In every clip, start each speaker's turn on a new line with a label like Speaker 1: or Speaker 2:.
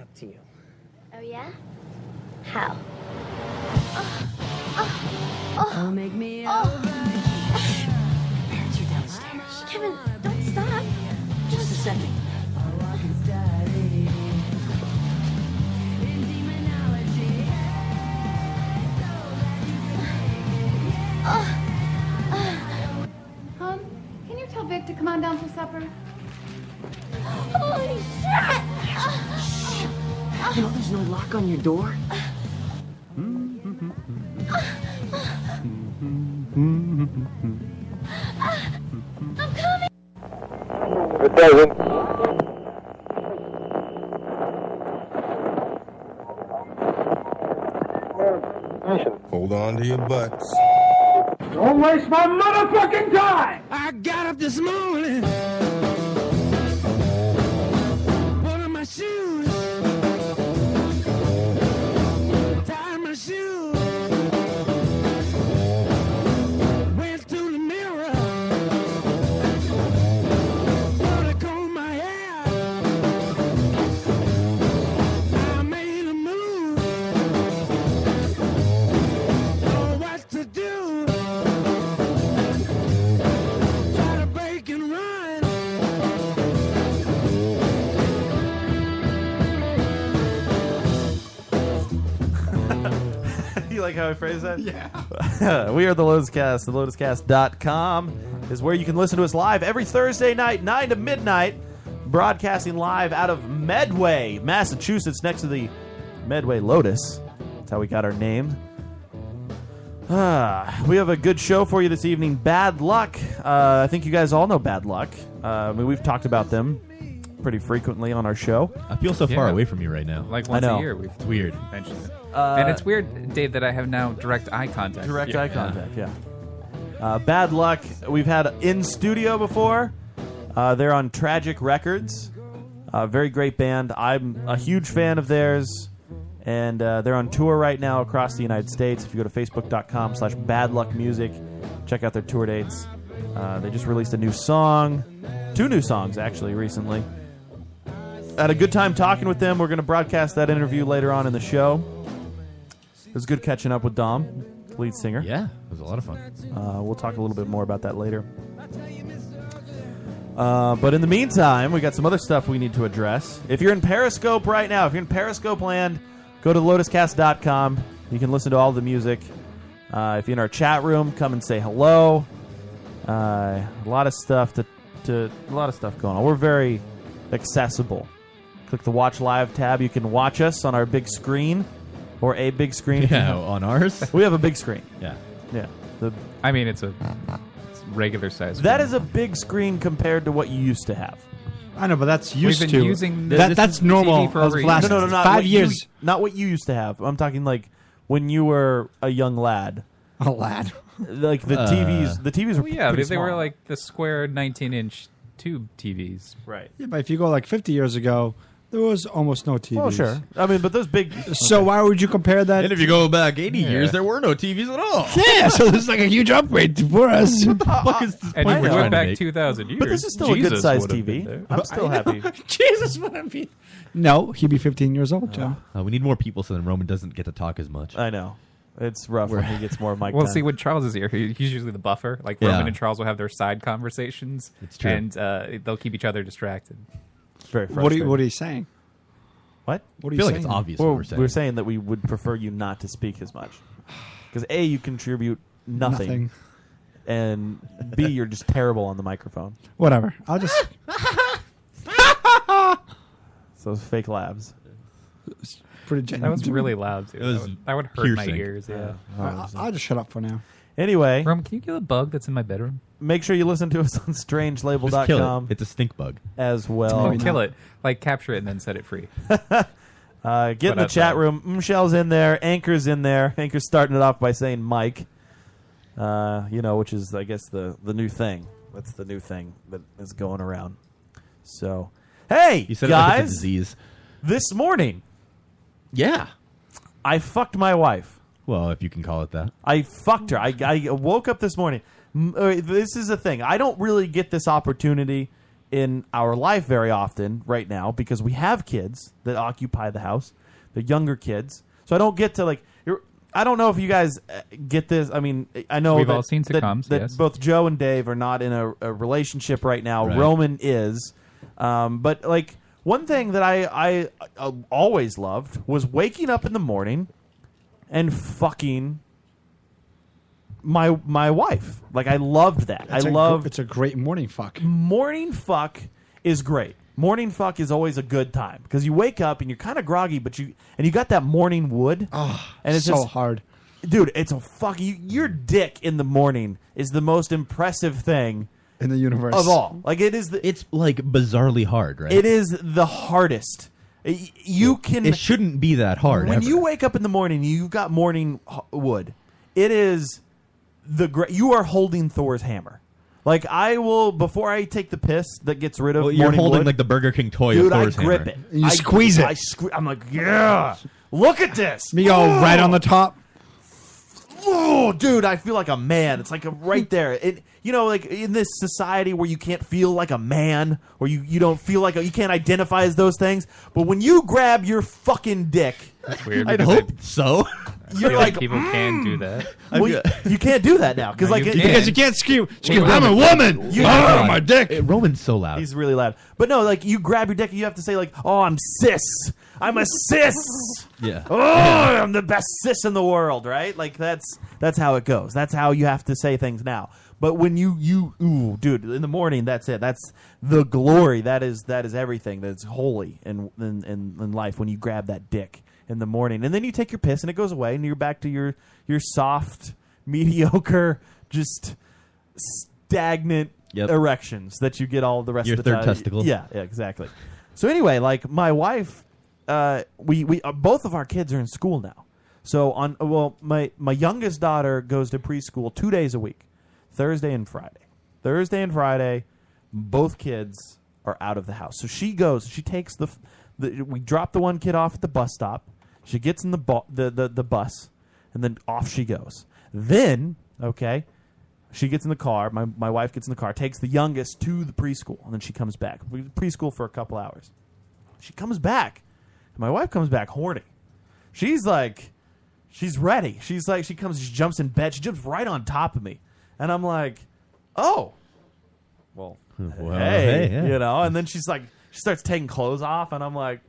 Speaker 1: up to you.
Speaker 2: Oh, yeah? How?
Speaker 3: Oh, make me over.
Speaker 1: Parents are downstairs.
Speaker 2: Kevin, don't stop.
Speaker 1: Just a second.
Speaker 3: Oh, I can study in demonology.
Speaker 4: Hum, can you tell Vic to come on down for supper?
Speaker 2: Holy shit!
Speaker 1: You know there's no lock on your door?
Speaker 5: It doesn't.
Speaker 6: Hold on to your butts.
Speaker 5: Don't waste my motherfucking time!
Speaker 7: I got up this morning. One of my shoes. Tied my shoes. Went to the mirror. Thought I combed my hair. I made a move. Know what to do. Try to break and run.
Speaker 8: you like how I phrase that? Yeah. we are the Lotus Cast. The LotusCast.com is where you can listen to us live every Thursday night, 9 to midnight, broadcasting live out of Medway, Massachusetts, next to the Medway Lotus. That's how we got our name. Ah, we have a good show for you this evening. Bad Luck. Uh, I think you guys all know Bad Luck. Uh, I mean, we've talked about them pretty frequently on our show.
Speaker 9: I feel so far
Speaker 10: Yeah.
Speaker 9: away from you right now.
Speaker 10: Like once
Speaker 8: I know.
Speaker 10: a year, we've
Speaker 9: it's weird.
Speaker 10: mentioned it. and it's weird, Dave, that I have now direct eye contact.
Speaker 8: Direct
Speaker 10: Yeah.
Speaker 8: eye contact, yeah. Uh, bad luck. We've had in studio before. Uh, they're on Tragic Records. Uh, very great band. I'm a huge fan of theirs. And uh, they're on tour right now across the United States. If you go to facebook.com slash bad luck music, check out their tour dates. Uh, they just released a new song, two new songs actually, recently. I had a good time talking with them. We're going to broadcast that interview later on in the show. It was good catching up with Dom, lead singer.
Speaker 9: Yeah, it was a lot of fun.
Speaker 8: Uh, we'll talk a little bit more about that later. Uh, but in the meantime, we got some other stuff we need to address. If you're in Periscope right now, if you're in Periscope land, go to lotuscast.com. You can listen to all the music. Uh, if you're in our chat room, come and say hello. Uh, a lot of stuff to, to a lot of stuff going on. We're very accessible. Click the Watch Live tab. You can watch us on our big screen or a big screen. if you
Speaker 9: Yeah,
Speaker 8: have-
Speaker 9: on ours.
Speaker 8: we have a big screen.
Speaker 9: Yeah,
Speaker 8: Yeah, the
Speaker 10: I mean, it's a it's regular size.
Speaker 8: That is a big screen compared to what you used to have.
Speaker 7: I know, but that's
Speaker 10: We've
Speaker 7: used
Speaker 10: been
Speaker 7: to.
Speaker 10: using
Speaker 7: that,
Speaker 10: this- this
Speaker 7: that's
Speaker 10: is
Speaker 7: normal.
Speaker 10: TV for
Speaker 7: of
Speaker 10: over a
Speaker 7: last
Speaker 10: year. No,
Speaker 8: what
Speaker 7: five
Speaker 8: you-
Speaker 7: years.
Speaker 8: not what you used to have. I'm talking like when you were a young lad.
Speaker 7: A lad.
Speaker 8: Like the TVs, the TVs were
Speaker 10: Uh, Well, yeah,
Speaker 8: pretty
Speaker 10: but they were
Speaker 8: small.
Speaker 10: like the square 19 inch tube TVs.
Speaker 8: right.
Speaker 7: Yeah, but if you go like 50 years ago, there was almost no TVs.
Speaker 8: Well, sure. I mean, but those big.
Speaker 7: So why would you compare that?
Speaker 9: and if you go back 80 years,
Speaker 10: years,
Speaker 9: there were no TVs at all.
Speaker 7: yeah, so this is like a huge upgrade for us.
Speaker 8: Uh,
Speaker 9: fuck is this
Speaker 10: And
Speaker 8: I
Speaker 10: if we went
Speaker 8: know.
Speaker 9: Trying to
Speaker 10: back
Speaker 9: make-
Speaker 10: 2,000 years.
Speaker 8: But this is still a
Speaker 10: Jesus
Speaker 8: good sized
Speaker 10: would've been
Speaker 8: TV.
Speaker 10: there.
Speaker 8: I'm still happy.
Speaker 7: Jesus, what I mean. No, he'd be 15 years old, Joe.
Speaker 9: Uh, we need more people so then Roman doesn't get to talk as much.
Speaker 8: I know it's rough when he gets more mic.
Speaker 10: Well,
Speaker 8: time.
Speaker 10: see, when Charles is here, he- he's usually the buffer. Like
Speaker 9: Yeah.
Speaker 10: Roman and Charles will have their side conversations.
Speaker 9: It's true.
Speaker 10: And uh, they'll keep each other distracted.
Speaker 8: It's very
Speaker 7: What are, you,
Speaker 8: frustrating.
Speaker 7: what are you saying?
Speaker 8: What?
Speaker 7: What are
Speaker 9: I
Speaker 7: you
Speaker 9: feel like
Speaker 7: saying?
Speaker 9: it's obvious
Speaker 8: Well,
Speaker 9: what we're saying.
Speaker 8: that we would prefer you not to speak as much because a you contribute nothing,
Speaker 7: Nothing.
Speaker 8: and b you're just terrible on the microphone.
Speaker 7: Whatever. I'll just.
Speaker 8: So it's fake labs.
Speaker 7: it's pretty genuine.
Speaker 10: That was
Speaker 7: to me.
Speaker 10: really loud. Too.
Speaker 9: It was
Speaker 10: that would, that would hurt
Speaker 9: piercing. Uh, oh,
Speaker 10: my ears. Yeah.
Speaker 7: I- I, I'll just shut up for now.
Speaker 8: Anyway,
Speaker 10: Roman, can you kill a bug that's in my bedroom?
Speaker 8: make sure you listen to us on
Speaker 9: Just kill
Speaker 8: strangelabel.com
Speaker 9: it. It's a stink bug.
Speaker 8: as
Speaker 10: Oh,
Speaker 8: well.
Speaker 10: kill it. Like capture it and then set it free.
Speaker 8: Uh, get in
Speaker 10: But
Speaker 8: the
Speaker 10: outside.
Speaker 8: chat room. Michelle's in there. Anchor's in there. Anchor's starting it off by saying Mike, uh, you know, which is, I guess, the, the new thing. That's the new thing that is going around. So, hey,
Speaker 9: You said it like it's a
Speaker 8: guys,
Speaker 9: disease.
Speaker 8: this morning
Speaker 9: Yeah.
Speaker 8: I fucked my wife.
Speaker 9: Well, if you can call it that.
Speaker 8: I fucked her. I, I woke up this morning. M- uh, This is the thing. I don't really get this opportunity in our life very often right now because we have kids that occupy the house. They're younger kids, so I don't get to like. You're, I don't know if you guys uh, get this. I mean, I know
Speaker 10: We've
Speaker 8: that-
Speaker 10: all seen
Speaker 8: that-
Speaker 10: sitcoms,
Speaker 8: That
Speaker 10: yes.
Speaker 8: both Joe and Dave are not in a, a relationship right now.
Speaker 10: Right.
Speaker 8: Roman is, um, but like one thing that I I uh, always loved was waking up in the morning and fucking my my wife. Like I loved that.
Speaker 7: It's
Speaker 8: I
Speaker 7: a gr-
Speaker 8: love
Speaker 7: it's a great morning fuck.
Speaker 8: Morning fuck is great. Morning fuck is always a good time because you wake up and you're kind of groggy, but you and you got that morning wood, and
Speaker 7: Ah, so hard,
Speaker 8: dude. It's a fuck. You, your dick in the morning is the most impressive thing
Speaker 7: in the universe
Speaker 8: of all. Like it is. The,
Speaker 9: it's like bizarrely hard, right?
Speaker 8: It is the hardest. Y- You can.
Speaker 9: It shouldn't be that hard.
Speaker 8: When
Speaker 9: ever.
Speaker 8: you wake up in the morning, you've got morning h- wood. It is the gra- you are holding Thor's hammer. Like I will before I take the piss that gets rid of.
Speaker 9: Well, you're
Speaker 8: morning
Speaker 9: holding
Speaker 8: wood,
Speaker 9: like the Burger King toy.
Speaker 8: Dude,
Speaker 9: of Thor's
Speaker 8: I grip
Speaker 9: hammer.
Speaker 8: it. I- I sque- I'm like, yeah. Look at this.
Speaker 7: Me all right on the top.
Speaker 8: Oh, dude, I feel like a man. It's like a, right there. It, you know, like in this society where you can't feel like a man, or you, you don't feel like a, you can't identify as those things. But when you grab your fucking dick,
Speaker 10: That's weird.
Speaker 8: I'd
Speaker 10: because I-
Speaker 8: hope
Speaker 9: so.
Speaker 10: I
Speaker 8: You're
Speaker 10: feel like,
Speaker 8: like, mm.
Speaker 10: people can do that.
Speaker 8: well, you, you can't do that now because
Speaker 10: No,
Speaker 8: like
Speaker 10: you
Speaker 8: it-
Speaker 10: can't. Because you
Speaker 7: can't scream.
Speaker 10: scream, "I'm a
Speaker 7: woman.
Speaker 8: You- Oh,
Speaker 9: my
Speaker 7: dick.
Speaker 9: Roman's so loud.
Speaker 8: He's really loud. But no, like you grab your dick and you have to say like, "Oh, I'm cis. I'm a cis.
Speaker 9: Yeah.
Speaker 8: Oh, I'm the best cis in the world." Right? Like that's that's how it goes. That's how you have to say things now. But when you you ooh, dude, in the morning, that's it. That's the glory. That is that is everything. That's holy in in in, in life when you grab that dick in the morning, and then you take your piss and it goes away, and you're back to your your soft, mediocre, just stagnant
Speaker 9: Yep.
Speaker 8: erections that you get all the rest
Speaker 9: Your
Speaker 8: of the
Speaker 9: third
Speaker 8: time.
Speaker 9: testicle.
Speaker 8: Yeah, yeah, exactly. So anyway, like my wife, uh, we we uh, both of our kids are in school now. So on well, my my youngest daughter goes to preschool two days a week, Thursday and Friday. Thursday and Friday, both kids are out of the house. So she goes. She takes the, f- the we drop the one kid off at the bus stop. She gets in the bu- the, the the bus, and then off she goes. Then okay, she gets in the car. My, my wife gets in the car, takes the youngest to the preschool, and then she comes back. We- Preschool for a couple hours. She comes back. and my wife comes back horny. She's like, she's ready. She's like, she comes, she jumps in bed. She jumps right on top of me. And I'm like, oh, well,
Speaker 9: Well,
Speaker 8: hey,
Speaker 9: yeah.
Speaker 8: you know? And then she's like, she starts taking clothes off, and I'm like,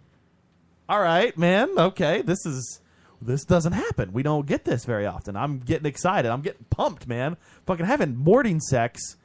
Speaker 8: all right, man. Okay, this is this doesn't happen. We don't get this very often. I'm getting excited. I'm getting pumped, man. Fucking having morning sex,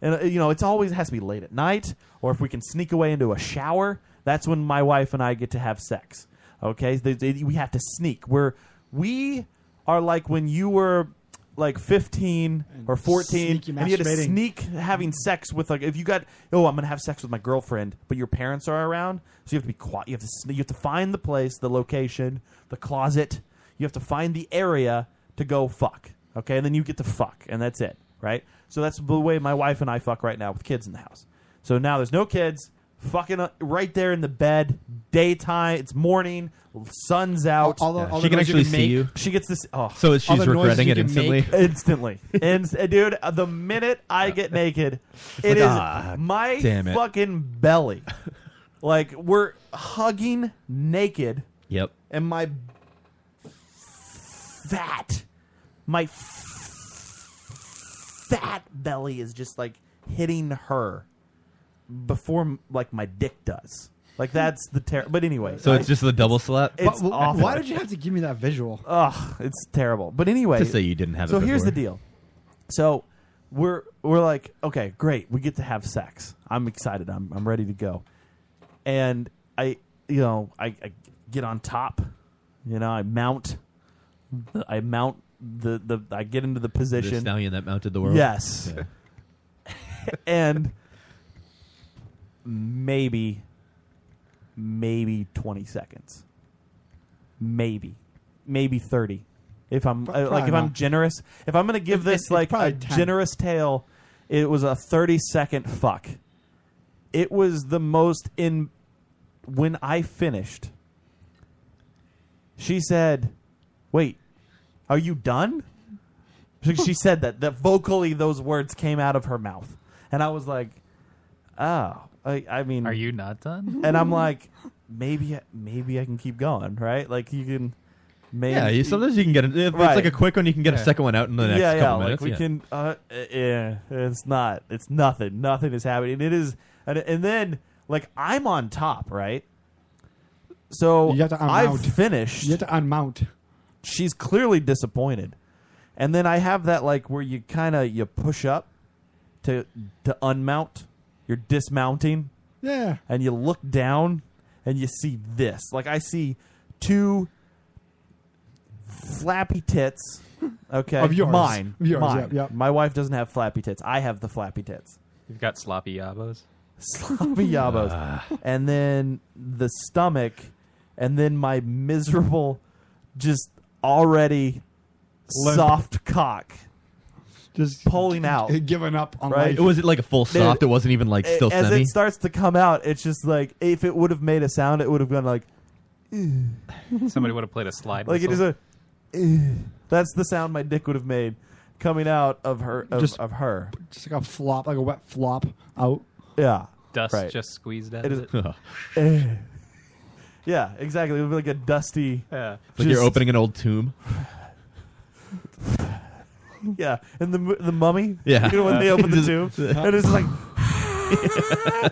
Speaker 8: and uh, you know it's always has to be late at night, or if we can sneak away into a shower, that's when my wife and I get to have sex. Okay, They- they- we have to sneak. We're we are like when you were like 15 or 14
Speaker 7: sneaky
Speaker 8: and you had to
Speaker 7: masturbating.
Speaker 8: sneak sneak having sex with like if you got oh I'm gonna have sex with my girlfriend, but your parents are around, so you have to be quiet. You have to sn- you have to find the place, the location, the closet. You have to find the area to go fuck. Okay, and then you get to fuck, and that's it, right? So that's the way my wife and I fuck right now with kids in the house. So now there's no kids. Fucking uh, right there in the bed, daytime. It's morning, sun's out.
Speaker 7: All the- all
Speaker 9: she
Speaker 7: the
Speaker 9: can
Speaker 7: noise you
Speaker 9: actually
Speaker 7: can
Speaker 9: see
Speaker 7: make.
Speaker 9: you.
Speaker 8: she gets this. Oh,
Speaker 9: So she's
Speaker 7: the noises
Speaker 9: regretting
Speaker 7: you
Speaker 9: it
Speaker 7: can
Speaker 9: instantly.
Speaker 7: make.
Speaker 8: instantly. And uh, dude, the minute I get naked, it
Speaker 9: like,
Speaker 8: is
Speaker 9: "Ah,
Speaker 8: my
Speaker 9: damn it."
Speaker 8: fucking belly. Like we're hugging naked,
Speaker 9: Yep.
Speaker 8: and my fat, my fat belly is just like hitting her before like my dick does. Like that's the terror. But anyway,
Speaker 9: So it's just the double slap.
Speaker 8: it's
Speaker 7: Why-
Speaker 8: awful.
Speaker 7: Why did you have to give me that visual?
Speaker 8: Ugh, it's terrible. But anyway,
Speaker 9: To say you didn't have it
Speaker 8: So here's the
Speaker 9: before.
Speaker 8: deal. So we're we're like, okay, great, we get to have sex. I'm excited. I'm I'm ready to go. And I, you know, I, I get on top. You know, I mount. I mount the the. I get into the
Speaker 9: The
Speaker 8: position.
Speaker 9: stallion that mounted the world.
Speaker 8: Yes.
Speaker 9: Yeah.
Speaker 8: and maybe maybe 20 seconds maybe maybe 30 if i'm
Speaker 7: Pro-
Speaker 8: uh, like if
Speaker 7: probably
Speaker 8: i'm
Speaker 7: not.
Speaker 8: generous if i'm gonna give
Speaker 7: It-
Speaker 8: this
Speaker 7: it- it's
Speaker 8: like a
Speaker 7: probably 10.
Speaker 8: generous tale it was a 30 second fuck it was the most in when i finished she said wait are you done she, she said that that vocally those words came out of her mouth and i was like oh I, I mean,
Speaker 10: Are you not done?
Speaker 8: and I'm like, maybe, maybe I can keep going, right? Like you can, maybe,
Speaker 9: Yeah, you, sometimes you can get. A, if
Speaker 8: Right.
Speaker 9: it's like a quick one, you can get
Speaker 10: Yeah.
Speaker 9: a second one out in the next
Speaker 8: yeah, yeah.
Speaker 9: couple
Speaker 8: Like
Speaker 9: minutes.
Speaker 8: we
Speaker 9: yeah.
Speaker 8: can. Uh, uh, yeah, it's not. It's nothing. Nothing is happening. It is, and, and then like I'm on top, right? So
Speaker 7: You have to
Speaker 8: I've
Speaker 7: unmount.
Speaker 8: finished.
Speaker 7: You have to unmount.
Speaker 8: She's clearly disappointed, and then I have that like where you kind of you push up to to unmount. You're dismounting,
Speaker 7: Yeah.
Speaker 8: and you look down, and you see this. Like I see two flappy tits. Okay,
Speaker 7: Of yours.
Speaker 8: mine,
Speaker 7: Of yours,
Speaker 8: mine.
Speaker 7: yep, yep.
Speaker 8: My wife doesn't have flappy tits. I have the flappy tits.
Speaker 10: You've got sloppy yabos.
Speaker 8: Sloppy yabos,
Speaker 9: Ah.
Speaker 8: and then the stomach, and then my miserable, just already
Speaker 7: Limp.
Speaker 8: soft cock
Speaker 7: Just
Speaker 8: pulling out.
Speaker 7: giving up on
Speaker 8: Right.
Speaker 7: life.
Speaker 9: It was it like a full soft. It wasn't even like still
Speaker 8: As
Speaker 9: semi.
Speaker 8: it starts to come out, it's just like if it would have made a sound, it would have been like
Speaker 10: Somebody would have played a slide.
Speaker 8: like it is
Speaker 10: whistle.
Speaker 8: a. eh, That's the sound my dick would have made coming out of her of,
Speaker 7: Just-
Speaker 8: of her.
Speaker 7: just like a flop, like a wet flop out.
Speaker 8: Yeah.
Speaker 10: dust
Speaker 8: right.
Speaker 10: just squeezed out.
Speaker 8: It
Speaker 10: of
Speaker 8: is- eh.
Speaker 10: It
Speaker 9: like
Speaker 8: Yeah, exactly. It would be like a dusty.
Speaker 10: Yeah.
Speaker 9: you're
Speaker 8: just-
Speaker 9: opening an old tomb.
Speaker 8: Yeah, and the mu- the mummy.
Speaker 9: Yeah.
Speaker 8: you know when they open the
Speaker 9: Just-
Speaker 8: tomb, and it's like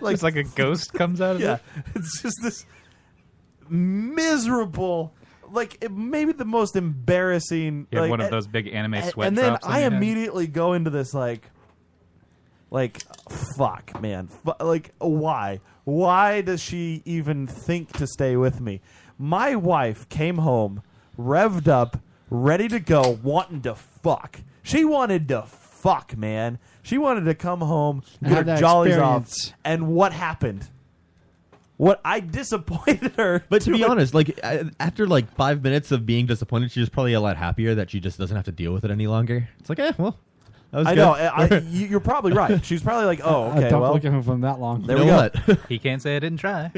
Speaker 10: like, it's like a ghost comes out of
Speaker 8: yeah,
Speaker 10: it.
Speaker 8: it's just this miserable. Like it, maybe the most embarrassing.
Speaker 10: You had
Speaker 8: like,
Speaker 10: one of
Speaker 8: a-
Speaker 10: those big anime
Speaker 8: and,
Speaker 10: sweat
Speaker 8: and then
Speaker 10: drops on
Speaker 8: I
Speaker 10: your head.
Speaker 8: immediately go into this like, like, fuck, man, Fu- like, why, why does she even think to stay with me? My wife came home, revved up, ready to go, wanting to fuck. She wanted to fuck, man. She wanted to come home,
Speaker 7: I
Speaker 8: get
Speaker 7: had
Speaker 8: her
Speaker 7: that
Speaker 8: jollies
Speaker 7: experience.
Speaker 8: off, and what happened? What I disappointed her,
Speaker 9: But to be
Speaker 8: a-
Speaker 9: honest, like I- after like five minutes of being disappointed, she's probably a lot happier that she just doesn't have to deal with it any longer. It's like, eh, well, that was
Speaker 8: I
Speaker 9: good.
Speaker 8: know I, I- you- you're probably right. She was probably like, "Oh,
Speaker 7: I
Speaker 8: okay,
Speaker 7: don't
Speaker 8: well,
Speaker 7: look at him from that long.
Speaker 8: there
Speaker 9: You
Speaker 8: we
Speaker 9: know
Speaker 8: go."
Speaker 9: what?
Speaker 10: He can't say I didn't try.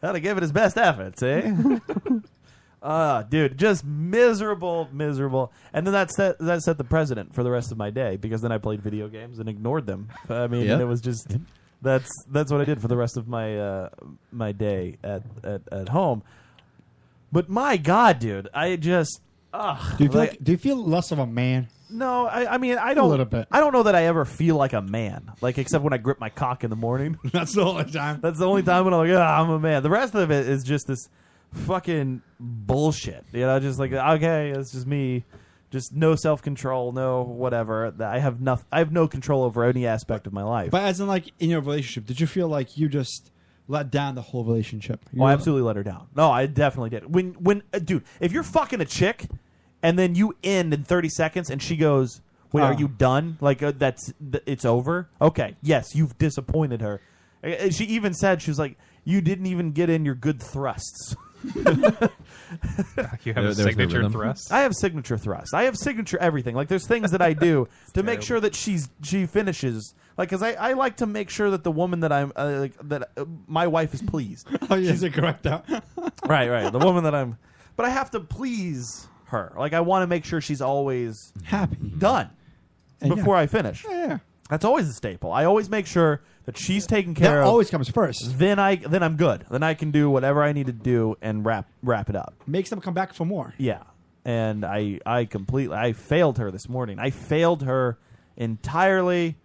Speaker 8: Gotta give it his best efforts, eh? Ah, dude, just miserable, miserable. And then that set that set the precedent for the rest of my day because then I played video games and ignored them. I mean,
Speaker 9: Yeah.
Speaker 8: it was just that's that's what I did for the rest of my uh, my day at, at at home. But my God, dude, I just ugh,
Speaker 7: Do you feel
Speaker 8: like-
Speaker 7: like, do you feel less of a man?
Speaker 8: no, I, I mean, I don't.
Speaker 7: little bit.
Speaker 8: I don't know that I ever feel like a man, like except when I grip my cock in the morning.
Speaker 7: That's the only time.
Speaker 8: That's the only time when I'm like, ah, I'm a man. The rest of it is just this fucking bullshit. You know, just like okay, it's just me. Just no self control, no whatever. I have nothing. I have no control over any aspect of my life.
Speaker 7: But as in like in your relationship, did you feel like you just let down the whole relationship?
Speaker 8: oh, I
Speaker 7: You-
Speaker 8: absolutely let her down. No, I definitely did. When when uh, dude, if you're fucking a chick, and then you end in 30 seconds, and she goes, "Wait,
Speaker 7: Ah.
Speaker 8: are you done? Like uh, that's th- it's over." Okay, yes, you've disappointed her. Uh, uh, She even said she was like, "You didn't even get in your good thrusts."
Speaker 10: You have
Speaker 9: There-
Speaker 10: a
Speaker 9: there's no
Speaker 10: signature
Speaker 9: rhythm.
Speaker 10: thrust.
Speaker 8: I have signature thrust. I have signature everything. Like there's things that I do to make
Speaker 10: terrible.
Speaker 8: sure that she's she finishes. Like because I, I like to make sure that the woman that I'm uh, like that uh, my wife is pleased.
Speaker 7: Oh, yeah, is it correct? Out.
Speaker 8: right, right. The woman that I'm, but I have to please her. Like I want to make sure she's always
Speaker 7: Happy.
Speaker 8: done
Speaker 7: And
Speaker 8: before
Speaker 7: yeah.
Speaker 8: I finish.
Speaker 7: Yeah, yeah.
Speaker 8: That's always a staple. I always make sure that she's taken care
Speaker 7: That
Speaker 8: of.
Speaker 7: always comes first.
Speaker 8: then I then I'm good. Then I can do whatever I need to do and wrap wrap it up.
Speaker 7: Makes them come back for more.
Speaker 8: Yeah. And I I completely I failed her this morning. I failed her entirely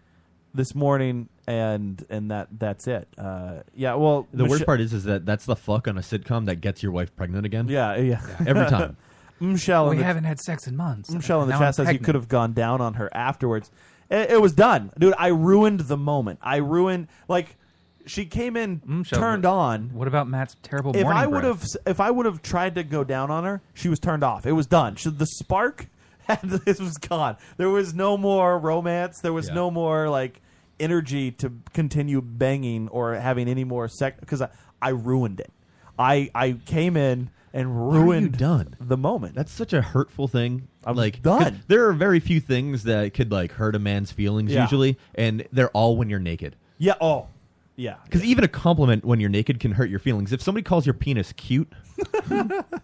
Speaker 8: this morning and and that that's it. Uh yeah, well
Speaker 9: the worst
Speaker 8: Mich-
Speaker 9: part is, is that that's the fuck on a sitcom that gets your wife pregnant again.
Speaker 8: Yeah, yeah.
Speaker 9: every time.
Speaker 8: Michelle
Speaker 10: we
Speaker 8: in the,
Speaker 10: haven't had sex in months.
Speaker 8: Michelle in the
Speaker 10: Now I'm
Speaker 8: chat says you
Speaker 10: pregnant.
Speaker 8: could have gone down on her afterwards. It, it was done. Dude, I ruined the moment. I ruined like she came in
Speaker 10: Michelle,
Speaker 8: turned on.
Speaker 10: What about Matt's terrible
Speaker 8: if
Speaker 10: morning
Speaker 8: I would
Speaker 10: breath?
Speaker 8: have if I would have tried to go down on her, she was turned off. It was done. She, the spark had this was gone. There was no more romance. There was
Speaker 9: Yeah.
Speaker 8: no more like energy to continue banging or having any more sex because I, I ruined it. I I came in and
Speaker 9: you
Speaker 8: ruined
Speaker 9: done?
Speaker 8: the moment.
Speaker 9: That's such a hurtful thing.
Speaker 8: I'm
Speaker 9: like 'cause
Speaker 8: done.
Speaker 9: There are very few things that could like hurt a man's feelings
Speaker 8: Yeah.
Speaker 9: usually, and they're all when you're naked.
Speaker 8: yeah. Oh, Yeah.
Speaker 9: Because even a compliment when you're naked can hurt your feelings. If somebody calls your penis cute,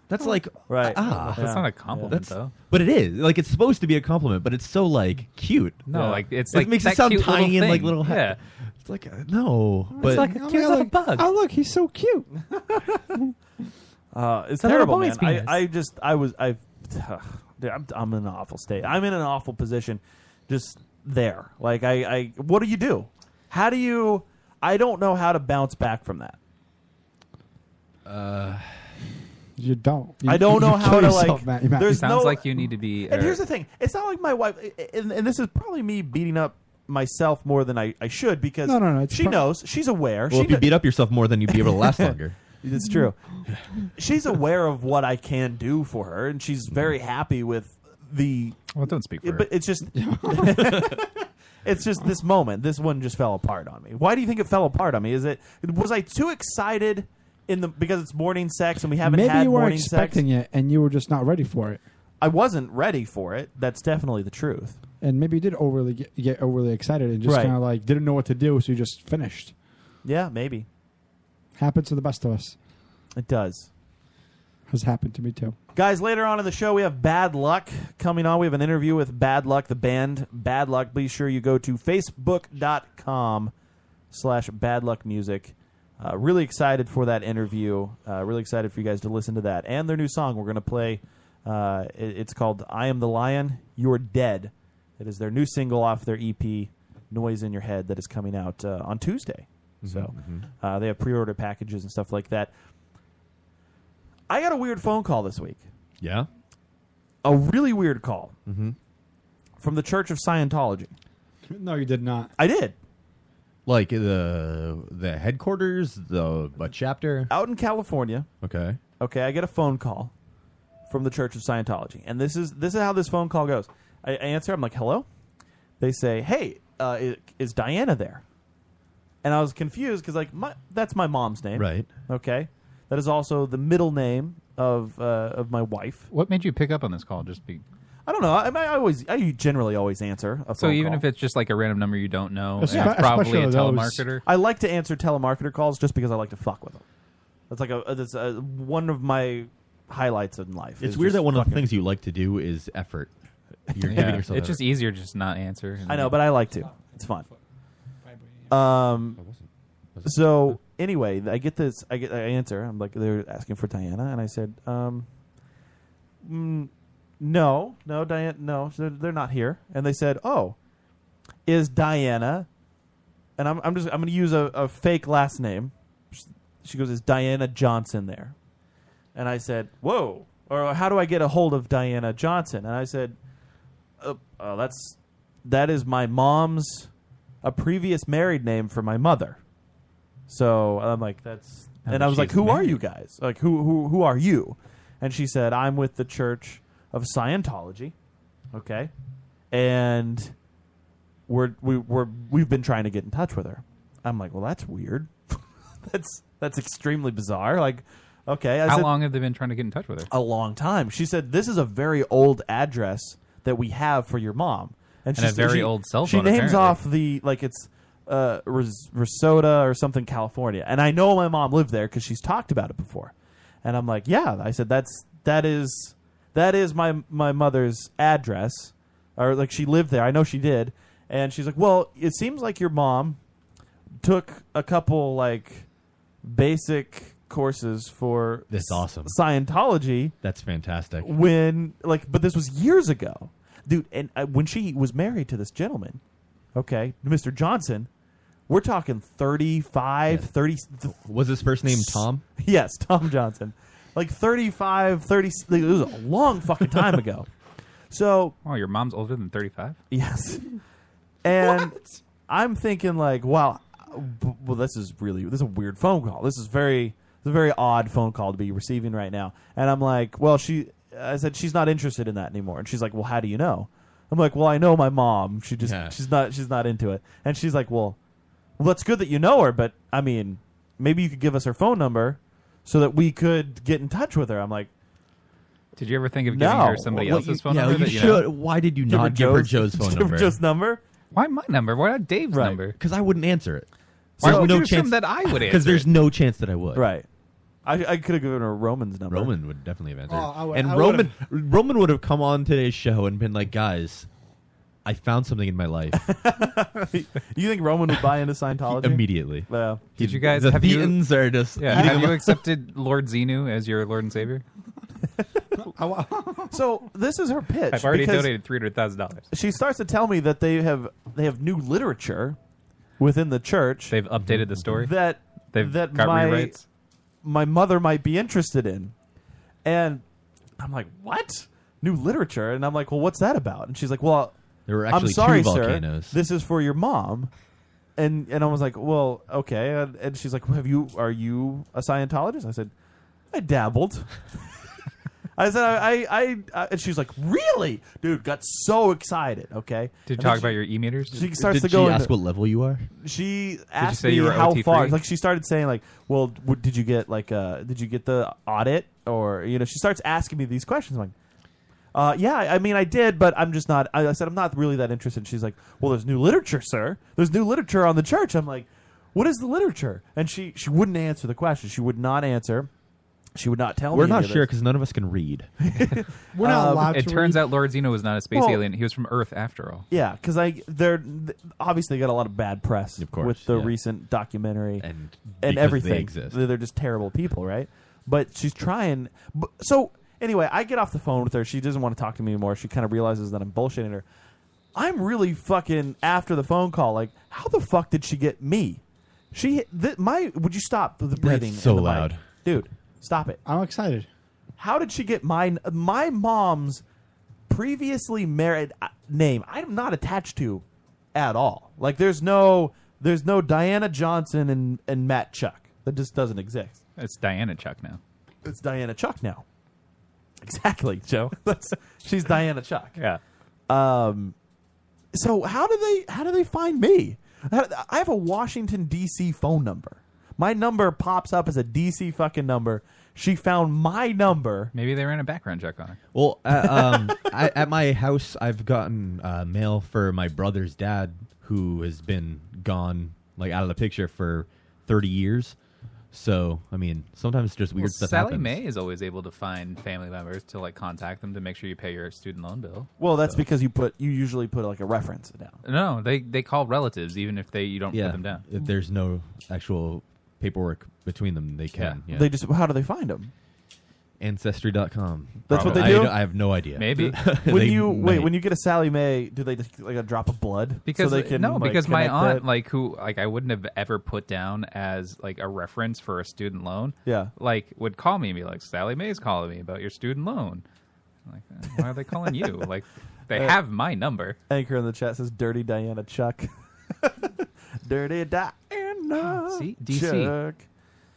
Speaker 9: that's like
Speaker 8: Right.
Speaker 9: Ah,
Speaker 10: That's not a compliment,
Speaker 9: That's-
Speaker 10: though.
Speaker 9: But it is like it's supposed to be a compliment, but it's so like cute.
Speaker 10: No,
Speaker 8: Yeah.
Speaker 10: like it's
Speaker 9: it
Speaker 10: like
Speaker 9: makes
Speaker 10: that
Speaker 9: it sound
Speaker 10: cute little
Speaker 9: tiny and like
Speaker 10: thing.
Speaker 9: little.
Speaker 10: Yeah,
Speaker 9: It's like uh, no, but
Speaker 10: like a
Speaker 7: Oh,
Speaker 10: cute
Speaker 7: man,
Speaker 10: little
Speaker 7: look-
Speaker 10: bug.
Speaker 7: Oh look, he's so cute.
Speaker 8: Uh, it's
Speaker 10: Tell her
Speaker 8: terrible, man.
Speaker 10: boy's
Speaker 8: I,
Speaker 10: penis.
Speaker 8: I just, I was, I, dude, I'm, I'm in an awful state. I'm in an awful position, just there. Like, I, I, what do you do? How do you? I don't know how to bounce back from that.
Speaker 7: You don't. You-
Speaker 8: I don't
Speaker 7: Uh, you
Speaker 8: know how
Speaker 7: kill
Speaker 8: to
Speaker 7: yourself,
Speaker 8: like.
Speaker 7: Matt. Matt.
Speaker 8: There's
Speaker 10: sounds
Speaker 8: no,
Speaker 10: like you need to be.
Speaker 8: And
Speaker 7: uh,
Speaker 10: or-
Speaker 8: here's the thing: it's not like my wife, and, and this is probably me beating up myself more than I, I should because
Speaker 7: No, no, no, it's
Speaker 8: she
Speaker 7: prob-
Speaker 8: knows, she's aware.
Speaker 9: well,
Speaker 8: she
Speaker 9: if you
Speaker 8: kn-
Speaker 9: beat up yourself more, then you'd be able to last longer.
Speaker 8: It's true. she's aware of what I can do for her, and she's very happy with the.
Speaker 10: well, don't speak for
Speaker 8: But
Speaker 10: her.
Speaker 8: it's just, it's just this moment. This one just fell apart on me. Why do you think it fell apart on me? Is it was I too excited in the because it's morning sex and we haven't
Speaker 7: Maybe
Speaker 8: had
Speaker 7: you were
Speaker 8: morning
Speaker 7: expecting
Speaker 8: sex?
Speaker 7: it and you were just not ready for it,
Speaker 8: I wasn't ready for it. That's definitely the truth.
Speaker 7: and maybe you did overly get, get overly excited and just
Speaker 8: Right.
Speaker 7: kind of like didn't know what to do, so you just finished.
Speaker 8: Yeah, maybe
Speaker 7: Happens to the best of us.
Speaker 8: it does.
Speaker 7: Has happened to me too.
Speaker 8: Guys, later on in the show, we have Bad Luck coming on. We have an interview with Bad Luck, the band Bad Luck. Be sure you go to facebook.com slash Bad Luck Music. Uh, really excited for that interview. Uh, really excited for you guys to listen to that. And their new song we're going to play. Uh, it- it's called I Am the Lion, You're Dead. It is their new single off their EP, Noise in Your Head, that is coming out uh, on Tuesday. So uh, they have pre order packages and stuff like that. I got a weird phone call this week
Speaker 9: yeah. Mm-hmm.
Speaker 8: a really weird call from the Church of Scientology.
Speaker 7: No, you did not.
Speaker 8: I did
Speaker 9: Like the the headquarters, the a chapter.
Speaker 8: out in California.
Speaker 9: Okay.
Speaker 8: Okay, I get a phone call from the Church of Scientology, and this is this is how this phone call goes. I, I answer. I'm like, "Hello." They say, "Hey, uh, is, is Diana there?" And I was confused because like my, that's my mom's name,
Speaker 9: Right.
Speaker 8: Okay, that is also the middle name of uh, of my wife.
Speaker 10: What made you pick up on this call? Just be
Speaker 8: I don't know. I, I always I generally always answer a
Speaker 10: so
Speaker 8: phone
Speaker 10: even
Speaker 8: call.
Speaker 10: if it's just like a random number you don't know, and
Speaker 7: Espe-
Speaker 10: it's probably
Speaker 7: especially
Speaker 10: a
Speaker 7: those.
Speaker 10: telemarketer.
Speaker 8: I like to answer telemarketer calls just because I like to fuck with them. That's like a that's uh one of my highlights in life.
Speaker 9: It's
Speaker 8: is
Speaker 9: weird
Speaker 8: just
Speaker 9: that one of the
Speaker 8: fucking-
Speaker 9: things you like to do is effort. You're
Speaker 10: Yeah,
Speaker 9: giving
Speaker 10: it's
Speaker 9: yourself. effort.
Speaker 10: just easier to just not answer.
Speaker 8: I know, but I like to. It's fun. Um. So anyway, I get this. I get. I answer. I'm like they're asking for Diana, and I said, um, mm, no, no, Diana, no, they're, they're not here. And they said, oh, is Diana? And I'm I'm just I'm gonna use a, a fake last name. She- She goes, is Diana Johnson there? And I said, whoa. Or how do I get a hold of Diana Johnson? And I said, uh, uh, that's that is my mom's a previous married name for my mother. So I'm like, that's
Speaker 10: Oh,
Speaker 8: and I was like,
Speaker 10: she's
Speaker 8: who are
Speaker 10: married.
Speaker 8: you guys? Like who who who are you? And she said, I'm with the Church of Scientology. Okay, and we're we, we're we've been trying to get in touch with her. I'm like, well, that's weird. that's that's extremely bizarre. Like, okay, I
Speaker 10: How
Speaker 8: said,
Speaker 10: long have they been trying to get in touch with her?
Speaker 9: Uh,
Speaker 8: a long time. She said, "This is a very old address that we have for your mom."
Speaker 10: And a
Speaker 8: she's-
Speaker 10: very old cell
Speaker 8: She
Speaker 10: phone,
Speaker 8: names
Speaker 10: apparently.
Speaker 8: off the like it's uh, Ris- Risota or something, California. And I know my mom lived there because she's talked about it before. And I'm like, "Yeah," I said, "That's that is that is my my mother's address, or like she lived there. I know she did." And she's like, "Well, it seems like your mom took a couple like basic courses for
Speaker 9: That's
Speaker 8: s-
Speaker 9: awesome.
Speaker 8: Scientology."
Speaker 9: That's fantastic.
Speaker 8: when like but this was years ago dude and uh, when she was married to this gentleman okay mr johnson we're talking 35
Speaker 9: Yeah.
Speaker 8: 30 th-
Speaker 9: Was his first name Tom?
Speaker 8: yes tom johnson like 35 30 like, it was a long fucking time ago so
Speaker 10: Oh, your mom's older than thirty-five.
Speaker 8: yes and i'm thinking like wow b- well this is really this is a weird phone call this is very it's a very odd phone call to be receiving right now and i'm like well she i said she's not interested in that anymore and she's like well how do you know i'm like well i know my mom she just
Speaker 9: Yeah.
Speaker 8: she's not she's not into it and she's like well well that's good that you know her but i mean maybe you could give us her phone number so that we could get in touch with her i'm like
Speaker 10: Did you ever think of giving
Speaker 8: No.
Speaker 10: her somebody
Speaker 8: Well,
Speaker 10: else's
Speaker 9: you-
Speaker 10: phone
Speaker 9: yeah,
Speaker 10: number?
Speaker 9: you
Speaker 10: that, you know-
Speaker 9: should. Why did you not give her Joe's phone
Speaker 8: give her
Speaker 9: number?
Speaker 8: joe's number
Speaker 10: Why my number? Why not Dave's
Speaker 8: Right.
Speaker 10: number?
Speaker 9: Because I wouldn't answer it. Why
Speaker 10: So
Speaker 9: no
Speaker 10: would you assume
Speaker 9: chance
Speaker 10: that I would
Speaker 9: Because
Speaker 10: answer
Speaker 9: there's
Speaker 10: it?
Speaker 9: no chance that I would.
Speaker 8: Right. I, I could have given her Roman's number.
Speaker 9: Roman would definitely have answered.
Speaker 7: Oh, I would-
Speaker 9: and
Speaker 7: I
Speaker 9: Roman Roman would have come on today's show and been like, guys, I found something in my life
Speaker 8: you think Roman would buy into Scientology?
Speaker 9: immediately.
Speaker 8: Yeah.
Speaker 10: Did you guys
Speaker 9: the
Speaker 10: have you-
Speaker 9: Thetans are just
Speaker 10: Yeah,
Speaker 9: eating
Speaker 10: have
Speaker 9: them
Speaker 10: you
Speaker 9: up.
Speaker 10: accepted Lord Xenu as your Lord and Savior?
Speaker 8: So this is her pitch.
Speaker 10: I've already
Speaker 8: because
Speaker 10: donated three hundred thousand dollars.
Speaker 8: She starts to tell me that they have they have new literature within the church
Speaker 10: They've updated the story.
Speaker 8: that
Speaker 10: They've
Speaker 8: that
Speaker 10: got
Speaker 8: my
Speaker 10: rewrites.
Speaker 8: my mother might be interested in. And I'm like, what? New literature? And I'm like, well, what's that about? And she's like, well,
Speaker 9: There were
Speaker 8: I'm
Speaker 9: actually
Speaker 8: sorry,
Speaker 9: two
Speaker 8: sir.
Speaker 9: volcanoes.
Speaker 8: This is for your mom. And and I was like, well, okay. And, and she's like, have you? Are you a Scientologist? I said, I dabbled. I said, I, I, I, I, and she's like, really, dude? Got so excited. Okay.
Speaker 10: Did you
Speaker 8: And then
Speaker 10: talk
Speaker 8: she-
Speaker 10: about your e meters?
Speaker 8: She starts
Speaker 9: Did
Speaker 8: to go.
Speaker 9: she
Speaker 8: into-
Speaker 9: ask what level you are?
Speaker 8: she asked
Speaker 10: say
Speaker 8: me
Speaker 10: you were
Speaker 8: how
Speaker 10: OT
Speaker 8: far.
Speaker 10: free?
Speaker 8: Like she started saying like, "Well, w- did you get like uh did you get the audit or you know?" She starts asking me these questions. I'm like, uh, "Yeah, I I mean, I did, but I'm just not." I, I said, "I'm not really that interested." She's like, "Well, there's new literature, sir. There's new literature on the church." I'm like, "What is the literature?" And she she wouldn't answer the question. She would not answer. She would not tell
Speaker 9: We're
Speaker 8: me.
Speaker 9: not
Speaker 8: any of
Speaker 9: sure
Speaker 8: this.
Speaker 9: because none of us can read.
Speaker 7: We're not
Speaker 9: Um,
Speaker 7: allowed
Speaker 10: It
Speaker 7: to
Speaker 10: turns
Speaker 7: read.
Speaker 10: out Lord Xeno was not a space
Speaker 8: Well-
Speaker 10: alien. He was from Earth after all.
Speaker 8: Yeah, because I they're th- obviously got a lot of bad press
Speaker 9: Of course,
Speaker 8: with the
Speaker 9: yeah.
Speaker 8: recent documentary
Speaker 9: And because
Speaker 8: and
Speaker 9: they
Speaker 8: everything.
Speaker 9: exist.
Speaker 8: They're just terrible people, right? But she's trying. bu- So anyway, I get off the phone with her. She doesn't want to talk to me anymore. She kind of realizes that I'm bullshitting her. I'm really fucking after the phone call. Like, how the fuck did she get me? She th- my would you stop the breathing? in
Speaker 9: so
Speaker 8: the mic?
Speaker 9: loud.
Speaker 8: dude. Stop it.
Speaker 7: I'm excited.
Speaker 8: How did she get my my mom's previously married uh, name? I'm not attached to at all. Like there's no there's no Diana Johnson and and Matt Chuck. That just doesn't exist.
Speaker 10: It's Diana Chuck now.
Speaker 8: It's Diana Chuck now. Exactly, Joe. That's, she's Diana Chuck.
Speaker 10: Yeah.
Speaker 8: Um, so how do they how do they find me? How- I have a Washington D.C. phone number. My number pops up as a D.C. fucking number. She found my number.
Speaker 10: Maybe they ran a background check on her.
Speaker 9: Well, uh, um, I, at my house, I've gotten uh, mail for my brother's dad, who has been gone, like out of the picture for thirty years. So, I mean, sometimes just weird
Speaker 10: Well,
Speaker 9: stuff.
Speaker 10: Sally
Speaker 9: happens.
Speaker 10: May is always able to find family members to like contact them to make sure you pay your student loan bill.
Speaker 8: Well, that's because you put you usually put like a reference down.
Speaker 10: No, they they call relatives even if they you don't
Speaker 9: yeah,
Speaker 10: put them down.
Speaker 9: If there's no actual paperwork between them, they can. Yeah.
Speaker 8: They just how do they find them?
Speaker 9: Ancestry.com.
Speaker 8: That's what they
Speaker 9: Probably. I
Speaker 8: do?
Speaker 9: I have no idea.
Speaker 10: Maybe.
Speaker 8: When
Speaker 9: They
Speaker 8: you wait,
Speaker 9: may.
Speaker 8: when you get a Sally Mae, do they just like a drop of blood?
Speaker 10: Because
Speaker 8: so they can
Speaker 10: no,
Speaker 8: like,
Speaker 10: because my
Speaker 8: connect
Speaker 10: aunt
Speaker 8: that?
Speaker 10: like who like I wouldn't have ever put down as like a reference for a student loan.
Speaker 8: Yeah.
Speaker 10: like would call me and be like, "Sally Mae's calling me about your student loan." I'm like, "Uh, why are they calling you? Like, they
Speaker 8: Uh,
Speaker 10: have my number.
Speaker 8: anchor in the chat says "Dirty Diana Chuck." Dirty Diana.
Speaker 10: Hmm, See? DC.
Speaker 8: Chuck.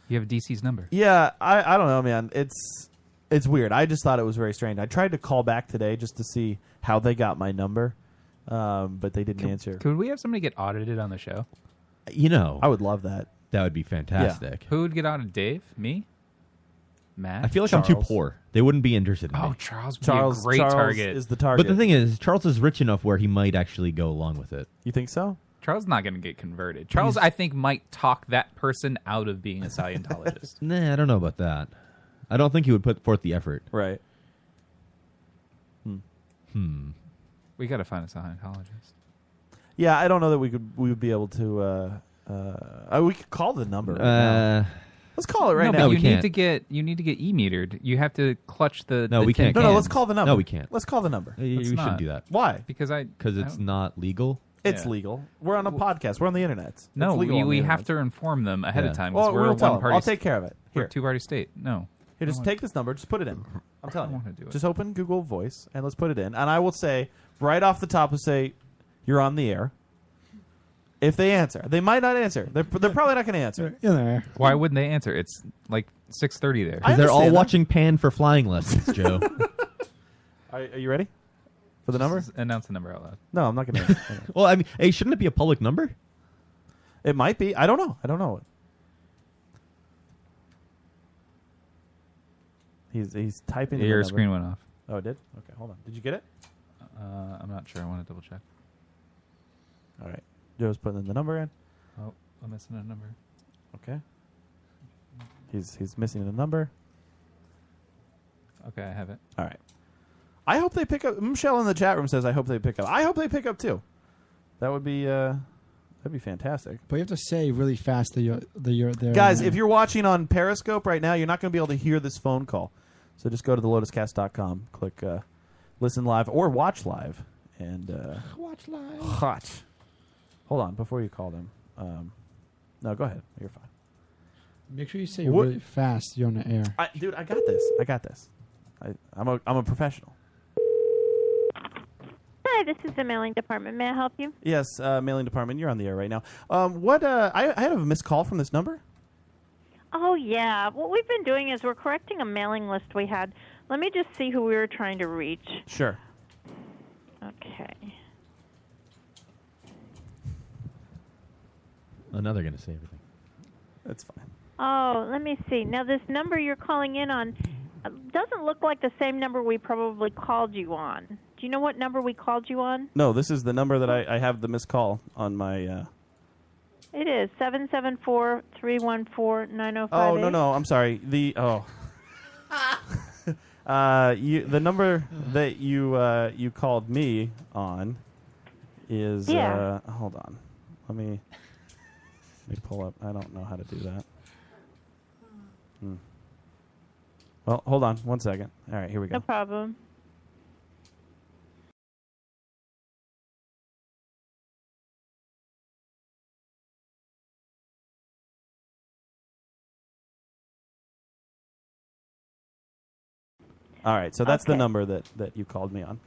Speaker 10: You have DC's number.
Speaker 8: Yeah, I I don't know, man. It's it's weird. I just thought it was very strange. I tried to call back today just to see how they got my number, um, but they didn't answer.
Speaker 10: Could we have somebody get audited on the show?
Speaker 9: You know,
Speaker 8: I would love that.
Speaker 9: that would be fantastic.
Speaker 10: Who would get audited? Dave, me, Matt.
Speaker 9: I feel like I'm too
Speaker 8: Charles.
Speaker 9: poor. They wouldn't be interested in
Speaker 10: Oh,
Speaker 9: me.
Speaker 10: Charles would
Speaker 8: Charles,
Speaker 10: be a great
Speaker 8: Charles
Speaker 10: target.
Speaker 8: is the target.
Speaker 9: But the thing is, Charles is rich enough where he might actually go along with it.
Speaker 8: you think so?
Speaker 10: Charles is not going to get converted. Charles, I think, might talk that person out of being a Scientologist.
Speaker 9: Nah, I don't know about that. I don't think he would put forth the effort.
Speaker 8: Right.
Speaker 10: Hmm. we got to find a Scientologist.
Speaker 8: Yeah, I don't know that we could we would be able to. Uh, uh, uh, we could call the number. Right now.
Speaker 9: Uh,
Speaker 8: Let's call it right
Speaker 10: no,
Speaker 8: now.
Speaker 10: but
Speaker 9: we
Speaker 10: you need
Speaker 9: can't.
Speaker 10: to get you need to get e metered. You have to clutch the.
Speaker 9: No,
Speaker 10: the
Speaker 9: we
Speaker 10: tin
Speaker 9: can't.
Speaker 8: no, no.
Speaker 10: cans.
Speaker 8: Let's call the number.
Speaker 9: No, we can't. Uh,
Speaker 8: Let's call the number.
Speaker 9: you
Speaker 10: It's
Speaker 9: shouldn't
Speaker 10: not.
Speaker 9: do that
Speaker 8: Why?
Speaker 10: because I
Speaker 9: because
Speaker 10: I
Speaker 9: it's
Speaker 10: don't-
Speaker 9: not legal.
Speaker 8: It's
Speaker 10: Yeah.
Speaker 8: legal. We're on a podcast. We're on the internet. It's
Speaker 10: No,
Speaker 8: legal
Speaker 10: we,
Speaker 8: on the
Speaker 10: we
Speaker 8: internet.
Speaker 10: have to inform them ahead
Speaker 9: Yeah.
Speaker 10: of time. 'cause
Speaker 8: Well,
Speaker 10: we're
Speaker 8: we'll
Speaker 10: a
Speaker 8: tell
Speaker 10: one
Speaker 8: them.
Speaker 10: party.
Speaker 8: I'll take care of it. Here,
Speaker 10: two party state. No,
Speaker 8: here. Just
Speaker 10: don't
Speaker 8: take this number. Just put it in. I'm telling you.
Speaker 10: wanna do it.
Speaker 8: Just open Google Voice and let's put it in. And I will say right off the top, will say you're on the air. If they answer, they might not answer. They're, they're probably not going to answer.
Speaker 7: In there.
Speaker 10: why wouldn't they answer? It's like six thirty there.
Speaker 9: Because
Speaker 8: I-
Speaker 9: they're all
Speaker 8: understand that.
Speaker 9: watching Pan for flying lessons, Joe.
Speaker 8: Are, are you ready for the number?
Speaker 10: Just announce the number out loud.
Speaker 8: No, I'm not going to.
Speaker 9: well, I mean, hey, shouldn't it be a public number?
Speaker 8: It might be. I don't know. I don't know. He's he's typing. in the
Speaker 10: Your
Speaker 8: number.
Speaker 10: screen went off.
Speaker 8: Oh, it did. Okay, hold on. Did you get it?
Speaker 10: Uh, I'm not sure. I want to double check.
Speaker 8: All right. Joe's putting in the number in.
Speaker 10: Oh, I'm missing a number.
Speaker 8: Okay. He's he's missing a number.
Speaker 10: Okay, I have it.
Speaker 8: All right. I hope they pick up. Michelle in the chat room says, "I hope they pick up." I hope they pick up too. That would be uh, that'd be fantastic.
Speaker 7: But you have to say really fast that you're that you're there.
Speaker 8: Guys, if you're watching on Periscope right now, you're not going to be able to hear this phone call. So just go to thelotuscast.com, click uh, listen live or watch live, and uh,
Speaker 7: watch live.
Speaker 8: Hot. Hold on, before you call them. Um, no, go ahead. You're fine.
Speaker 7: make sure you say it
Speaker 8: What-
Speaker 7: really fast. You're on the air.
Speaker 8: I, dude, I got this. I got this. I, I'm a I'm a professional.
Speaker 11: Hi, this is the mailing department. May I help you?
Speaker 8: Yes, uh, mailing department. You're on the air right now. Um, what? Uh, I, I had a missed call from this number.
Speaker 11: Oh, yeah. What we've been doing is we're correcting a mailing list we had. Let me just see who we were trying to reach.
Speaker 8: Sure.
Speaker 11: Okay.
Speaker 9: Oh, now they're gonna say everything.
Speaker 8: That's fine.
Speaker 11: Oh, let me see. Now, this number you're calling in on uh, doesn't look like the same number we probably called you on. Do you know what number we called you on?
Speaker 8: No, this is the number that I, I have the missed call on my. Uh,
Speaker 11: It is 774 314
Speaker 8: oh no no, I'm sorry. The oh. uh, you the number that you uh, you called me on is
Speaker 11: Yeah.
Speaker 8: uh, hold on. Let me let me pull up. I don't know how to do that. Hmm. Well, hold on one second. All right, here we go.
Speaker 11: No problem.
Speaker 8: All right, so that's the
Speaker 11: Okay.
Speaker 8: number that that you called me on.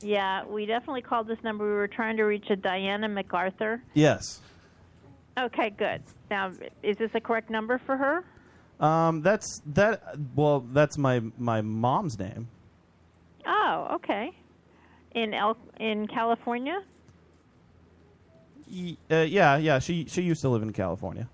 Speaker 11: Yeah, we definitely called this number. We were trying to reach a Diana MacArthur.
Speaker 8: Yes.
Speaker 11: Okay, good. Now, is this a correct number for her?
Speaker 8: Um, that's that. Well, that's my my mom's name.
Speaker 11: Oh, okay. In El- in California?
Speaker 8: Y- uh, yeah, yeah. She she used to live in California.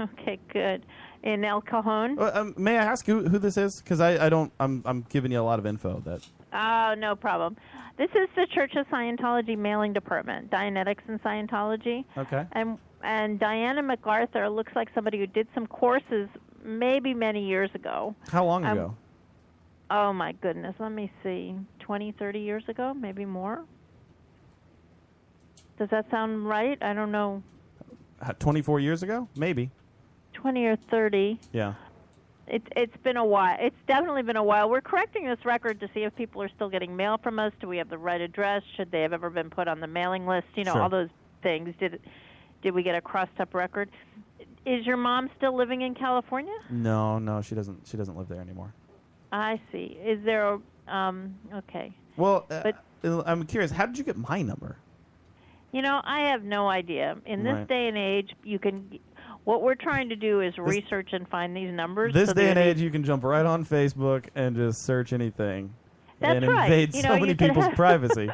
Speaker 11: Okay, good. In El Cajon?
Speaker 8: Uh, um, may I ask who, who this is? Because I, I don't I'm I'm giving you a lot of info that.
Speaker 11: Oh, no problem. This is the Church of Scientology mailing department, Dianetics and Scientology.
Speaker 8: Okay.
Speaker 11: And and Diana MacArthur looks like somebody who did some courses maybe many years ago.
Speaker 8: How long
Speaker 11: Um,
Speaker 8: ago?
Speaker 11: Oh my goodness, let me see. 20, 30 years ago, maybe more. Does that sound right? I don't know.
Speaker 8: Uh, Twenty four years ago? Maybe.
Speaker 11: 20 or 30.
Speaker 8: Yeah.
Speaker 11: It, it's been a while. It's definitely been a while. We're correcting this record to see if people are still getting mail from us. Do we have the right address? Should they have ever been put on the mailing list? You know,
Speaker 8: Sure.
Speaker 11: all those things. Did did we get a crossed up record? Is your mom still living in California?
Speaker 8: No, no, she doesn't. She doesn't live there anymore.
Speaker 11: I see. Is there a um okay.
Speaker 8: Well, uh, I'm curious. How did you get my number?
Speaker 11: You know, I have no idea. In this
Speaker 8: Right.
Speaker 11: day and age, you can what we're trying to do is research and find these numbers.
Speaker 8: This
Speaker 11: so
Speaker 8: day
Speaker 11: they're
Speaker 8: and
Speaker 11: the-
Speaker 8: age, you can jump right on Facebook and just search anything
Speaker 11: That's
Speaker 8: and
Speaker 11: right.
Speaker 8: invade
Speaker 11: You
Speaker 8: so
Speaker 11: know, you
Speaker 8: many
Speaker 11: could
Speaker 8: people's
Speaker 11: have-
Speaker 8: privacy.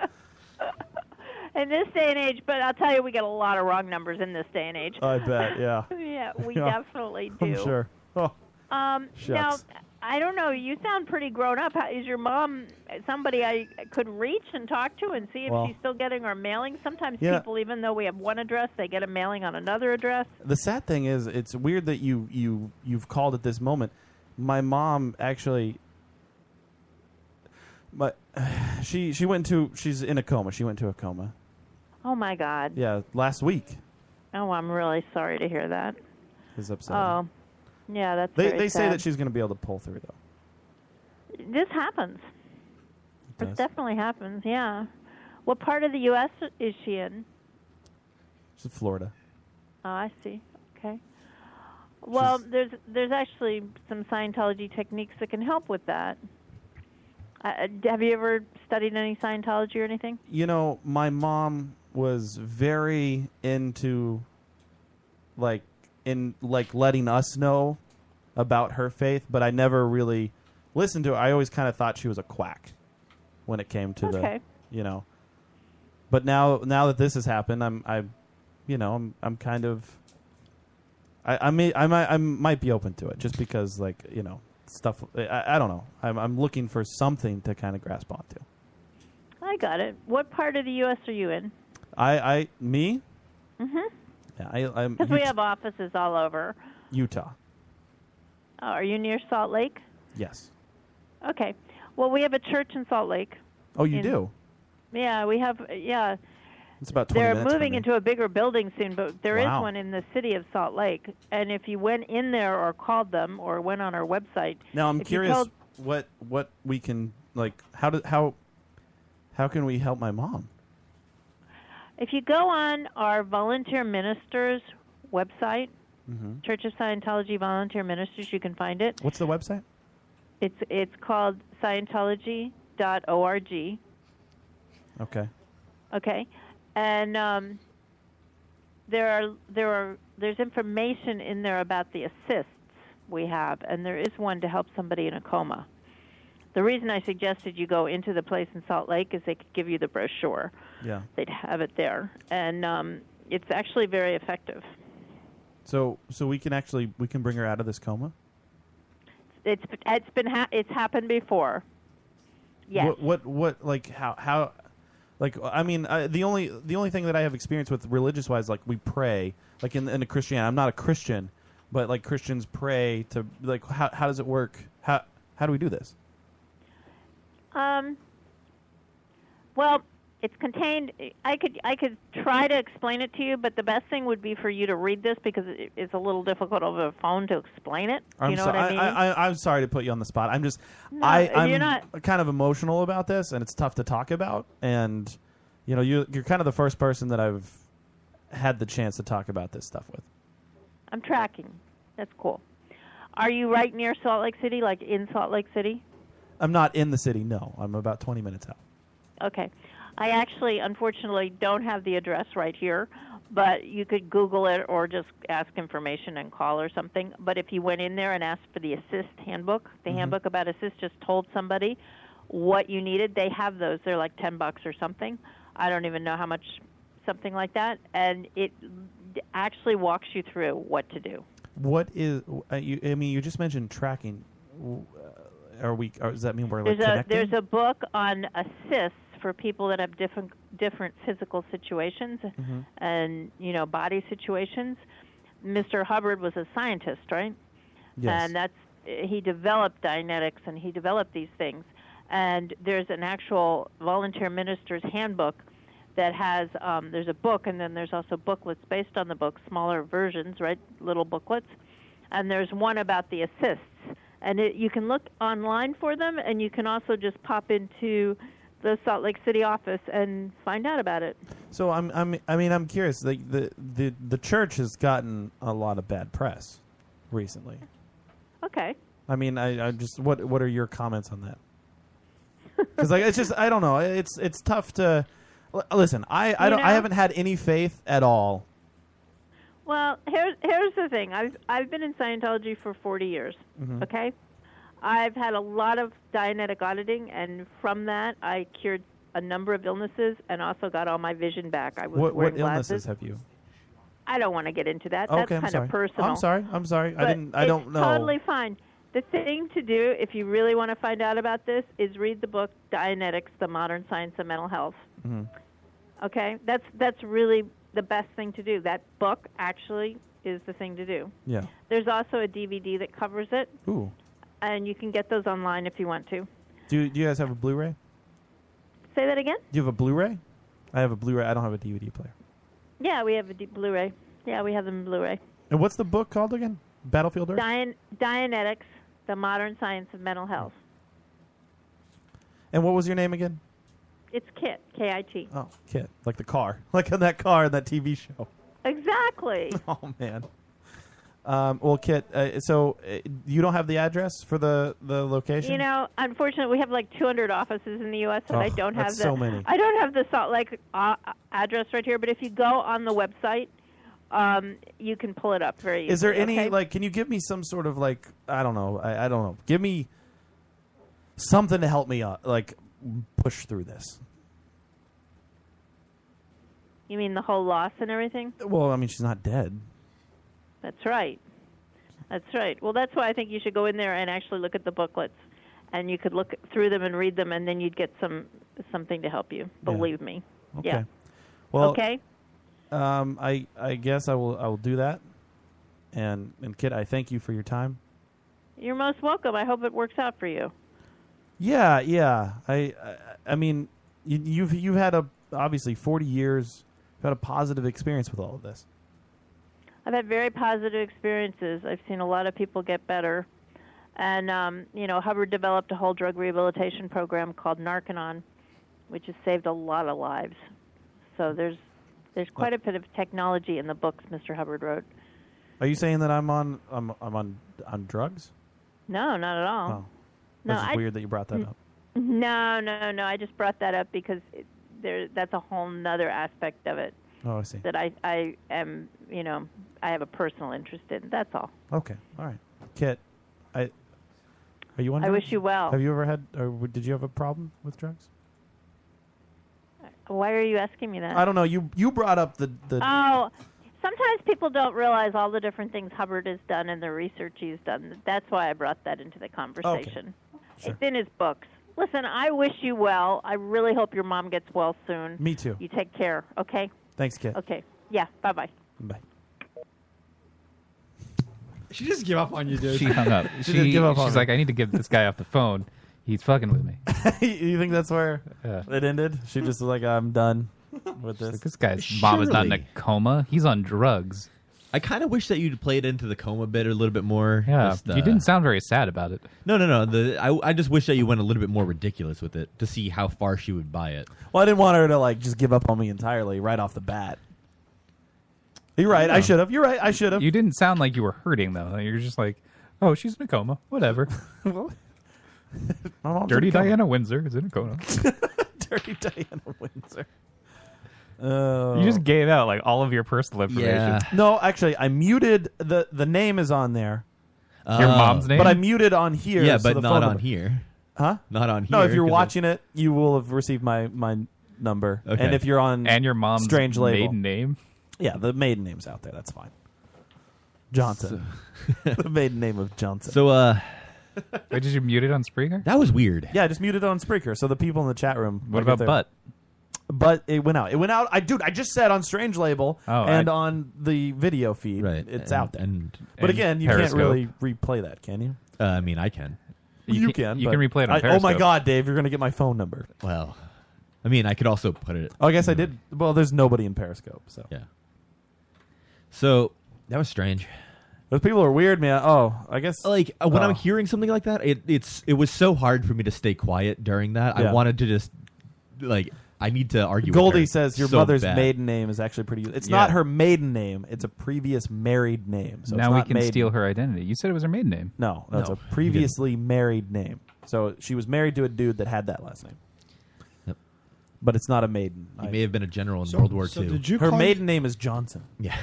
Speaker 11: in this day and age, but I'll tell you we get a lot of wrong numbers in this day and age.
Speaker 8: I bet, yeah.
Speaker 11: yeah, we
Speaker 8: Yeah,
Speaker 11: definitely do.
Speaker 8: I'm sure. Oh,
Speaker 11: Um, now,
Speaker 8: Shucks.
Speaker 11: I don't know. You sound pretty grown up. How- Is your mom somebody I could reach and talk to and see if
Speaker 8: Well-
Speaker 11: she's still getting our mailing? Sometimes
Speaker 8: Yeah.
Speaker 11: people, even though we have one address, they get a mailing on another address.
Speaker 8: the sad thing is, it's weird that you you you've called at this moment. My mom actually, but she she went to she's in a coma. She went to a coma.
Speaker 11: Oh my God.
Speaker 8: Yeah, last week
Speaker 11: Oh, I'm really sorry to hear that.
Speaker 8: is upset.
Speaker 11: Oh, yeah, that's.
Speaker 8: they
Speaker 11: very
Speaker 8: they say
Speaker 11: sad.
Speaker 8: that she's going to be able to pull through though.
Speaker 11: This happens. It,
Speaker 8: does.
Speaker 11: definitely happens. Yeah. What part of the U.S. is she in?
Speaker 8: She's in Florida.
Speaker 11: Oh, I see. Okay. Well, there's there's actually some Scientology techniques that can help with that. Uh, uh, d- have you ever studied any Scientology or anything?
Speaker 8: you know, my mom was very into like in like letting us know about her faith, but I never really listened to her. I always kind of thought she was a quack when it came to
Speaker 11: Okay.
Speaker 8: the, you know. But now now that this has happened, I'm I you know, I'm I'm kind of I I may I might I might be open to it just because like, you know, stuff I, I don't know. I'm I'm looking for something to kind of grasp onto.
Speaker 11: I got it. What part of the U.S. are you in?
Speaker 8: I I me
Speaker 11: Mm-hmm.
Speaker 8: Yeah, I, I'm
Speaker 11: Because we
Speaker 8: Ut-
Speaker 11: have offices all over.
Speaker 8: Utah.
Speaker 11: Uh, are you near Salt Lake?
Speaker 8: Yes.
Speaker 11: Okay. Well, we have a church in Salt Lake.
Speaker 8: Oh, you
Speaker 11: In-
Speaker 8: do.
Speaker 11: Yeah, we have. Yeah,
Speaker 8: It's about 20
Speaker 11: they're
Speaker 8: minutes from
Speaker 11: moving
Speaker 8: me.
Speaker 11: into a bigger building soon, but there is
Speaker 8: Wow.
Speaker 11: one in the city of Salt Lake. And if you went in there or called them or went on our website,
Speaker 8: Now I'm
Speaker 11: if you
Speaker 8: curious
Speaker 11: told-
Speaker 8: what what we can like how do how how can we help my mom?
Speaker 11: if you go on our volunteer ministers website,
Speaker 8: Mm-hmm.
Speaker 11: Church of Scientology Volunteer Ministers, you can find it.
Speaker 8: What's the website?
Speaker 11: It's it's called Scientology.org.
Speaker 8: Okay.
Speaker 11: Okay, and um, there are there are there's information in there about the assists we have, and there is one to help somebody in a coma. The reason I suggested you go into the place in Salt Lake is they could give you the brochure.
Speaker 8: Yeah.
Speaker 11: They'd have it there, and um, it's actually very effective.
Speaker 8: So so we can actually we can bring her out of this coma.
Speaker 11: It's it's been ha- it's happened before. Yes.
Speaker 8: What what what like how how like I mean I, the only the only thing that I have experience with religious wise like we pray like in in a Christian I'm not a Christian but like Christians pray to like how how does it work how how do we do this
Speaker 11: Um, well, it's contained. I could I could try to explain it to you, but the best thing would be for you to read this because it, it's a little difficult over the phone to explain it.
Speaker 8: I'm
Speaker 11: you know
Speaker 8: so-
Speaker 11: what I mean?
Speaker 8: I, I, am sorry to put you on the spot. I'm just,
Speaker 11: No,
Speaker 8: I,
Speaker 11: you're
Speaker 8: I'm
Speaker 11: not-
Speaker 8: kind of emotional about this, and it's tough to talk about. And you know, you, you're kind of the first person that I've had the chance to talk about this stuff with.
Speaker 11: I'm tracking. That's cool. Are you right near Salt Lake City? Like in Salt Lake City?
Speaker 8: I'm not in the city. No, I'm about 20 minutes out.
Speaker 11: Okay. I actually, unfortunately, don't have the address right here, but you could Google it or just ask information and call or something. But if you went in there and asked for the assist handbook, the
Speaker 12: Mhm.
Speaker 11: handbook about assist just told somebody what you needed. They have those. They're like 10 bucks or something. I don't even know how much, something like that. And it actually walks you through what to do.
Speaker 8: What is? Uh, you, I mean, you just mentioned tracking. W- uh, Are we? Are, does that mean we're like
Speaker 11: There's a,
Speaker 8: connecting?
Speaker 11: there's a book on assists for people that have different, different physical situations.
Speaker 8: Mhm.
Speaker 11: and you know body situations. Mr. Hubbard was a scientist, right?
Speaker 12: Yes.
Speaker 11: And that's he developed Dianetics and he developed these things. And there's an actual volunteer minister's handbook that has um, there's a book and then there's also booklets based on the book, smaller versions, right? Little booklets. And there's one about the assists. And it, you can look online for them, and you can also just pop into the Salt Lake City office and find out about it.
Speaker 8: So I'm, I'm, I mean, I'm curious. Like the, the the church has gotten a lot of bad press recently.
Speaker 11: Okay.
Speaker 8: I mean, I, I just what what are your comments on that? Because like it's just I don't know. It's it's tough to l- listen. I I
Speaker 11: You
Speaker 8: don't I
Speaker 11: know-
Speaker 8: haven't had any faith at all.
Speaker 11: Well, here's here's the thing. I've I've been in Scientology for 40 years.
Speaker 8: Mhm.
Speaker 11: Okay, I've had a lot of Dianetic auditing, and from that, I cured a number of illnesses and also got all my vision back. I was
Speaker 8: What
Speaker 11: wearing
Speaker 8: what
Speaker 11: glasses.
Speaker 8: illnesses have you?
Speaker 11: I don't want to get into that. That's
Speaker 8: okay, I'm
Speaker 11: kind
Speaker 8: sorry.
Speaker 11: of personal.
Speaker 8: I'm sorry. I'm sorry. I
Speaker 11: But
Speaker 8: didn't. I don't
Speaker 11: it's
Speaker 8: know.
Speaker 11: Totally fine. The thing to do, if you really want to find out about this, is read the book Dianetics: The Modern Science of Mental Health.
Speaker 8: Mhm.
Speaker 11: Okay, that's that's really the best thing to do. That book actually is the thing to do.
Speaker 8: Yeah.
Speaker 11: There's also a DVD that covers it,
Speaker 8: Ooh.
Speaker 11: and you can get those online if you want to.
Speaker 8: Do do you guys have a Blu-ray?
Speaker 11: Say that again?
Speaker 8: Do you have a Blu-ray? I have a Blu-ray. I don't have a DVD player.
Speaker 11: Yeah, we have a D- Blu-ray. Yeah, we have them in Blu-ray.
Speaker 8: And what's the book called again? Battlefield Earth.
Speaker 11: Dian- Dianetics: The Modern Science of Mental Health.
Speaker 8: and what was your name again?
Speaker 11: It's KIT, K-I-T.
Speaker 8: Oh, Kit. Like the car. Like in that car in that TV show.
Speaker 11: Exactly.
Speaker 8: Oh man. Um, well, Kit. Uh, so uh, you don't have the address for the the location.
Speaker 11: You know, unfortunately, we have like 200 offices in the U.S., and
Speaker 8: Oh,
Speaker 11: I don't have
Speaker 8: that's
Speaker 11: the
Speaker 8: so many.
Speaker 11: I don't have the Salt Lake uh, address right here. But if you go on the website, um, you can pull it up very.
Speaker 8: is there
Speaker 11: easily,
Speaker 8: any
Speaker 11: okay?
Speaker 8: like? Can you give me some sort of like? I don't know. I, I don't know. Give me something to help me uh, like push through this.
Speaker 11: You mean the whole loss and everything?
Speaker 8: Well, I mean, she's not dead.
Speaker 11: That's right. That's right. Well, that's why I think you should go in there and actually look at the booklets, and you could look through them and read them, and then you'd get some something to help you. Believe me.
Speaker 8: Okay.
Speaker 11: Yeah.
Speaker 8: Well,
Speaker 11: okay.
Speaker 8: Um, I I guess I will I will do that. And and Kit, I thank you for your time.
Speaker 11: You're most welcome. I hope it works out for you.
Speaker 8: Yeah, yeah. I I, I mean, you, you've you've had a obviously 40 years. You've had a positive experience with all of this.
Speaker 11: I've had very positive experiences. I've seen a lot of people get better. And, um, you know, Hubbard developed a whole drug rehabilitation program called Narcanon, which has saved a lot of lives. So there's, there's quite a bit of technology in the books Mr. Hubbard wrote.
Speaker 8: Are you saying that I'm on I'm I'm on on drugs?
Speaker 11: No, not at all.
Speaker 8: Oh,
Speaker 11: No,
Speaker 8: this is
Speaker 11: I- Mm.
Speaker 8: weird that you brought that up.
Speaker 11: No, no, no. I just brought that up because it, there, that's a whole nother aspect of it
Speaker 8: Oh, I see.
Speaker 11: that I, I am, you know, I have a personal interest in. That's all.
Speaker 8: Okay, all right. Kit, I are you on?
Speaker 11: I
Speaker 8: drugs?
Speaker 11: wish you well.
Speaker 8: Have you ever had or w- did you have a problem with drugs?
Speaker 11: Why are you asking me that?
Speaker 8: I don't know. You you brought up the the
Speaker 11: Oh, sometimes people don't realize all the different things Hubbard has done and the research he's done. That's why I brought that into the conversation. It's in his books. Listen, I wish you well. I really hope your mom gets well soon.
Speaker 8: Me too.
Speaker 11: You take care, okay?
Speaker 8: Thanks, Kit.
Speaker 11: Okay. Yeah, bye bye.
Speaker 8: Bye.
Speaker 7: She just gave up on you, dude.
Speaker 10: She hung up.
Speaker 7: She
Speaker 10: she,
Speaker 7: didn't give up on
Speaker 10: she's
Speaker 7: me.
Speaker 10: like, I need to get this guy off the phone. He's fucking with me.
Speaker 8: you think that's where it ended? She just was like, I'm done with this.
Speaker 10: This guy's mom is not in a
Speaker 9: Surely.
Speaker 10: coma. He's on drugs.
Speaker 9: I kind of wish that you'd played into the coma bit a little bit more.
Speaker 10: Yeah,
Speaker 9: Just,
Speaker 10: you
Speaker 9: uh,
Speaker 10: didn't sound very sad about it.
Speaker 9: No, no, no. The I, I just wish that you went a little bit more ridiculous with it to see how far she would buy it.
Speaker 8: Well, I didn't want her to like just give up on me entirely right off the bat. You're right. I
Speaker 10: No.
Speaker 8: should have. You're right. I should have.
Speaker 10: Oh. You didn't sound like you were hurting though. You're just like, oh, she's in a coma. Whatever.
Speaker 8: My mom's
Speaker 10: Dirty
Speaker 8: in a coma.
Speaker 10: Diana Windsor is in a coma.
Speaker 8: Dirty Diana Windsor. Oh.
Speaker 10: You just gave out like all of your personal
Speaker 9: Oh,
Speaker 10: information.
Speaker 8: No, actually, I muted the the name is on there. Uh,
Speaker 10: Your Oh. mom's name?
Speaker 8: but I muted on here.
Speaker 9: Yeah,
Speaker 8: so
Speaker 9: but
Speaker 8: the
Speaker 9: not
Speaker 8: phone
Speaker 9: on
Speaker 8: number-
Speaker 9: here.
Speaker 8: Huh?
Speaker 9: Not on
Speaker 8: No, if
Speaker 9: here,
Speaker 8: you're
Speaker 9: 'cause
Speaker 8: watching it, you will have received my my number.
Speaker 9: Okay.
Speaker 8: And if you're on
Speaker 10: And your mom's
Speaker 8: strange label
Speaker 10: maiden name?
Speaker 8: yeah, the maiden name's out there. That's fine. Johnson, the maiden name of Johnson.
Speaker 9: So, uh,
Speaker 10: Wait, did you mute it on Spreaker?
Speaker 9: That was weird.
Speaker 8: Yeah, I just muted it on Spreaker. So the people in the chat room.
Speaker 10: What
Speaker 8: like, if
Speaker 10: about
Speaker 8: they're-
Speaker 10: Butt?
Speaker 8: Butt, it went out. It went out. I dude, I just said on Strange Label
Speaker 10: Oh,
Speaker 8: and
Speaker 10: I-
Speaker 8: on the video feed. Right, it's out there.
Speaker 9: and- and
Speaker 8: but again, you
Speaker 9: Periscope.
Speaker 8: can't really replay that, can you?
Speaker 9: Uh, I mean, I can.
Speaker 8: You,
Speaker 9: You
Speaker 8: can.
Speaker 9: can- you
Speaker 8: but
Speaker 9: can replay it on
Speaker 8: I- Oh my
Speaker 9: Periscope.
Speaker 8: god, Dave, you're gonna get my phone number.
Speaker 9: Well, I mean, I could also put it.
Speaker 8: Oh, I guess I did. Well, there's nobody in Periscope, so
Speaker 9: Mm-hmm. yeah. So that was strange.
Speaker 8: Those people are weird, man. Oh, I guess
Speaker 9: like uh, when
Speaker 8: oh.
Speaker 9: I'm hearing something like that, it it's it was so hard for me to stay quiet during that.
Speaker 8: Yeah.
Speaker 9: I wanted to just like I need to argue. with
Speaker 8: Goldie
Speaker 9: her
Speaker 8: says your
Speaker 9: so
Speaker 8: mother's
Speaker 9: bad.
Speaker 8: maiden name is actually pretty. It's
Speaker 9: Yeah.
Speaker 8: not her maiden name; it's a previous married name. So it's
Speaker 10: now we
Speaker 8: not
Speaker 10: can
Speaker 8: maiden.
Speaker 10: steal her identity. You said it was her maiden name.
Speaker 8: No, that's
Speaker 10: No,
Speaker 8: a previously married name. So she was married to a dude that had that last name.
Speaker 9: Yep.
Speaker 8: But it's not a maiden.
Speaker 9: He
Speaker 8: I-
Speaker 9: may have been a general in
Speaker 8: So-
Speaker 9: World War
Speaker 8: so
Speaker 9: II.
Speaker 8: did you Her call- maiden name is Johnson.
Speaker 9: Yeah.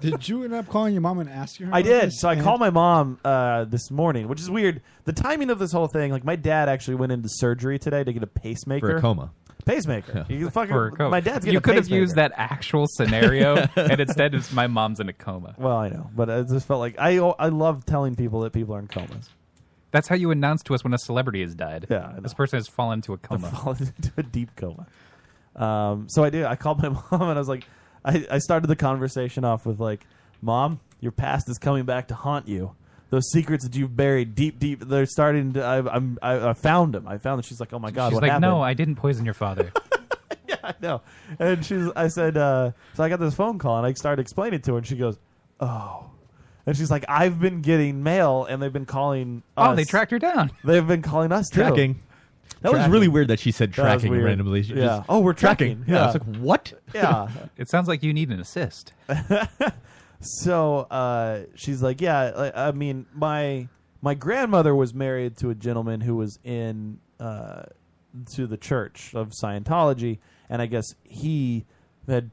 Speaker 7: did you end up calling your mom and asking her?
Speaker 8: I
Speaker 7: about
Speaker 8: did.
Speaker 7: this?
Speaker 8: So I
Speaker 7: And-
Speaker 8: called my mom uh, this morning, which is weird. The timing of this whole thing, like my dad actually went into surgery today to get a pacemaker
Speaker 9: coma.
Speaker 8: Pacemaker. You fucking-
Speaker 10: For a coma.
Speaker 8: My dad's getting
Speaker 10: You
Speaker 8: a
Speaker 10: could have
Speaker 8: pacemaker.
Speaker 10: used that actual scenario, and instead it's my mom's in a coma.
Speaker 8: Well, I know, but I just felt like I I love telling people that people are in comas.
Speaker 10: That's how you announce to us when a celebrity has died.
Speaker 8: Yeah, I know.
Speaker 10: this person has fallen into a coma.
Speaker 8: Fallen into a deep coma. Um, so I did. I called my mom and I was like, I, I started the conversation off with like, "Mom, your past is coming back to haunt you. Those secrets that you've buried deep, deep, they're starting to. I, I'm, I, I found them. I found them." She's like, "Oh my god,
Speaker 10: She's
Speaker 8: what
Speaker 10: like,
Speaker 8: happened?"
Speaker 10: no, I didn't poison your father.
Speaker 8: I know. And she's, I said, uh, so I got this phone call and I started explaining it to her, and she goes, oh. And she's like, I've been getting mail, and they've been calling.
Speaker 10: Oh, they
Speaker 8: us.
Speaker 10: tracked her down.
Speaker 8: They've been calling us too.
Speaker 9: Tracking. That was
Speaker 8: Tracking.
Speaker 9: really weird that she said
Speaker 8: That was
Speaker 9: tracking
Speaker 8: weird.
Speaker 9: randomly. She
Speaker 8: yeah.
Speaker 9: just-
Speaker 8: oh, we're
Speaker 9: tracking.
Speaker 8: tracking.
Speaker 9: Yeah, it's like, what?
Speaker 8: Yeah.
Speaker 10: it sounds like you need an assist.
Speaker 8: so uh, she's like, yeah. like, I mean, my my grandmother was married to a gentleman who was in uh, to the Church of Scientology, and I guess he had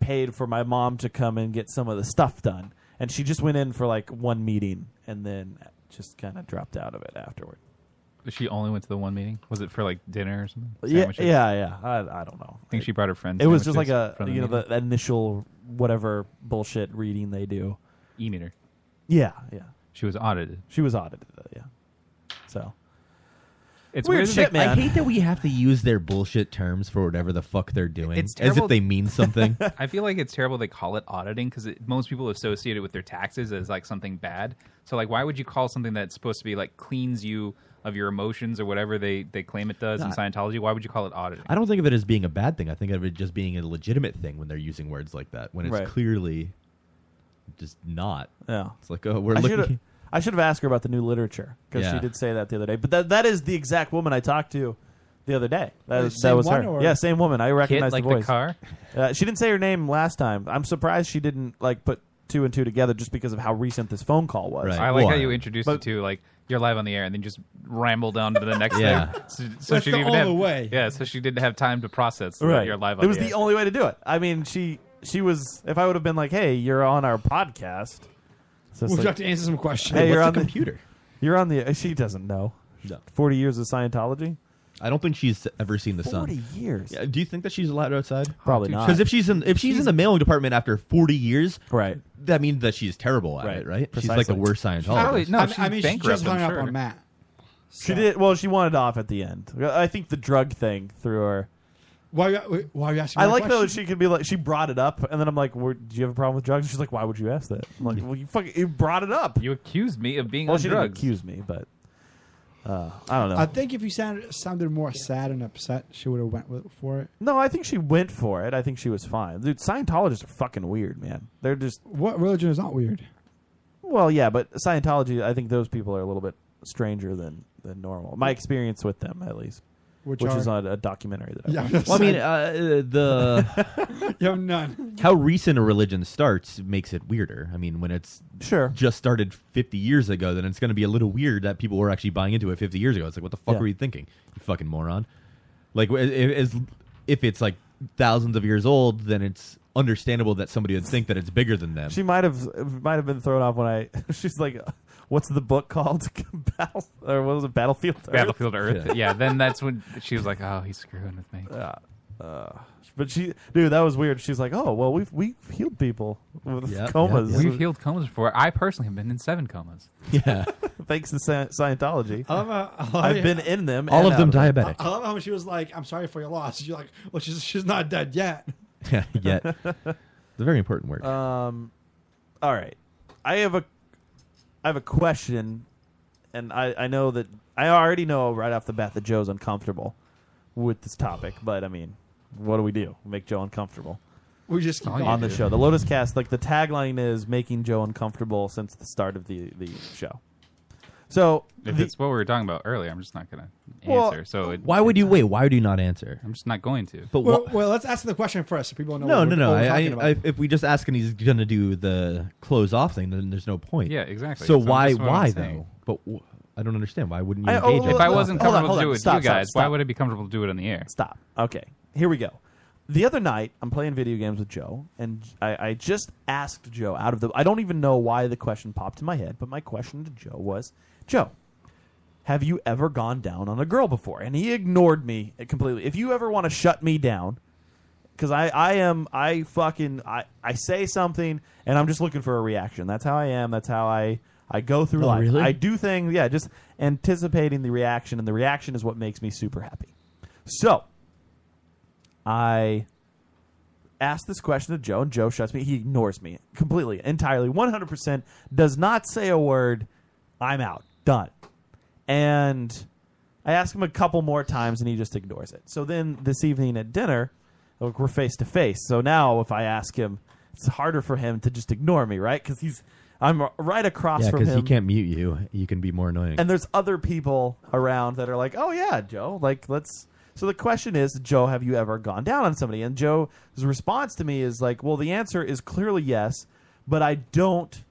Speaker 8: paid for my mom to come and get some of the stuff done, and she just went in for like one meeting and then just kind of dropped out of it afterward.
Speaker 10: She only went to the one meeting. Was it for like dinner or something?
Speaker 8: Yeah,
Speaker 10: Sandwiches?
Speaker 8: yeah, yeah. I, I don't know.
Speaker 10: I think she brought her friends.
Speaker 8: It was just like
Speaker 10: sandwiches
Speaker 8: a
Speaker 10: from the
Speaker 8: you know
Speaker 10: meeting.
Speaker 8: the, the initial whatever bullshit reading they do.
Speaker 10: E-meter.
Speaker 8: Yeah, yeah.
Speaker 10: She was audited.
Speaker 8: She was audited, though, yeah. So
Speaker 10: it's
Speaker 9: weird
Speaker 10: weird that
Speaker 9: shit,
Speaker 10: they-
Speaker 9: I hate that we have to use their bullshit terms for whatever the fuck they're doing,
Speaker 10: It's
Speaker 9: as
Speaker 10: terrible.
Speaker 9: if they mean something.
Speaker 10: I feel like it's terrible they call it auditing because most people associate it with their taxes as like something bad. So like, why would you call something that's supposed to be like cleans you of your emotions or whatever they they claim it does in
Speaker 9: No, I-
Speaker 10: Scientology? Why would you call it auditing?
Speaker 9: I don't think of it as being a bad thing. I think of it just being a legitimate thing when they're using words like that. When it's
Speaker 8: Right.
Speaker 9: clearly just not.
Speaker 8: Yeah.
Speaker 9: It's like, oh, we're
Speaker 8: I
Speaker 9: looking.
Speaker 8: should've- I should have asked her about the new literature because she
Speaker 9: Yeah.
Speaker 8: did say that the other day. But that, that is the exact woman I talked to the other day. That,
Speaker 7: Wait,
Speaker 8: is-
Speaker 7: same
Speaker 8: that was
Speaker 7: one
Speaker 8: her.
Speaker 7: or-
Speaker 8: Yeah, same woman. I recognize
Speaker 10: like
Speaker 8: the
Speaker 10: the
Speaker 8: voice.
Speaker 10: car?
Speaker 8: Uh, she didn't say her name last time. I'm surprised she didn't like put two and two together just because of how recent this phone call was.
Speaker 10: I like how you introduced it to like you're live on the air and then just rambled on to the next
Speaker 8: Yeah.
Speaker 10: thing. So, so
Speaker 8: That's
Speaker 10: she
Speaker 8: the
Speaker 10: didn't even
Speaker 8: only
Speaker 10: have,
Speaker 8: way.
Speaker 10: Yeah, so she didn't have time to process that
Speaker 8: right.
Speaker 10: you're live on
Speaker 8: it was
Speaker 10: the,
Speaker 8: the,
Speaker 10: air.
Speaker 8: only way to do it. I mean, she she was. If I would have been like, "Hey, you're on our podcast," so it's
Speaker 7: Would you
Speaker 8: like,
Speaker 7: like to answer some questions?
Speaker 8: Hey,
Speaker 7: What's
Speaker 8: you're
Speaker 7: a
Speaker 8: on the
Speaker 7: computer?
Speaker 8: You're on the. She doesn't know.
Speaker 9: No.
Speaker 8: Forty years of Scientology.
Speaker 9: I don't think she's ever seen the sun.
Speaker 8: 40 years.
Speaker 9: Yeah, do you think that she's allowed outside?
Speaker 8: Probably not.
Speaker 9: Because Oh, if she's in if she's, in the mailing department after forty years,
Speaker 8: right?
Speaker 9: That means that she's terrible at it, right? She's like the
Speaker 8: Precisely.
Speaker 9: worst Scientologist.
Speaker 7: I mean, I mean she just hung up on Matt.
Speaker 8: She did. Well, she wanted off at the end. I think the drug thing threw her.
Speaker 7: Why? are you- Why are you asking?
Speaker 8: I
Speaker 7: me that
Speaker 8: like
Speaker 7: question?
Speaker 8: though that she could be like she brought it up, and then I'm like, "Were- "Do you have a problem with drugs?" She's like, "Why would you ask that?" I'm like, "Well, you fucking you brought it up.
Speaker 10: You accused me of being
Speaker 8: well,
Speaker 10: on
Speaker 8: she
Speaker 10: drugs."
Speaker 8: Didn't accuse me, but uh, I don't know.
Speaker 7: I think if you sounded sounded more sad and upset, she would have went with for it.
Speaker 8: no, I think she went for it. I think she was fine, dude. Scientologists are fucking weird, man. They're just
Speaker 7: What religion is not weird?
Speaker 8: well, yeah, but Scientology. I think those people are a little bit stranger than than normal. My experience with them, at least,
Speaker 7: Which
Speaker 8: is
Speaker 7: are-
Speaker 8: on a documentary that I
Speaker 7: Yeah,
Speaker 8: watched.
Speaker 9: well, I mean, uh, the
Speaker 7: you have none.
Speaker 9: How recent a religion starts makes it weirder. I mean, when it's
Speaker 8: sure
Speaker 9: just started fifty years ago, then it's going to be a little weird that people were actually buying into it fifty years ago. It's like, what the fuck
Speaker 8: Yeah.
Speaker 9: were you thinking, you fucking moron? Like, wh- i- is if it's like thousands of years old, then it's understandable that somebody would think that it's bigger than them.
Speaker 8: She might have might have been thrown off when I. She's like, "What's the book called? Battle or what was it? Battlefield Earth."
Speaker 10: Battlefield Earth. Yeah. then that's when she was like, "Oh, he's screwing with me."
Speaker 8: Yeah. Uh, but she, dude, that was weird. She's like, "Oh, well, we've we have healed people with comas.
Speaker 10: We've healed comas before. I personally have been in seven comas.
Speaker 9: Yeah.
Speaker 8: Thanks to Sci- Scientology.
Speaker 7: I love how- I love
Speaker 8: I've
Speaker 7: how-
Speaker 8: been in them. Uh,
Speaker 9: All
Speaker 8: and
Speaker 9: of them
Speaker 8: out
Speaker 9: diabetic.
Speaker 7: I love how she was like, "I'm sorry for your loss." You're like, "Well, she's she's not dead yet."
Speaker 9: Yet, it's a very important word.
Speaker 8: Um, all right. I have a, I have a question, and I I know that I already know right off the bat that Joe's uncomfortable with this topic, but I mean, what do we do? Make Joe uncomfortable.
Speaker 7: We just keep
Speaker 8: on
Speaker 7: going.
Speaker 8: the show. The Lotus Cast, like the tagline is making Joe uncomfortable since the start of the the show. So
Speaker 10: If
Speaker 8: the-
Speaker 10: it's what we were talking about earlier, I'm just not going to
Speaker 8: Well,
Speaker 10: answer. so it,
Speaker 9: why would you wait? Why would you not answer?
Speaker 10: I'm just not going to.
Speaker 9: But
Speaker 7: Well, well, let's ask the question first, so people know.
Speaker 9: No,
Speaker 7: what
Speaker 9: no,
Speaker 7: we're-
Speaker 9: no.
Speaker 7: what we're
Speaker 9: I,
Speaker 7: talking about.
Speaker 9: I, I, if we just ask and he's going to do the close off thing, then there's no point.
Speaker 10: Yeah, exactly.
Speaker 9: So
Speaker 10: So
Speaker 9: why,
Speaker 10: that's what I'm
Speaker 9: why
Speaker 10: saying.
Speaker 9: though? But w- I don't understand. Why wouldn't you
Speaker 8: I- oh,
Speaker 9: engage?
Speaker 8: well,
Speaker 10: if
Speaker 9: it?
Speaker 10: I wasn't
Speaker 8: hold on,
Speaker 10: comfortable
Speaker 8: hold
Speaker 10: to do
Speaker 8: on.
Speaker 10: it with
Speaker 8: Stop,
Speaker 10: you
Speaker 8: stop,
Speaker 10: guys, why
Speaker 8: stop.
Speaker 10: would it be comfortable to do it on the air?
Speaker 8: Stop. Okay, here we go. The other night, I'm playing video games with Joe, and I, I just asked Joe out of the. I don't even know why the question popped in my head, but my question to Joe was, Joe, have you ever gone down on a girl before? And he ignored me completely. If you ever want to shut me down, because I, I am I fucking I, I say something and I'm just looking for a reaction. That's how I am. That's how I I go through
Speaker 9: Oh,
Speaker 8: life.
Speaker 9: really?
Speaker 8: I do things, yeah, just anticipating the reaction, and the reaction is what makes me super happy. So I asked this question to Joe, and Joe shuts me. He ignores me completely, entirely, 100%, does not say a word. I'm out. Done. And I ask him a couple more times, and he just ignores it. So then this evening at dinner, like, we're face to face. So now if I ask him, it's harder for him to just ignore me, right? Because he's. I'm right across
Speaker 9: Yeah,
Speaker 8: from
Speaker 9: because
Speaker 8: him.
Speaker 9: he can't mute you. You can be more annoying.
Speaker 8: And there's other people around that are like, "Oh yeah, Joe, like let's." So the question is, Joe, have you ever gone down on somebody? And Joe's response to me is like, "Well, the answer is clearly yes, but I don't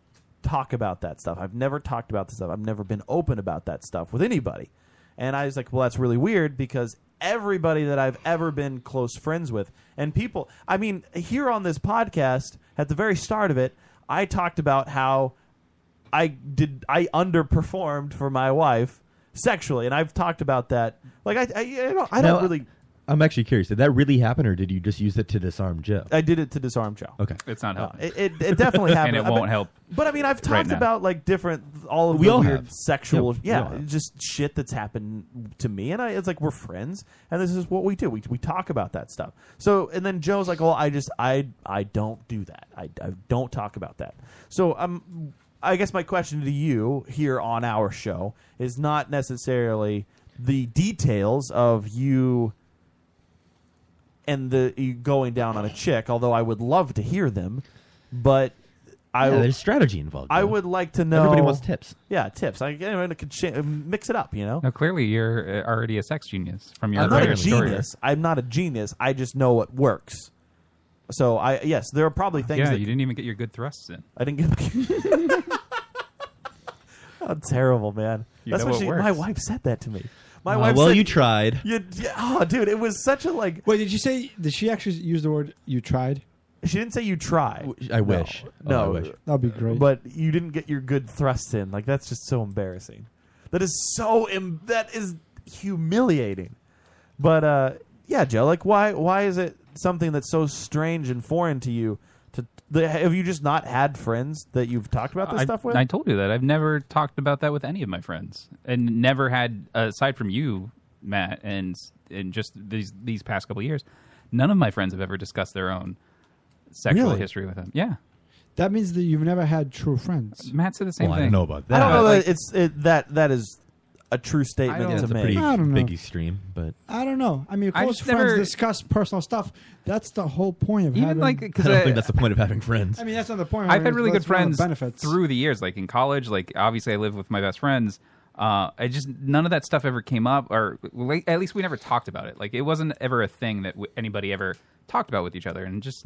Speaker 8: talk about that stuff. I've never talked about this stuff. I've never been open about that stuff with anybody." And I was like, "Well, that's really weird because everybody that I've ever been close friends with and people, I mean, here on this podcast at the very start of it, I talked about how I did I underperformed for my wife sexually, and I've talked about that. Like I I, I don't, I don't
Speaker 9: Now,
Speaker 8: really
Speaker 9: I'm actually curious. Did that really happen, or did you just use it to disarm Joe?
Speaker 8: I did it to disarm Joe. Uh,
Speaker 9: Okay,
Speaker 10: it's not helping.
Speaker 8: It, it, it definitely happened.
Speaker 10: and it
Speaker 8: I
Speaker 10: won't
Speaker 8: bet-
Speaker 10: help.
Speaker 8: But I mean, I've
Speaker 10: right
Speaker 8: talked
Speaker 10: now.
Speaker 8: about like different all of
Speaker 10: We
Speaker 8: the
Speaker 10: all
Speaker 8: weird
Speaker 10: have.
Speaker 8: sexual,
Speaker 10: Yep, we all
Speaker 8: yeah,
Speaker 10: have.
Speaker 8: just shit that's happened to me, and I, it's like we're friends, and this is what we do. We, we talk about that stuff. So, and then Joe's like, "Well, I just I I don't do that. I, I don't talk about that." So, um, I guess my question to you here on our show is not necessarily the details of you and the you going down on a chick. Although I would love to hear them, but I
Speaker 9: Yeah, there's strategy involved,
Speaker 8: I
Speaker 9: though.
Speaker 8: would like to know.
Speaker 9: Everybody wants tips.
Speaker 8: Yeah, tips. I anyone could ch- mix it up. You know,
Speaker 10: Now, clearly, you're uh, already a sex genius from your
Speaker 8: I'm not a
Speaker 10: earlier story.
Speaker 8: genius. I'm not a genius. I just know what works. So I yes, there are probably things.
Speaker 10: Yeah,
Speaker 8: that
Speaker 10: you didn't even get your good thrusts in.
Speaker 8: I didn't get. oh, terrible, man.
Speaker 10: You
Speaker 8: That's
Speaker 10: know
Speaker 8: what
Speaker 10: what
Speaker 8: she.
Speaker 10: works.
Speaker 8: My wife said that to me. My
Speaker 7: Uh,
Speaker 8: wife.
Speaker 7: well,
Speaker 8: said-
Speaker 7: you tried.
Speaker 8: You, oh, dude, it was such a like.
Speaker 7: Wait, did you say? Did she actually use the word "you tried"?
Speaker 8: She didn't say you tried.
Speaker 9: I wish. Oh,
Speaker 8: No,
Speaker 9: I wish.
Speaker 7: That'd be great.
Speaker 8: But you didn't get your good thrusts in. Like that's just so embarrassing. That is so. Im- that is humiliating. But uh, yeah, Joe. Like, why? Why is it something that's so strange and foreign to you? To the, have you just not had friends that you've talked about this
Speaker 10: I,
Speaker 8: stuff with?
Speaker 10: I told you that. I've never talked about that with any of my friends, and never had aside from you, Matt, and and just these these past couple of years, none of my friends have ever discussed their own sexual
Speaker 7: Really?
Speaker 10: history with them. Yeah,
Speaker 7: that means that you've never had true friends.
Speaker 10: Matt said the same
Speaker 9: Well, I
Speaker 10: thing.
Speaker 9: don't know about
Speaker 8: I don't know
Speaker 10: Uh,
Speaker 8: that
Speaker 10: like-
Speaker 8: it's it, that that is a true
Speaker 10: I
Speaker 8: statement
Speaker 10: don't-
Speaker 8: to
Speaker 10: That's a
Speaker 8: make.
Speaker 9: pretty
Speaker 7: I don't know.
Speaker 9: big extreme, but
Speaker 7: I don't know. I mean,
Speaker 10: I
Speaker 7: close
Speaker 10: just
Speaker 7: friends
Speaker 10: never-
Speaker 7: discuss personal stuff. That's the whole point of
Speaker 10: Even
Speaker 7: having.
Speaker 10: like because
Speaker 9: point of having friends.
Speaker 7: I mean, that's not the point.
Speaker 10: I've had really good
Speaker 7: That's one of
Speaker 10: friends
Speaker 7: the Benefits.
Speaker 10: through the years, like in college. Like obviously, I lived with my best friends. Uh, I just none of that stuff ever came up, or like, at least we never talked about it. Like it wasn't ever a thing that w- anybody ever talked about with each other, and just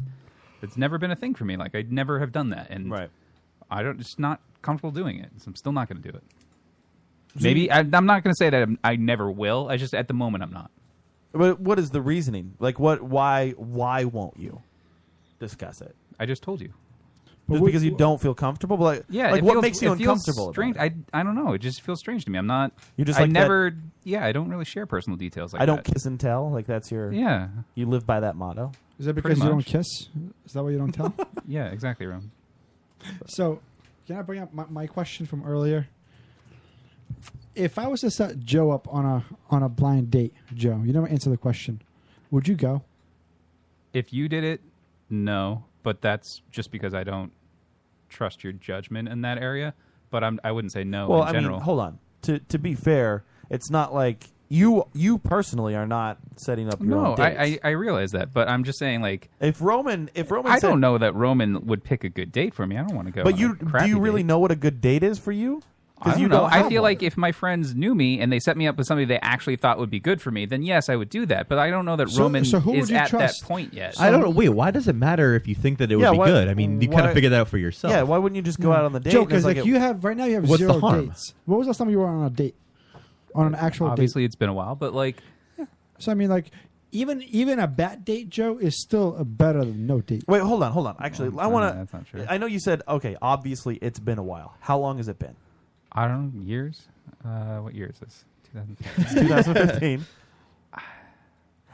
Speaker 10: it's never been a thing for me. Like I'd never have done that, and
Speaker 8: Right.
Speaker 10: I don't just not comfortable doing it. So I'm still not going to do it.
Speaker 8: So
Speaker 10: Maybe
Speaker 8: you-
Speaker 10: I, I'm not going to say that I'm, I never will. I just at the moment I'm not.
Speaker 8: But what is the reasoning? Like, what? Why? Why won't you discuss it?
Speaker 10: I just told you.
Speaker 8: Just because you don't feel comfortable? But Like,
Speaker 10: Yeah,
Speaker 8: like
Speaker 10: it
Speaker 8: what
Speaker 10: feels-
Speaker 8: makes you
Speaker 10: it feels
Speaker 8: uncomfortable? about
Speaker 10: Strange.
Speaker 8: it?
Speaker 10: I I don't know. It just feels strange to me. I'm not.
Speaker 8: You just
Speaker 10: I
Speaker 8: like that-
Speaker 10: never. Yeah, I don't really share personal details. Like
Speaker 8: I don't
Speaker 10: that.
Speaker 8: kiss and tell. Like that's your
Speaker 10: Yeah.
Speaker 8: You live by that motto.
Speaker 7: Is that
Speaker 10: Pretty
Speaker 7: because you don't
Speaker 10: much.
Speaker 7: kiss? Is that why you don't tell?
Speaker 10: Yeah, exactly, Rome.
Speaker 7: so, can I bring up my, my question from earlier? If I was to set Joe up on a on a blind date, Joe, you never answer the question. Would you go?
Speaker 10: If you did it, no. But that's just because I don't trust your judgment in that area. But I'm I wouldn't say no
Speaker 8: well,
Speaker 10: in
Speaker 8: I
Speaker 10: general.
Speaker 8: mean, hold on. To to be fair, it's not like you you personally are not setting up your
Speaker 10: no,
Speaker 8: own dates.
Speaker 10: I, I I realize that, but I'm just saying like
Speaker 8: if Roman if Roman
Speaker 10: I
Speaker 8: said-
Speaker 10: don't know that Roman would pick a good date for me. I don't want to go.
Speaker 8: But
Speaker 10: on
Speaker 8: you
Speaker 10: a
Speaker 8: do
Speaker 10: crappy
Speaker 8: you really
Speaker 10: date.
Speaker 8: know what a good date is for you?
Speaker 10: I don't
Speaker 8: you
Speaker 10: know.
Speaker 8: don't
Speaker 10: I
Speaker 8: have
Speaker 10: feel
Speaker 8: one.
Speaker 10: like if my friends knew me and they set me up with somebody they actually thought would be good for me, then yes, I would do that. But I don't know that
Speaker 7: So-
Speaker 10: Roman
Speaker 7: so who
Speaker 10: is
Speaker 7: would you
Speaker 10: at
Speaker 7: trust?
Speaker 10: that point yet.
Speaker 9: I don't know. Wait, why does it matter if you think that it would
Speaker 8: Yeah,
Speaker 9: be
Speaker 8: why-
Speaker 9: good? I mean, you kind
Speaker 8: why-
Speaker 9: of figure that out for yourself.
Speaker 8: Yeah, why wouldn't you
Speaker 10: Hmm.
Speaker 8: just go out on the date?
Speaker 7: Joe,
Speaker 8: and it's
Speaker 7: because like,
Speaker 8: it-
Speaker 7: you have right now, you have
Speaker 9: What's the
Speaker 7: zero
Speaker 9: harm?
Speaker 7: dates. What was the last time you were on a date? On an actual date.
Speaker 10: Obviously, it's been a while, but like
Speaker 7: So I mean, like even even a bad date, Joe, is still a better than no date.
Speaker 8: Wait, hold on, hold on.
Speaker 10: Oh,
Speaker 8: Actually, I want to.
Speaker 10: that's not true.
Speaker 8: I know you said okay. Obviously, it's been a while. How long has it been?
Speaker 10: I don't know years. Uh, what year is this? 2015.
Speaker 8: It's 2015.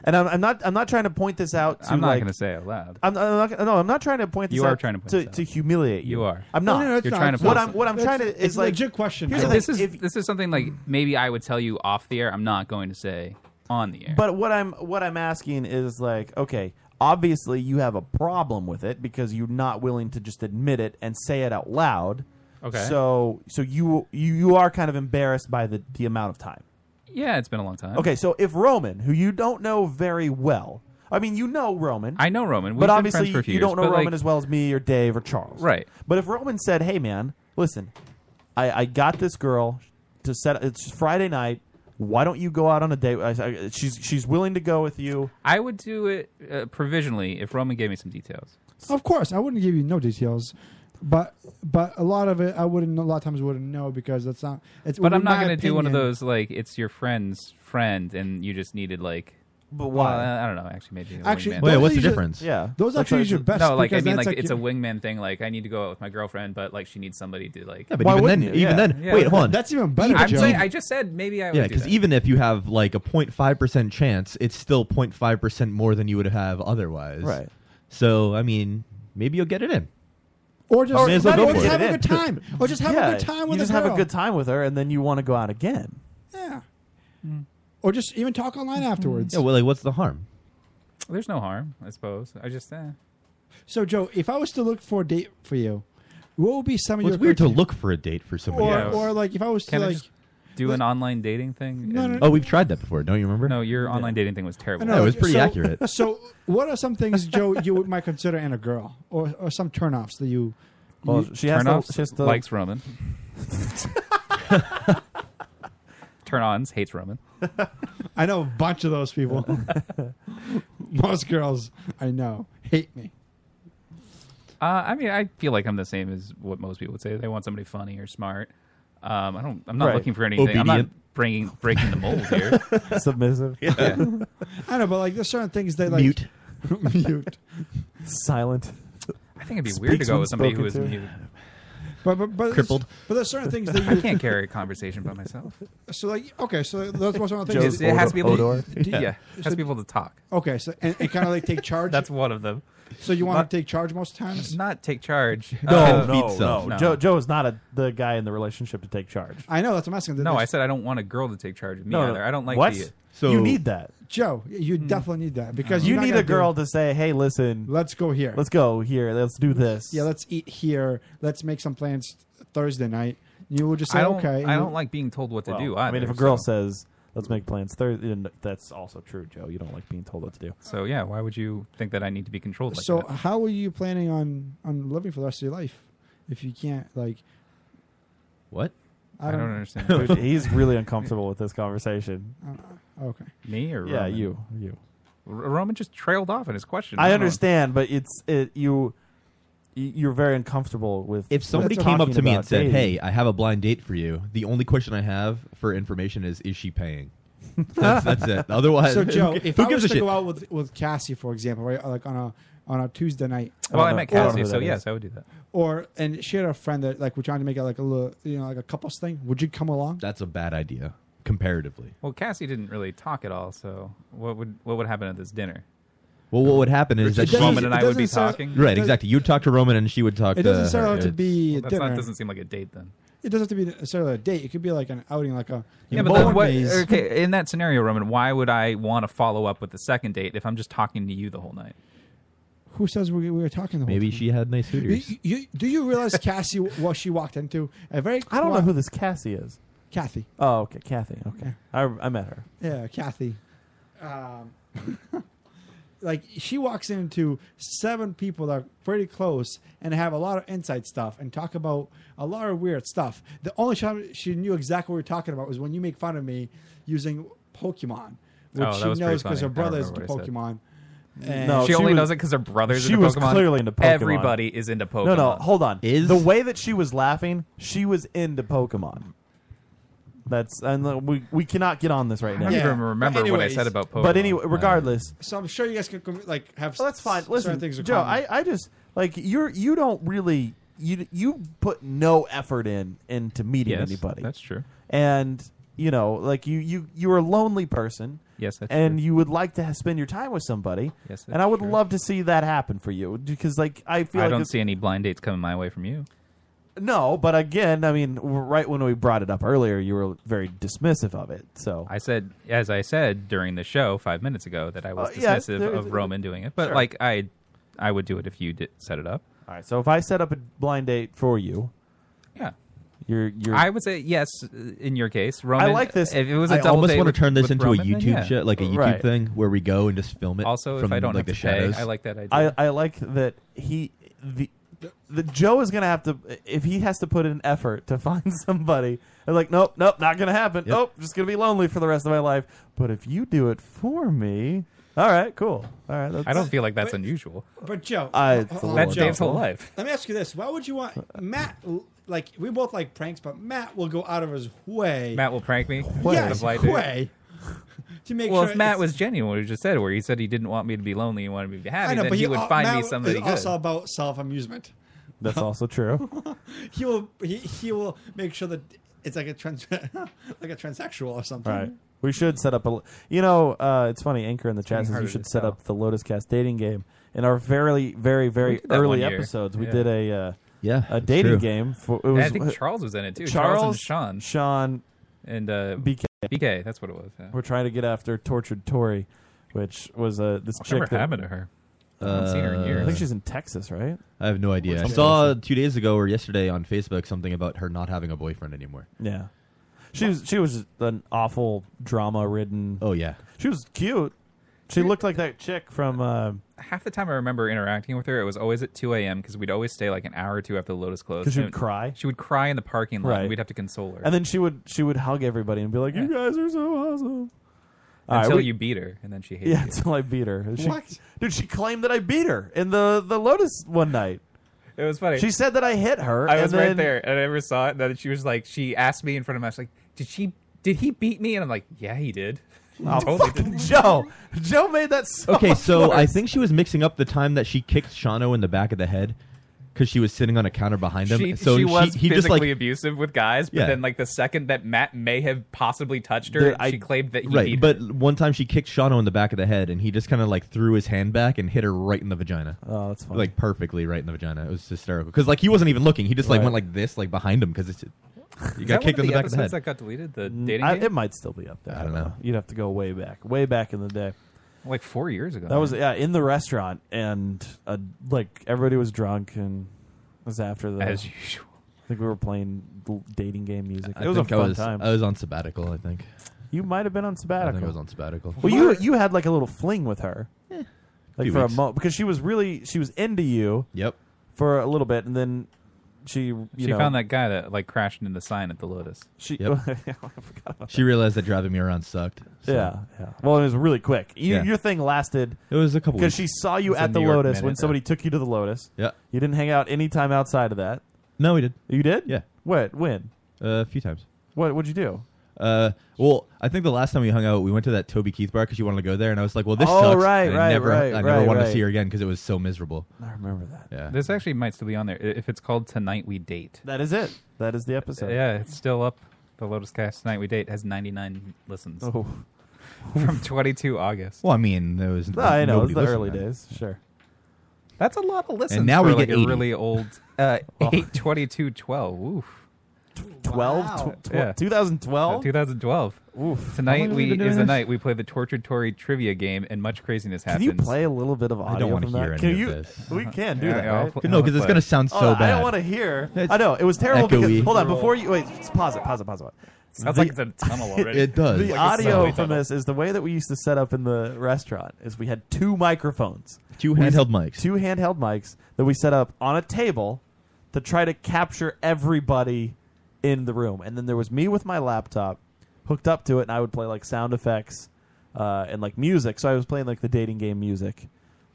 Speaker 8: and I'm, I'm not. I'm not trying to point this out. To
Speaker 10: I'm not
Speaker 8: like,
Speaker 10: going to say it loud.
Speaker 8: I'm, I'm not, no, I'm not trying to point this
Speaker 10: You
Speaker 8: out.
Speaker 10: are trying to point
Speaker 8: to,
Speaker 10: this out.
Speaker 8: to humiliate you.
Speaker 10: You are.
Speaker 8: I'm not.
Speaker 7: no, no, it's
Speaker 10: You're
Speaker 7: not,
Speaker 10: trying to
Speaker 7: it's
Speaker 10: put
Speaker 7: not.
Speaker 8: what I'm what I'm
Speaker 7: It's-
Speaker 8: trying to
Speaker 7: it's
Speaker 8: is
Speaker 7: a
Speaker 8: like
Speaker 7: legit question.
Speaker 8: Here's
Speaker 7: Joe.
Speaker 8: the
Speaker 10: this
Speaker 8: thing,
Speaker 10: is
Speaker 8: if-
Speaker 10: this is something like maybe I would tell you off the air. I'm not going to say on the air.
Speaker 8: But what I'm what I'm asking is like, okay, obviously you have a problem with it because you're not willing to just admit it and say it out loud.
Speaker 10: Okay.
Speaker 8: So so you you you are kind of embarrassed by the the amount of time.
Speaker 10: yeah, it's been a long time.
Speaker 8: Okay, so if Roman, who you don't know very well, I mean you know Roman,
Speaker 10: I know Roman. We've
Speaker 8: but
Speaker 10: been
Speaker 8: obviously
Speaker 10: friends for a few
Speaker 8: you
Speaker 10: years,
Speaker 8: don't know
Speaker 10: but,
Speaker 8: Roman
Speaker 10: like,
Speaker 8: as well as me or Dave or Charles,
Speaker 10: Right.
Speaker 8: But if Roman said, "Hey man, listen, I, I got this girl to set. It's Friday night. Why don't you go out on a date? I, I, she's she's willing to go with you."
Speaker 10: I would do it uh, provisionally if Roman gave me some details.
Speaker 7: Of course, I wouldn't give you no details, but but a lot of it I wouldn't. A lot of times wouldn't know because that's not. It's
Speaker 10: But
Speaker 7: it would
Speaker 10: I'm
Speaker 7: be
Speaker 10: not
Speaker 7: my
Speaker 10: going to do one of
Speaker 7: opinion.
Speaker 10: those like it's your friend's friend and you just needed like
Speaker 8: But
Speaker 10: Well,
Speaker 8: why?
Speaker 10: I I don't know. Actually, maybe. a
Speaker 8: Actually,
Speaker 10: wingman.
Speaker 8: Wait, those what's are the usually- difference? yeah, those
Speaker 10: That's
Speaker 8: actually
Speaker 10: what
Speaker 8: is your
Speaker 10: it's-
Speaker 8: best
Speaker 10: No, like I
Speaker 8: because
Speaker 10: mean,
Speaker 8: that's
Speaker 10: like,
Speaker 8: like
Speaker 10: it's
Speaker 8: your-
Speaker 10: a wingman thing. Like I need to go out with my girlfriend, but like she needs somebody to like.
Speaker 9: Yeah, but even then, even then, wait, hold on.
Speaker 10: I'm saying- I just said maybe I would.
Speaker 9: Yeah, e-
Speaker 10: do that.
Speaker 9: even if you have like a 0.5 percent chance, it's still 0.5 percent more than you would have otherwise.
Speaker 8: Right.
Speaker 9: So I mean, maybe you'll get it in.
Speaker 7: Or just,
Speaker 9: May as well
Speaker 7: not
Speaker 9: go
Speaker 7: even
Speaker 9: for
Speaker 7: just have
Speaker 9: it.
Speaker 7: a good time. Or just have a good time with
Speaker 8: you
Speaker 7: a
Speaker 8: just have a
Speaker 7: girl.
Speaker 8: good time with her, and then you want to go out again.
Speaker 7: Yeah. Or just even talk online afterwards.
Speaker 9: Yeah, Mm-hmm. well, like, what's the harm?
Speaker 10: There's no harm, I suppose. I just. Eh.
Speaker 7: So, Joe, if I was to look for a date for you, what would be some of
Speaker 9: Well,
Speaker 7: your?
Speaker 9: it's weird to
Speaker 7: criteria?
Speaker 9: look for a date for somebody.
Speaker 7: Or,
Speaker 10: Yeah.
Speaker 7: or like if I was
Speaker 10: Can
Speaker 7: to
Speaker 10: I
Speaker 7: like,
Speaker 10: just do an online dating thing?
Speaker 7: No,
Speaker 10: and-
Speaker 7: no,
Speaker 9: Oh, we've tried that before. Don't you remember?
Speaker 10: No, your online dating thing was
Speaker 7: I
Speaker 10: terrible.
Speaker 7: know, like, so- So, what are some things, Joe, you would- might consider in a girl, or or some turnoffs that you?
Speaker 8: Well,
Speaker 7: you-
Speaker 8: she has to-
Speaker 10: Turn-offs,
Speaker 8: she has to-
Speaker 10: likes Roman. Turn-ons hates Roman.
Speaker 7: I know a bunch of those people. Most girls I know hate me.
Speaker 10: Uh, I mean, I feel like I'm the same as what most people would say. They want somebody funny or smart. Um, I don't. I'm not
Speaker 8: Right.
Speaker 10: looking for anything. I'm not
Speaker 8: Obedient.
Speaker 10: bringing breaking the mold here.
Speaker 8: Submissive.
Speaker 10: Yeah.
Speaker 7: I know, but like there's certain things that like
Speaker 8: Mute.
Speaker 7: mute,
Speaker 8: silent.
Speaker 10: I think it'd be weird to go with somebody who is mute.
Speaker 7: But but but
Speaker 10: Crippled.
Speaker 7: But there's certain things that
Speaker 10: I
Speaker 7: you
Speaker 10: can't carry a conversation by myself.
Speaker 7: So like okay, so that's one of the
Speaker 10: It's-
Speaker 7: things.
Speaker 10: it has to be able. To, yeah.
Speaker 7: Do-
Speaker 10: it has to be able to talk.
Speaker 7: Okay, so and, and kind of like take charge.
Speaker 10: That's one of them.
Speaker 7: So you
Speaker 10: Not-
Speaker 7: want to take charge most times?
Speaker 10: Not take charge.
Speaker 8: No,
Speaker 10: Uh,
Speaker 8: no, no, Joe, Joe is not a, the guy in the relationship to take charge.
Speaker 7: I know that's what I'm asking.
Speaker 10: No, I said I don't want a girl to take charge of me
Speaker 8: No, no.
Speaker 10: either. I don't like
Speaker 8: What?
Speaker 10: the.
Speaker 8: So- You need that. Uh-huh.
Speaker 7: Joe. You
Speaker 10: Hmm.
Speaker 7: definitely need that because
Speaker 8: you
Speaker 7: you're not
Speaker 8: need
Speaker 7: gonna
Speaker 8: a
Speaker 7: do-
Speaker 8: girl to say, "Hey, listen,
Speaker 7: let's go here.
Speaker 8: Let's go here. Let's do this."
Speaker 7: Yeah, let's eat here. Let's make some plans Thursday night. You will just say
Speaker 10: I don't,
Speaker 7: okay. and
Speaker 10: I
Speaker 7: you-
Speaker 10: don't like being told what to
Speaker 8: Well,
Speaker 10: do. Either,
Speaker 8: I mean, if a girl
Speaker 10: so.
Speaker 8: says, "Let's make plans," Thursday, then that's also true, Joe. You don't like being told what to do.
Speaker 10: So yeah, why would you think that I need to be controlled? Like
Speaker 7: so
Speaker 10: that?
Speaker 7: how are you planning on on living for the rest of your life if you can't like?
Speaker 9: What?
Speaker 7: I don't,
Speaker 8: Dude, he's really uncomfortable with this conversation.
Speaker 7: okay.
Speaker 10: Me or
Speaker 8: yeah,
Speaker 10: Roman?
Speaker 8: you, you.
Speaker 10: R- Roman just trailed off in his question.
Speaker 8: I
Speaker 10: don't know.
Speaker 8: understand, but it's it you. y- You're very uncomfortable with.
Speaker 9: If somebody
Speaker 8: with
Speaker 9: came up
Speaker 8: talking
Speaker 9: to me
Speaker 8: about
Speaker 9: and said,
Speaker 8: dating.
Speaker 9: "Hey, I have a blind date for you," the only question I have for information is, "Is she paying?" that's, that's it. Otherwise,
Speaker 7: so Joe,
Speaker 9: who,
Speaker 7: if
Speaker 9: who
Speaker 7: I
Speaker 9: gives
Speaker 7: was
Speaker 9: a
Speaker 7: to
Speaker 9: shit?
Speaker 7: go out with with Cassie, for example, right, like on a on a Tuesday night.
Speaker 10: Well, I, met Cassie, so
Speaker 7: yes.
Speaker 10: yes, I would do that.
Speaker 7: Or and she had a friend that like we're trying to make it like a little you know like a couples thing. Would you come along?
Speaker 9: That's a bad idea comparatively.
Speaker 10: Well, Cassie didn't really talk at all. So what would what would happen at this dinner?
Speaker 9: Well, what would happen is
Speaker 10: Richard
Speaker 9: that she-
Speaker 10: Roman and I would be It doesn't say- talking.
Speaker 9: Right,
Speaker 10: it
Speaker 9: exactly. You'd talk to Roman, and she would talk.
Speaker 7: It doesn't
Speaker 9: to her.
Speaker 7: necessarily have to
Speaker 9: It's-
Speaker 7: be
Speaker 10: Well, that's
Speaker 7: dinner.
Speaker 10: not doesn't seem like a date then.
Speaker 7: it doesn't have to be necessarily a date. It could be like an outing, like a
Speaker 10: Yeah, but then what, uh, okay, in that scenario, Roman, why would I want to follow up with the second date if I'm just talking to you the whole night?
Speaker 7: Who says we, we were talking the whole
Speaker 9: Maybe
Speaker 7: time?
Speaker 9: she had nice hooters.
Speaker 7: You, you, do you realize Cassie what she walked into? A very
Speaker 8: I don't know who this Cassie is.
Speaker 7: Kathy.
Speaker 8: Oh, okay, Kathy. Okay, I, I met her.
Speaker 7: Yeah, Kathy. Um, like she walks into seven people that are pretty close and have a lot of inside stuff and talk about a lot of weird stuff. The only time she knew exactly what we were talking about was when you make fun of me using Pokemon, which
Speaker 10: Oh, that
Speaker 7: she
Speaker 10: was pretty
Speaker 7: knows because
Speaker 10: funny.
Speaker 7: her
Speaker 10: I don't
Speaker 7: brother is into
Speaker 10: remember what I said.
Speaker 7: Pokemon.
Speaker 8: No,
Speaker 10: she, only
Speaker 8: was-
Speaker 10: knows it because her brother's
Speaker 8: she
Speaker 10: into
Speaker 8: was
Speaker 10: Pokemon.
Speaker 8: clearly into Pokemon.
Speaker 10: Everybody is into Pokemon.
Speaker 8: No, no, hold on. Is the way that she was laughing? She was into Pokemon. That's and the- we we cannot get on this right
Speaker 10: I
Speaker 8: now.
Speaker 10: don't even remember
Speaker 7: But
Speaker 10: what I
Speaker 7: anyways-
Speaker 10: said about Pokemon.
Speaker 8: But anyway, regardless,
Speaker 7: Uh, So I'm sure you guys could like have.
Speaker 8: that's fine.
Speaker 7: certain
Speaker 8: Listen,
Speaker 7: things in
Speaker 8: Joe,
Speaker 7: common.
Speaker 8: I, I just like you're you don't really you you put no effort in into meeting
Speaker 10: Yes,
Speaker 8: anybody.
Speaker 10: that's true.
Speaker 8: And you know, like you you you're a lonely person.
Speaker 10: Yes, that's
Speaker 8: and you would like to ha- spend your time with somebody.
Speaker 10: Yes,
Speaker 8: and I would love to see that happen for you because, like, I feel
Speaker 10: I
Speaker 8: like
Speaker 10: don't
Speaker 8: it's-
Speaker 10: see any blind dates coming my way from you.
Speaker 8: no. But again, I mean, w- right when we brought it up earlier, you were very dismissive of it. So
Speaker 10: I said, as I said during the show five minutes ago, that I was
Speaker 8: Oh, yeah,
Speaker 10: dismissive
Speaker 8: there-
Speaker 10: of Roman doing it, but
Speaker 8: sure.
Speaker 10: like I, I would do it if you did set it up.
Speaker 8: All right. So if I set up a blind date for you,
Speaker 10: Yeah.
Speaker 8: you're you're.
Speaker 10: I would say yes uh, in your case, Roman.
Speaker 8: I like this.
Speaker 10: If it was a
Speaker 9: I
Speaker 10: double
Speaker 9: almost
Speaker 10: date
Speaker 9: want
Speaker 10: with-
Speaker 9: to turn this
Speaker 10: with
Speaker 9: into
Speaker 10: Roman,
Speaker 9: a
Speaker 10: then
Speaker 9: YouTube
Speaker 10: yeah.
Speaker 9: show, like a YouTube
Speaker 8: Right.
Speaker 9: thing where we go and just film it.
Speaker 10: Also, if
Speaker 9: from,
Speaker 10: I don't
Speaker 9: like
Speaker 10: have
Speaker 9: the
Speaker 10: to pay,
Speaker 9: shadows.
Speaker 10: I like that idea.
Speaker 8: I, I like that he the the Joe is gonna have to if he has to put in effort to find somebody. and like, nope, nope, not gonna happen.
Speaker 9: Yep.
Speaker 8: Nope, just gonna be lonely for the rest of my life. But if you do it for me, all right, cool. All right, that's,
Speaker 10: I don't feel like that's unusual.
Speaker 7: But Joe, uh,
Speaker 8: I-
Speaker 7: ho-
Speaker 8: it's a
Speaker 7: ho- ho-
Speaker 8: little
Speaker 10: That's Dave's whole life.
Speaker 7: Let me ask you this: Why would you want Matt? Like we both like pranks, but Matt will go out of his way.
Speaker 10: Matt will prank me.
Speaker 7: yes,
Speaker 10: With a blind date.
Speaker 7: way. to make
Speaker 10: well,
Speaker 7: sure
Speaker 10: if Matt
Speaker 7: it's-
Speaker 10: was genuine, what he just said, where he said he didn't want me to be lonely, he wanted me to be happy,
Speaker 7: I know,
Speaker 10: then
Speaker 7: but
Speaker 10: he,
Speaker 7: he
Speaker 10: would
Speaker 7: al-
Speaker 10: find
Speaker 7: Matt
Speaker 10: me
Speaker 7: is
Speaker 10: somebody good.
Speaker 7: also about self amusement.
Speaker 8: That's also true.
Speaker 7: He will he, he will make sure that it's like a trans like a transsexual or something.
Speaker 8: Right. We should set up a. You know, uh, it's funny. Anchor in the chat
Speaker 7: It's getting
Speaker 8: says you
Speaker 7: harder
Speaker 8: should
Speaker 7: to
Speaker 8: set up the Lotus Cast dating game. In our very, very, very
Speaker 10: did that
Speaker 8: early
Speaker 10: one year.
Speaker 8: episodes, we
Speaker 10: Yeah.
Speaker 8: did a uh,
Speaker 9: yeah
Speaker 8: a dating
Speaker 10: true.
Speaker 8: game. For, it
Speaker 10: And
Speaker 8: was,
Speaker 10: I think Charles was in it too.
Speaker 8: Charles,
Speaker 10: Charles and Sean.
Speaker 8: Sean
Speaker 10: and uh,
Speaker 8: BK.
Speaker 10: BK, that's what it was. Yeah.
Speaker 8: We're trying to get after tortured Tori, which was uh, this chick.
Speaker 10: Whatever
Speaker 8: that-
Speaker 10: happened to her?
Speaker 9: Uh,
Speaker 8: I think she's in Texas, right?
Speaker 9: I have no idea. I
Speaker 8: Something
Speaker 9: saw two days ago or yesterday on Facebook something about her not having a boyfriend anymore.
Speaker 8: Yeah. She was she was an awful drama ridden.
Speaker 9: Oh yeah.
Speaker 8: She was cute. She looked like that chick from. Uh,
Speaker 10: Half the time I remember interacting with her, it was always at 2 a.m. because we'd always stay like an hour or two after the Lotus closed.
Speaker 8: 'Cause she would
Speaker 10: And
Speaker 8: cry?
Speaker 10: She would cry in the parking lot.
Speaker 8: Right.
Speaker 10: And we'd have to console her.
Speaker 8: and then she would she would hug everybody and be like, "You guys are so awesome." All right,
Speaker 10: until
Speaker 8: we-
Speaker 10: you beat her, and then she hated
Speaker 8: Yeah,
Speaker 10: you.
Speaker 8: until I beat her. She-
Speaker 10: What?
Speaker 8: Dude, she claimed that I beat her in the the Lotus one night.
Speaker 10: It was funny.
Speaker 8: She said that I hit her.
Speaker 10: I
Speaker 8: and
Speaker 10: was right
Speaker 8: then-
Speaker 10: there, and I never saw it. And then she was like, she asked me in front of my, she's like, did she, did he beat me? And I'm like, yeah, he did.
Speaker 8: Oh, fucking Joe. Joe made that so
Speaker 9: Okay,
Speaker 8: much
Speaker 9: so I
Speaker 8: worse.
Speaker 9: think she was mixing up the time that she kicked Shano in the back of the head because she was sitting on a counter behind him.
Speaker 10: She,
Speaker 9: so
Speaker 10: she was
Speaker 9: he
Speaker 10: physically
Speaker 9: just like
Speaker 10: abusive with guys, but
Speaker 9: Yeah.
Speaker 10: then like the second that Matt may have possibly touched her,
Speaker 9: Dude,
Speaker 10: she claimed that he
Speaker 9: right,
Speaker 10: beat her.
Speaker 9: but one time she kicked Shano in the back of the head, and he just kind of like threw his hand back and hit her right in the vagina.
Speaker 8: Oh, that's funny.
Speaker 9: Like perfectly right in the vagina. It was hysterical because like he wasn't even looking. He just like
Speaker 8: Right.
Speaker 9: went like this, like behind him because it's. You
Speaker 10: Is that
Speaker 9: got kicked
Speaker 10: one of
Speaker 9: in the
Speaker 10: the
Speaker 9: back of the head.
Speaker 10: episodes that got deleted? The
Speaker 8: Mm,
Speaker 10: dating
Speaker 8: I-
Speaker 10: game?
Speaker 8: It might still be up there. I don't know. You'd have to go way back, way back in the day.
Speaker 10: Like four years ago.
Speaker 8: That was yeah in the restaurant, and uh, like everybody was drunk, and it was after the
Speaker 10: As usual.
Speaker 8: I think we were playing l- dating game music.
Speaker 9: I
Speaker 8: it was
Speaker 9: think
Speaker 8: a
Speaker 9: I
Speaker 8: fun
Speaker 9: was,
Speaker 8: time.
Speaker 9: I was on sabbatical. I think.
Speaker 8: you might have been on sabbatical.
Speaker 9: I think I was on sabbatical.
Speaker 8: Well, you you had like a little fling with her, like
Speaker 9: Few
Speaker 8: for
Speaker 9: weeks.
Speaker 8: a moment because she was really she was into you.
Speaker 9: Yep.
Speaker 8: For a little bit, and then she you
Speaker 10: She
Speaker 8: know,
Speaker 10: found that guy that like crashed into the sign at the Lotus.
Speaker 8: She,
Speaker 9: Yep. she realized that driving me around sucked. so-
Speaker 8: Yeah, yeah. Well, it was really quick. You,
Speaker 9: Yeah.
Speaker 8: Your thing lasted.
Speaker 9: It was a couple
Speaker 8: because
Speaker 9: weeks.
Speaker 8: she saw you
Speaker 9: It's a
Speaker 8: at the
Speaker 9: New York
Speaker 8: Lotus
Speaker 9: minute,
Speaker 8: when
Speaker 9: yeah.
Speaker 8: somebody took you to the Lotus.
Speaker 9: Yeah.
Speaker 8: you didn't hang out any time outside of that.
Speaker 9: No, we did.
Speaker 8: You did?
Speaker 9: Yeah.
Speaker 8: What? When?
Speaker 9: Uh, a few times.
Speaker 8: What? What'd you do?
Speaker 9: Uh, well, I think the last time we hung out, we went to that Toby Keith bar because you wanted to go there, and I was like, "Well, this
Speaker 8: Oh,
Speaker 9: sucks."
Speaker 8: right,
Speaker 9: and I
Speaker 8: right,
Speaker 9: never,
Speaker 8: right,
Speaker 9: I never
Speaker 8: right,
Speaker 9: wanted
Speaker 8: right.
Speaker 9: to see her again because it was so miserable.
Speaker 8: I remember that.
Speaker 9: Yeah.
Speaker 10: This actually might still be on there i- if it's called Tonight We Date.
Speaker 8: That is it. That is the episode.
Speaker 10: Yeah, it's still up. The Lotus Cast Tonight We Date has 99 listens.
Speaker 8: Oh.
Speaker 10: From 22 August.
Speaker 9: Well, I mean, there was.
Speaker 8: No, I know. It's
Speaker 9: nobody
Speaker 8: the
Speaker 9: listened
Speaker 8: early
Speaker 9: then.
Speaker 8: days. Sure.
Speaker 10: That's a lot of listens.
Speaker 9: And now
Speaker 10: for,
Speaker 9: we
Speaker 10: like,
Speaker 9: get
Speaker 10: a
Speaker 9: 80.
Speaker 10: really old uh, 82212. Oof.
Speaker 8: 12? Tw- tw- 2012?
Speaker 10: 2012.
Speaker 8: Oof. How long
Speaker 10: Tonight
Speaker 8: have we
Speaker 10: we
Speaker 8: been
Speaker 10: is
Speaker 8: doing
Speaker 10: the
Speaker 8: this?
Speaker 10: night we play the Tortured Tory trivia game and much craziness
Speaker 8: Can
Speaker 10: happens. Uh-huh.
Speaker 8: you play a little bit of audio
Speaker 9: wanna
Speaker 8: from that?
Speaker 9: hear any
Speaker 8: Can
Speaker 9: of
Speaker 8: you?
Speaker 9: this.
Speaker 8: We can do
Speaker 10: Yeah,
Speaker 8: that.
Speaker 10: I'll
Speaker 8: right?
Speaker 10: pl-
Speaker 9: No, because it's
Speaker 10: But-
Speaker 9: gonna sound so
Speaker 8: Oh,
Speaker 9: bad.
Speaker 8: I don't want to hear.
Speaker 9: It's
Speaker 8: I know it was terrible
Speaker 9: echoey.
Speaker 8: because hold on before you wait. just Pause it. Pause it. Pause it.
Speaker 10: Sounds like it's in a tunnel already.
Speaker 9: It does.
Speaker 8: The
Speaker 9: Like a
Speaker 8: audio
Speaker 9: subway
Speaker 8: from
Speaker 9: tunnel.
Speaker 8: this is the way that we used to set up in the restaurant is we had two microphones,
Speaker 9: Two
Speaker 8: We-
Speaker 9: handheld mics.
Speaker 8: two handheld mics that we set up on a table to try to capture everybody in the room, and then there was me with my laptop hooked up to it, and I would play like sound effects uh, and like music. So I was playing like the dating game music,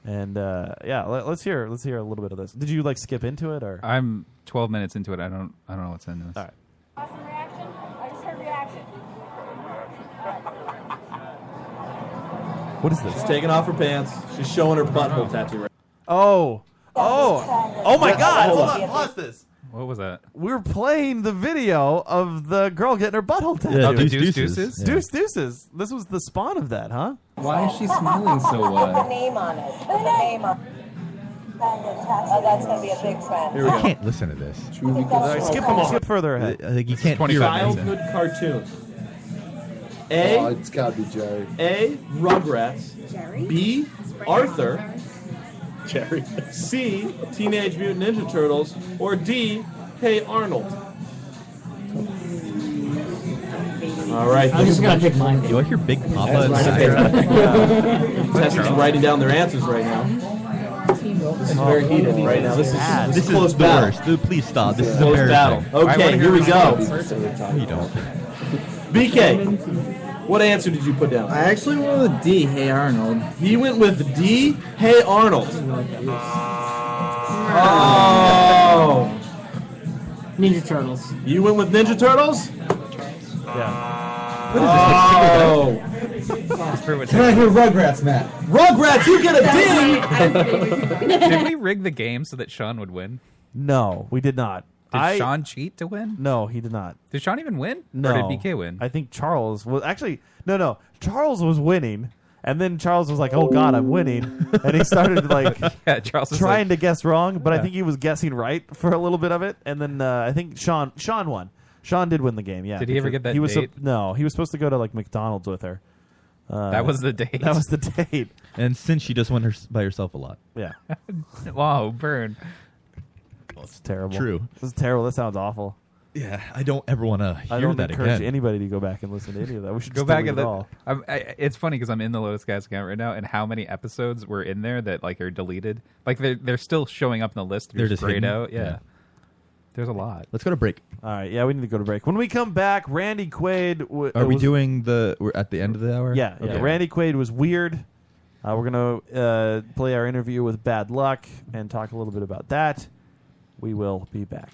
Speaker 8: and uh, yeah, let, let's hear let's hear a little bit of this. Did you like skip into it or?
Speaker 10: I'm 12 minutes into it. I don't I don't know what's in this.
Speaker 8: All right.
Speaker 12: Awesome reaction. I just heard reaction.
Speaker 8: What is this? She's taking off her pants. She's showing her butthole tattoo. Oh. Oh. Oh my
Speaker 12: Wait,
Speaker 8: god.
Speaker 12: hold
Speaker 8: Hold
Speaker 12: on.
Speaker 8: on. Pause this.
Speaker 10: What was that?
Speaker 8: We're playing the video of the girl getting her butthole tattooed.
Speaker 10: Yeah, Oh, the Deuce Deuce Deuces. Deuces? Yeah.
Speaker 8: Deuce Deuces. This was the spawn of that, huh?
Speaker 10: Why is she smiling so uh,
Speaker 12: Put the name on it. Put the name on it. Oh, that's going to be a big friend.
Speaker 9: I can't listen to this.
Speaker 8: All right, skip,
Speaker 12: Come on.
Speaker 8: skip further ahead.
Speaker 9: I think you can't hear it.
Speaker 13: Childhood cartoons.
Speaker 8: A.
Speaker 13: Oh, it's gotta be Jerry.
Speaker 8: A. Rugrats.
Speaker 13: B. Arthur. Jerry. C. Teenage Mutant Ninja Turtles. Or D. Hey Arnold. All right.
Speaker 9: I'm just gonna
Speaker 13: pick mine.
Speaker 9: Do I hear Big Papa?
Speaker 13: That's
Speaker 9: in the
Speaker 13: right.
Speaker 9: background?
Speaker 13: Tessie's writing down their answers right now. It's very heated
Speaker 9: Oh,
Speaker 13: right now. This is
Speaker 9: This
Speaker 13: this is
Speaker 9: is
Speaker 13: close
Speaker 9: the
Speaker 13: battle.
Speaker 9: worst. Dude, Please stop. This is
Speaker 13: Close battle.
Speaker 9: embarrassing.
Speaker 13: Okay, here we go.
Speaker 9: You don't.
Speaker 13: BK, what answer did you put down? I actually went with D, Hey Arnold. He went with D, Hey Arnold. Oh. Ninja Turtles. You went with Ninja Turtles?
Speaker 8: Yeah.
Speaker 13: Oh.
Speaker 14: Can I hear Rugrats, Matt? Rugrats, you get a D!
Speaker 10: Did we rig the game so that Sean would win?
Speaker 8: No, we did not.
Speaker 10: Did
Speaker 8: I-
Speaker 10: Sean cheat to win?
Speaker 8: No, he did not.
Speaker 10: Did Sean even win?
Speaker 8: No.
Speaker 10: Or did BK win?
Speaker 8: I think Charles was actually no, no. Charles was winning, and then Charles was like, "Oh God, I'm winning," and he started like
Speaker 10: Yeah, Charles was
Speaker 8: trying
Speaker 10: like-
Speaker 8: to guess wrong, but I
Speaker 10: Yeah.
Speaker 8: think he was guessing right for a little bit of it, and then uh, I think Sean Sean won. Sean did win the game. Yeah.
Speaker 10: Did he ever
Speaker 8: because
Speaker 10: get that
Speaker 8: He was sup-
Speaker 10: date?
Speaker 8: no. He was supposed to go to like McDonald's with her. Uh,
Speaker 10: That was the date.
Speaker 8: That was the date.
Speaker 9: And since she does win her, by herself a lot.
Speaker 8: Yeah.
Speaker 10: wow, burn.
Speaker 8: That's terrible.
Speaker 9: True.
Speaker 8: This is terrible. That sounds awful.
Speaker 9: Yeah, I don't ever want to
Speaker 8: I
Speaker 9: hear
Speaker 8: don't
Speaker 9: that
Speaker 8: encourage
Speaker 9: again.
Speaker 8: anybody to go back and listen to any of that. We should
Speaker 10: Go
Speaker 8: just
Speaker 10: back
Speaker 8: delete
Speaker 10: and
Speaker 8: it
Speaker 10: look-
Speaker 8: all.
Speaker 10: I'm, I, it's funny because I'm in the Lotus Guys account right now, and how many episodes were in there that like are deleted? Like they're they're still showing up in the list. They're,
Speaker 9: They're
Speaker 10: just
Speaker 9: just
Speaker 10: grayed
Speaker 9: hidden?
Speaker 10: out. Yeah.
Speaker 9: Yeah.
Speaker 10: there's a lot.
Speaker 9: Let's go to break.
Speaker 8: All right. Yeah, we need to go to break. When we come back, Randy Quaid. W-
Speaker 9: Are we
Speaker 8: was-
Speaker 9: doing the? We're at the end of the hour.
Speaker 8: Yeah, yeah. Randy Quaid was weird. Uh, we're gonna uh, play our interview with Bad Luck and talk a little bit about that. We will be back.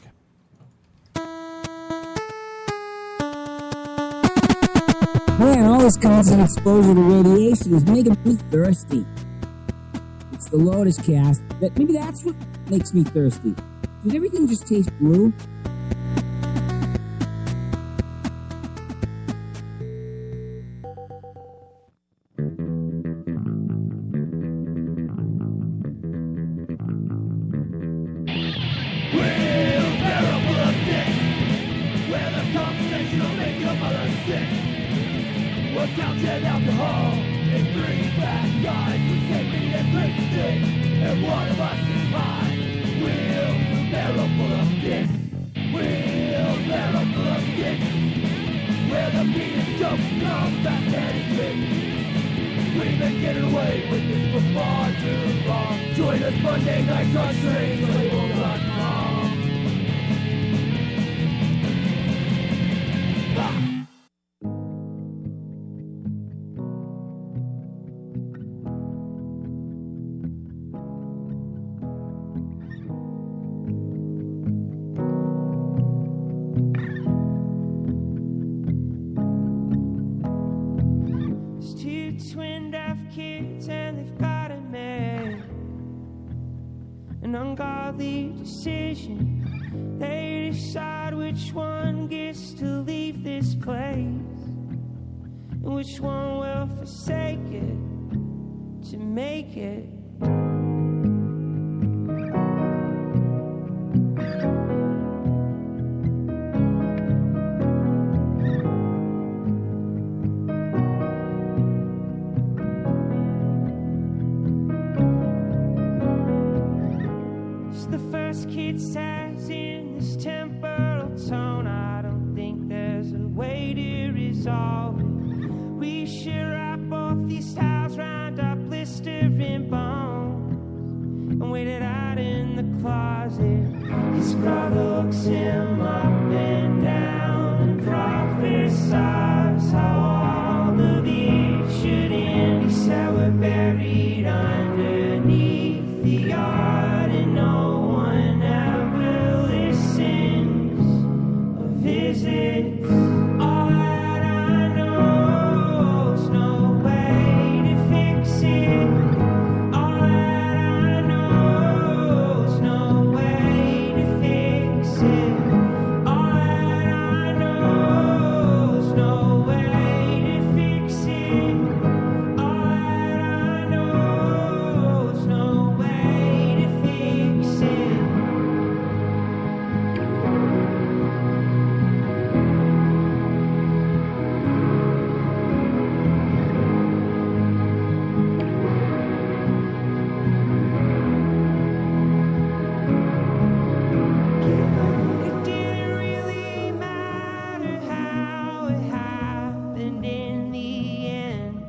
Speaker 15: Man, all this constant exposure to radiation is making me thirsty. It's the Lotus cast that maybe that's what makes me thirsty. Did everything just taste blue?
Speaker 5: Join us Monday nights on strangelabel.com.
Speaker 16: There's two twin deaf kids and they've gotta make an ungodly decision. They decide which one gets to leave this place and which one will forsake it to make it. So the first kid says in this temporal tone, I don't think there's a way to resolve it. We should wrap off these tiles round our blistering bones and wait it out in the closet. His father looks him up and down and prophesies how all of these should end. He said we're buried underneath the yard and no one ever listens or visits. All that I know is no way to fix it. All that I know is no way to fix it. All that I know is no way to fix it. All that I know is no way to fix it. It didn't really matter how it happened in the end.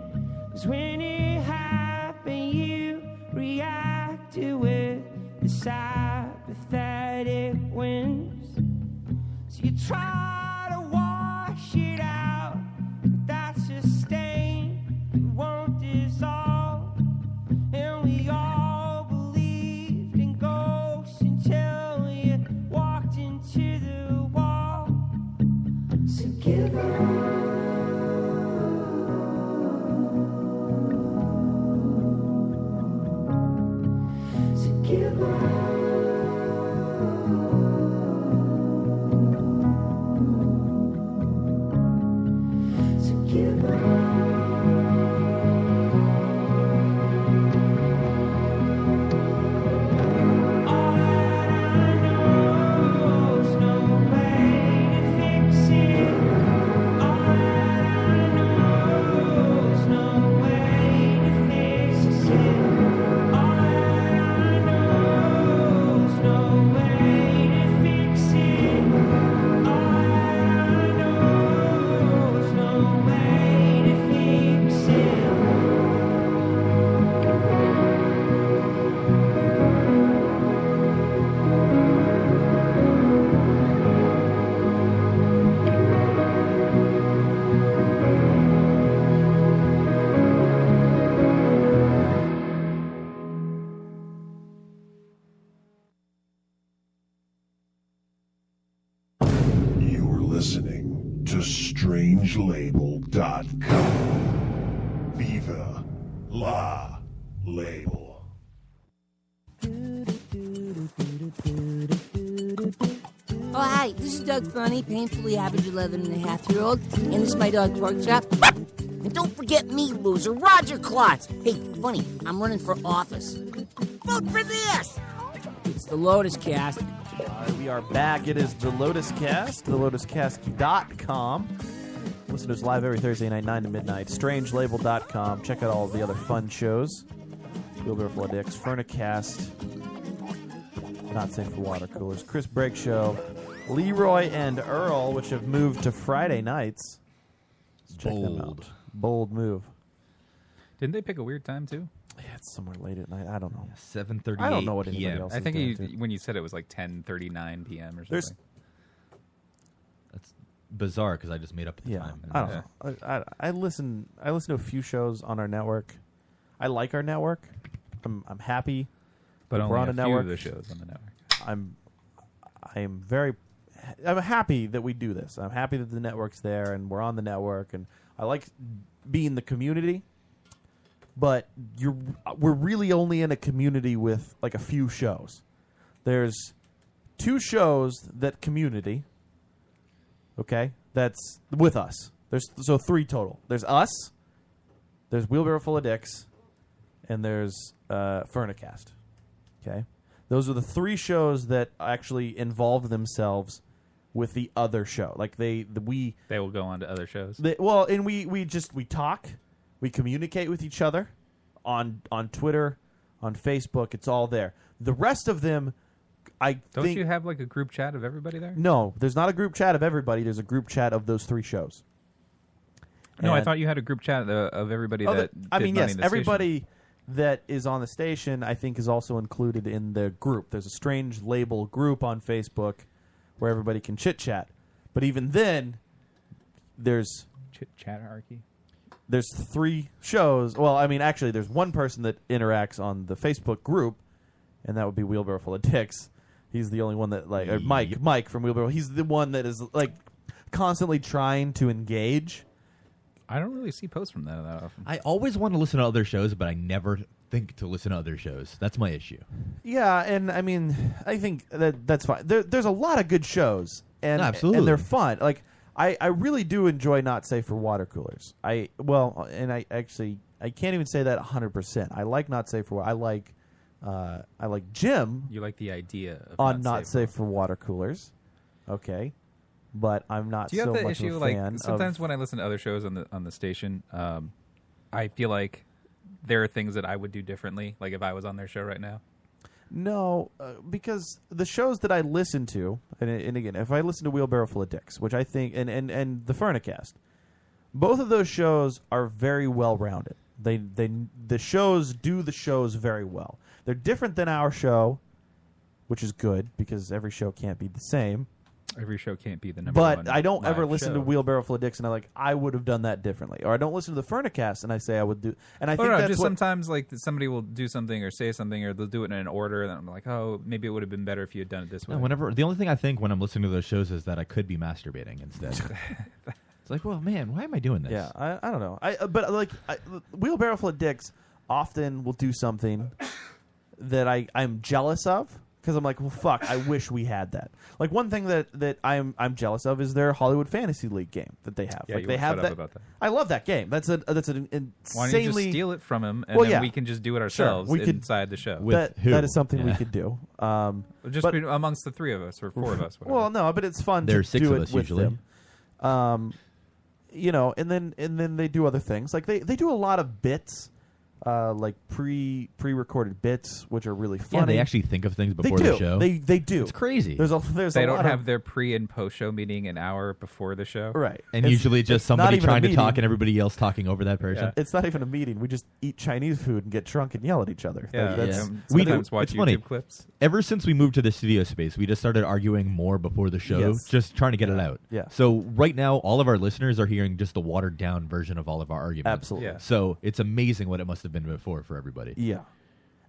Speaker 16: 'Cause when it happened, you reacted with the sympathetic winds. So you try to wash it out, but that's a stain that won't dissolve. And we all believed in ghosts until you walked into the wall. So give up.
Speaker 17: listening to strangelabel.com. Viva la label.
Speaker 15: Oh, hi, this is Doug Funny, painfully average 11 and a half year old, and this is my dog Porkchop. And don't forget me, loser, Roger Klotz. Hey, Funny, I'm running for office. Vote for this! It's the Lotus Cast.
Speaker 8: Uh, we are back. It is the Lotus Cast, thelotuscast.com. Listen to us live every Thursday night, 9 to midnight. Strangelabel.com. Check out all of the other fun shows. Builder of Blood X, Furnicast, Not Safe for Water Coolers, Chris Brake Show, Leroy and Earl, which have moved to Friday nights. Check them out. Bold move.
Speaker 10: Didn't they pick a weird time too?
Speaker 8: Yeah, it's somewhere late at night. I don't know.
Speaker 9: Seven
Speaker 8: I don't know what anybody else.
Speaker 10: I
Speaker 8: is
Speaker 10: think
Speaker 8: doing,
Speaker 10: you,
Speaker 8: too.
Speaker 10: when you said it was like ten thirty nine p.m. or something.
Speaker 8: There's-
Speaker 9: Bizarre because I just made up the
Speaker 8: Yeah,
Speaker 9: time.
Speaker 8: I don't know. I, I, I listen. I listen to a few shows on our network. I like our network. I'm I'm happy.
Speaker 10: But
Speaker 8: that
Speaker 10: only
Speaker 8: we're on
Speaker 10: a
Speaker 8: a
Speaker 10: few of
Speaker 8: network.
Speaker 10: the shows on the network.
Speaker 8: I'm I'm very I'm happy that we do this. I'm happy that the network's there and we're on the network and I like being the community. But you're we're really only in a community with like a few shows. There's two shows that community okay that's with us there's so three total there's us there's wheelbarrow full of dicks and there's uh, furnicast okay those are the three shows that actually involve themselves with the other show like they the, we
Speaker 10: They will go on to other shows.
Speaker 8: they, well, and we we just we talk, we communicate with each other on on Twitter, on Facebook. It's all there. The rest of them, I
Speaker 10: Don't
Speaker 8: think,
Speaker 10: you have like a group chat of everybody there?
Speaker 8: no. There's not a group chat of everybody. There's a group chat of those three shows.
Speaker 10: No, I
Speaker 8: And-
Speaker 10: thought you had a group chat uh, of everybody
Speaker 8: Oh,
Speaker 10: that.
Speaker 8: the- I
Speaker 10: did
Speaker 8: mean,
Speaker 10: Money
Speaker 8: yes,
Speaker 10: in the Station.
Speaker 8: everybody that is on the station, I think, is also included in the group. There's a strange label group on Facebook where everybody can chit chat. But even then, there's
Speaker 10: chit chatarchy.
Speaker 8: There's three shows. Well, I mean, actually, there's one person that interacts on the Facebook group, and that would be Wheelbarrow Full of Dicks. He's the only one that like or Mike. Mike from Wheelbarrow. He's the one that is like constantly trying to engage.
Speaker 10: I don't really see posts from that that often.
Speaker 9: I always want to listen to other shows, but I never think to listen to other shows. That's my issue.
Speaker 8: Yeah, and I mean, I think that that's fine. There, there's a lot of good shows, and
Speaker 9: No, absolutely.
Speaker 8: and they're fun. Like I, I really do enjoy not safe for water coolers. I well, and I actually I can't even say that 100. percent I like not safe for. wa- I like uh, I like Jim
Speaker 10: You like the idea of
Speaker 8: on
Speaker 10: not
Speaker 8: not safe for water coolers. Okay, but I'm not
Speaker 10: Do you
Speaker 8: so
Speaker 10: have the
Speaker 8: much
Speaker 10: issue
Speaker 8: of a
Speaker 10: like
Speaker 8: fan. of-
Speaker 10: sometimes when I listen to other shows on the on the station, um, I feel like there are things that I would do differently, like if I was on their show right now.
Speaker 8: No, uh, because the shows that I listen to, and, and again, if I listen to Wheelbarrow Full of Dicks, which I think, and and and the Furnicast, both of those shows are very well rounded. They they the shows do the shows very well. They're different than our show, which is good because every show can't be the same.
Speaker 10: Every show can't be the number
Speaker 8: But
Speaker 10: one.
Speaker 8: I don't ever
Speaker 10: live
Speaker 8: listen
Speaker 10: show.
Speaker 8: to Wheelbarrow Full of Dicks and I like I would have done that differently, or I don't listen to the Furnicast and I say I would do, and I
Speaker 10: Or
Speaker 8: think
Speaker 10: no,
Speaker 8: that's
Speaker 10: just
Speaker 8: what
Speaker 10: sometimes like that somebody will do something or say something or they'll do it in an order and I'm like, oh, maybe it would have been better if you had done it this way.
Speaker 9: No, whenever the only thing I think when I'm listening to those shows is that I could be masturbating instead. it's like, well, man, why am I doing this?
Speaker 8: Yeah, I, I don't know. I uh, but like I, wheelbarrow full of dicks often will do something that I I'm jealous of because I'm like, well, fuck, I wish we had that. Like one thing that that I'm I'm jealous of is their Hollywood Fantasy League game that they have.
Speaker 10: Yeah,
Speaker 8: like
Speaker 10: you
Speaker 8: they
Speaker 10: were
Speaker 8: have
Speaker 10: fed up
Speaker 8: that.
Speaker 10: about that.
Speaker 8: I love that game. That's a that's an
Speaker 10: Why
Speaker 8: insanely
Speaker 10: don't you just steal it from him and
Speaker 8: well,
Speaker 10: then
Speaker 8: yeah.
Speaker 10: we can just do it
Speaker 8: Sure,
Speaker 10: ourselves
Speaker 8: we could-
Speaker 10: inside the show?
Speaker 8: that, that is something we could do. Um,
Speaker 10: Just
Speaker 8: but-
Speaker 10: be- amongst the three of us or four of us. Whatever.
Speaker 8: Well, no, but it's fun
Speaker 9: There
Speaker 8: to
Speaker 9: are six
Speaker 8: do
Speaker 9: of
Speaker 8: it
Speaker 9: us
Speaker 8: with
Speaker 9: usually.
Speaker 8: them. Um, you know, and then and then they do other things. Like they, they do a lot of bits, uh, like pre pre recorded bits, which are really funny.
Speaker 9: Yeah, they actually think of things
Speaker 8: They
Speaker 9: before the
Speaker 8: do.
Speaker 9: show.
Speaker 8: They they do.
Speaker 9: It's crazy.
Speaker 8: There's a there's
Speaker 10: they
Speaker 8: a lot
Speaker 10: don't
Speaker 8: of-
Speaker 10: have their pre and post show meeting an hour before the show.
Speaker 8: Right.
Speaker 9: And
Speaker 8: It's-
Speaker 9: usually just
Speaker 8: it's not
Speaker 9: somebody
Speaker 8: even a
Speaker 9: trying to talk
Speaker 8: meeting.
Speaker 9: and everybody else talking over that person.
Speaker 8: It's not even a meeting. We just eat Chinese food and get drunk and yell at each other.
Speaker 10: Yeah,
Speaker 8: Like, that's,
Speaker 10: um,
Speaker 9: We do.
Speaker 10: Sometimes watch
Speaker 9: it's funny.
Speaker 10: YouTube clips.
Speaker 9: Ever since we moved to the studio space, we just started arguing more before the show,
Speaker 8: Yes.
Speaker 9: just trying to get it out.
Speaker 8: Yeah.
Speaker 9: So right now, all of our listeners are hearing just the watered down version of all of our arguments.
Speaker 8: Absolutely. Yeah.
Speaker 9: So it's amazing what it must have been before for everybody.
Speaker 8: Yeah,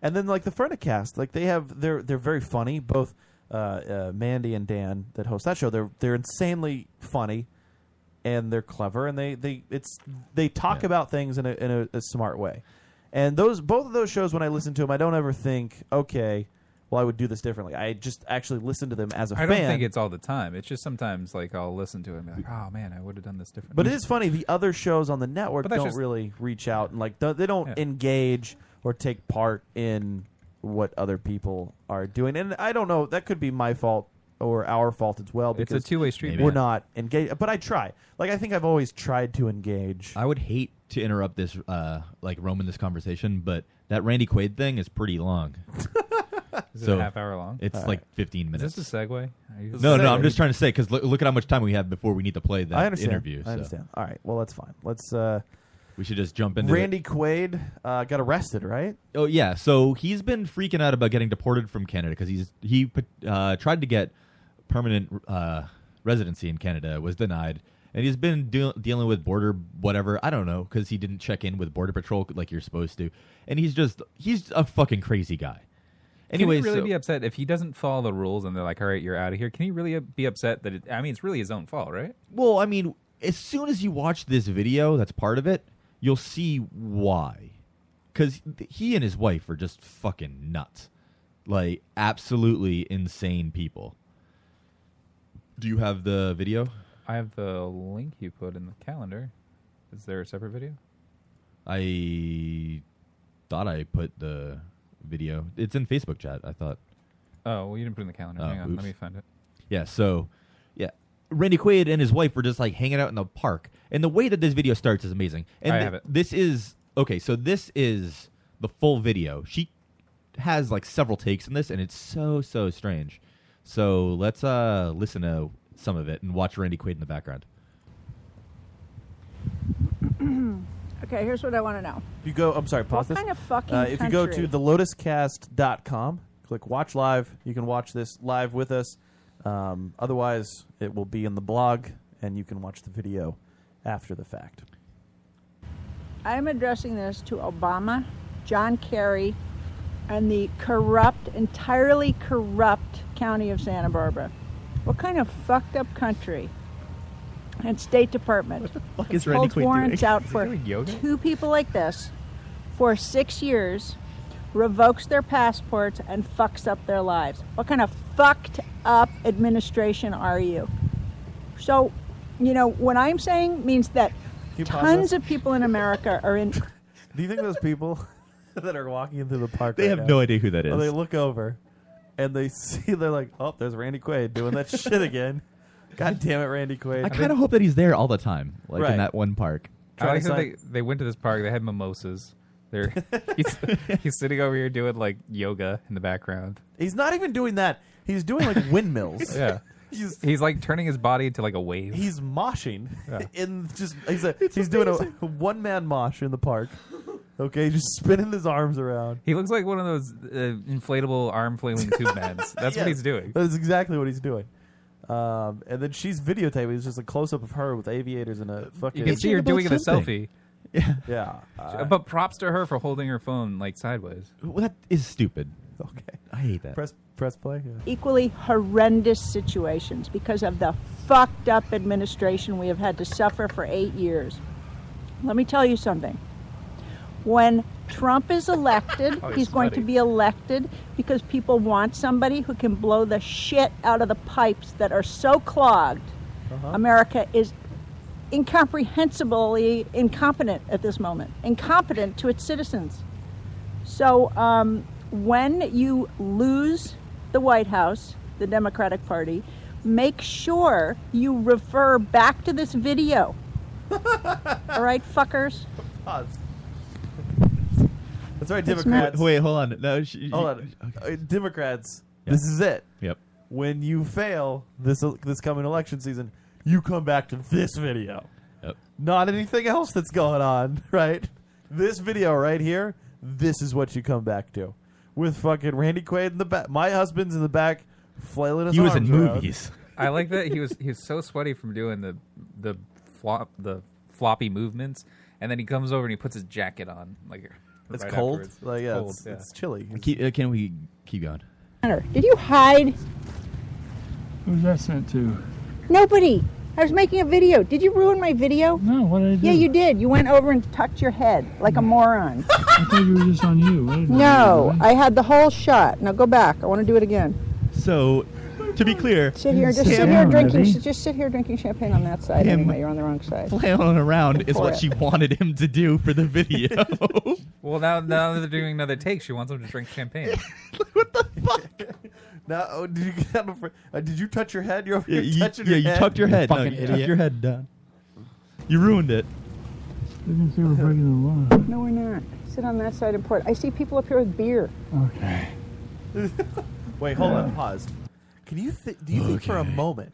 Speaker 8: and then like the Furnicast, like they have they're they're very funny. Both uh, uh, Mandy and Dan that host that show. They're they're insanely funny, and they're clever, and they they it's they talk about things in a in a, a smart way. And those both of those shows, when I listen to them, I don't ever think, okay, well, I would do this differently. I just actually listen to them as a
Speaker 10: I
Speaker 8: fan.
Speaker 10: don't think it's all the time. It's just sometimes like I'll listen to it and be like, oh man, I would have done this differently.
Speaker 8: But it is funny. The other shows on the network
Speaker 10: But that's
Speaker 8: don't
Speaker 10: just-
Speaker 8: really reach out and like th- they don't engage or take part in what other people are doing. And I don't know. That could be my fault or our fault as well.
Speaker 10: It's a
Speaker 8: Because
Speaker 10: two-way street,
Speaker 8: We're
Speaker 10: man.
Speaker 8: not engaged, but I try. Like I think I've always tried to engage.
Speaker 9: I would hate to interrupt this, uh, like roam in this conversation, but that Randy Quaid thing is pretty long.
Speaker 10: Is it a half hour long?
Speaker 9: It's
Speaker 10: All
Speaker 9: like
Speaker 10: right.
Speaker 9: 15 minutes.
Speaker 10: Is this a segue? Are you-
Speaker 9: No,
Speaker 10: This is
Speaker 9: no,
Speaker 10: a
Speaker 9: I'm
Speaker 10: segue.
Speaker 9: just trying to say because look, look at how much time we have before we need to play that
Speaker 8: I understand.
Speaker 9: interview.
Speaker 8: I understand. All right. Well, that's fine. Let's. uh
Speaker 9: We should just jump into
Speaker 8: Randy Quaid uh, got arrested, right?
Speaker 9: Oh yeah, so he's been freaking out about getting deported from Canada because he's he put- uh, tried to get permanent uh, residency in Canada, was denied, and he's been deal dealing with border whatever I don't know because he didn't check in with border patrol like you're supposed to, and he's just he's a fucking crazy guy. Anyways,
Speaker 10: can he really
Speaker 9: so-
Speaker 10: be upset if he doesn't follow the rules and they're like, all right, you're out of here? Can he really be upset that it, I mean, it's really his own fault, right?
Speaker 9: Well, I mean, as soon as you watch this video that's part of it, you'll see why. Because he and his wife are just fucking nuts. Like, absolutely insane people. Do you have the video?
Speaker 10: I have the link you put in the calendar. Is there a separate video?
Speaker 9: I thought I put the video. It's in Facebook chat, I thought.
Speaker 10: Oh, well, you didn't put it in the calendar.
Speaker 9: Oh,
Speaker 10: Hang on,
Speaker 9: oops.
Speaker 10: let me find it.
Speaker 9: Yeah, so yeah. Randy Quaid and his wife were just like hanging out in the park. And the way that this video starts is amazing. And
Speaker 10: I
Speaker 9: thi-
Speaker 10: have it.
Speaker 9: this is okay, so this is the full video. She has like several takes in this and it's so so strange. So let's uh listen to some of it and watch Randy Quaid in the background.
Speaker 18: okay, here's what I want to know.
Speaker 8: If you go, I'm sorry,
Speaker 18: What
Speaker 8: pause this.
Speaker 18: kind of fucking
Speaker 8: uh, if you go
Speaker 18: country?
Speaker 8: to thelotuscast.com, click watch live. You can watch this live with us. Um, otherwise, it will be in the blog, and you can watch the video after the fact.
Speaker 18: I'm addressing this to Obama, John Kerry, and the corrupt, entirely corrupt county of Santa Barbara. What kind of fucked up country? And State Department
Speaker 19: fuck is Randy
Speaker 18: holds
Speaker 19: Quaid
Speaker 18: warrants
Speaker 19: doing?
Speaker 18: out
Speaker 19: Is he
Speaker 18: for
Speaker 19: doing yoga?
Speaker 18: two people like this for six years, revokes their passports, and fucks up their lives. What kind of fucked up administration are you? So, you know, what I'm saying means that
Speaker 8: you pause
Speaker 18: tons
Speaker 8: this?
Speaker 18: of people in America are in
Speaker 8: Do you think those people that are walking through the park
Speaker 9: They
Speaker 8: right
Speaker 9: have
Speaker 8: now,
Speaker 9: no idea who that
Speaker 8: oh, they
Speaker 9: is.
Speaker 8: look over, and they see, they're like, oh, there's Randy Quaid doing that shit again. God damn it, Randy Quaid.
Speaker 9: I kind of hope that he's there all the time, like
Speaker 8: Right.
Speaker 9: in that one park.
Speaker 10: I like that
Speaker 8: sign-
Speaker 10: they, they went to this park. They had mimosas. They're, he's, he's sitting over here doing like yoga in the background.
Speaker 8: He's not even doing that. He's doing like windmills.
Speaker 10: Yeah.
Speaker 8: He's,
Speaker 10: he's like turning his body into like a wave.
Speaker 8: He's moshing
Speaker 10: Yeah.
Speaker 8: in just he's a, he's doing a one man mosh in the park. Okay, just spinning his arms around.
Speaker 10: He looks like one of those uh, inflatable arm flailing tube mans. That's
Speaker 8: Yes,
Speaker 10: what he's doing.
Speaker 8: That's exactly what he's doing. Um, and then she's videotaping. It's just a close up of her with aviators and a fucking.
Speaker 10: You can see her doing it a selfie.
Speaker 9: Yeah.
Speaker 8: Yeah. Uh,
Speaker 10: but props to her for holding her phone like sideways.
Speaker 9: Well, that is stupid. Okay. I hate that.
Speaker 8: Press press play.
Speaker 18: equally horrendous situations because of the fucked up administration we have had to suffer for eight years. Let me tell you something. When Trump is elected,
Speaker 11: Oh, he's
Speaker 18: he's going to
Speaker 11: sweaty.
Speaker 18: be elected because people want somebody who can blow the shit out of the pipes that are so clogged.
Speaker 11: Uh-huh.
Speaker 18: America is incomprehensibly incompetent at this moment, incompetent to its citizens. So um, when you lose the White House, the Democratic Party, make sure you refer back to this video. All right, fuckers?
Speaker 8: Pause. That's right,
Speaker 9: That's
Speaker 8: Democrats.
Speaker 9: not- wait, hold on. No, she-
Speaker 8: hold on. Uh, Democrats, this is it.
Speaker 9: Yep.
Speaker 8: When you fail this this coming election season, you come back to this video.
Speaker 9: Yep.
Speaker 8: Not anything else that's going on, right? This video right here. This is what you come back to, with fucking Randy Quaid in the back. My husband's in the back, flailing his arms around.
Speaker 10: I like that he was he was so sweaty from doing the the flop the floppy movements, and then he comes over and he puts his jacket on like.
Speaker 8: It's
Speaker 10: right
Speaker 8: cold?
Speaker 10: afterwards.
Speaker 8: Like, yeah,
Speaker 10: Cold,
Speaker 8: it's- it's chilly.
Speaker 9: Keep, uh, can we keep going?
Speaker 18: Hunter, Did you hide
Speaker 19: Who's that sent to?
Speaker 18: Nobody. I was making a video. Did you ruin my video?
Speaker 19: No, what did I do? Hmm.
Speaker 18: Yeah, you did. You went over and tucked your head like a moron.
Speaker 19: I thought you were just on you. I didn't know
Speaker 18: No, I had the whole shot. Now go back. I want to do it again.
Speaker 9: So, to be clear,
Speaker 18: Sit here, just sit
Speaker 9: Sam
Speaker 18: here drinking. Just sit here drinking champagne on that side.
Speaker 9: Him.
Speaker 18: Anyway, you're on the wrong side.
Speaker 9: flailing around is
Speaker 18: For
Speaker 9: what
Speaker 18: it.
Speaker 9: she wanted him to do for the video.
Speaker 10: Well, now now that they're doing another take, she wants them to drink champagne.
Speaker 8: Now, oh, did you get out of, uh, Did you touch your head? You're over
Speaker 9: yeah,
Speaker 8: here
Speaker 9: you,
Speaker 8: touching
Speaker 9: yeah,
Speaker 8: your
Speaker 9: you
Speaker 8: head.
Speaker 9: tucked your head. No,
Speaker 8: Fucking
Speaker 9: you tucked
Speaker 8: idiot.
Speaker 9: your head down. You ruined it.
Speaker 19: They didn't say we're breaking the law.
Speaker 18: No, we're not. Sit on that side and pour it. I see people up here with beer.
Speaker 19: Okay.
Speaker 8: Wait, hold on, pause. Can you th- do you think for a moment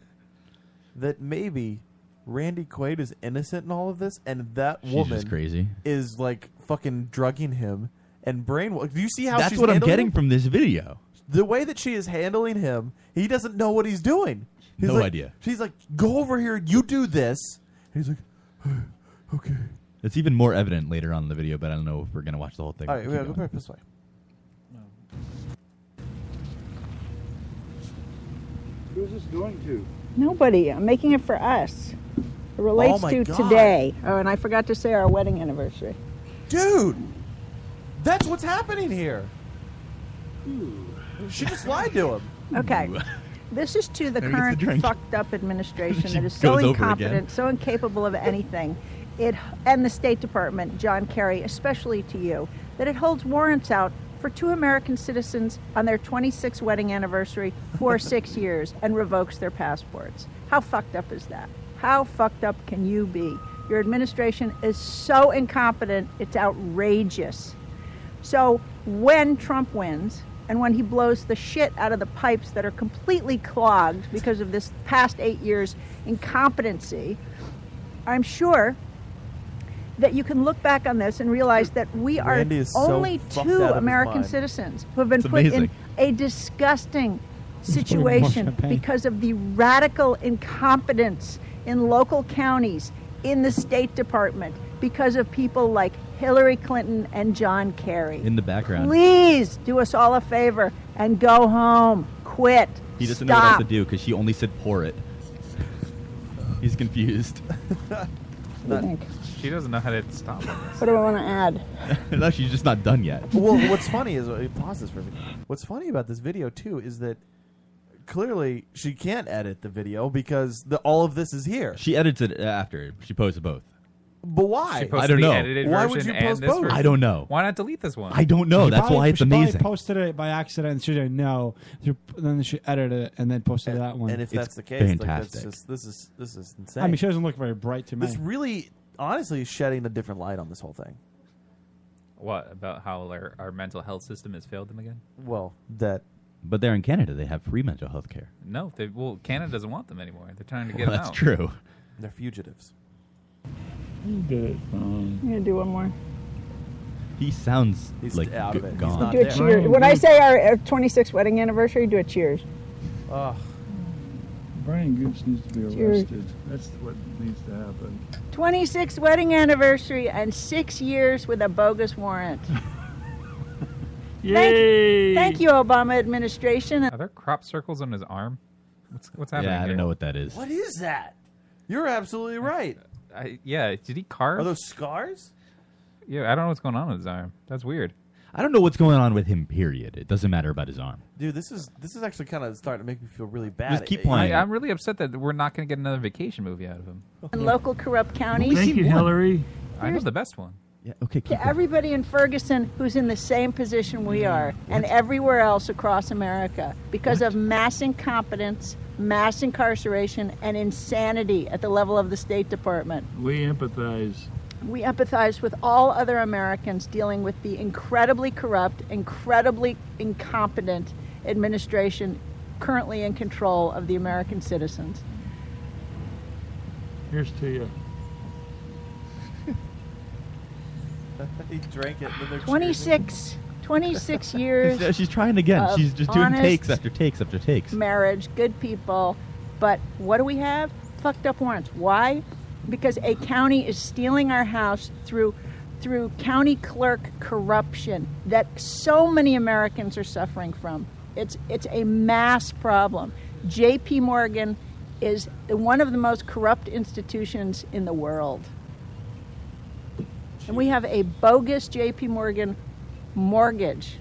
Speaker 8: that maybe Randy Quaid is innocent in all of this, and that
Speaker 9: She's
Speaker 8: woman
Speaker 9: just crazy.
Speaker 8: is like fucking drugging him and brainwashing? Do you see how
Speaker 9: That's
Speaker 8: she's
Speaker 9: what I'm
Speaker 8: handling
Speaker 9: getting
Speaker 8: him?
Speaker 9: from this video.
Speaker 8: The way that she is handling him, he doesn't know what he's doing. He's
Speaker 9: No
Speaker 8: like-
Speaker 9: idea.
Speaker 8: She's like, "Go over here, you do this." And he's like,
Speaker 9: It's even more evident later on in the video, but I don't know if we're gonna watch the whole thing.
Speaker 8: "All right,
Speaker 9: Keep
Speaker 8: yeah,
Speaker 9: going.
Speaker 8: go back this way."
Speaker 19: Who's this going to?
Speaker 18: Nobody. I'm making it for us. It relates
Speaker 19: my
Speaker 18: to
Speaker 19: God.
Speaker 18: today. Oh, and I forgot to say our wedding anniversary.
Speaker 8: Dude, that's what's happening here. She just lied to him.
Speaker 18: Okay. This is to the
Speaker 8: Maybe it's the
Speaker 18: current
Speaker 8: drink.
Speaker 18: fucked up administration
Speaker 8: She
Speaker 18: that is so
Speaker 8: goes over again.
Speaker 18: incompetent, so incapable of anything. It and the State Department, John Kerry, especially to you, that it holds warrants out for two American citizens on their 26th wedding anniversary for 6 years and revokes their passports. How fucked up is that? How fucked up can you be? Your administration is so incompetent, it's outrageous. So when Trump wins and when he blows the shit out of the pipes that are completely clogged because of this past eight years incompetency, I'm sure that you can look back on this and realize that we are
Speaker 8: Randy is so
Speaker 18: only
Speaker 8: fucked out
Speaker 18: two
Speaker 8: of his
Speaker 18: American
Speaker 8: mind.
Speaker 18: citizens who have been
Speaker 8: It's
Speaker 18: put
Speaker 8: amazing.
Speaker 18: in a disgusting
Speaker 8: putting more
Speaker 18: situation
Speaker 8: champagne.
Speaker 18: because of the radical incompetence in local counties, in the State Department, because of people like Hillary Clinton and John Kerry.
Speaker 9: in the background.
Speaker 18: Please do us all a favor and go home. Quit.
Speaker 9: He doesn't know what else
Speaker 18: Stop.
Speaker 9: to do because she only said pour it. He's confused.
Speaker 18: What do you think?
Speaker 10: she doesn't know how to stop.
Speaker 18: What do I want to add?
Speaker 9: no, she's just not done yet.
Speaker 8: well, what's funny is it pauses for me. What's funny about this video too is that clearly she can't edit the video because the, all of this is here.
Speaker 9: She edits it after. She posted both.
Speaker 8: But why?
Speaker 9: She posted I don't the know. edited
Speaker 8: Why would
Speaker 10: version
Speaker 8: you
Speaker 10: and
Speaker 8: post
Speaker 10: this
Speaker 8: both?
Speaker 9: I don't know.
Speaker 10: Why not delete this one?
Speaker 9: I don't know.
Speaker 7: She
Speaker 9: That's
Speaker 7: probably-
Speaker 9: why it's
Speaker 7: she probably
Speaker 9: amazing.
Speaker 7: posted it by accident. and She didn't know. She- Then she edited it and then posted that one.
Speaker 8: And if that's the case, like that's just this is this is insane.
Speaker 7: I mean, she doesn't look very bright to me.
Speaker 8: This really, honestly, is shedding a different light on this whole thing.
Speaker 10: What about how our, our mental health system has failed them again?
Speaker 8: Well, that.
Speaker 9: But they're in Canada. They have free mental health care.
Speaker 10: No, they, well, Canada doesn't want them anymore. They're trying to get
Speaker 9: Well,
Speaker 10: them
Speaker 9: that's
Speaker 10: out.
Speaker 9: true.
Speaker 8: They're fugitives.
Speaker 19: You did it wrong.
Speaker 18: I'm going to do one more.
Speaker 9: He sounds
Speaker 8: He's
Speaker 9: like
Speaker 8: out of
Speaker 9: g-
Speaker 8: it. He's
Speaker 9: gone.
Speaker 8: not
Speaker 18: Do a
Speaker 9: Mm-hmm.
Speaker 18: cheer. When I say our uh, 26th wedding anniversary, do a cheers.
Speaker 8: Ugh.
Speaker 19: Ah. Brian Gooch needs to be
Speaker 18: Sure.
Speaker 19: arrested. That's what needs to happen.
Speaker 18: 26th wedding anniversary and six years with a bogus warrant.
Speaker 19: Yay!
Speaker 18: Thank, thank you, Obama administration.
Speaker 10: Are there crop circles on his arm? What's what's happening?
Speaker 9: Yeah, I
Speaker 10: here?
Speaker 9: don't know what that is.
Speaker 8: What is that? You're absolutely right.
Speaker 10: I, yeah, did he carve?
Speaker 8: Are those scars?
Speaker 10: Yeah, I don't know what's going on with his arm. That's weird.
Speaker 9: I don't know what's going on with him. Period. It doesn't matter about his arm.
Speaker 8: Dude, this is this is actually kind of starting to make me feel really bad.
Speaker 9: Just keep playing.
Speaker 10: I, I'm really upset that we're not going to get another vacation movie out of him.
Speaker 18: And local corrupt counties.
Speaker 10: I know the best one.
Speaker 9: Yeah. Okay.
Speaker 18: To everybody in Ferguson who's in the same position we
Speaker 9: Mm-hmm.
Speaker 18: are, and everywhere else across America, because of mass incompetence, mass incarceration, and insanity at the level of the State Department.
Speaker 19: We empathize.
Speaker 18: We empathize with all other Americans dealing with the incredibly corrupt, incredibly incompetent administration currently in control of the American citizens.
Speaker 19: Here's to you.
Speaker 8: he drank it. and then they're
Speaker 18: 26, 26 years.
Speaker 9: She's, she's trying again.
Speaker 18: of
Speaker 9: She's just doing takes
Speaker 18: honest
Speaker 9: after takes after takes.
Speaker 18: marriage, good people. But what do we have? Fucked up warrants. Why? Because a county is stealing our house through through county clerk corruption that so many Americans are suffering from. It's it's a mass problem. J.P. Morgan is one of the most corrupt institutions in the world. And we have a bogus J.P. Morgan mortgage.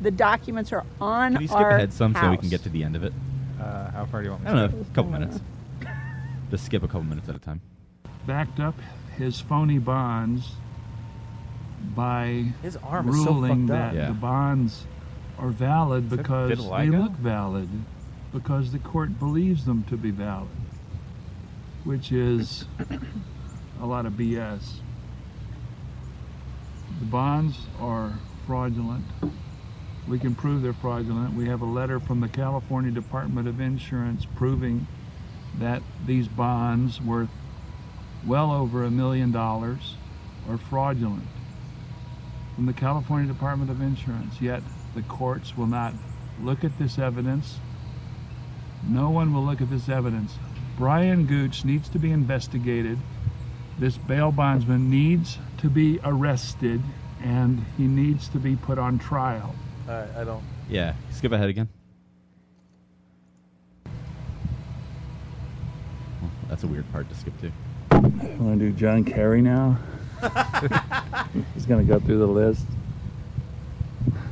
Speaker 18: The documents are on
Speaker 9: Can you skip
Speaker 18: our
Speaker 9: ahead some so we
Speaker 18: house.
Speaker 9: can get to the end of it?
Speaker 10: Uh, how far do you want
Speaker 9: I don't know, a couple minutes. Just skip a couple minutes at a time.
Speaker 19: backed up his phony bonds by
Speaker 8: His arm is so
Speaker 19: ruling
Speaker 8: fucked up.
Speaker 19: that
Speaker 8: Yeah.
Speaker 19: the bonds are valid because they
Speaker 8: vitiligo?
Speaker 19: look valid because the court believes them to be valid, which is a lot of BS. The bonds are fraudulent. We can prove they're fraudulent. We have a letter from the California Department of Insurance proving that these bonds worth well over a million dollars are fraudulent from the California Department of Insurance, yet the courts will not look at this evidence. No one will look at this evidence. Brian Gooch needs to be investigated. This bail bondsman needs to be arrested and he needs to be put on trial.
Speaker 8: All right, I don't.
Speaker 9: Yeah, skip ahead again. Well, That's a weird part to skip to.
Speaker 19: Want to do John Kerry now? He's going to go through the list.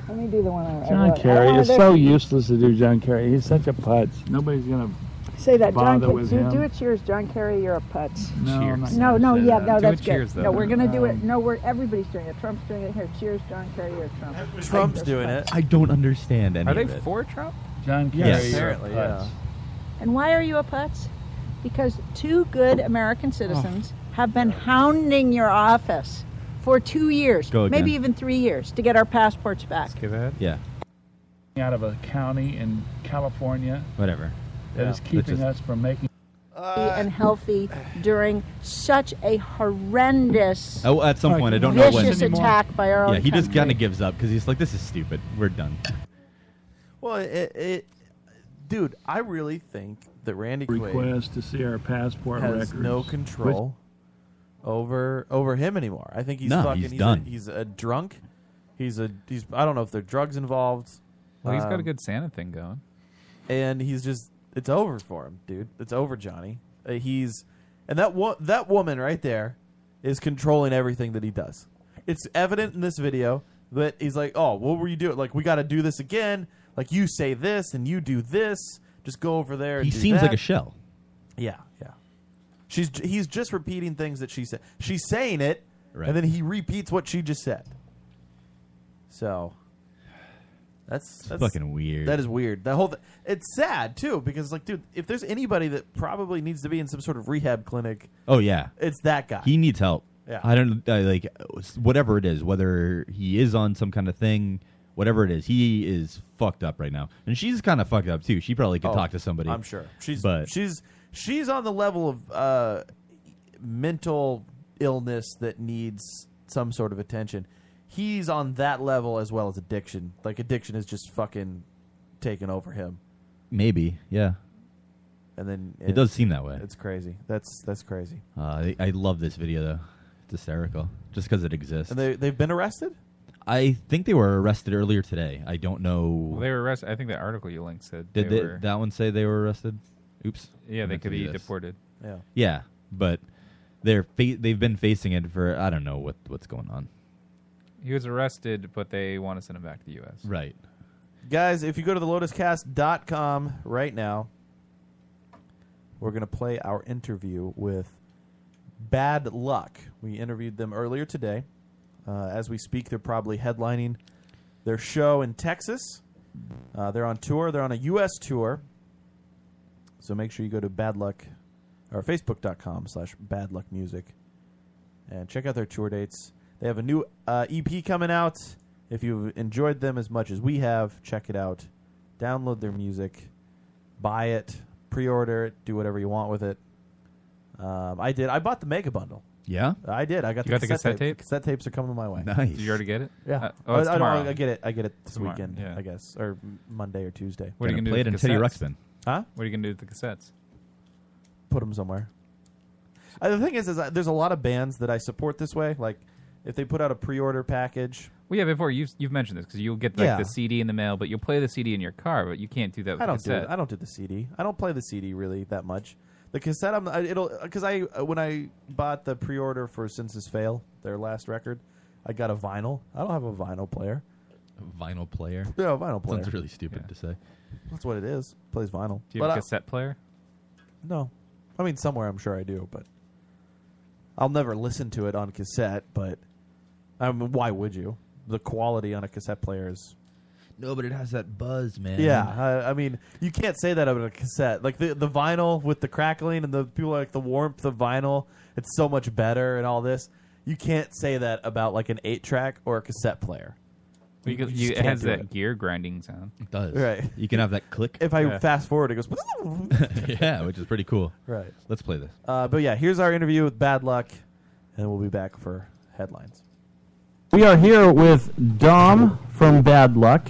Speaker 18: Let me do the one I I
Speaker 19: John
Speaker 18: wrote. I
Speaker 19: Kerry
Speaker 18: wanted
Speaker 19: is
Speaker 18: to
Speaker 19: so useless to do John Kerry. He's such a putz. Nobody's going to
Speaker 18: Say that, John.
Speaker 19: bother
Speaker 18: Kerry.
Speaker 19: with
Speaker 18: do,
Speaker 19: him.
Speaker 18: do it yours, John Kerry. You're a putz.
Speaker 19: No, I'm Cheers. not
Speaker 18: No,
Speaker 19: gonna
Speaker 18: no,
Speaker 19: say
Speaker 18: yeah,
Speaker 19: that.
Speaker 18: no,
Speaker 19: Do
Speaker 18: that's
Speaker 19: it
Speaker 18: good.
Speaker 19: cheers, though.
Speaker 18: no, we're gonna do it.
Speaker 19: Um,
Speaker 18: No, we're everybody's doing it. Trump's doing it here. Cheers, John Kerry. You're a Trump.
Speaker 8: Trump's doing it.
Speaker 9: I don't understand any
Speaker 10: Are they
Speaker 9: of it.
Speaker 10: for Trump?
Speaker 19: John Kerry.
Speaker 9: Yes.
Speaker 19: you're a
Speaker 8: Apparently,
Speaker 19: putz.
Speaker 8: yeah.
Speaker 18: And why are you a putz? Because two good American citizens
Speaker 19: Oh.
Speaker 18: have been hounding your office for two years,
Speaker 19: Go again.
Speaker 18: maybe even three years, to get our passports back.
Speaker 9: Yeah,
Speaker 19: Out of a county in California
Speaker 9: whatever.
Speaker 19: that is
Speaker 9: Let's
Speaker 19: keeping
Speaker 9: just-
Speaker 19: us from making.
Speaker 18: and healthy during such a horrendous,
Speaker 9: Oh, at some point, I don't know
Speaker 18: vicious
Speaker 9: when.
Speaker 18: attack by our own.
Speaker 9: Yeah, he just
Speaker 18: country.
Speaker 9: kind of gives up because he's like, "This is stupid. We're done."
Speaker 8: Well, it, it, dude, I really think that Randy Quaid
Speaker 19: Request to see our passport
Speaker 8: has
Speaker 19: records.
Speaker 8: no control over over him anymore. I think he's
Speaker 9: No,
Speaker 8: fucking
Speaker 9: he's done.
Speaker 8: A, he's a drunk. He's a he's I don't know if there are drugs involved.
Speaker 10: Well, he's got a
Speaker 8: Um,
Speaker 10: good Santa thing going.
Speaker 8: and he's just it's over for him, dude. It's over, Johnny. Uh, he's and that wo- that woman right there is controlling everything that he does. It's evident in this video that he's like, "Oh, what were you doing? Like, we got to do this again. Like, you say this and you do this. Just go over there." And
Speaker 9: He
Speaker 8: do
Speaker 9: seems like
Speaker 8: that."
Speaker 9: a shell.
Speaker 8: Yeah, yeah. She's j- he's just repeating things that she said. She's saying it,
Speaker 9: Right.
Speaker 8: and then he repeats what she just said. So that's, that's
Speaker 9: fucking weird.
Speaker 8: That is weird. That whole th- it's sad too because like, dude, if there's anybody that probably needs to be in some sort of rehab clinic,
Speaker 9: Oh yeah,
Speaker 8: it's that guy.
Speaker 9: He needs help.
Speaker 8: Yeah.
Speaker 9: I don't I, like whatever it is, whether he is on some kind of thing, whatever it is, he is fucked up right now, and she's kind of fucked up too. She probably could
Speaker 8: Oh,
Speaker 9: talk to somebody.
Speaker 8: I'm sure she's
Speaker 9: but
Speaker 8: she's she's on the level of uh, mental illness that needs some sort of attention. He's on that level as well as addiction. Like addiction is just fucking taking over him,
Speaker 9: maybe, yeah.
Speaker 8: and then
Speaker 9: It does seem that way.
Speaker 8: It's crazy. That's that's crazy.
Speaker 9: Uh, I, I love this video though. It's hysterical, just because it exists.
Speaker 8: And they they've been arrested.
Speaker 9: I think they were arrested earlier today. I don't know.
Speaker 10: Well, they were arrested. I think the article you linked said
Speaker 9: Did
Speaker 10: they,
Speaker 9: they-
Speaker 10: were.
Speaker 9: that one say they were arrested? Oops.
Speaker 10: Yeah,
Speaker 9: I
Speaker 10: they
Speaker 9: meant to
Speaker 10: could
Speaker 9: do
Speaker 10: be
Speaker 9: this.
Speaker 10: deported.
Speaker 8: Yeah.
Speaker 9: Yeah, but they're fa- they've been facing it for I don't know what what's going on.
Speaker 10: He was arrested, but they want to send him back to the U.S.
Speaker 9: Right.
Speaker 8: Guys, if you go to the lotuscast.com right now, we're going to play our interview with Bad Luck. We interviewed them earlier today. Uh, as we speak, they're probably headlining their show in Texas. Uh, they're on tour, they're on a U.S. tour. So make sure you go to Bad Luck or Facebook.com slash Bad Luck Music and check out their tour dates. They have a new uh, EP coming out. If you've enjoyed them as much as we have, check it out. Download their music, buy it, pre-order it, do whatever you want with it. Um, I did. I bought the mega bundle.
Speaker 9: Yeah?
Speaker 8: I did. I got,
Speaker 10: You
Speaker 8: the,
Speaker 10: got the
Speaker 8: cassette
Speaker 10: cassette
Speaker 8: tape. Cassette tapes are coming my way.
Speaker 9: Nice.
Speaker 10: Did you already get it?
Speaker 8: Yeah.
Speaker 10: Uh, oh, it's
Speaker 8: I, I don't-
Speaker 10: tomorrow.
Speaker 8: I get it. I get it this
Speaker 10: Tomorrow,
Speaker 8: weekend. I guess or m- Monday or Tuesday.
Speaker 10: What are you
Speaker 9: Gonna
Speaker 10: gonna
Speaker 9: play
Speaker 10: do? with
Speaker 9: it
Speaker 10: the
Speaker 9: in Teddy
Speaker 10: cassettes?
Speaker 9: Ruxpin.
Speaker 8: Huh?
Speaker 10: What are you gonna do with the cassettes?
Speaker 8: Put them somewhere. Uh, the thing is, is I, there's a lot of bands that I support this way. Like If they put out a pre-order package,
Speaker 10: Well, yeah, before you've you've mentioned this because you'll get like
Speaker 8: Yeah.
Speaker 10: the CD in the mail, but you'll play the CD in your car, but you can't do that. With
Speaker 8: I don't do
Speaker 10: cassette.
Speaker 8: it. I don't do the CD. I don't play the CD really that much. The cassette, I'm I, it'll because I uh, when I bought the pre-order for Senses Fail, their last record, I got a vinyl. I don't have a vinyl player.
Speaker 9: Vinyl player.
Speaker 8: Yeah, a vinyl player.
Speaker 9: Sounds really stupid to say.
Speaker 8: That's what it is. Plays vinyl.
Speaker 10: Do you have
Speaker 8: But
Speaker 10: a
Speaker 8: I-
Speaker 10: cassette player?
Speaker 8: No, I mean somewhere I'm sure I do, but I'll never listen to it on cassette. But I mean, why would you? The quality on a cassette player is
Speaker 9: No, but it has that buzz, man.
Speaker 8: Yeah, I, I mean, you can't say that about a cassette. Like the the vinyl with the crackling and the people like the warmth of vinyl, it's so much better and all this. You can't say that about like an eight track or a cassette player.
Speaker 10: You could-
Speaker 8: just
Speaker 10: you- it
Speaker 8: can't
Speaker 10: has
Speaker 8: do
Speaker 10: that gear grinding sound. It
Speaker 9: does.
Speaker 8: Right.
Speaker 9: You can have that click.
Speaker 8: If I
Speaker 10: Yeah.
Speaker 8: fast forward, it goes.
Speaker 9: yeah, which is pretty cool.
Speaker 8: Right.
Speaker 9: Let's play this.
Speaker 8: Uh, but yeah, here's our interview with Bad Luck, and we'll be back for headlines. We are here with Dom from Bad Luck.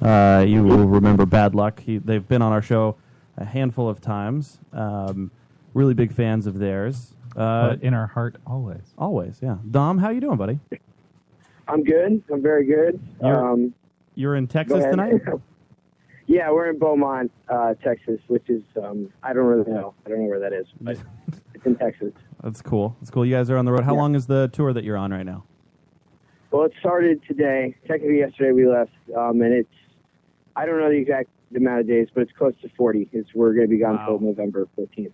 Speaker 8: Uh, you will remember Bad Luck. He, they've been on our show a handful of times. Um, really big fans of theirs. Uh,
Speaker 10: in our heart, always.
Speaker 8: Always, yeah. Dom, how you doing, buddy?
Speaker 20: I'm good. I'm very good.
Speaker 8: You're,
Speaker 20: um,
Speaker 8: you're in
Speaker 20: go
Speaker 8: Texas
Speaker 20: ahead.
Speaker 8: tonight.
Speaker 20: yeah, we're in Beaumont, uh, Texas, which is um, I don't really know. I don't know where that is, but it's in Texas.
Speaker 8: That's cool. That's cool. You guys are on the road. How long is the tour that you're on right now?
Speaker 20: Well, it started today. Technically, yesterday we left, um, and it's I don't know the exact amount of days, but it's close to 40. Because we're going to be gone till November 14th.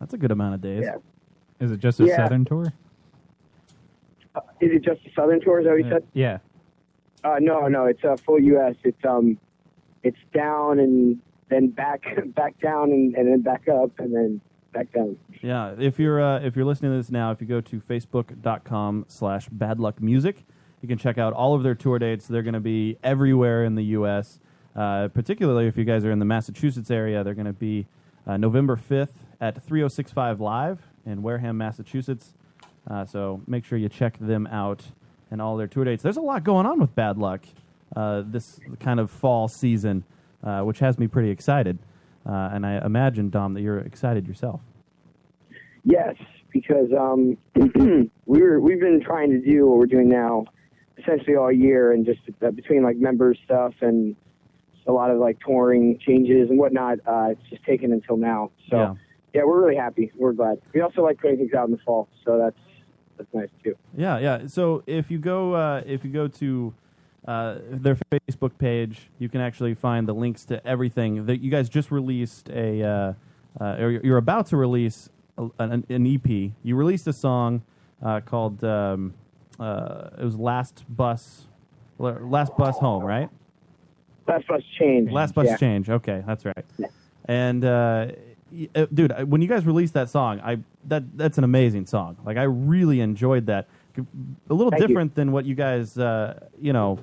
Speaker 8: That's a good amount of days.
Speaker 20: Yeah.
Speaker 10: Is it just a
Speaker 20: Yeah.
Speaker 10: southern tour?
Speaker 20: Uh, Is it just the Southern Tour? Is that what you said?
Speaker 10: Yeah.
Speaker 20: Uh, no, no, it's uh, full U.S. It's um, it's down and then back, back down, and, and then back up, and then back down.
Speaker 8: Yeah, if you're uh, if you're listening to this now, if you go to facebook.com slash bad luck music, you can check out all of their tour dates. They're going to be everywhere in the U.S. Uh, particularly if you guys are in the Massachusetts area, they're going to be uh, November 5th at 3065 Live in Wareham, Massachusetts. Uh, so make sure you check them out and all their tour dates. There's a lot going on with Bad Luck uh, this kind of fall season, uh, which has me pretty excited. Uh, and I imagine, Dom, that you're excited yourself.
Speaker 20: Yes, because um, we were we've been trying to do what we're doing now, essentially all year, and just uh, between like member stuff and a lot of like touring changes and whatnot, uh, it's just taken until now. So yeah. we're really happy. We're glad. We also like putting things out in the fall, so that's that's nice too.
Speaker 8: Yeah, yeah. So if you go, uh, if you go to uh, their Facebook page, you can actually find the links to everything that you guys just released. A uh, uh, or you're about to release a, an, an EP. You released a song uh, called um, uh, it was Last Bus, Last Bus Home, right?
Speaker 20: Last bus change.
Speaker 8: Last bus
Speaker 20: Yeah.
Speaker 8: change. Okay, that's right. And uh, y- uh, dude, I- when you guys released that song, I that that's an amazing song. Like I really enjoyed that. C- A little
Speaker 20: Thank you.
Speaker 8: different than what you guys, uh, you know,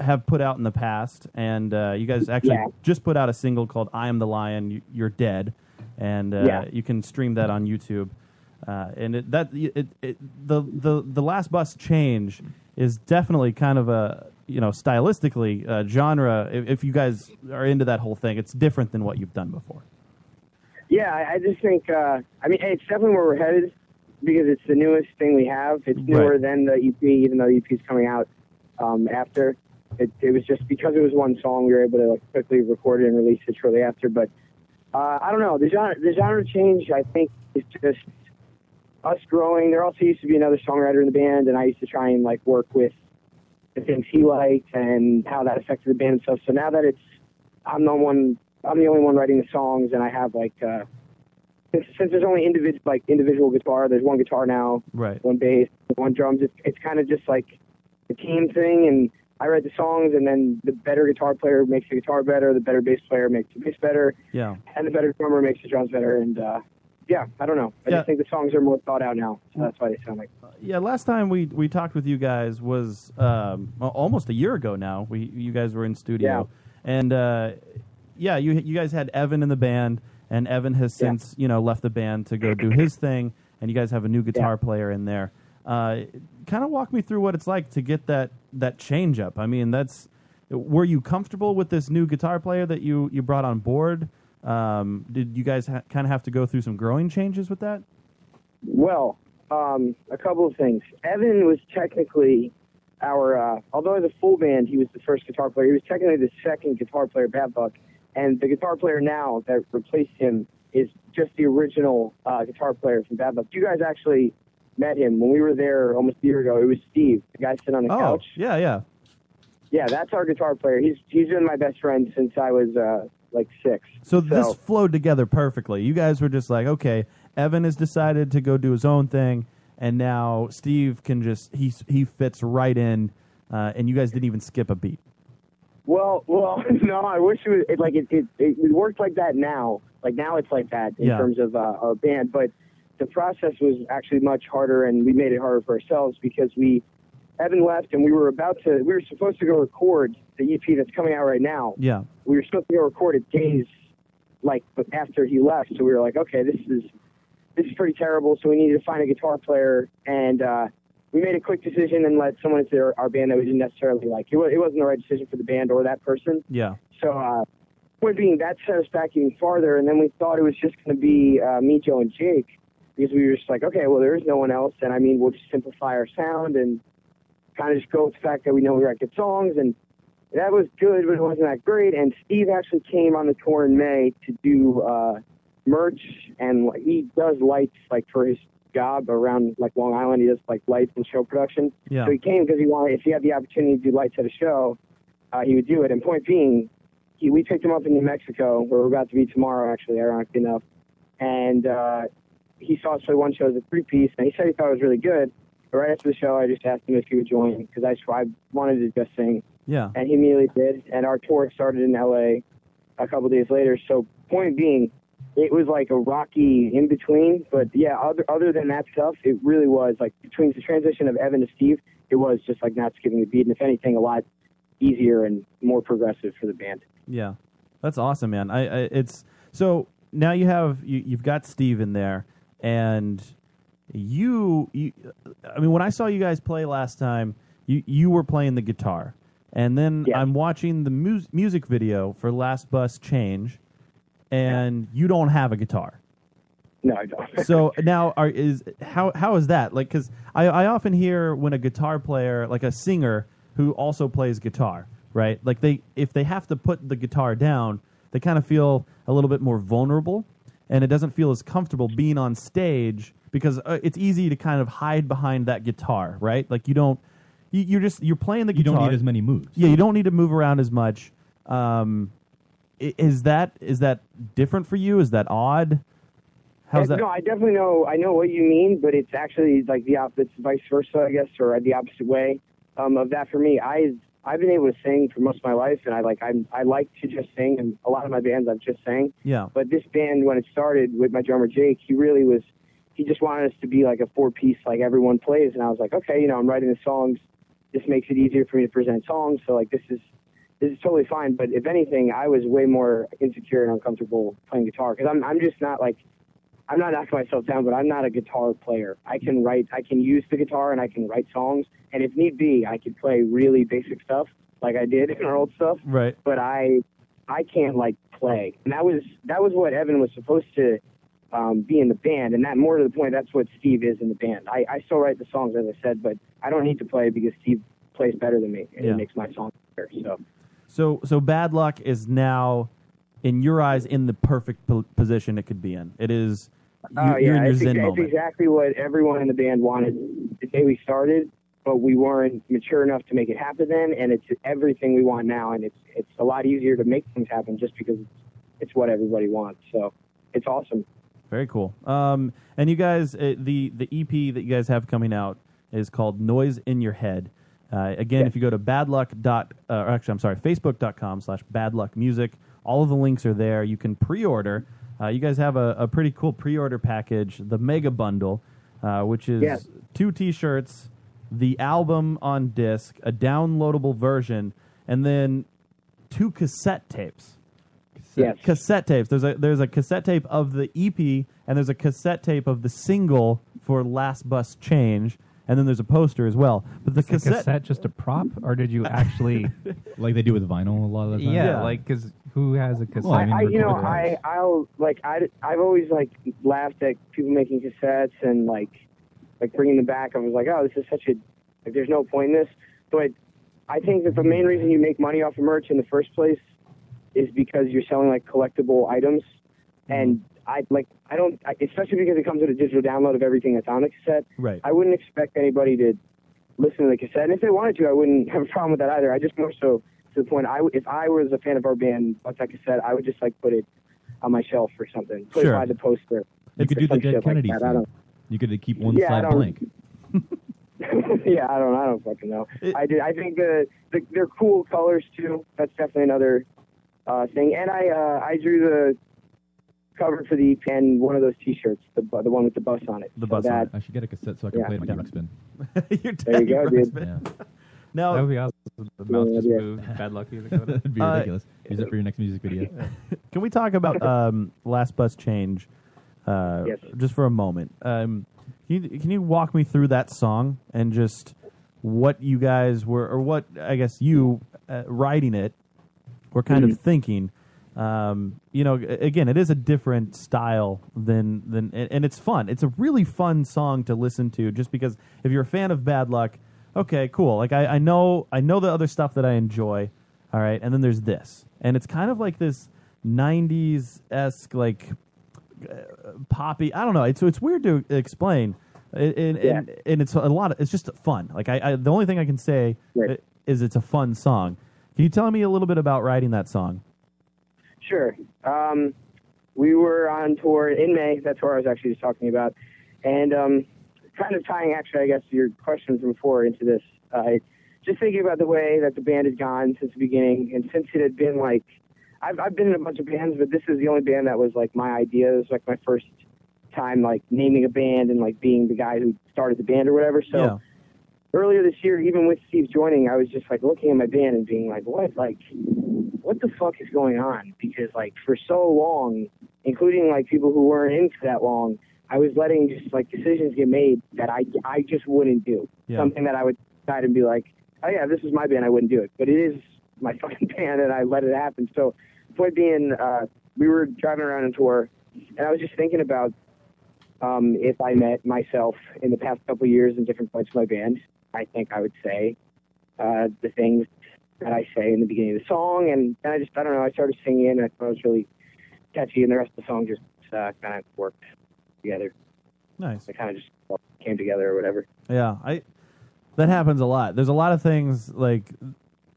Speaker 8: have put out in the past. And uh, you guys actually
Speaker 20: Yeah.
Speaker 8: just put out a single called "I Am the Lion." You- You're dead, and uh,
Speaker 20: Yeah.
Speaker 8: you can stream that on YouTube. Uh, and it, that it, it, the the the last bus change is definitely kind of a you know stylistically uh, genre. If, if you guys are into that whole thing, it's different than what you've done before.
Speaker 20: Yeah, I, I just think uh, I mean hey, it's definitely where we're headed because it's the newest thing we have. It's newer
Speaker 8: Right.
Speaker 20: than the EP, even though the EP is coming out um, after. It, it was just because it was one song, we were able to like, quickly record it and release it shortly after. But uh, I don't know the genre. The genre change, I think, is just us growing. There also used to be another songwriter in the band, and I used to try and like work with the things he liked and how that affected the band and stuff. So now that it's I'm the one. I'm the only one writing the songs, and I have like uh, since, since there's only individual like individual guitar. There's one guitar now,
Speaker 8: Right.
Speaker 20: one bass, one drums. It's it's kind of just like a team thing, and I write the songs, and then the better guitar player makes the guitar better, the better bass player makes the bass better,
Speaker 8: Yeah.
Speaker 20: and the better drummer makes the drums better. And uh, yeah, I don't know. I
Speaker 8: Yeah.
Speaker 20: just think the songs are more thought out now, so that's why they sound like.
Speaker 8: Yeah, last time we, we talked with you guys was um, al- almost a year ago now. We you guys were in studio, and uh, yeah, you you guys had Evan in the band, and Evan has
Speaker 20: Yeah.
Speaker 8: since you know left the band to go do his thing, and you guys have a new guitar player in there. Uh, kind of walk me through what it's like to get that that change up. I mean, that's were you comfortable with this new guitar player that you you brought on board? Um, did you guys ha- kind of have to go through some growing changes with that?
Speaker 20: Well, um, a couple of things. Evan was technically our, uh, although the full band, he was the first guitar player. He was technically the second guitar player, Bad Buck, and the guitar player now that replaced him is just the original uh, guitar player from Bad Buck. You guys actually met him when we were there almost a year ago. It was Steve, the guy sitting on the
Speaker 8: oh,
Speaker 20: couch.
Speaker 8: yeah, yeah.
Speaker 20: Yeah, that's our guitar player. He's he's been my best friend since I was uh, like six.
Speaker 8: So, this flowed together perfectly. You guys were just like, okay, Evan has decided to go do his own thing, and now Steve can just he he fits right in, uh, and you guys didn't even skip a beat.
Speaker 20: Well, well, no, I wish it was it, like it, it it it worked like that now. Like now, it's like that in
Speaker 8: Yeah.
Speaker 20: terms of uh, our band, but the process was actually much harder, and we made it harder for ourselves because we Evan left, and we were about to we were supposed to go record the EP that's coming out right now.
Speaker 8: Yeah.
Speaker 20: we were supposed to go record it days like but after he left so we were like okay this is this is pretty terrible so we needed to find a guitar player and uh, we made a quick decision and let someone into our, our band that we didn't necessarily like it, wa- it wasn't the right decision for the band or that person
Speaker 8: Yeah.
Speaker 20: so uh, point being that set us back even farther and then we thought it was just going to be uh, me joe and jake because we were just like okay well there is no one else and i mean we'll just simplify our sound and kind of just go with the fact that we know we write good songs and that was good, but it wasn't that great. And Steve actually came on the tour in May to do uh, merch, and like, he does lights like for his job around like Long Island. He does like lights and show production.
Speaker 8: Yeah.
Speaker 20: So he came because he wanted if he had the opportunity to do lights at a show, uh, he would do it. And point being, he, we picked him up in New Mexico, where we're about to be tomorrow, actually, ironically enough. And uh, he saw us play one show as a three piece, and he said he thought it was really good. But right after the show, I just asked him if he would join because I, I wanted to just sing
Speaker 8: Yeah.
Speaker 20: and he immediately did. And our tour started in LA a couple days later. So, point being, it was like a rocky in between. But yeah, other other than that stuff, it really was like between the transition of Evan to Steve, it was just like not skipping a beat, and if anything, a lot easier and more progressive for the band.
Speaker 8: Yeah, that's awesome, man. I, I it's so now you have you, you've got Steve in there, and you, you, I mean, when I saw you guys play last time, you you were playing the guitar, and then I'm watching the mu- music video for Last Bus Change, and you don't have a guitar.
Speaker 20: No, I don't.
Speaker 8: so now are is how how is that like because I, I often hear when a guitar player like a singer who also plays guitar right like they if they have to put the guitar down they kind of feel a little bit more vulnerable and it doesn't feel as comfortable being on stage because uh, it's easy to kind of hide behind that guitar right like you don't you, you're just you're playing the
Speaker 9: You
Speaker 8: guitar
Speaker 9: don't need as many moves.
Speaker 8: yeah you don't need to move around as much um i- is that is that different for you is that odd how's
Speaker 20: Uh,
Speaker 8: that
Speaker 20: No, I definitely know. I know what you mean, but it's actually like the op- it's vice versa, I guess, or the opposite way um, of that for me. I I've been able to sing for most of my life, and I like I'm, I like to just sing, and a lot of my bands I've just sang.
Speaker 8: Yeah.
Speaker 20: But this band, when it started with my drummer Jake, he really was. He just wanted us to be like a four piece, like everyone plays, and I was like, okay, you know, I'm writing the songs. This makes it easier for me to present songs, so like this is this is totally fine. But if anything, I was way more insecure and uncomfortable playing guitar because I'm I'm just not like I'm not knocking myself down, but I'm not a guitar player. I can write, I can use the guitar, and I can write songs. And if need be, I can play really basic stuff like I did in our old stuff.
Speaker 8: right
Speaker 20: But I, I can't like play. And that was that was what Evan was supposed to um, be in the band. And that more to the point, that's what Steve is in the band. I, I still write the songs as I said, but I don't need to play because Steve plays better than me, and
Speaker 8: Yeah.
Speaker 20: it makes my songs better. So.
Speaker 8: So so bad luck is now, in your eyes, in the perfect po- position it could be in. It is. You,
Speaker 20: Oh,
Speaker 8: you're in your
Speaker 20: it's,
Speaker 8: zen
Speaker 20: exa- it's
Speaker 8: moment.
Speaker 20: exactly what everyone in the band wanted the day we started, but we weren't mature enough to make it happen then, and it's everything we want now, and it's it's a lot easier to make things happen just because it's, it's what everybody wants. So it's awesome.
Speaker 8: Very cool. Um, and you guys, uh, the the EP that you guys have coming out is called "Noise in Your Head." Uh, again, if you go to badluck dot, uh, or actually, I'm sorry, facebook.com slash badluckmusic. All of the links are there. You can pre-order. Uh, you guys have a, a pretty cool pre-order package, the Mega Bundle, uh, which is
Speaker 20: Yes.
Speaker 8: two T-shirts, the album on disc, a downloadable version, and then two cassette tapes.
Speaker 20: Yes.
Speaker 8: Cassette tapes. There's a there's a cassette tape of the EP and there's a cassette tape of the single for Last Bus Change and then there's a poster as well. But the
Speaker 5: Is the
Speaker 8: cassette,
Speaker 5: cassette just a prop, or did you actually
Speaker 9: like they do with vinyl a lot of the time?
Speaker 5: Yeah, like because who has a cassette?
Speaker 20: I, I you know I I'll like I I've always like laughed at people making cassettes and like like bringing them back. I was like, oh, this is such a like. There's no point in this. But I think that the main reason you make money off of merch in the first place is because you're selling like collectible items, and I like I don't I, especially because it comes with a digital download of everything that's on the cassette.
Speaker 8: Right.
Speaker 20: I wouldn't expect anybody to listen to the cassette. And if they wanted to, I wouldn't have a problem with that either. I just more so to the point, I w- if I was a fan of our band, bought that cassette, I would just like put it on my shelf or something. Put
Speaker 9: Sure.
Speaker 20: it by the poster.
Speaker 9: You could
Speaker 20: or
Speaker 9: do the
Speaker 20: some
Speaker 9: Dead
Speaker 20: shit like
Speaker 9: Kennedy
Speaker 20: that. I
Speaker 9: thing.
Speaker 20: don't.
Speaker 9: You could keep one
Speaker 20: Yeah, I
Speaker 9: side
Speaker 20: don't-
Speaker 9: blank.
Speaker 20: yeah, I don't. I don't fucking know. I did. I think the, the they're cool colors too. That's definitely another uh, thing. And I uh, I drew the cover for the EP and one of those T-shirts, the bu- the one with the bus on it.
Speaker 9: The
Speaker 20: So
Speaker 9: bus on
Speaker 20: that,
Speaker 9: it. I should get a cassette so I can
Speaker 20: Yeah.
Speaker 9: play it on my rock spin.
Speaker 20: There you go, dude.
Speaker 8: Now
Speaker 9: That
Speaker 10: would be awesome. The
Speaker 9: mouth just Yeah.
Speaker 10: moved. Bad luck.
Speaker 9: That'd be
Speaker 8: Uh,
Speaker 9: ridiculous. Use it for your next music video.
Speaker 8: Can we talk about um, Last Bus Change uh, just for a moment? Um, can, you, can you walk me through that song and just what you guys were, or what I guess you uh, writing it were kind of thinking? Um, you know, a- again, it is a different style than than, and and it's fun. It's a really fun song to listen to, just because if you're a fan of Bad Luck, okay, cool. Like I, I know I know the other stuff that I enjoy. All right, and then there's this, and it's kind of like this '90s esque like uh, poppy. I don't know. It's it's weird to explain, and and, and, and it's a lot. Of, it's just fun. Like I, I, the only thing I can say i- is it's a fun song. Can you tell me a little bit about writing that song?
Speaker 20: Sure. Um, we were on tour in May. That tour I was actually just talking about, and um, kind of tying actually, I guess, your question from before into this. Uh, just thinking about the way that the band had gone since the beginning, and since it had been like, I've, I've been in a bunch of bands, but this is the only band that was like my idea. It was like my first time like naming a band and like being the guy who started the band or whatever. So
Speaker 8: Yeah.
Speaker 20: earlier this year, even with Steve joining, I was just like looking at my band and being like, what, like, what the fuck is going on? Because like for so long, including like people who weren't in for that long, I was letting just like decisions get made that I I just wouldn't do.
Speaker 8: Yeah.
Speaker 20: Something that I would decide and be like, oh yeah, this is my band, I wouldn't do it, but it is my fucking band, and I let it happen. So point being, uh, we were driving around on tour, and I was just thinking about um, if I met myself in the past couple of years in different parts of my band, I think I would say uh, the things that I say in the beginning of the song. And then I just, I don't know, I started singing and I thought it was really catchy, and the rest of the song just uh, kind of worked together.
Speaker 8: Nice.
Speaker 20: It kind of just well, came together or whatever.
Speaker 8: Yeah, I that happens a lot. There's a lot of things like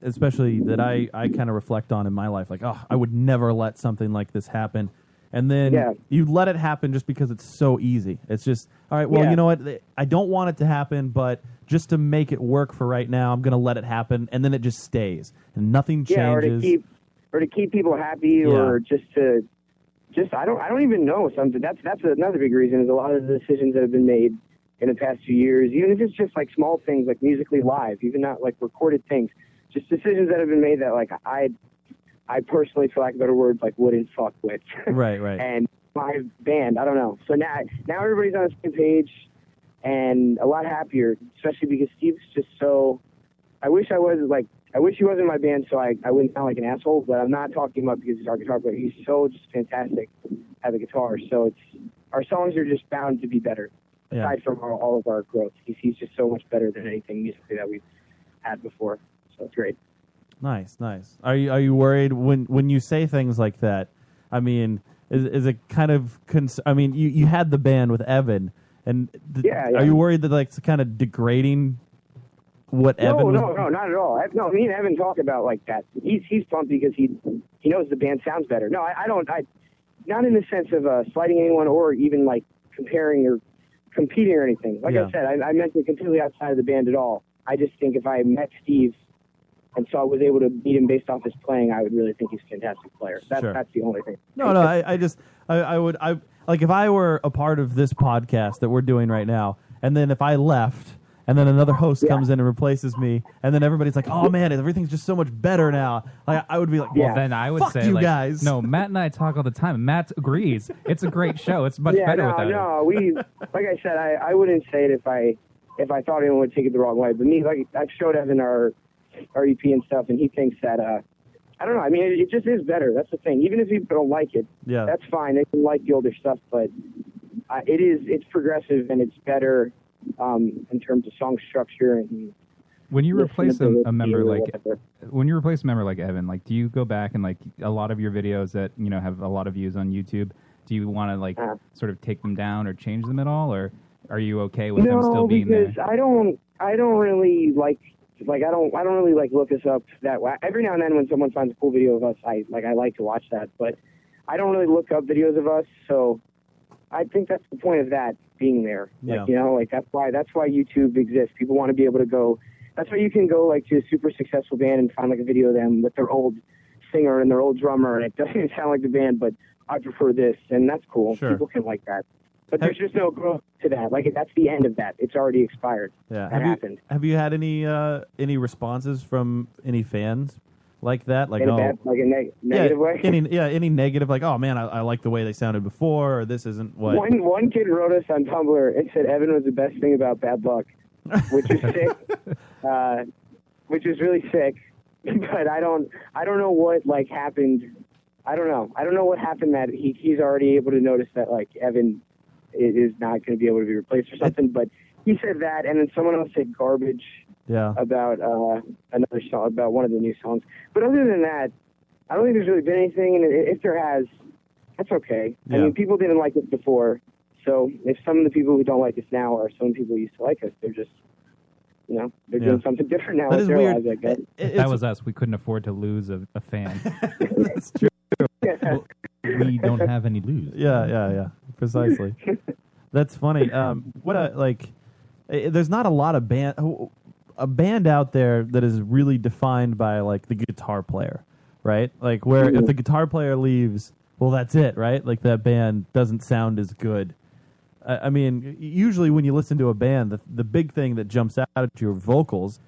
Speaker 8: especially that I I kind of reflect on in my life like, "Oh, I would never let something like this happen." And then
Speaker 20: Yeah.
Speaker 8: you let it happen just because it's so easy. It's just, "All right, well,
Speaker 20: Yeah.
Speaker 8: you know what? I don't want it to happen, but just to make it work for right now, I'm going to let it happen." And then it just stays. And nothing
Speaker 20: Yeah, or to
Speaker 8: changes.
Speaker 20: keep or to keep people happy, or just to just I don't I don't even know something. That's that's another big reason is a lot of the decisions that have been made in the past few years, even if it's just like small things like musically live, even not like recorded things, just decisions that have been made that like I I personally, for lack of a better word, like wouldn't fuck with.
Speaker 8: right, right.
Speaker 20: and my band. I don't know. So now, now everybody's on the same page and a lot happier, especially because Steve's just so. I wish I was like, I wish he was in my band so I, I wouldn't sound like an asshole, but I'm not talking about because he's our guitar player. He's so just fantastic at the guitar. So it's, our songs are just bound to be better
Speaker 8: Yeah.
Speaker 20: aside from all, all of our growth. He's, he's just so much better than anything musically that we've had before. So it's great.
Speaker 8: Nice, nice. Are you are you worried when when you say things like that? I mean, is is it kind of cons- I mean, you you had the band with Evan, and th-
Speaker 20: Yeah, yeah.
Speaker 8: are you worried that like it's kind of degrading what Evan?
Speaker 20: No,
Speaker 8: was-
Speaker 20: no, no, not at all. I, no, me and Evan talk about like that. He's he's pumped because he he knows the band sounds better. No, I, I don't. I not in the sense of uh, slighting anyone or even like comparing or competing or anything. Like
Speaker 21: Yeah.
Speaker 20: I said, I, I meant it completely outside of the band at all. I just think if I met Steve and so I was able to beat him based off his playing, I would really think he's a fantastic player. That's
Speaker 8: Sure.
Speaker 20: that's the only thing.
Speaker 8: No, no. I, I just, I, I would, I like if I were a part of this podcast that we're doing right now, and then if I left, and then another host comes in and replaces me, and then everybody's like, "Oh man, everything's just so much better now." Like, I would be like,
Speaker 10: Well,
Speaker 8: "Well,
Speaker 10: then I would
Speaker 8: fuck
Speaker 10: say,
Speaker 8: you
Speaker 10: like,
Speaker 8: guys."
Speaker 10: No, Matt and I talk all the time. Matt agrees. It's a great show. It's much
Speaker 20: yeah,
Speaker 10: better
Speaker 20: no,
Speaker 10: without it.
Speaker 20: no. We like I said, I, I wouldn't say it if I if I thought anyone would take it the wrong way. But me, like I've showed Evan our our EP and stuff, and he thinks that uh, I don't know. I mean, it, it just is better. That's the thing. Even if people don't like it,
Speaker 8: Yeah.
Speaker 20: that's fine. They can like the older stuff, but uh, it is it's progressive and it's better um, in terms of song structure and
Speaker 10: When you
Speaker 20: listen
Speaker 10: replace
Speaker 20: to the
Speaker 10: a, a member
Speaker 20: theory or
Speaker 10: like
Speaker 20: whatever.
Speaker 10: when you replace a member like Evan, like do you go back and like a lot of your videos that you know have a lot of views on YouTube? Do you want to like
Speaker 20: Uh-huh.
Speaker 10: sort of take them down or change them at all, or are you okay with
Speaker 20: no,
Speaker 10: them still being
Speaker 20: because
Speaker 10: there?
Speaker 20: I don't, I don't really like, like I don't, I don't really like look us up that way. Every now and then, when someone finds a cool video of us, I like, I like to watch that, but I don't really look up videos of us. So I think that's the point of that being there.
Speaker 21: Yeah.
Speaker 20: Like you know, like that's why that's why YouTube exists. People want to be able to go. That's why you can go like to a super successful band and find like a video of them with their old singer and their old drummer, and it doesn't sound like the band, but I prefer this, and that's cool.
Speaker 8: Sure.
Speaker 20: People can like that. But there's just no growth to that. Like that's the end of that. It's already expired.
Speaker 8: Yeah.
Speaker 20: That
Speaker 8: have
Speaker 20: happened.
Speaker 8: You, have you had any uh, any responses from any fans like that? Like
Speaker 20: in
Speaker 8: oh,
Speaker 20: a bad, like a neg- negative
Speaker 8: yeah,
Speaker 20: way.
Speaker 8: Any, yeah, any negative? Like oh man, I, I like the way they sounded before, or this isn't what.
Speaker 20: One one kid wrote us on Tumblr and said Evan was the best thing about bad luck, which is sick, uh, which is really sick. But I don't I don't know what like happened. I don't know. I don't know what happened that he he's already able to notice that like Evan i- is not going to be able to be replaced or something. But he said that, and then someone else said garbage
Speaker 8: yeah.
Speaker 20: about uh, another song about one of the new songs. But other than that, I don't think there's really been anything, and i- if there has, that's okay. I
Speaker 8: Yeah.
Speaker 20: mean, people didn't like us before, so if some of the people who don't like us now are some people who used to like us, they're just, you know, they're
Speaker 10: Yeah.
Speaker 20: doing something different now. with their lives, I guess.
Speaker 10: If that was us. We couldn't afford to lose a, a fan.
Speaker 9: we don't have any lose.
Speaker 8: Yeah, yeah, yeah. Precisely. That's funny. Um, what a like. eh, There's not a lot of band, a band out there that is really defined by like the guitar player, right? Like where if the guitar player leaves, well, that's it, right? Like that band doesn't sound as good. I, I mean, usually when you listen to a band, the the big thing that jumps out at you are vocals,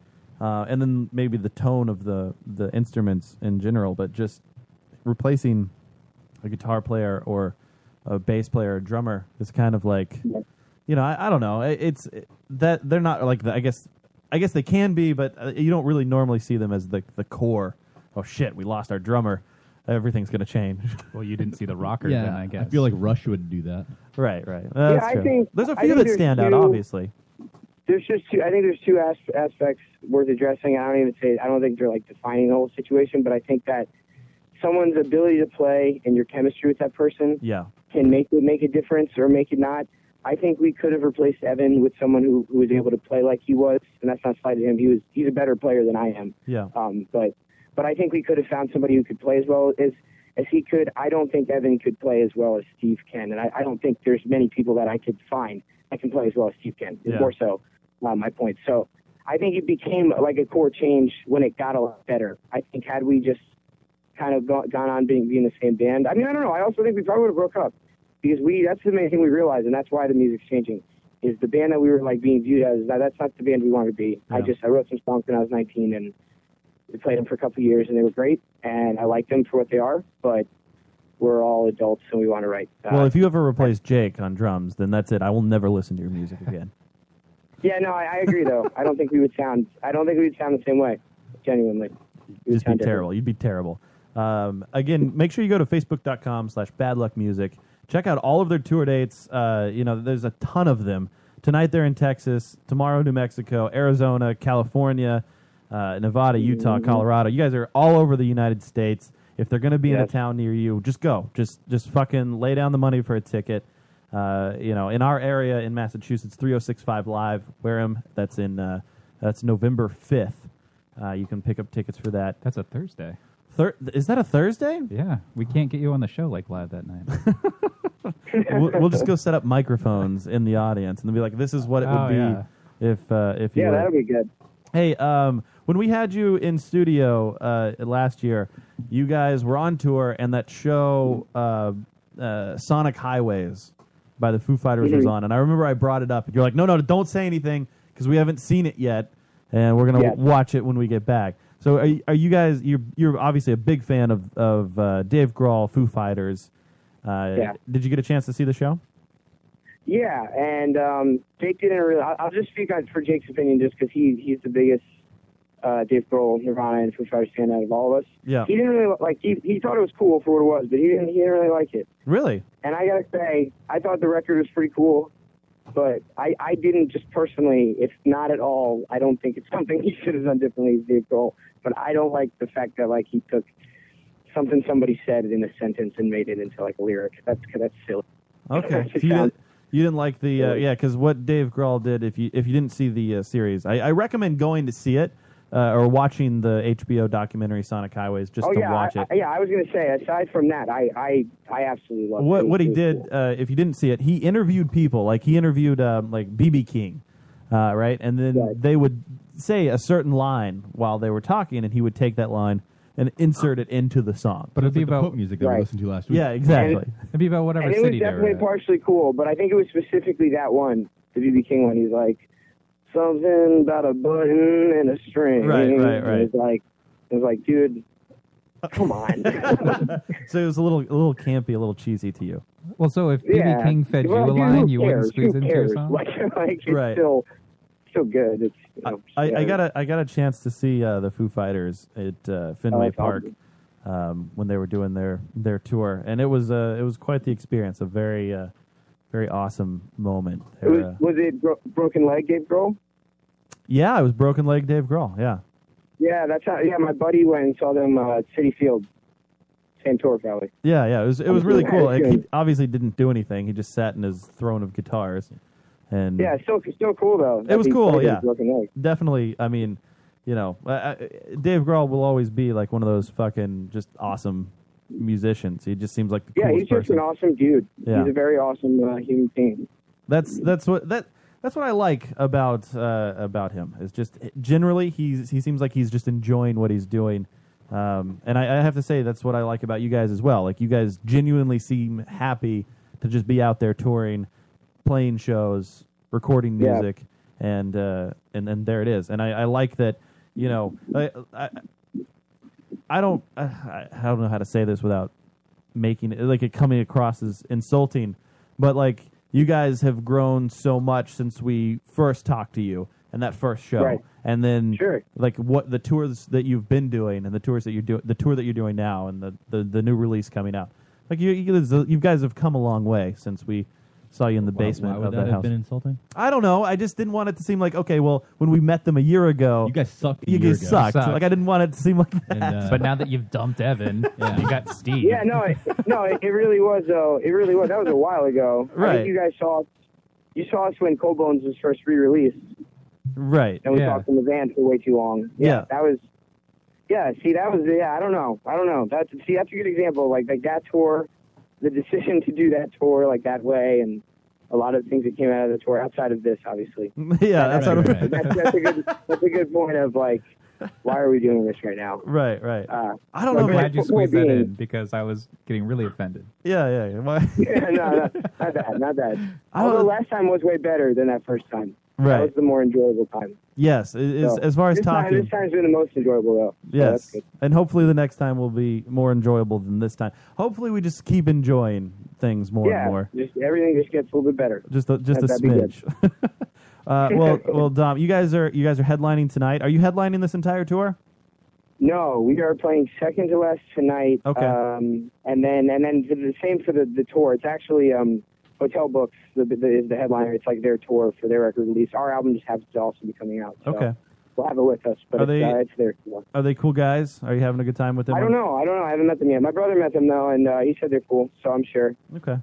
Speaker 8: uh, and then maybe the tone of the the instruments in general. But just replacing a guitar player or a bass player or drummer is kind of like you know I, I don't know It- it's it- that they're not like the, I guess I guess they can be but uh, you don't really normally see them as the the core oh shit we lost our drummer everything's gonna change
Speaker 10: well you didn't see the rocker
Speaker 9: Yeah, I feel like Rush would do that.
Speaker 8: right right
Speaker 20: Yeah,
Speaker 8: Uh, That's
Speaker 20: I
Speaker 8: true.
Speaker 20: think-
Speaker 8: there's a
Speaker 20: I
Speaker 8: few
Speaker 20: think
Speaker 8: that
Speaker 20: there's
Speaker 8: stand out
Speaker 20: two-
Speaker 8: obviously
Speaker 20: There's just two. I think there's two as- aspects worth addressing. I don't even say. I don't think they're like defining the whole situation, but I think that someone's ability to play and your chemistry with that person
Speaker 8: yeah
Speaker 20: can make it make a difference or make it not. I think we could have replaced Evan with someone who, who was able to play like he was, and that's not slight to him. He was he's a better player than I am.
Speaker 8: yeah
Speaker 20: Um, but but I think we could have found somebody who could play as well as as he could. I don't think Evan could play as well as Steve can, and I, I don't think there's many people that I could find that can play as well as Steve can. is
Speaker 22: Yeah.
Speaker 20: More so, uh, my point. So I think it became like a core change when it got a lot better. I think had we just kind of gone, gone on being being the same band. I mean, I don't know. I also think we probably would have broke up because we that's the main thing we realized, and that's why the music's changing. Is the band that we were like being viewed as that, that's not the band we wanted to be. I
Speaker 22: Yeah.
Speaker 20: just I wrote some songs when I was 19 and we played them for a couple of years and they were great and I liked them for what they are, but we're all adults and we want to write. Uh,
Speaker 8: well if you ever replace Jake on drums then that's it I will never listen to your music again
Speaker 20: yeah, no, I, I agree though. I don't think we would sound. I don't think we would sound the same way. Genuinely, We would
Speaker 8: just be
Speaker 20: sound different.
Speaker 8: terrible. You'd be terrible. Um, again, make sure you go to facebook.com slash bad luck music. Check out all of their tour dates. Uh, you know, there's a ton of them. Tonight they're in Texas, tomorrow New Mexico, Arizona, California, uh, Nevada, Utah,
Speaker 9: Mhm.
Speaker 8: Colorado. You guys are all over the United States. If they're going to be in a
Speaker 9: Yes.
Speaker 8: town near you, just go. Just just fucking lay down the money for a ticket. Uh, you know, in our area in Massachusetts, 3065 Live, Wareham, that's in uh, that's November 5th. Uh, you can pick up tickets for that.
Speaker 10: That's a Thursday.
Speaker 8: Thir- is that a Thursday?
Speaker 10: Yeah, we can't get you on the show like live that night.
Speaker 8: we'll, we'll just go set up microphones in the audience and be like, "This is what it would
Speaker 10: Oh,
Speaker 8: be
Speaker 10: yeah.
Speaker 8: if uh, if you."
Speaker 20: Yeah,
Speaker 8: were-
Speaker 20: that'll be good.
Speaker 8: Hey, um, when we had you in studio uh, last year, you guys were on tour, and that show uh, uh, Sonic Highways by the Foo Fighters was
Speaker 9: Mhm.
Speaker 8: on, and I remember I brought it up, and you're like, "No, no, don't say anything because we haven't seen it yet, and we're gonna
Speaker 9: Yes.
Speaker 8: watch it when we get back." So, are, you- are you guys? You're you're obviously a big fan of of uh, Dave Grohl, Foo Fighters. Uh,
Speaker 20: Yeah.
Speaker 8: Did you get a chance to see the show?
Speaker 20: Yeah, and um, Jake didn't really. I'll, I'll just speak on for Jake's opinion just because he he's the biggest uh, Dave Grohl, Nirvana, and Foo Fighters fan out of all of us.
Speaker 8: Yeah.
Speaker 20: He didn't really like. He he thought it was cool for what it was, but he didn't he didn't really like it.
Speaker 8: Really?
Speaker 20: And I gotta say, I thought the record was pretty cool. But I, I didn't just personally, it's not at all, I don't think it's something he should have done differently as Dave Grohl. But I don't like the fact that like he took something somebody said in a sentence and made it into like a lyric. That's that's silly.
Speaker 8: Okay. you, didn't, you didn't like the uh, yeah because what Dave Grohl did if you if you didn't see the uh, series I, I recommend going to see it uh, or watching the HBO documentary Sonic Highways just
Speaker 20: oh
Speaker 8: to
Speaker 20: yeah,
Speaker 8: watch
Speaker 20: I,
Speaker 8: it.
Speaker 20: I- yeah. I was gonna say, aside from that, I I, I absolutely love
Speaker 8: what what he did uh, if you didn't see it he interviewed people like he interviewed um, like BB King uh, right and then they would say a certain line while they were talking and he would take that line and insert it into the song
Speaker 9: But it'd be about music that we listened to last week.
Speaker 8: yeah exactly
Speaker 20: And-
Speaker 8: it'd be about
Speaker 20: and it was definitely partially cool, but I think it was specifically that one, the BB King one. He's like something about a button and a string.
Speaker 8: Right, right,
Speaker 20: And
Speaker 8: right.
Speaker 20: It's like it's like, dude, come on.
Speaker 8: so it was a little a little campy a little cheesy to you
Speaker 10: Well, so if BB
Speaker 20: yeah.
Speaker 10: King fed
Speaker 20: Well,
Speaker 10: you a
Speaker 20: dude, who
Speaker 10: line, you wouldn't
Speaker 20: cares?
Speaker 10: squeeze
Speaker 20: Who
Speaker 10: it into your
Speaker 20: cares?
Speaker 10: song.
Speaker 20: Like, like it's
Speaker 8: Right.
Speaker 20: still still good. It's you know,
Speaker 8: I,
Speaker 20: yeah.
Speaker 8: I got a I got a chance to see uh, the Foo Fighters at uh, Fenway
Speaker 20: that's
Speaker 8: Park
Speaker 20: awesome.
Speaker 8: um, when they were doing their their tour, and it was uh, it was quite the experience. A very uh, very awesome moment.
Speaker 20: It
Speaker 8: There,
Speaker 20: was,
Speaker 8: uh,
Speaker 20: was it bro- broken leg, Gabe Grohl?
Speaker 8: yeah, it was broken leg Dave Grohl. Yeah,
Speaker 20: Yeah, that's how. Yeah, my buddy went and saw them uh, at City Field, Santora Valley.
Speaker 8: yeah, yeah. It was it was really
Speaker 20: Yeah,
Speaker 8: cool.
Speaker 20: it's
Speaker 8: Like, he
Speaker 20: good.
Speaker 8: obviously didn't do anything. He just sat in his throne of guitars, and
Speaker 20: Yeah, it's still it's still cool though.
Speaker 8: it was cool. Yeah,
Speaker 20: Broken leg.
Speaker 8: definitely. I mean, you know, I, I, Dave Grohl will always be like one of those fucking just awesome musicians. He just seems like the
Speaker 20: Yeah,
Speaker 8: coolest
Speaker 20: he's just
Speaker 8: person.
Speaker 20: an awesome dude.
Speaker 8: Yeah.
Speaker 20: He's a very awesome uh, human being.
Speaker 8: That's that's what that that's what I like about uh, about him. Is just generally he's he seems like he's just enjoying what he's doing. Um, and I, I have to say that's what I like about you guys as well. Like you guys genuinely seem happy to just be out there touring, playing shows, recording
Speaker 20: Yeah.
Speaker 8: music, and uh, and and there it is. And I, I like that. You know, I I, I don't uh, I, I don't know how to say this without making it like it coming across as insulting, but like you guys have grown so much since we first talked to you and that first show,
Speaker 20: Right.
Speaker 8: and then
Speaker 20: Sure.
Speaker 8: like what the tours that you've been doing and the tours that you're doing, the tour that you're doing now, and the the, the new release coming out. Like you, you, you guys have come a long way since we saw you in the
Speaker 9: Why-
Speaker 8: basement
Speaker 9: why would
Speaker 8: of
Speaker 9: that
Speaker 8: that
Speaker 9: have
Speaker 8: house.
Speaker 9: been insulting?
Speaker 8: I don't know. I just didn't want it to seem like okay, well, when we met them a year ago, you guys sucked.
Speaker 9: a
Speaker 8: You
Speaker 9: year
Speaker 8: guys
Speaker 9: ago. uh,
Speaker 8: sucked.
Speaker 9: Sucked.
Speaker 8: Like I didn't want it to seem like that.
Speaker 5: but now that you've dumped Evan, you got Steve.
Speaker 20: Yeah, no, it, no, it, it really was though. It really was. That was a while ago. I
Speaker 5: Right.
Speaker 20: think you guys saw us. You saw us when Cold Bones was first re-released,
Speaker 8: right.
Speaker 20: and we talked in the van for way too long.
Speaker 8: Yeah.
Speaker 20: that was. Yeah, see, that was yeah. I don't know. I don't know. That's see, that's a good example. Like like that tour, the decision to do that tour like that way, and a lot of things that came out of the tour outside of this, obviously.
Speaker 8: yeah, that's
Speaker 20: But
Speaker 8: what I'm-
Speaker 20: that's, that's a good. That's a good point of like, why are we doing this right now?
Speaker 8: Right, right.
Speaker 20: Uh,
Speaker 8: I don't
Speaker 10: I'm
Speaker 8: know, man.
Speaker 10: glad you squeezed that in because I was getting really offended.
Speaker 8: Yeah, yeah. yeah. Why-
Speaker 20: yeah, no, no, not bad, not bad. Although last time was way better than that first time.
Speaker 8: Right.
Speaker 20: That was the more enjoyable time.
Speaker 8: Yes, it is,
Speaker 20: So,
Speaker 8: as far as
Speaker 20: this time-
Speaker 8: talking.
Speaker 20: this time's been the most enjoyable though. So that's
Speaker 8: yes,
Speaker 20: good.
Speaker 8: and hopefully the next time will be more enjoyable than this time. Hopefully, we just keep enjoying things more
Speaker 20: yeah,
Speaker 8: and more.
Speaker 20: Just everything just gets a little bit better.
Speaker 8: Just a, just
Speaker 20: That-
Speaker 8: a
Speaker 20: that'd be good.
Speaker 8: smidge. uh, well, well, Dom, you guys are you guys are headlining tonight. Are you headlining this entire tour?
Speaker 20: No, we are playing second to last tonight.
Speaker 8: Okay.
Speaker 20: Um, and then and then the- the same for the, the tour. It's actually um, Hotel Books the, the, is the headliner. It's like their tour for their record release. Our album just happens to also be coming out. So
Speaker 8: Okay.
Speaker 20: We'll have it with us, but
Speaker 8: Are
Speaker 20: it's,
Speaker 8: they-
Speaker 20: uh, it's their tour.
Speaker 8: Are they cool guys? Are you having a good time with them?
Speaker 20: I don't know. I don't know. I haven't met them yet. My brother met them though, and uh, he said they're cool, so I'm sure.
Speaker 8: Okay.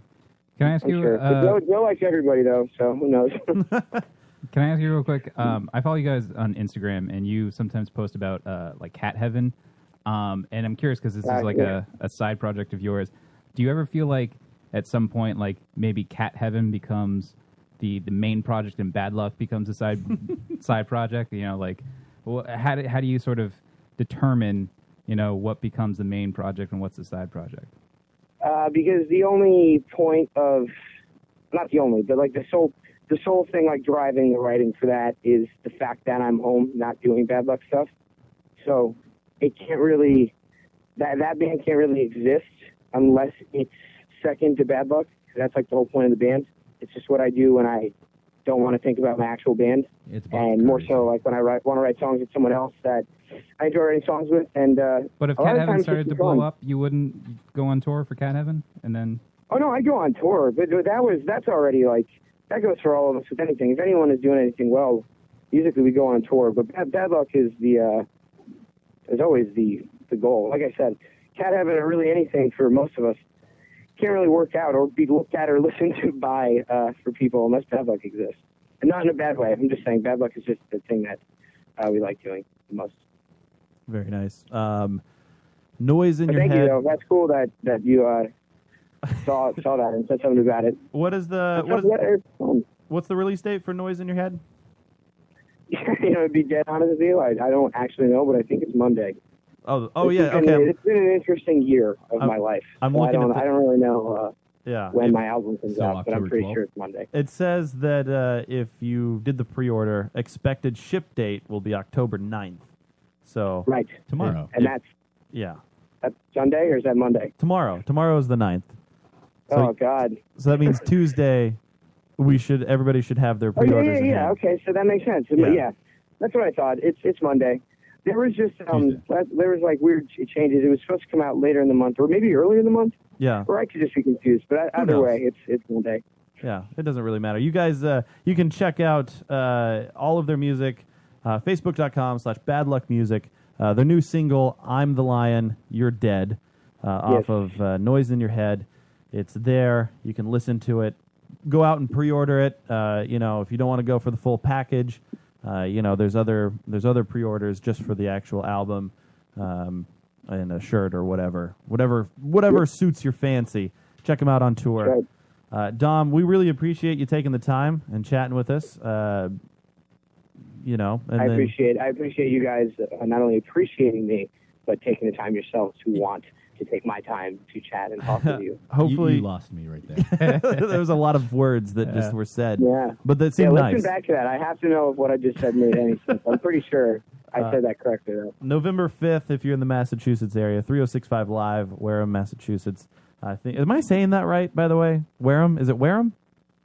Speaker 10: Can I ask
Speaker 20: I'm
Speaker 10: you?
Speaker 20: sure. But
Speaker 10: uh,
Speaker 20: Joe, Joe likes everybody though, so who knows?
Speaker 10: Can I ask you real quick? Um, I follow you guys on Instagram, and you sometimes post about uh, like cat heaven. Um, and I'm curious because this
Speaker 20: Uh,
Speaker 10: is like
Speaker 20: yeah.
Speaker 10: a, a side project of yours. Do you ever feel like at some point, like maybe cat heaven becomes the, the main project, and bad luck becomes a side side project? You know, like well, how do, how do you sort of determine you know what becomes the main project and what's the side project?
Speaker 20: uh, because the only point of not the only, but like the sole the sole thing like driving the writing for that is the fact that I'm home, not doing bad luck stuff. So it can't really that that band can't really exist unless it's second to bad luck. 'cause That's like the whole point of the band. It's just what I do when I don't want to think about my actual band.
Speaker 9: It's
Speaker 20: and more so like when I write want to write songs with someone else that I enjoy writing songs with and uh
Speaker 10: But if
Speaker 20: a lot
Speaker 10: cat
Speaker 20: of
Speaker 10: heaven
Speaker 20: times
Speaker 10: started
Speaker 20: just
Speaker 10: to
Speaker 20: for fun.
Speaker 10: blow up, you wouldn't go on tour for cat heaven, and then
Speaker 20: Oh no, I go on tour, but that was that's already like that goes for all of us with anything. If anyone is doing anything well, musically, we go on tour. But bad, bad luck is the uh, is always the the goal. Like I said, cat habit or really anything for most of us can't really work out or be looked at or listened to by uh, for people unless bad luck exists. And not in a bad way. I'm just saying bad luck is just the thing that uh, we like doing the most.
Speaker 8: Very nice. Um, noise in
Speaker 20: But
Speaker 8: your
Speaker 20: thank
Speaker 8: head.
Speaker 20: you though. That's cool that that you uh, saw saw that and said something about it.
Speaker 8: What is the what
Speaker 20: is,
Speaker 8: what's the release date for Noise in Your Head?
Speaker 20: you know, to be dead honest with you, I, I don't actually know, but I think it's Monday.
Speaker 8: Oh, oh
Speaker 20: It's
Speaker 8: yeah,
Speaker 20: been-
Speaker 8: okay. I'm-
Speaker 20: It's been an interesting year of
Speaker 8: I'm-
Speaker 20: my life.
Speaker 8: I'm
Speaker 20: So I
Speaker 8: looking at
Speaker 20: don't,
Speaker 8: the-
Speaker 20: I don't really know uh,
Speaker 8: Yeah.
Speaker 20: when
Speaker 8: It-
Speaker 20: my album comes
Speaker 8: So
Speaker 20: out, but I'm
Speaker 8: October
Speaker 20: pretty
Speaker 8: 12th?
Speaker 20: sure it's Monday.
Speaker 8: It says that uh, if you did the pre-order, expected ship date will be October 9th. So
Speaker 20: Right.
Speaker 8: tomorrow,
Speaker 20: And that's
Speaker 8: yeah,
Speaker 20: that's Sunday or is that Monday?
Speaker 8: tomorrow. Tomorrow is the 9th. So,
Speaker 20: oh God.
Speaker 8: so that means Tuesday. We should everybody should have their
Speaker 20: Oh, yeah,
Speaker 8: pre-orders.
Speaker 20: yeah,
Speaker 8: in
Speaker 20: yeah.
Speaker 8: hand.
Speaker 20: Okay, so that makes sense.
Speaker 8: Yeah.
Speaker 20: Yeah. that's what I thought. It's it's Monday. There was just um, la- there was like weird ch- changes. It was supposed to come out later in the month, or maybe earlier in the month,
Speaker 8: yeah,
Speaker 20: or I could just be confused. But I,
Speaker 8: Who
Speaker 20: either
Speaker 8: knows?
Speaker 20: way, it's it's Monday.
Speaker 8: yeah. It doesn't really matter. You guys, uh, you can check out uh, all of their music, uh, facebook.com slash bad luck music. Uh, their new single, I'm the Lion, You're Dead, uh,
Speaker 21: Yes.
Speaker 8: off of uh, Noise in Your Head. It's there. You can listen to it. Go out and pre-order it. Uh, you know, if you don't want to go for the full package, uh, you know, there's other there's other pre-orders just for the actual album um, and a shirt or whatever, whatever whatever suits your fancy. Check them out on tour. Uh, Dom, we really appreciate you taking the time and chatting with us. Uh, you know, and
Speaker 20: I
Speaker 8: then-
Speaker 20: appreciate I appreciate you guys uh, not only appreciating me, but taking the time yourselves to want to take my time to chat and talk with you.
Speaker 8: Hopefully,
Speaker 9: you, you lost me right there.
Speaker 8: there was a lot of words that just
Speaker 9: Yeah.
Speaker 8: were said.
Speaker 20: Yeah.
Speaker 8: but that
Speaker 20: yeah,
Speaker 8: seemed
Speaker 20: listen
Speaker 8: nice.
Speaker 20: back to that. I have to know if what I just said made any sense. I'm pretty sure I
Speaker 8: Uh,
Speaker 20: said that correctly though.
Speaker 8: November fifth, if you're in the Massachusetts area, three zero six five live, Wareham, Massachusetts. I think. Am I saying that right? By the way, Wareham is it Wareham?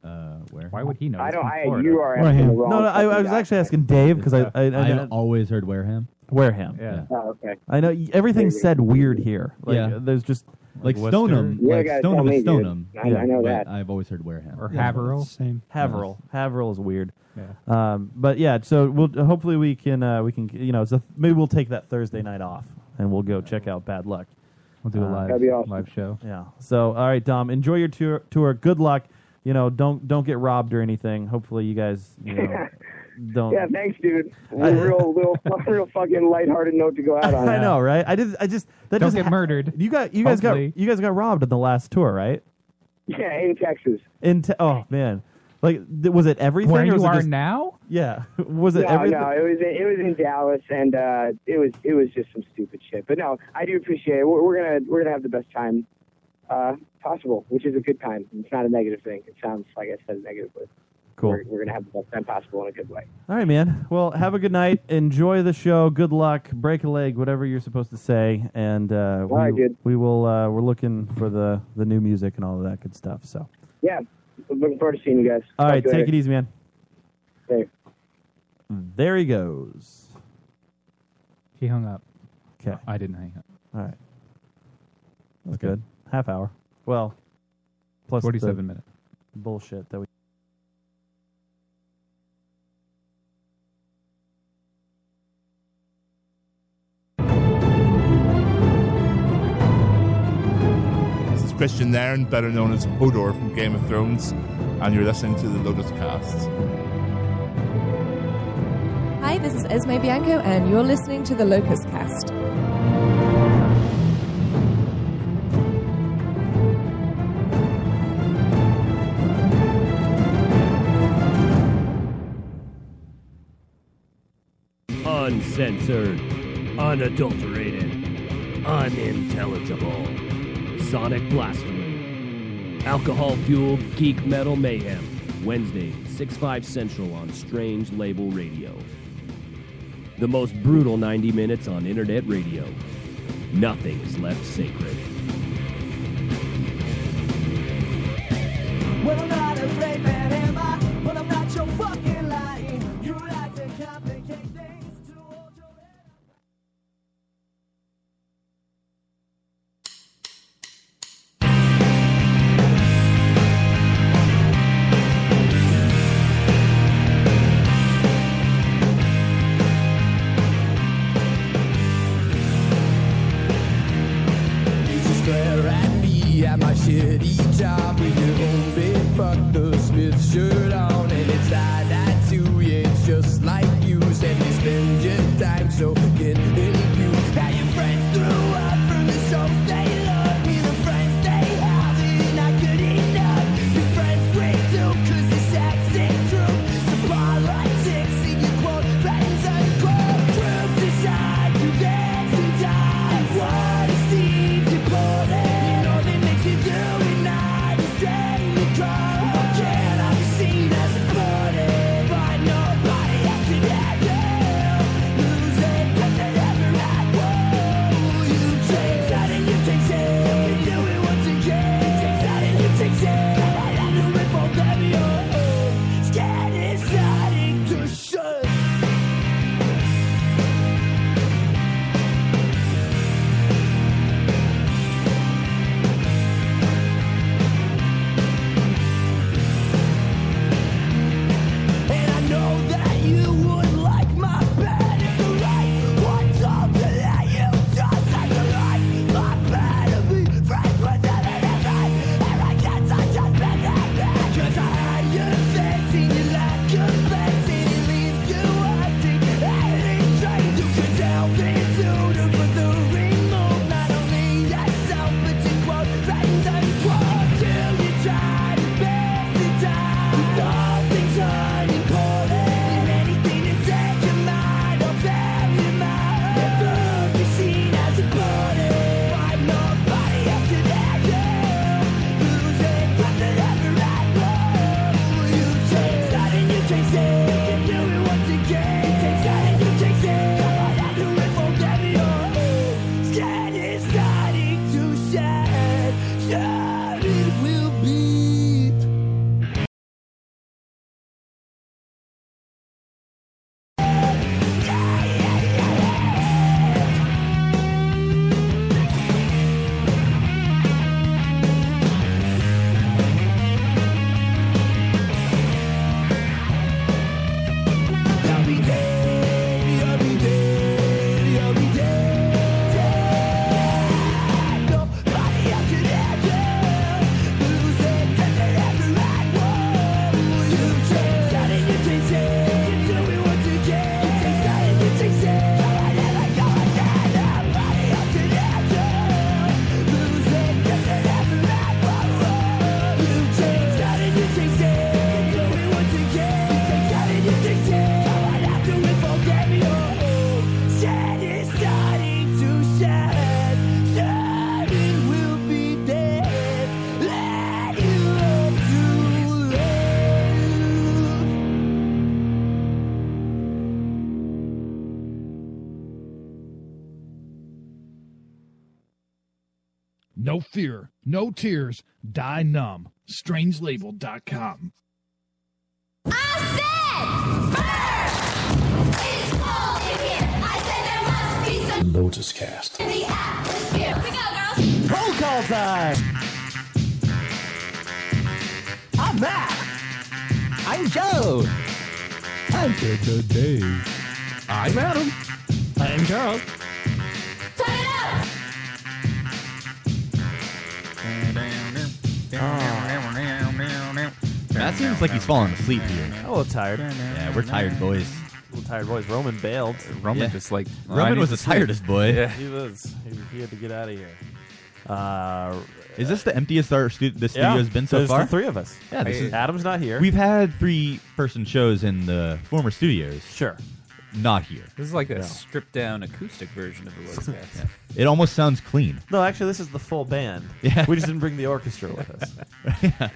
Speaker 9: Uh, where?
Speaker 10: Why would he know?
Speaker 20: I don't. I you are
Speaker 8: Wareham.
Speaker 20: asking the wrong.
Speaker 8: No, no, I, I
Speaker 20: fucking
Speaker 8: was
Speaker 20: guy.
Speaker 8: actually asking Dave because I, I, I,
Speaker 9: I've
Speaker 8: know-
Speaker 9: always heard Wareham.
Speaker 8: Wareham.
Speaker 9: Yeah.
Speaker 20: Oh, okay.
Speaker 8: I know y- everything's said weird here. Like,
Speaker 9: Yeah.
Speaker 8: uh, there's just
Speaker 9: Like Stoneham.
Speaker 8: Yeah,
Speaker 9: like
Speaker 8: guys, tell
Speaker 9: Stoneham
Speaker 8: me,
Speaker 9: is
Speaker 8: dude.
Speaker 9: Stoneham.
Speaker 8: I- I know
Speaker 9: but
Speaker 8: that.
Speaker 9: I've always heard Wareham.
Speaker 8: Or Haverhill?
Speaker 7: Same.
Speaker 8: Haverhill. Haverhill is weird.
Speaker 9: Yeah.
Speaker 8: Um, but yeah, so we'll hopefully we can uh, we can you know so maybe we'll take that Thursday night off and we'll go check out Bad Luck. We'll
Speaker 22: do a live- That'd be awesome. live show.
Speaker 8: Yeah. So all right, Dom, enjoy your tour. tour. Good luck. You know, don't don't get robbed or anything. Hopefully, you guys you know, don't.
Speaker 20: Yeah, thanks, dude. Real, real, real fucking lighthearted note to go out on.
Speaker 8: I know, right? I did. I just that
Speaker 20: Don't
Speaker 8: just
Speaker 20: get
Speaker 8: murdered. You got you guys
Speaker 20: Hopefully.
Speaker 8: got you guys got robbed in the last tour, right?
Speaker 20: Yeah, in Texas.
Speaker 8: In te- oh man, like th- was it everything?
Speaker 10: Where
Speaker 8: or
Speaker 10: you
Speaker 8: was it
Speaker 10: are
Speaker 8: just-
Speaker 10: now?
Speaker 8: Yeah, was it
Speaker 20: no,
Speaker 8: everything?
Speaker 20: no, it was in, it was in Dallas, and uh, it was it was just some stupid shit. But no, I do appreciate it. We're, we're gonna we're gonna have the best time uh, possible, which is a good time. It's not a negative thing. It sounds like I said negatively.
Speaker 8: Cool.
Speaker 20: We're, we're gonna have the best time possible in a good way.
Speaker 8: All right, man. Well, have a good night. Enjoy the show. Good luck. Break a leg, whatever you're supposed to say. And uh, we,
Speaker 20: right, dude.
Speaker 8: we will. Uh, we're looking for the the new music and all of that good stuff. So,
Speaker 20: Yeah, looking forward to seeing you guys.
Speaker 8: all right,
Speaker 20: Talk to you
Speaker 8: take it
Speaker 20: later.
Speaker 8: easy, man.
Speaker 20: Later.
Speaker 8: There he goes.
Speaker 10: He hung up.
Speaker 8: Okay.
Speaker 10: I didn't hang up.
Speaker 8: All right. That's good. Half hour. Well, plus the
Speaker 10: 47 minutes.
Speaker 8: Bullshit that we.
Speaker 23: This is Christian Nairn, better known as Hodor from Game of Thrones, and you're listening to the Lotus Cast.
Speaker 24: Hi, this is Esme Bianco, and you're listening to the Locust Cast.
Speaker 25: Uncensored, unadulterated, unintelligible. Sonic Blasphemy. Alcohol fueled geek metal mayhem. Wednesday, 6 5 Central on Strange Label Radio. The most brutal 90 minutes on internet radio. Nothing is left sacred.
Speaker 3: Well, I'm not a brave man, am I? Well, I'm not your fucking lying. You like to complicate things.
Speaker 24: Thank
Speaker 1: No fear, no tears, die numb. Strangelabel.com.
Speaker 2: Lotus Cast.
Speaker 3: Roll call time. I'm Matt. I'm Joe.
Speaker 2: I'm Dave.
Speaker 3: I'm Adam. I'm Charles.
Speaker 9: Matt seems like he's falling asleep here.
Speaker 8: I'm a little tired.
Speaker 9: Yeah, we're tired, boys.
Speaker 8: A little tired boys. Roman bailed.
Speaker 9: Roman Yeah. just like, "Oh, I Roman need was to the sleep." tiredest boy. Yeah.
Speaker 8: He was. He, he had to get out of here. Uh,
Speaker 9: Is this the emptiest our stu- the
Speaker 8: yeah,
Speaker 9: studio's been so
Speaker 8: there's
Speaker 9: far?
Speaker 8: The three of us.
Speaker 9: Yeah, this is,
Speaker 8: Adam's not here.
Speaker 9: We've had three person shows in the former studios.
Speaker 8: Sure.
Speaker 9: Not here.
Speaker 4: This is like a
Speaker 9: No.
Speaker 4: stripped down acoustic version of the Lotus Cast.
Speaker 9: It almost sounds clean.
Speaker 8: No, actually, this is the full band.
Speaker 9: Yeah.
Speaker 8: We just didn't bring the orchestra with us.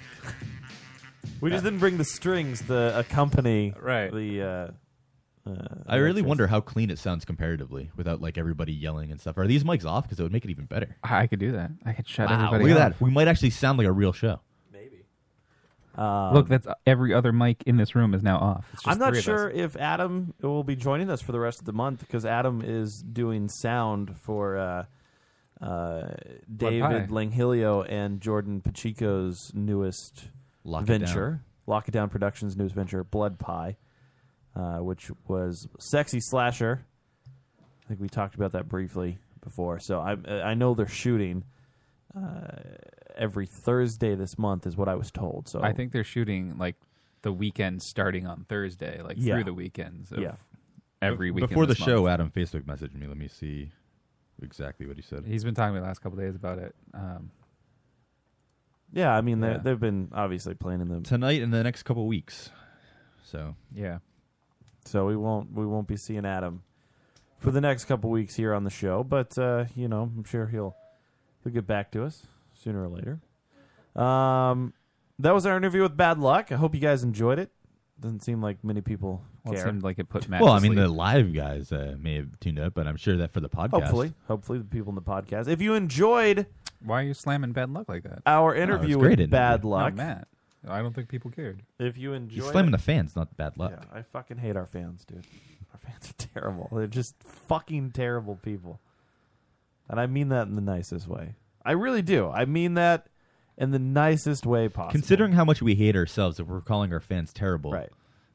Speaker 8: We just didn't bring the strings to accompany right. the. Uh, uh,
Speaker 9: I really
Speaker 8: orchestra.
Speaker 9: wonder how clean it sounds comparatively without like everybody yelling and stuff. Are these mics off? Because it would make it even better.
Speaker 10: I could do that. I could shut
Speaker 9: wow,
Speaker 10: everybody
Speaker 9: Look
Speaker 10: up.
Speaker 9: at that. We might actually sound like a real show.
Speaker 8: Um,
Speaker 10: Look, that's every other mic in this room is now off. It's just
Speaker 8: I'm not
Speaker 10: three of us.
Speaker 8: sure if Adam will be joining us for the rest of the month because Adam is doing sound for uh, uh, David
Speaker 9: Pie.
Speaker 8: Langhilio and Jordan Pacheco's newest
Speaker 9: Lock It
Speaker 8: venture, Lock It Down Productions' newest venture, Blood Pie, uh, which was sexy slasher. I think we talked about that briefly before. So I I know they're shooting. Uh, every Thursday this month is what I was told. So
Speaker 10: I think they're shooting like the weekend starting on Thursday, like
Speaker 8: Yeah.
Speaker 10: through the weekends of
Speaker 8: Yeah.
Speaker 10: every weekend.
Speaker 9: Before the
Speaker 10: this month.
Speaker 9: show, Adam Facebook messaged me. Let me see exactly what he said.
Speaker 10: he's been talking to me the last couple days about it. Um,
Speaker 8: Yeah, I mean,
Speaker 10: Yeah.
Speaker 8: they're they've been obviously playing in the
Speaker 9: tonight and the next couple weeks. So
Speaker 10: yeah,
Speaker 8: so we won't we won't be seeing Adam for the next couple weeks here on the show, but uh, you know, I'm sure he'll he'll get back to us sooner or later. Um, that was our interview with Bad Luck. I hope you guys enjoyed it. Doesn't seem like many people
Speaker 10: Well, it
Speaker 8: care.
Speaker 10: seemed like it put
Speaker 9: well, I mean, the live guys uh, may have tuned up, but I'm sure that for the podcast,
Speaker 8: Hopefully, hopefully the people in the podcast. If you enjoyed,
Speaker 10: why are you slamming Bad Luck like that?
Speaker 8: Our interview
Speaker 9: Oh, great interview.
Speaker 8: with Bad
Speaker 9: No,
Speaker 8: Luck,
Speaker 10: Matt. I don't think people cared.
Speaker 8: If you enjoyed,
Speaker 9: he's slamming
Speaker 8: it-
Speaker 9: the fans, not bad luck.
Speaker 8: Yeah, I fucking hate our fans, dude. Our fans are terrible. They're just fucking terrible people. And I mean that in the nicest way. I really do. I mean that in the nicest way possible.
Speaker 9: Considering how much we hate ourselves, if we're calling our fans terrible, right.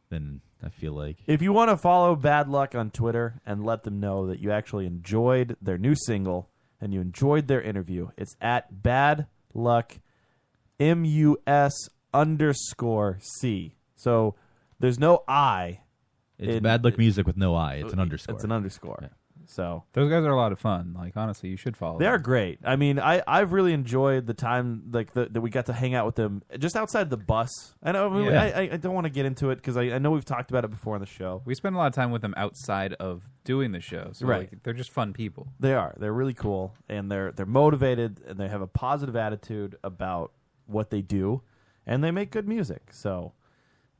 Speaker 9: then I feel like
Speaker 8: if you want to follow Bad Luck on Twitter and let them know that you actually enjoyed their new single and you enjoyed their interview, it's at Bad Luck M U S underscore C. So there's no I.
Speaker 9: it's
Speaker 8: in-
Speaker 9: bad luck music with no I. It's an underscore.
Speaker 8: It's an underscore. So
Speaker 10: those guys are a lot of fun. Like honestly, you should follow.
Speaker 8: They
Speaker 10: them.
Speaker 8: are great. I mean, I I've really enjoyed the time like the, that we got to hang out with them just outside the bus. And I, mean,
Speaker 10: Yeah.
Speaker 8: I, I- I don't want to get into it because I, I know we've talked about it before on the show.
Speaker 10: We spend a lot of time with them outside of doing the show, so
Speaker 8: Right.
Speaker 10: like, they're just fun people.
Speaker 8: They are. They're really cool, and they're they're motivated, and they have a positive attitude about what they do, and they make good music. So,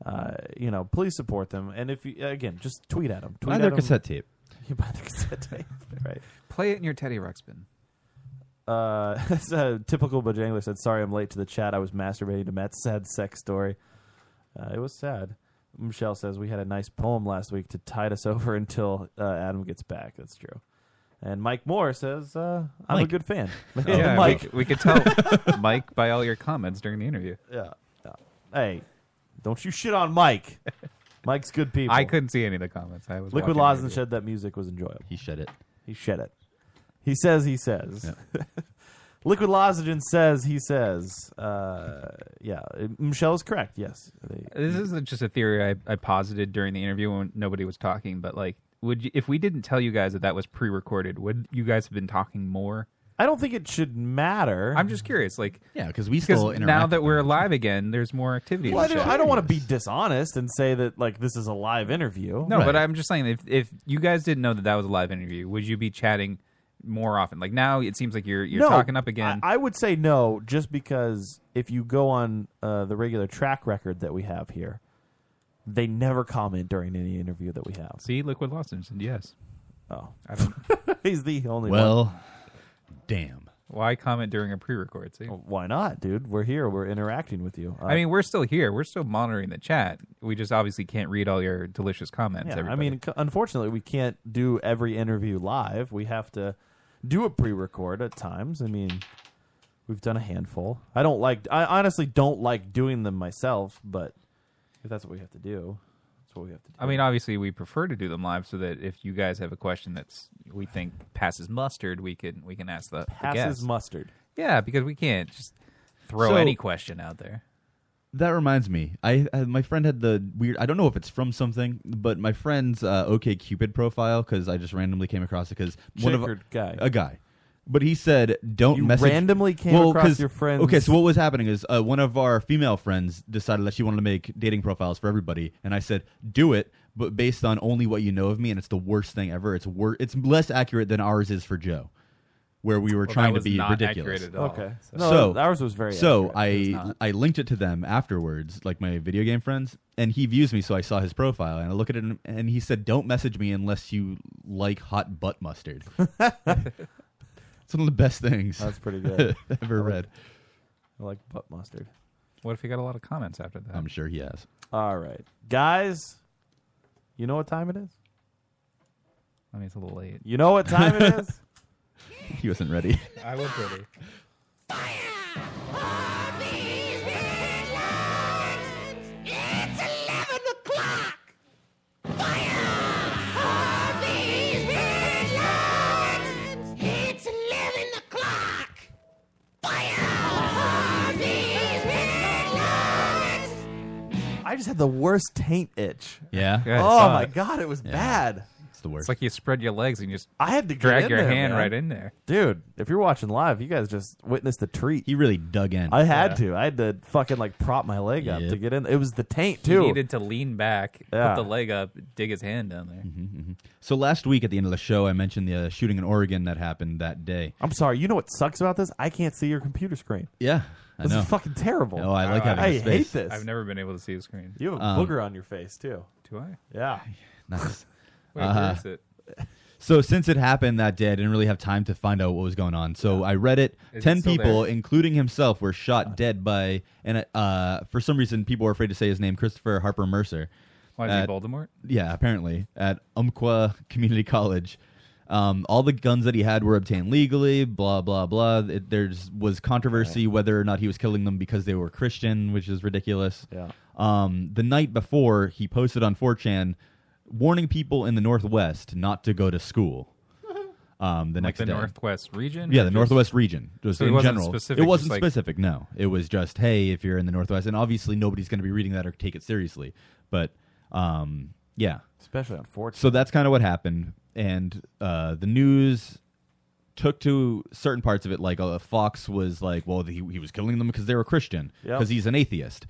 Speaker 8: uh, you know, please support them. And if you again, just tweet at them. Tweet
Speaker 9: Buy
Speaker 8: at
Speaker 9: their
Speaker 8: 'em.
Speaker 9: cassette tape.
Speaker 8: You buy their cassette tape, right?
Speaker 10: Play it in your Teddy Ruxpin.
Speaker 8: Uh, so typical Bojangler said, "Sorry, I'm late to the chat. I was masturbating to Matt's sad sex story. Uh, it was sad." Michelle says, "We had a nice poem last week to tide us over until uh, Adam gets back. That's true." And Mike Moore says, uh, "I'm a
Speaker 10: Mike.
Speaker 8: good fan."
Speaker 10: yeah, we
Speaker 8: Mike.
Speaker 10: c- We, could tell Mike by all your comments during the interview.
Speaker 8: Yeah. Hey, don't you shit on Mike. Mike's good people.
Speaker 10: I couldn't see any of the comments. I was
Speaker 8: Liquid
Speaker 10: watching
Speaker 8: Lawson
Speaker 10: the
Speaker 8: said that music was enjoyable.
Speaker 9: He shed it.
Speaker 8: He shed it. He says he says. Liquid Lozenge says he says. Uh, yeah, Michelle is correct. Yes. They-
Speaker 10: This is just a theory I, I posited during the interview when nobody was talking. But like, would you, if we didn't tell you guys that that was pre-recorded, would you guys have been talking more?
Speaker 8: I don't think it should matter.
Speaker 10: I'm just curious, like,
Speaker 9: yeah, because we
Speaker 8: still
Speaker 10: now
Speaker 8: interact
Speaker 10: that we're live again. There's more activity.
Speaker 8: Well, I
Speaker 10: in the
Speaker 8: don't,
Speaker 10: show.
Speaker 8: I don't want to be dishonest and say that like this is a live interview.
Speaker 10: No, but I'm just saying, if if you guys didn't know that that was a live interview, would you be chatting more often? Like now, it seems like you're you're
Speaker 8: No,
Speaker 10: talking up again.
Speaker 8: I, I would say no, just because if you go on uh, the regular track record that we have here, they never comment during any interview that we have.
Speaker 10: See, Liquid Lawson said yes.
Speaker 8: Oh,
Speaker 10: I don't.
Speaker 8: he's the only one.
Speaker 9: Well, damn.
Speaker 10: Why comment during a pre-record? See,
Speaker 8: why not, dude? We're here. We're interacting with you. Uh,
Speaker 10: I mean, we're still here. We're still monitoring the chat. We just obviously can't read all your delicious comments.
Speaker 8: yeah, I
Speaker 10: everybody.
Speaker 8: mean, c- unfortunately, we can't do every interview live. We have to do a pre-record at times. I mean, we've done a handful. I don't like. I honestly don't like doing them myself, but if that's what we have to do, that's what we have to do.
Speaker 10: I mean, obviously, we prefer to do them live so that if you guys have a question that's we think passes mustard, we can we can ask the the
Speaker 8: Passes
Speaker 10: guest.
Speaker 8: mustard.
Speaker 10: Yeah, because we can't just throw
Speaker 9: So-
Speaker 10: any question out there.
Speaker 9: That reminds me. I, I my friend had the weird. I don't know if it's from something, but my friend's uh, OK Cupid profile because I just randomly came across it because one of
Speaker 8: Checkered guy.
Speaker 9: a guy. But he said, "Don't
Speaker 8: You
Speaker 9: message."
Speaker 8: randomly came across
Speaker 9: 'cause-
Speaker 8: your friend's-
Speaker 9: Okay, so what was happening is uh, one of our female friends decided that she wanted to make dating profiles for everybody, and I said, "Do it, but based on only what you know of me, and it's the worst thing ever. It's wor- It's less accurate than ours is for Joe, where we were
Speaker 8: Well,
Speaker 9: trying to
Speaker 8: that was
Speaker 9: be
Speaker 8: not
Speaker 9: ridiculous.
Speaker 8: accurate at all. Okay.
Speaker 9: so
Speaker 8: No, ours was very
Speaker 9: So
Speaker 8: accurate, but it's
Speaker 9: I
Speaker 8: not.
Speaker 9: I linked it to them afterwards, like my video game friends, and he views me, so I saw his profile, and I look at it, and- and he said, "Don't message me unless you like hot butt mustard." it's one of the best things.
Speaker 8: That's pretty good.
Speaker 9: I've ever
Speaker 8: I like-
Speaker 9: read.
Speaker 8: I like butt mustard.
Speaker 10: What if he got a lot of comments after that?
Speaker 9: I'm sure he has.
Speaker 8: All right, guys. You know what time it is?
Speaker 10: I mean, it's a little late.
Speaker 8: You know what time it is?
Speaker 9: He wasn't ready.
Speaker 10: I was ready.
Speaker 3: It's 11 o'clock. Fire these headlights.
Speaker 8: I just had the worst taint itch.
Speaker 9: Yeah.
Speaker 10: Yeah, I
Speaker 8: oh
Speaker 10: saw
Speaker 8: my
Speaker 10: it.
Speaker 8: god, it was bad.
Speaker 9: It's the
Speaker 10: It's
Speaker 9: worst.
Speaker 10: like you spread your legs and you just
Speaker 8: I had to get
Speaker 10: drag
Speaker 8: in
Speaker 10: your
Speaker 8: there,
Speaker 10: hand
Speaker 8: man.
Speaker 10: right in there.
Speaker 8: dude. If you're watching live, you guys just witnessed the treat.
Speaker 9: He really dug in.
Speaker 8: I had
Speaker 10: Yeah.
Speaker 8: to. I had to fucking like prop my leg up
Speaker 10: Yep.
Speaker 8: to get in. It was the taint
Speaker 10: He
Speaker 8: too.
Speaker 10: needed to lean back,
Speaker 8: Yeah.
Speaker 10: put the leg up, dig his hand down there.
Speaker 9: Mm-hmm, So last week at the end of the show, I mentioned the uh, shooting in Oregon that happened that day.
Speaker 8: I'm sorry. You know what sucks about this? I can't see your computer screen.
Speaker 9: Yeah, I
Speaker 8: this
Speaker 9: know.
Speaker 8: is fucking terrible.
Speaker 9: Oh, I like having
Speaker 8: I
Speaker 9: a
Speaker 8: hate
Speaker 9: space.
Speaker 8: this.
Speaker 10: I've never been able to see the screen.
Speaker 8: You have a
Speaker 9: Um,
Speaker 8: booger on your face too.
Speaker 10: Do I?
Speaker 8: Yeah.
Speaker 9: Nice.
Speaker 10: Wait, where
Speaker 9: Uh,
Speaker 10: is it?
Speaker 9: So since it happened that day, I didn't really have time to find out what was going on. So I read it.
Speaker 10: Is it
Speaker 9: Ten
Speaker 10: still
Speaker 9: people,
Speaker 10: there?
Speaker 9: including himself, were shot dead by and uh, for some reason people were afraid to say his name, Christopher Harper Mercer.
Speaker 10: Why, is he Voldemort?
Speaker 9: Yeah, apparently at Umpqua Community College. Um, all the guns that he had were obtained legally. Blah blah blah. It, there's was controversy whether or not he was killing them because they were Christian, which is ridiculous.
Speaker 8: Yeah.
Speaker 9: Um, the night before, he posted on 4chan warning people in the Northwest not to go to school. Um, the
Speaker 10: Like
Speaker 9: next
Speaker 10: the
Speaker 9: day.
Speaker 10: Northwest region or
Speaker 9: Yeah, the
Speaker 10: just-
Speaker 9: Northwest region. Just
Speaker 10: So it
Speaker 9: in
Speaker 10: wasn't
Speaker 9: general,
Speaker 10: specific,
Speaker 9: it
Speaker 10: just
Speaker 9: wasn't
Speaker 10: like-
Speaker 9: specific. No, it was just hey, if you're in the Northwest, and obviously nobody's going to be reading that or take it seriously. But um, yeah,
Speaker 8: Especially on 4chan.
Speaker 9: So that's kind of what happened, and uh, the news took to certain parts of it. Like uh, Fox was like, well, he, he was killing them because they were Christian,
Speaker 8: Yep.
Speaker 9: because he's an atheist.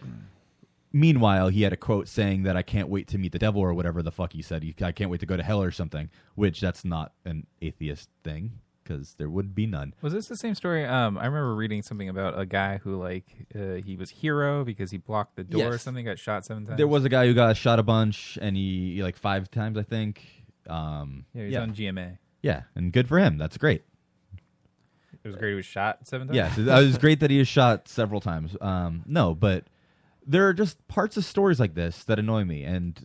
Speaker 9: Meanwhile, he had a quote saying that I can't wait to meet the devil or whatever the fuck he said. He, I can't wait to go to hell or something, which that's not an atheist thing because there would be none.
Speaker 10: Was this the same story? Um, I remember reading something about a guy who like uh, he was hero because he blocked the door or
Speaker 9: Yes.
Speaker 10: something, got shot seven times.
Speaker 9: There was a guy who got shot a bunch, and he like five times, I think. Um,
Speaker 10: Yeah, he was on GMA.
Speaker 9: Yeah, and good for him. That's great.
Speaker 10: It was great. He was shot seven times.
Speaker 9: Yeah, so that was great that he was shot several times. Um, no, but there are just parts of stories like this that annoy me, and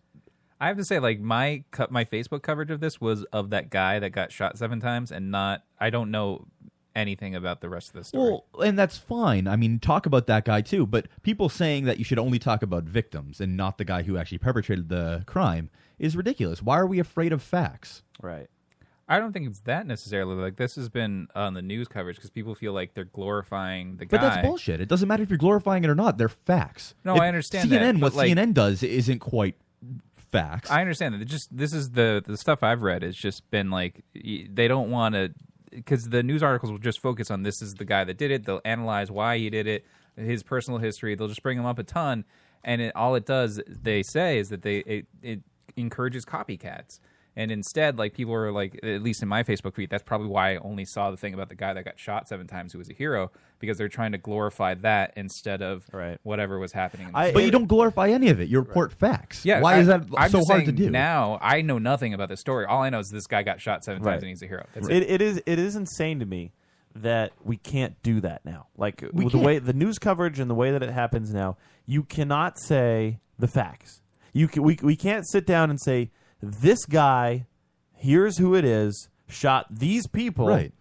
Speaker 10: I have to say, like my co- my Facebook coverage of this was of that guy that got shot seven times, and not I don't know anything about the rest of the story.
Speaker 9: Well, and that's fine. I mean, talk about that guy too, but people saying that you should only talk about victims and not the guy who actually perpetrated the crime is ridiculous. Why are we afraid of facts?
Speaker 8: Right.
Speaker 10: I don't think it's that necessarily. Like this has been on the news coverage because people feel like they're glorifying the guy.
Speaker 9: But that's bullshit. It doesn't matter if you're glorifying it or not. They're facts.
Speaker 10: No,
Speaker 9: If
Speaker 10: I understand that,
Speaker 9: CNN,
Speaker 10: but,
Speaker 9: what
Speaker 10: like-
Speaker 9: CNN does isn't quite facts.
Speaker 10: I understand that. It Just this is the the stuff I've read. It's just been like y- they don't want to because the news articles will just focus on this is the guy that did it. They'll analyze why he did it, his personal history. They'll just bring him up a ton, and it, all it does they say is that they it, it encourages copycats. And instead, like people are like, at least in my Facebook feed, that's probably why I only saw the thing about the guy that got shot seven times who was a hero because they're trying to glorify that instead of whatever was happening. In the
Speaker 9: but
Speaker 10: story.
Speaker 9: you don't glorify any of it. You report facts.
Speaker 10: Yeah,
Speaker 9: Why
Speaker 10: I-
Speaker 9: is that
Speaker 10: I'm
Speaker 9: so
Speaker 10: just
Speaker 9: hard to
Speaker 10: saying
Speaker 9: do?
Speaker 10: Now I know nothing about this story. All I know is this guy got shot seven times and he's a hero. That's
Speaker 8: it, it is it is insane to me that we can't do that now. Like
Speaker 4: We
Speaker 8: the
Speaker 4: can't.
Speaker 8: way the news coverage and the way that it happens now, you cannot say the facts. You can, we we can't sit down and say this guy, here's who it is, shot these people,
Speaker 9: Right.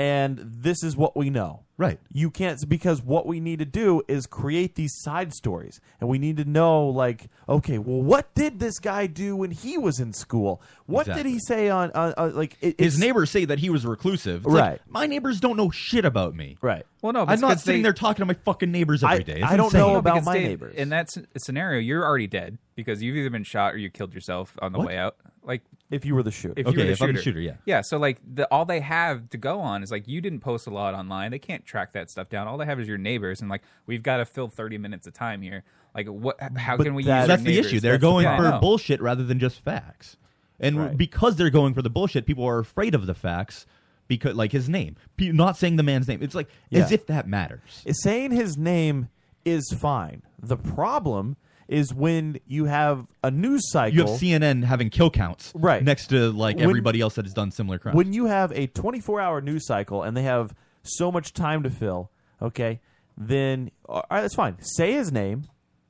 Speaker 8: And this is what we know.
Speaker 9: Right.
Speaker 8: You can't because what we need to do is create these side stories, and we need to know like, okay, well, what did this guy do when he was in school? What did
Speaker 9: Exactly.
Speaker 8: he say on, on, on like it,
Speaker 9: His
Speaker 8: it's-
Speaker 9: neighbors say that he was reclusive. It's
Speaker 8: Right.
Speaker 9: Like, my neighbors don't know shit about me.
Speaker 8: Right.
Speaker 10: Well, no, but
Speaker 9: I'm
Speaker 10: it's
Speaker 9: not
Speaker 10: 'cause
Speaker 9: sitting
Speaker 10: they-
Speaker 9: there talking to my fucking neighbors every day. It's insane.
Speaker 10: No, because Dave, In that s- scenario, you're already dead because you've either been shot or you killed yourself on the
Speaker 9: What?
Speaker 10: way out. Like
Speaker 8: if you were the shooter.
Speaker 10: if
Speaker 9: Okay,
Speaker 10: you were the
Speaker 9: if
Speaker 10: shooter,
Speaker 9: I'm the shooter, yeah.
Speaker 10: yeah. So like the all they have to go on is like you didn't post a lot online. They can't track that stuff down. All they have is your neighbors, and like we've got to fill 30 minutes of time here. Like what? How
Speaker 9: But
Speaker 10: can we?
Speaker 9: that-
Speaker 10: use
Speaker 9: that's
Speaker 10: our
Speaker 9: the
Speaker 10: neighbors?
Speaker 9: issue. They're
Speaker 10: That's the
Speaker 9: going
Speaker 10: problem. I
Speaker 9: for
Speaker 10: know.
Speaker 9: bullshit rather than just facts. And because they're going for the bullshit, people are afraid of the facts because like his name. Pe- Not saying the man's name. It's like as
Speaker 8: Yeah.
Speaker 9: if that matters.
Speaker 8: Saying his name is fine. The problem is when you have a news cycle.
Speaker 9: You have CNN having kill counts
Speaker 8: right
Speaker 9: next to like
Speaker 8: When-
Speaker 9: everybody else that has done similar crimes.
Speaker 8: When you have a 24 hour news cycle and they have so much time to fill, okay, then all right, that's fine. Say his name,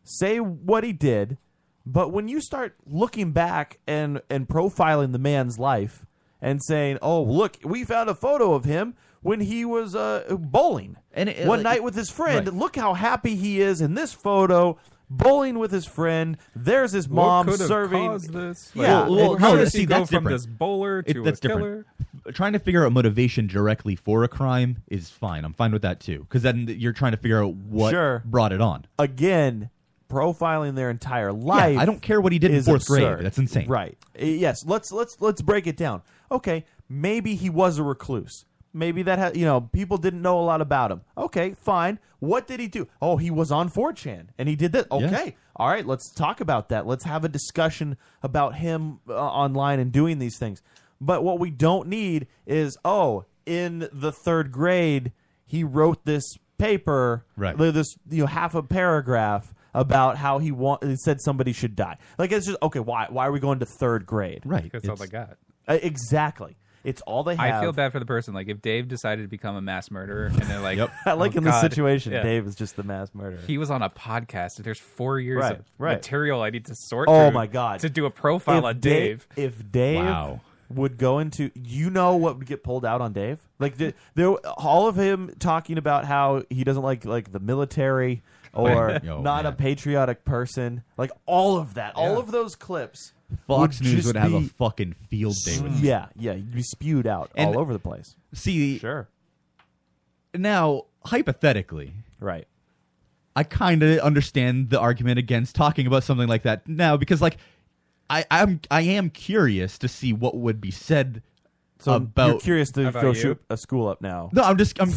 Speaker 8: say what he did, but when you start looking back and and profiling the man's life and saying, "Oh, look, we found a photo of him when he was uh, bowling
Speaker 9: and it-
Speaker 8: one
Speaker 9: like-
Speaker 8: night with his friend.
Speaker 9: Right.
Speaker 8: Look how happy he is in this photo." Bowling with his friend. There's his
Speaker 10: What
Speaker 8: mom
Speaker 10: could have
Speaker 8: serving.
Speaker 10: caused this?
Speaker 8: Yeah,
Speaker 10: Like, well,
Speaker 8: it-
Speaker 10: how
Speaker 9: no,
Speaker 10: does
Speaker 9: see,
Speaker 10: he go
Speaker 9: that's
Speaker 10: from
Speaker 9: different.
Speaker 10: this bowler
Speaker 9: It-
Speaker 10: to
Speaker 9: that's
Speaker 10: a killer?
Speaker 9: different. F- Trying to figure out motivation directly for a crime is fine. I'm fine with that too, because then th- you're trying to figure out what
Speaker 8: Sure.
Speaker 9: brought it on.
Speaker 8: again profiling their entire life.
Speaker 9: I don't care what he did in
Speaker 8: is
Speaker 9: fourth grade.
Speaker 8: absurd.
Speaker 9: That's insane.
Speaker 8: Right. Uh, Yes. Let's let's let's break it down. Okay. Maybe he was a recluse. Maybe that ha- you know people didn't know a lot about him. Okay, fine. What did he do? Oh, he was on 4chan and he did this. Okay, all right. Let's talk about that. Let's have a discussion about him uh, online and doing these things. But what we don't need is oh, in the third grade he wrote this paper
Speaker 9: Right.
Speaker 8: li- this you know half a paragraph about how he want, said somebody should die. Like it's just okay. Why why are we going to third grade?
Speaker 9: Right.
Speaker 10: That's all they got.
Speaker 8: Uh, exactly. It's all they have.
Speaker 10: I feel bad for the person. Like if Dave decided to become a mass murderer, and they're like,
Speaker 8: I like
Speaker 10: "Oh,
Speaker 8: in this
Speaker 10: God."
Speaker 8: situation,
Speaker 10: Yeah.
Speaker 8: Dave is just the mass murderer.
Speaker 10: He was on a podcast. There's four years
Speaker 8: Right,
Speaker 10: of
Speaker 8: right.
Speaker 10: material I need to sort.
Speaker 8: oh
Speaker 10: through
Speaker 8: my god!
Speaker 10: To do a profile
Speaker 8: If
Speaker 10: on Dave,
Speaker 8: If Dave
Speaker 10: Wow.
Speaker 8: would go into, you know what would get pulled out on Dave? Like the, there, all of him talking about how he doesn't like like the military or
Speaker 9: Yo,
Speaker 8: not a patriotic person. Like all of that, all of those clips.
Speaker 9: Fox News
Speaker 8: just
Speaker 9: would have a
Speaker 8: be-
Speaker 9: fucking field day with
Speaker 8: Yeah, yeah, you'd be spewed out
Speaker 9: And-
Speaker 8: all over the place.
Speaker 9: See,
Speaker 8: sure.
Speaker 9: Now, hypothetically,
Speaker 8: right?
Speaker 9: I kind of understand the argument against talking about something like that now because, like, I, I'm I am curious to see what would be said
Speaker 8: So
Speaker 9: about.
Speaker 8: you're curious to go shoot a school up now.
Speaker 9: No, I'm just I'm.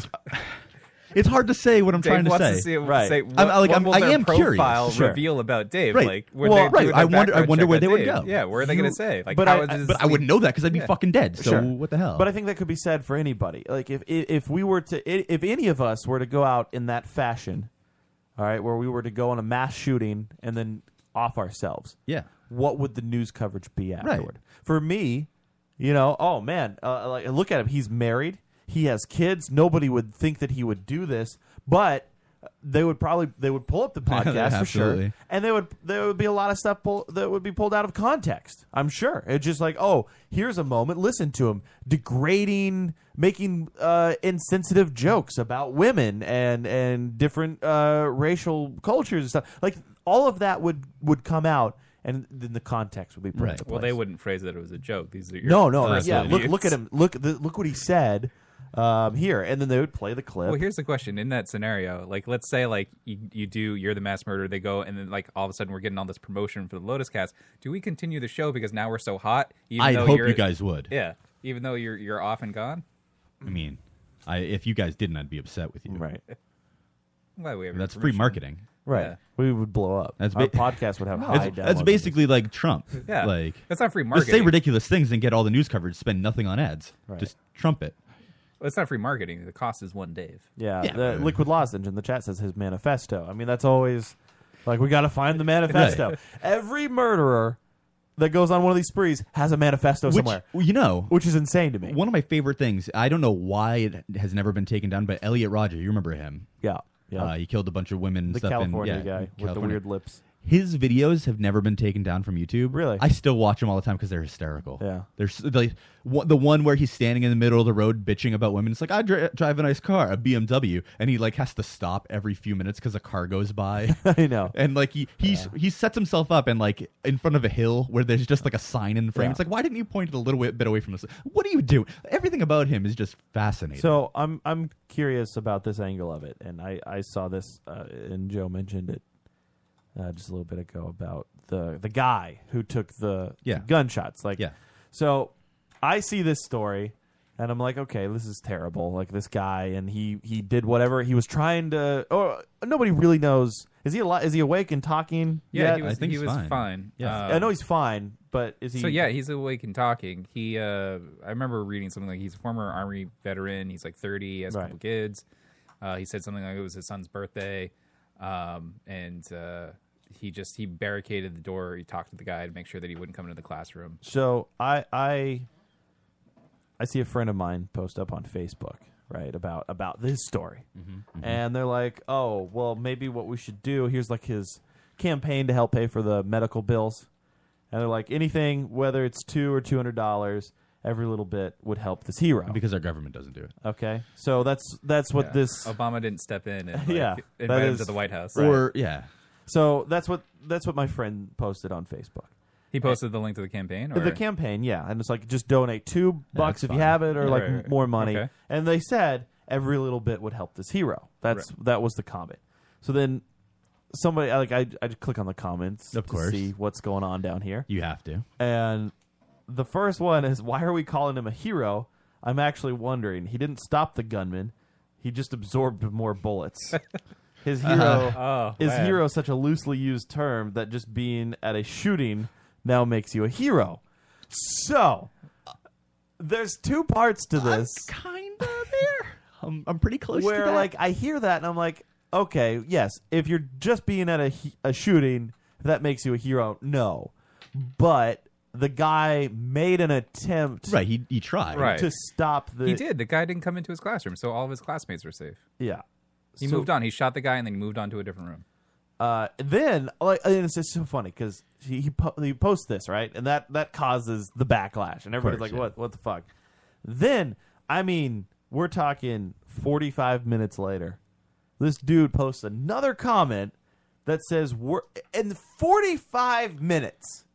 Speaker 9: it's hard to say what I'm
Speaker 10: Dave
Speaker 9: trying
Speaker 10: wants
Speaker 9: say.
Speaker 10: to see, say what,
Speaker 9: I'm, like,
Speaker 10: what
Speaker 9: I'm,
Speaker 10: will
Speaker 9: I
Speaker 10: their
Speaker 9: am
Speaker 10: profile
Speaker 9: curious.
Speaker 10: reveal about Dave.
Speaker 9: Right.
Speaker 10: Like, would
Speaker 9: Well,
Speaker 10: they do
Speaker 9: right.
Speaker 10: their
Speaker 9: I wonder. I
Speaker 10: background
Speaker 9: wonder
Speaker 10: check
Speaker 9: where
Speaker 10: on
Speaker 9: they would
Speaker 10: Dave?
Speaker 9: go.
Speaker 10: Yeah, where are they going to say? Like,
Speaker 8: but
Speaker 10: how
Speaker 8: I-
Speaker 10: is
Speaker 8: I-
Speaker 10: this
Speaker 9: but I wouldn't know that because I'd be
Speaker 10: Yeah.
Speaker 9: fucking dead. So
Speaker 8: Sure.
Speaker 9: what the hell?
Speaker 8: But I think that could be said for anybody. Like if i- if we were to i- if any of us were to go out in that fashion, all right, where we were to go on a mass shooting and then off ourselves.
Speaker 9: Yeah.
Speaker 8: What would the news coverage be afterward? For me, you know, oh man, uh, like look at him. He's married. He has kids. Nobody would think that he would do this, but they would probably they would pull up the podcast for sure
Speaker 9: Absolutely.
Speaker 8: and they would there would be a lot of stuff pull, that would be pulled out of context. I'm sure it's just like, oh, here's a moment. Listen to him degrading, making uh, insensitive jokes about women and and different uh, racial cultures and stuff. Like all of that would would come out, and then the context would be put into
Speaker 10: Well,
Speaker 8: place.
Speaker 10: they wouldn't phrase that it was a joke. These are your
Speaker 8: no, no,
Speaker 10: first
Speaker 8: yeah. Look,
Speaker 10: idiots.
Speaker 8: look at him. Look, the, look what he said um, here, and then they would play the clip.
Speaker 10: Well, here's the question: In that scenario, like, let's say, like, you, you do, you're the mass murderer. They go, and then, like, all of a sudden, we're getting all this promotion for the Lotus Cast. Do we continue the show because now we're so hot?
Speaker 9: I'd
Speaker 10: though
Speaker 9: hope
Speaker 10: you're-
Speaker 9: you guys would.
Speaker 10: Yeah, even though you're you're off and gone.
Speaker 9: I mean, I, if you guys didn't, I'd be upset with you. Right.
Speaker 10: Why we have
Speaker 9: That's free
Speaker 10: information?
Speaker 9: marketing.
Speaker 8: Right.
Speaker 10: Yeah.
Speaker 8: We would blow up.
Speaker 9: That's
Speaker 8: Our
Speaker 9: ba-
Speaker 8: podcast would have high
Speaker 9: That's, that's
Speaker 8: download
Speaker 9: basically like Trump.
Speaker 10: Yeah.
Speaker 9: Like
Speaker 10: That's not free
Speaker 9: Just say
Speaker 10: marketing.
Speaker 9: ridiculous things and get all the news coverage. Spend nothing on ads.
Speaker 10: Right.
Speaker 9: Just trump it.
Speaker 10: Well, it's not free marketing. The cost is one Dave.
Speaker 8: Yeah,
Speaker 10: Yeah.
Speaker 8: the liquid lozenge in the chat says his manifesto. I mean, that's always like we got to find the manifesto. Every murderer, that goes on one of these sprees has a manifesto
Speaker 9: Which-
Speaker 8: somewhere.
Speaker 9: well, you know,
Speaker 8: which is insane to me.
Speaker 9: One of my favorite things. I don't know why it has never been taken down, but Elliot Roger, you remember him?
Speaker 8: Yeah, yeah.
Speaker 9: Uh, he killed a bunch of women. and
Speaker 8: The
Speaker 9: stuff
Speaker 8: California
Speaker 9: and, yeah,
Speaker 8: guy with the weird lips.
Speaker 9: His videos have never been taken down from YouTube. Really? I still watch them all the time because they're hysterical. Yeah. There's the, the one where he's standing in the middle of the road bitching about women. It's like I dri- drive a nice car, a BMW, and he like has to stop every few minutes because a car goes by.
Speaker 8: I know.
Speaker 9: And like he he's, he sets himself up and like in front of a hill where there's just like a sign in the frame.
Speaker 8: Yeah.
Speaker 9: It's like why didn't you point it a little bit bit away from this? What do you do? Everything about him is just fascinating.
Speaker 8: So I'm I'm curious about this angle of it, and I I saw this, uh, and Joe mentioned it uh, just a little bit ago about the the guy who took the
Speaker 9: Yeah.
Speaker 8: gunshots. Like, yeah. So I see this story, and I'm like, okay, this is terrible. Like this guy, and he he did whatever he was trying to. Or nobody really knows. Is he alive? Is he awake and talking?
Speaker 10: Yeah,
Speaker 8: yet?
Speaker 10: he was- I think he he's was fine. fine.
Speaker 8: Yeah,
Speaker 10: Um,
Speaker 8: I know he's fine, but is he?
Speaker 10: So yeah, he's awake and talking. He, uh, I remember reading something like he's a former army veteran. He's like thirty, he has a couple kids. Uh, he said something like it was his son's birthday, um, and uh, he just he barricaded the door. He talked to the guy to make sure that he wouldn't come into the classroom.
Speaker 8: So I I I see a friend of mine post up on Facebook right about about this story,
Speaker 9: Mm-hmm.
Speaker 4: mhm.
Speaker 8: and they're like, oh well, maybe what we should do here's like his campaign to help pay for the medical bills, and they're like anything whether it's two or two hundred dollars. Every little bit would help this hero because
Speaker 9: our government doesn't do it.
Speaker 8: Okay, so that's that's what
Speaker 10: Yeah.
Speaker 8: this
Speaker 10: Obama didn't step in and like,
Speaker 8: yeah,
Speaker 10: invite
Speaker 8: that
Speaker 10: him
Speaker 8: is-
Speaker 10: to the White House.
Speaker 8: So that's what that's what my friend posted on Facebook.
Speaker 10: He posted the link to the campaign. Or?
Speaker 8: The campaign, yeah, and it's like just donate two bucks if
Speaker 10: fine.
Speaker 8: you have it, or
Speaker 10: Yeah.
Speaker 8: like
Speaker 10: Right, right,
Speaker 8: more money.
Speaker 10: okay.
Speaker 8: And they said every little bit would help this hero. That's that was the comment. So then somebody, I, like I, I just click on the comments,
Speaker 9: Of
Speaker 8: to
Speaker 9: course.
Speaker 8: see what's going on down here.
Speaker 9: You have to.
Speaker 8: And the first one is why are we calling him a hero? I'm actually wondering. He didn't stop the gunman. He just absorbed more bullets. His hero
Speaker 10: Uh-huh. Oh,
Speaker 8: is
Speaker 10: man.
Speaker 8: hero is such a loosely used term that just being at a shooting now makes you a hero. So there's two parts to this.
Speaker 9: Kinda there. I'm, I'm pretty close.
Speaker 8: where
Speaker 9: to that.
Speaker 8: like I hear that and I'm like, okay, yes, if you're just being at a he- a shooting, that makes you a hero. No, but the guy made an attempt.
Speaker 9: Right, he he tried
Speaker 10: Right.
Speaker 8: to stop the.
Speaker 10: he did. The guy didn't come into his classroom, so all of his classmates were safe.
Speaker 8: Yeah,
Speaker 10: He
Speaker 8: So-
Speaker 10: moved on. He shot the guy and then he moved on to a different room.
Speaker 8: Uh, then like and it's just so funny because he he, po- he posts this right, and that that causes the backlash, and everybody's
Speaker 4: course,
Speaker 8: like,
Speaker 4: yeah.
Speaker 8: "What what the fuck?" Then I mean, we're talking forty five minutes later, this dude posts another comment that says, "We're in forty five minutes,"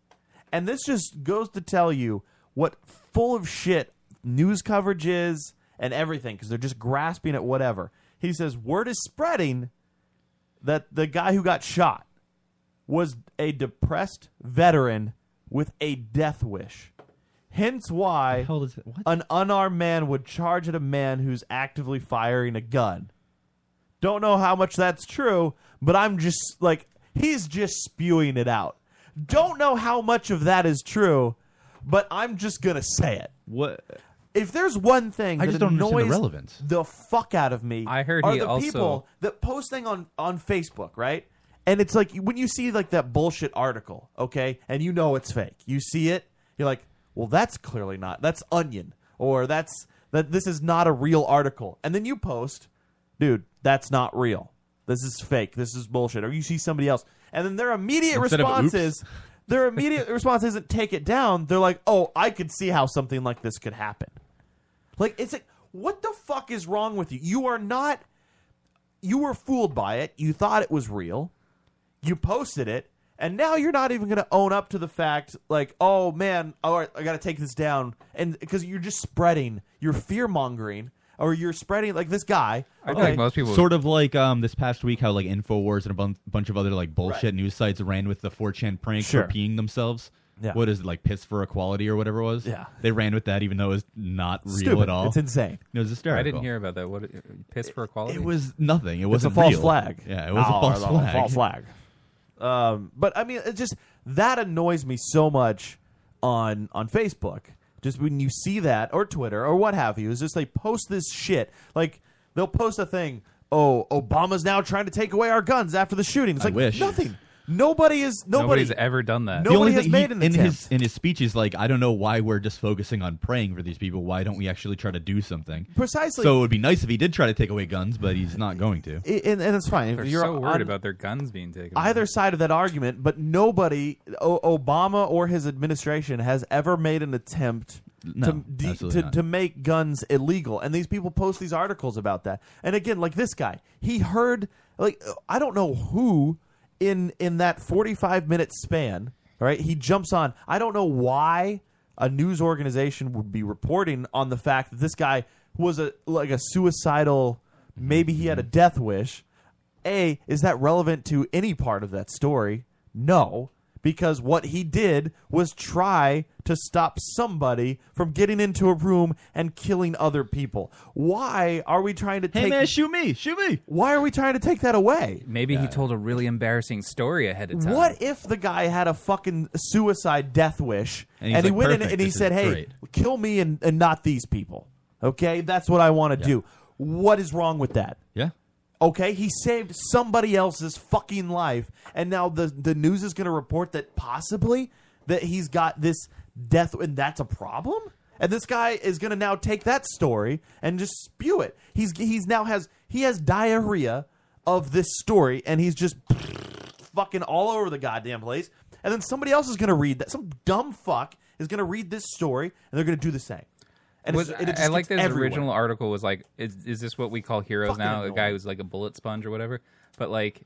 Speaker 8: and this just goes to tell you what full of shit news coverage is and everything because they're just grasping at whatever. He says, "Word is spreading." that the guy who got shot was a depressed veteran with a death wish. Hence why an unarmed man would charge at a man who's actively firing a gun. Don't know how much that's true, but I'm just like, he's just spewing it out. Don't know how much of that is true, but I'm just going to say it.
Speaker 9: What?
Speaker 8: If there's one thing
Speaker 9: I
Speaker 8: that
Speaker 9: just don't understand the
Speaker 8: annoys
Speaker 9: relevance.
Speaker 8: the fuck out of me, I
Speaker 10: heard
Speaker 8: are
Speaker 10: he
Speaker 8: the
Speaker 10: also-
Speaker 8: people that post thing on on Facebook, right? And it's like when you see like that bullshit article, okay, and you know it's fake. You see it, you're like, well, that's clearly not. That's Onion, or that's that. This is not a real article. And then you post, dude, that's not real. This is fake. This is bullshit. Or you see somebody else, and then their immediate
Speaker 9: Instead of
Speaker 8: response
Speaker 9: oops.
Speaker 8: is, their immediate response isn't take it down. They're like, oh, I could see how something like this could happen. Like, it's like, what the fuck is wrong with you? You are not, you were fooled by it. You thought it was real. You posted it. And now you're not even going to own up to the fact, like, oh man, all right, I got to take this down. And because you're just spreading, you're fear mongering, or you're spreading, like this guy. okay.
Speaker 9: sort of like um this past week how like Infowars and a bun- bunch of other like bullshit news sites ran with the 4chan prank
Speaker 8: Sure.
Speaker 9: for peeing themselves.
Speaker 8: Yeah.
Speaker 9: What is it like piss for equality or whatever it was?
Speaker 8: Yeah.
Speaker 9: They ran with that even though it was not real
Speaker 8: Stupid.
Speaker 9: at all.
Speaker 8: It's insane.
Speaker 9: It was hysterical.
Speaker 10: I didn't hear about that. What uh, piss for equality?
Speaker 9: It was nothing. It
Speaker 8: It's
Speaker 9: wasn't
Speaker 8: a false
Speaker 9: real.
Speaker 8: flag.
Speaker 9: Yeah, it was
Speaker 8: Oh,
Speaker 9: a false
Speaker 8: no,
Speaker 9: flag.
Speaker 8: False flag. Um, but I mean, it just that annoys me so much on on Facebook. Just when you see that or Twitter or what have you, is just they post this shit. Like they'll post a thing. Oh, Obama's now trying to take away our guns after the shooting. It's
Speaker 9: I
Speaker 8: like
Speaker 9: wish.
Speaker 8: nothing. Nobody is nobody,
Speaker 10: Nobody's ever done that.
Speaker 8: Nobody
Speaker 9: the only
Speaker 8: has
Speaker 9: thing
Speaker 8: made
Speaker 9: he,
Speaker 8: an
Speaker 9: in
Speaker 8: attempt.
Speaker 9: his in his speech is like, I don't know why we're just focusing on praying for these people. Why don't we actually try to do something?
Speaker 8: Precisely.
Speaker 9: So it would be nice if he did try to take away guns, but he's not going to.
Speaker 8: I- and, and it's fine. If
Speaker 10: They're
Speaker 8: you're
Speaker 10: so worried
Speaker 8: on
Speaker 10: about their guns being taken.
Speaker 8: either side of that argument, but nobody, o- Obama or his administration, has ever made an attempt
Speaker 9: No,
Speaker 8: to, de-
Speaker 9: absolutely
Speaker 8: to,
Speaker 9: not.
Speaker 8: to make guns illegal. And these people post these articles about that. And again, like this guy, he heard, like, uh, I don't know who in in that 45 minute span, all right, he jumps on. I don't know why a news organization would be reporting on the fact that this guy was a like a suicidal maybe he
Speaker 9: Mm-hmm.
Speaker 8: had a death wish a, is that relevant to any part of that story? No, because what he did was try to stop somebody from getting into a room and killing other people. Why are we trying to
Speaker 9: Hey,
Speaker 8: take
Speaker 9: man, shoot me, shoot me.
Speaker 8: Why are we trying to take that away?
Speaker 4: Maybe he told a really embarrassing story ahead of time.
Speaker 8: What if the guy had a fucking suicide death wish
Speaker 4: And
Speaker 8: and,
Speaker 4: he's
Speaker 8: he
Speaker 4: like,
Speaker 8: went in
Speaker 4: "Perfect,
Speaker 8: and he
Speaker 4: this is
Speaker 8: said, hey,
Speaker 4: great."
Speaker 8: kill me and, and not these people? Okay, that's what I want to do. What is wrong with that?
Speaker 9: Yeah.
Speaker 8: Okay, he saved somebody else's fucking life, and now the the news is going to report that possibly that he's got this death, and that's a problem. And this guy is going to now take that story and just spew it. He's he's now has he has diarrhea of this story, and he's just fucking all over the goddamn place. And then somebody else is going to read that. Some dumb fuck is going to read this story, and they're going to do the same. And
Speaker 10: Was-
Speaker 8: it's, and it
Speaker 10: I- I
Speaker 8: just
Speaker 10: like
Speaker 8: gets
Speaker 10: this
Speaker 8: everywhere.
Speaker 10: original article was like, is, is this what we call heroes
Speaker 8: Fucking
Speaker 10: now? A
Speaker 8: annoying.
Speaker 10: guy who's like a bullet sponge or whatever. But like,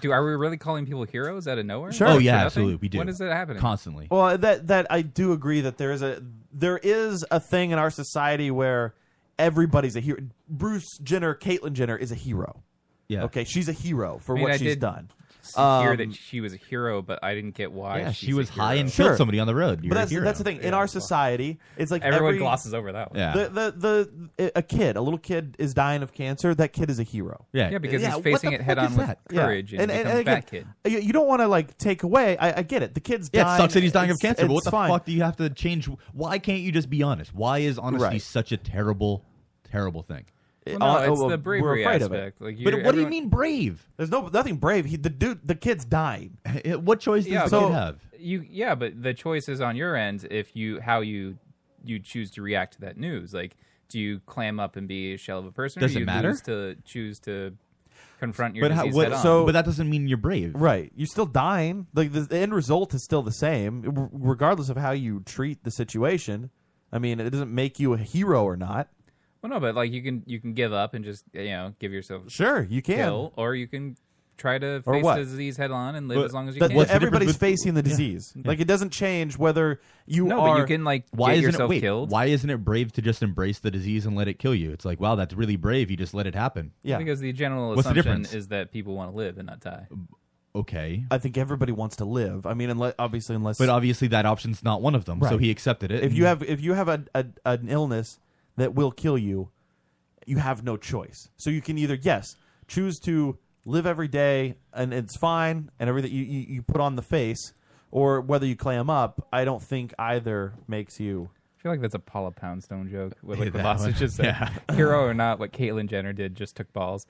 Speaker 10: do are we really calling people heroes out of nowhere?
Speaker 8: Sure.
Speaker 9: Oh yeah,
Speaker 10: For nothing?
Speaker 9: absolutely. We do.
Speaker 10: When is that happening?
Speaker 9: Constantly.
Speaker 8: Well, that that I do agree that there is a there is a thing in our society where everybody's a hero. Bruce Jenner, Caitlyn Jenner is a hero.
Speaker 9: Yeah.
Speaker 8: Okay, she's a hero
Speaker 10: I
Speaker 8: for
Speaker 10: mean,
Speaker 8: what
Speaker 10: I
Speaker 8: she's
Speaker 10: did
Speaker 8: done.
Speaker 10: s- Hear
Speaker 8: Um,
Speaker 10: that she was a hero, but I didn't get why.
Speaker 9: Yeah, she
Speaker 10: she's a
Speaker 9: was high
Speaker 10: hero.
Speaker 9: and killed somebody on the road. You're
Speaker 8: but
Speaker 9: a
Speaker 8: that's
Speaker 9: hero.
Speaker 8: that's the thing in
Speaker 10: Yeah,
Speaker 8: our
Speaker 10: that's why.
Speaker 8: society. It's like
Speaker 10: Everyone
Speaker 8: every-
Speaker 10: glosses over that one.
Speaker 9: Yeah.
Speaker 8: The, the the a kid, a little kid is dying of cancer. That kid is a hero.
Speaker 9: Yeah.
Speaker 10: Yeah, because he's
Speaker 8: what
Speaker 10: facing
Speaker 8: the
Speaker 10: it
Speaker 8: fuck
Speaker 10: head
Speaker 8: is
Speaker 10: on with
Speaker 8: that?
Speaker 10: courage and he becomes
Speaker 8: again, You, you don't want to like take away. I, I get it. The kid's
Speaker 9: Yeah,
Speaker 8: dying.
Speaker 9: it sucks that he's dying of
Speaker 8: It's-
Speaker 9: cancer, but what
Speaker 8: it's
Speaker 9: the
Speaker 8: fine.
Speaker 9: fuck do you have to change? Why can't you just be honest? Why is honesty
Speaker 8: Right.
Speaker 9: such a terrible, terrible thing?
Speaker 10: Well, no,
Speaker 8: Uh,
Speaker 10: it's
Speaker 8: well,
Speaker 10: the bravery
Speaker 8: we're afraid
Speaker 10: aspect.
Speaker 8: Of it.
Speaker 10: Like,
Speaker 8: but
Speaker 10: you're-
Speaker 8: what do you
Speaker 10: everyone-
Speaker 8: mean
Speaker 9: brave?
Speaker 8: There's no nothing brave. He, the dude, the kid's dying.
Speaker 9: Eh, what choice
Speaker 10: Yeah,
Speaker 8: so,
Speaker 10: but You yeah, but the choice is on your end if you how you you choose to react to that news. Like, do you clam up and be a shell of a person?
Speaker 9: Does
Speaker 10: or
Speaker 9: it
Speaker 10: you
Speaker 9: matter?
Speaker 10: lose to choose to confront your
Speaker 9: But how,
Speaker 10: disease
Speaker 9: what,
Speaker 10: head on?
Speaker 9: but that doesn't mean you're brave.
Speaker 8: Right, you're still dying. Like the, the end result is still the same, r- regardless of how you treat the situation. I mean, it doesn't make you a hero or not.
Speaker 10: well, no, but like you can you can give up and just you know give yourself
Speaker 8: Sure, you can.
Speaker 10: kill, or you can try to
Speaker 8: Or
Speaker 10: face
Speaker 8: what?
Speaker 10: the disease head on and live
Speaker 8: But
Speaker 10: as long as you
Speaker 8: that-
Speaker 10: can.
Speaker 8: everybody's facing the disease. Like it doesn't change whether you
Speaker 10: No,
Speaker 8: are.
Speaker 10: but you can like
Speaker 9: Why
Speaker 10: get
Speaker 9: isn't it
Speaker 10: yourself
Speaker 9: wait,
Speaker 10: killed.
Speaker 9: Why isn't it brave to just embrace the disease and let it kill you? It's like, wow, that's really brave. You just let it happen.
Speaker 10: because the general
Speaker 9: What's the
Speaker 10: assumption
Speaker 9: difference?
Speaker 10: is that people want to live and not die.
Speaker 9: Okay.
Speaker 8: I think everybody wants to live. I mean, unless obviously, unless
Speaker 9: But obviously, that option's not one of them. So
Speaker 8: Right.
Speaker 9: he accepted it.
Speaker 8: If
Speaker 9: and-
Speaker 8: you have if you have a, a an illness that will kill you, you have no choice. So you can either yes choose to live every day and it's fine and everything you, you, you put on the face, or whether you clam up. I don't think either makes you.
Speaker 10: I feel like that's a Paula Poundstone joke. What like
Speaker 8: That
Speaker 10: Colossus
Speaker 8: one.
Speaker 10: just said,
Speaker 8: Yeah.
Speaker 10: hero or not, what Caitlyn Jenner did just took balls.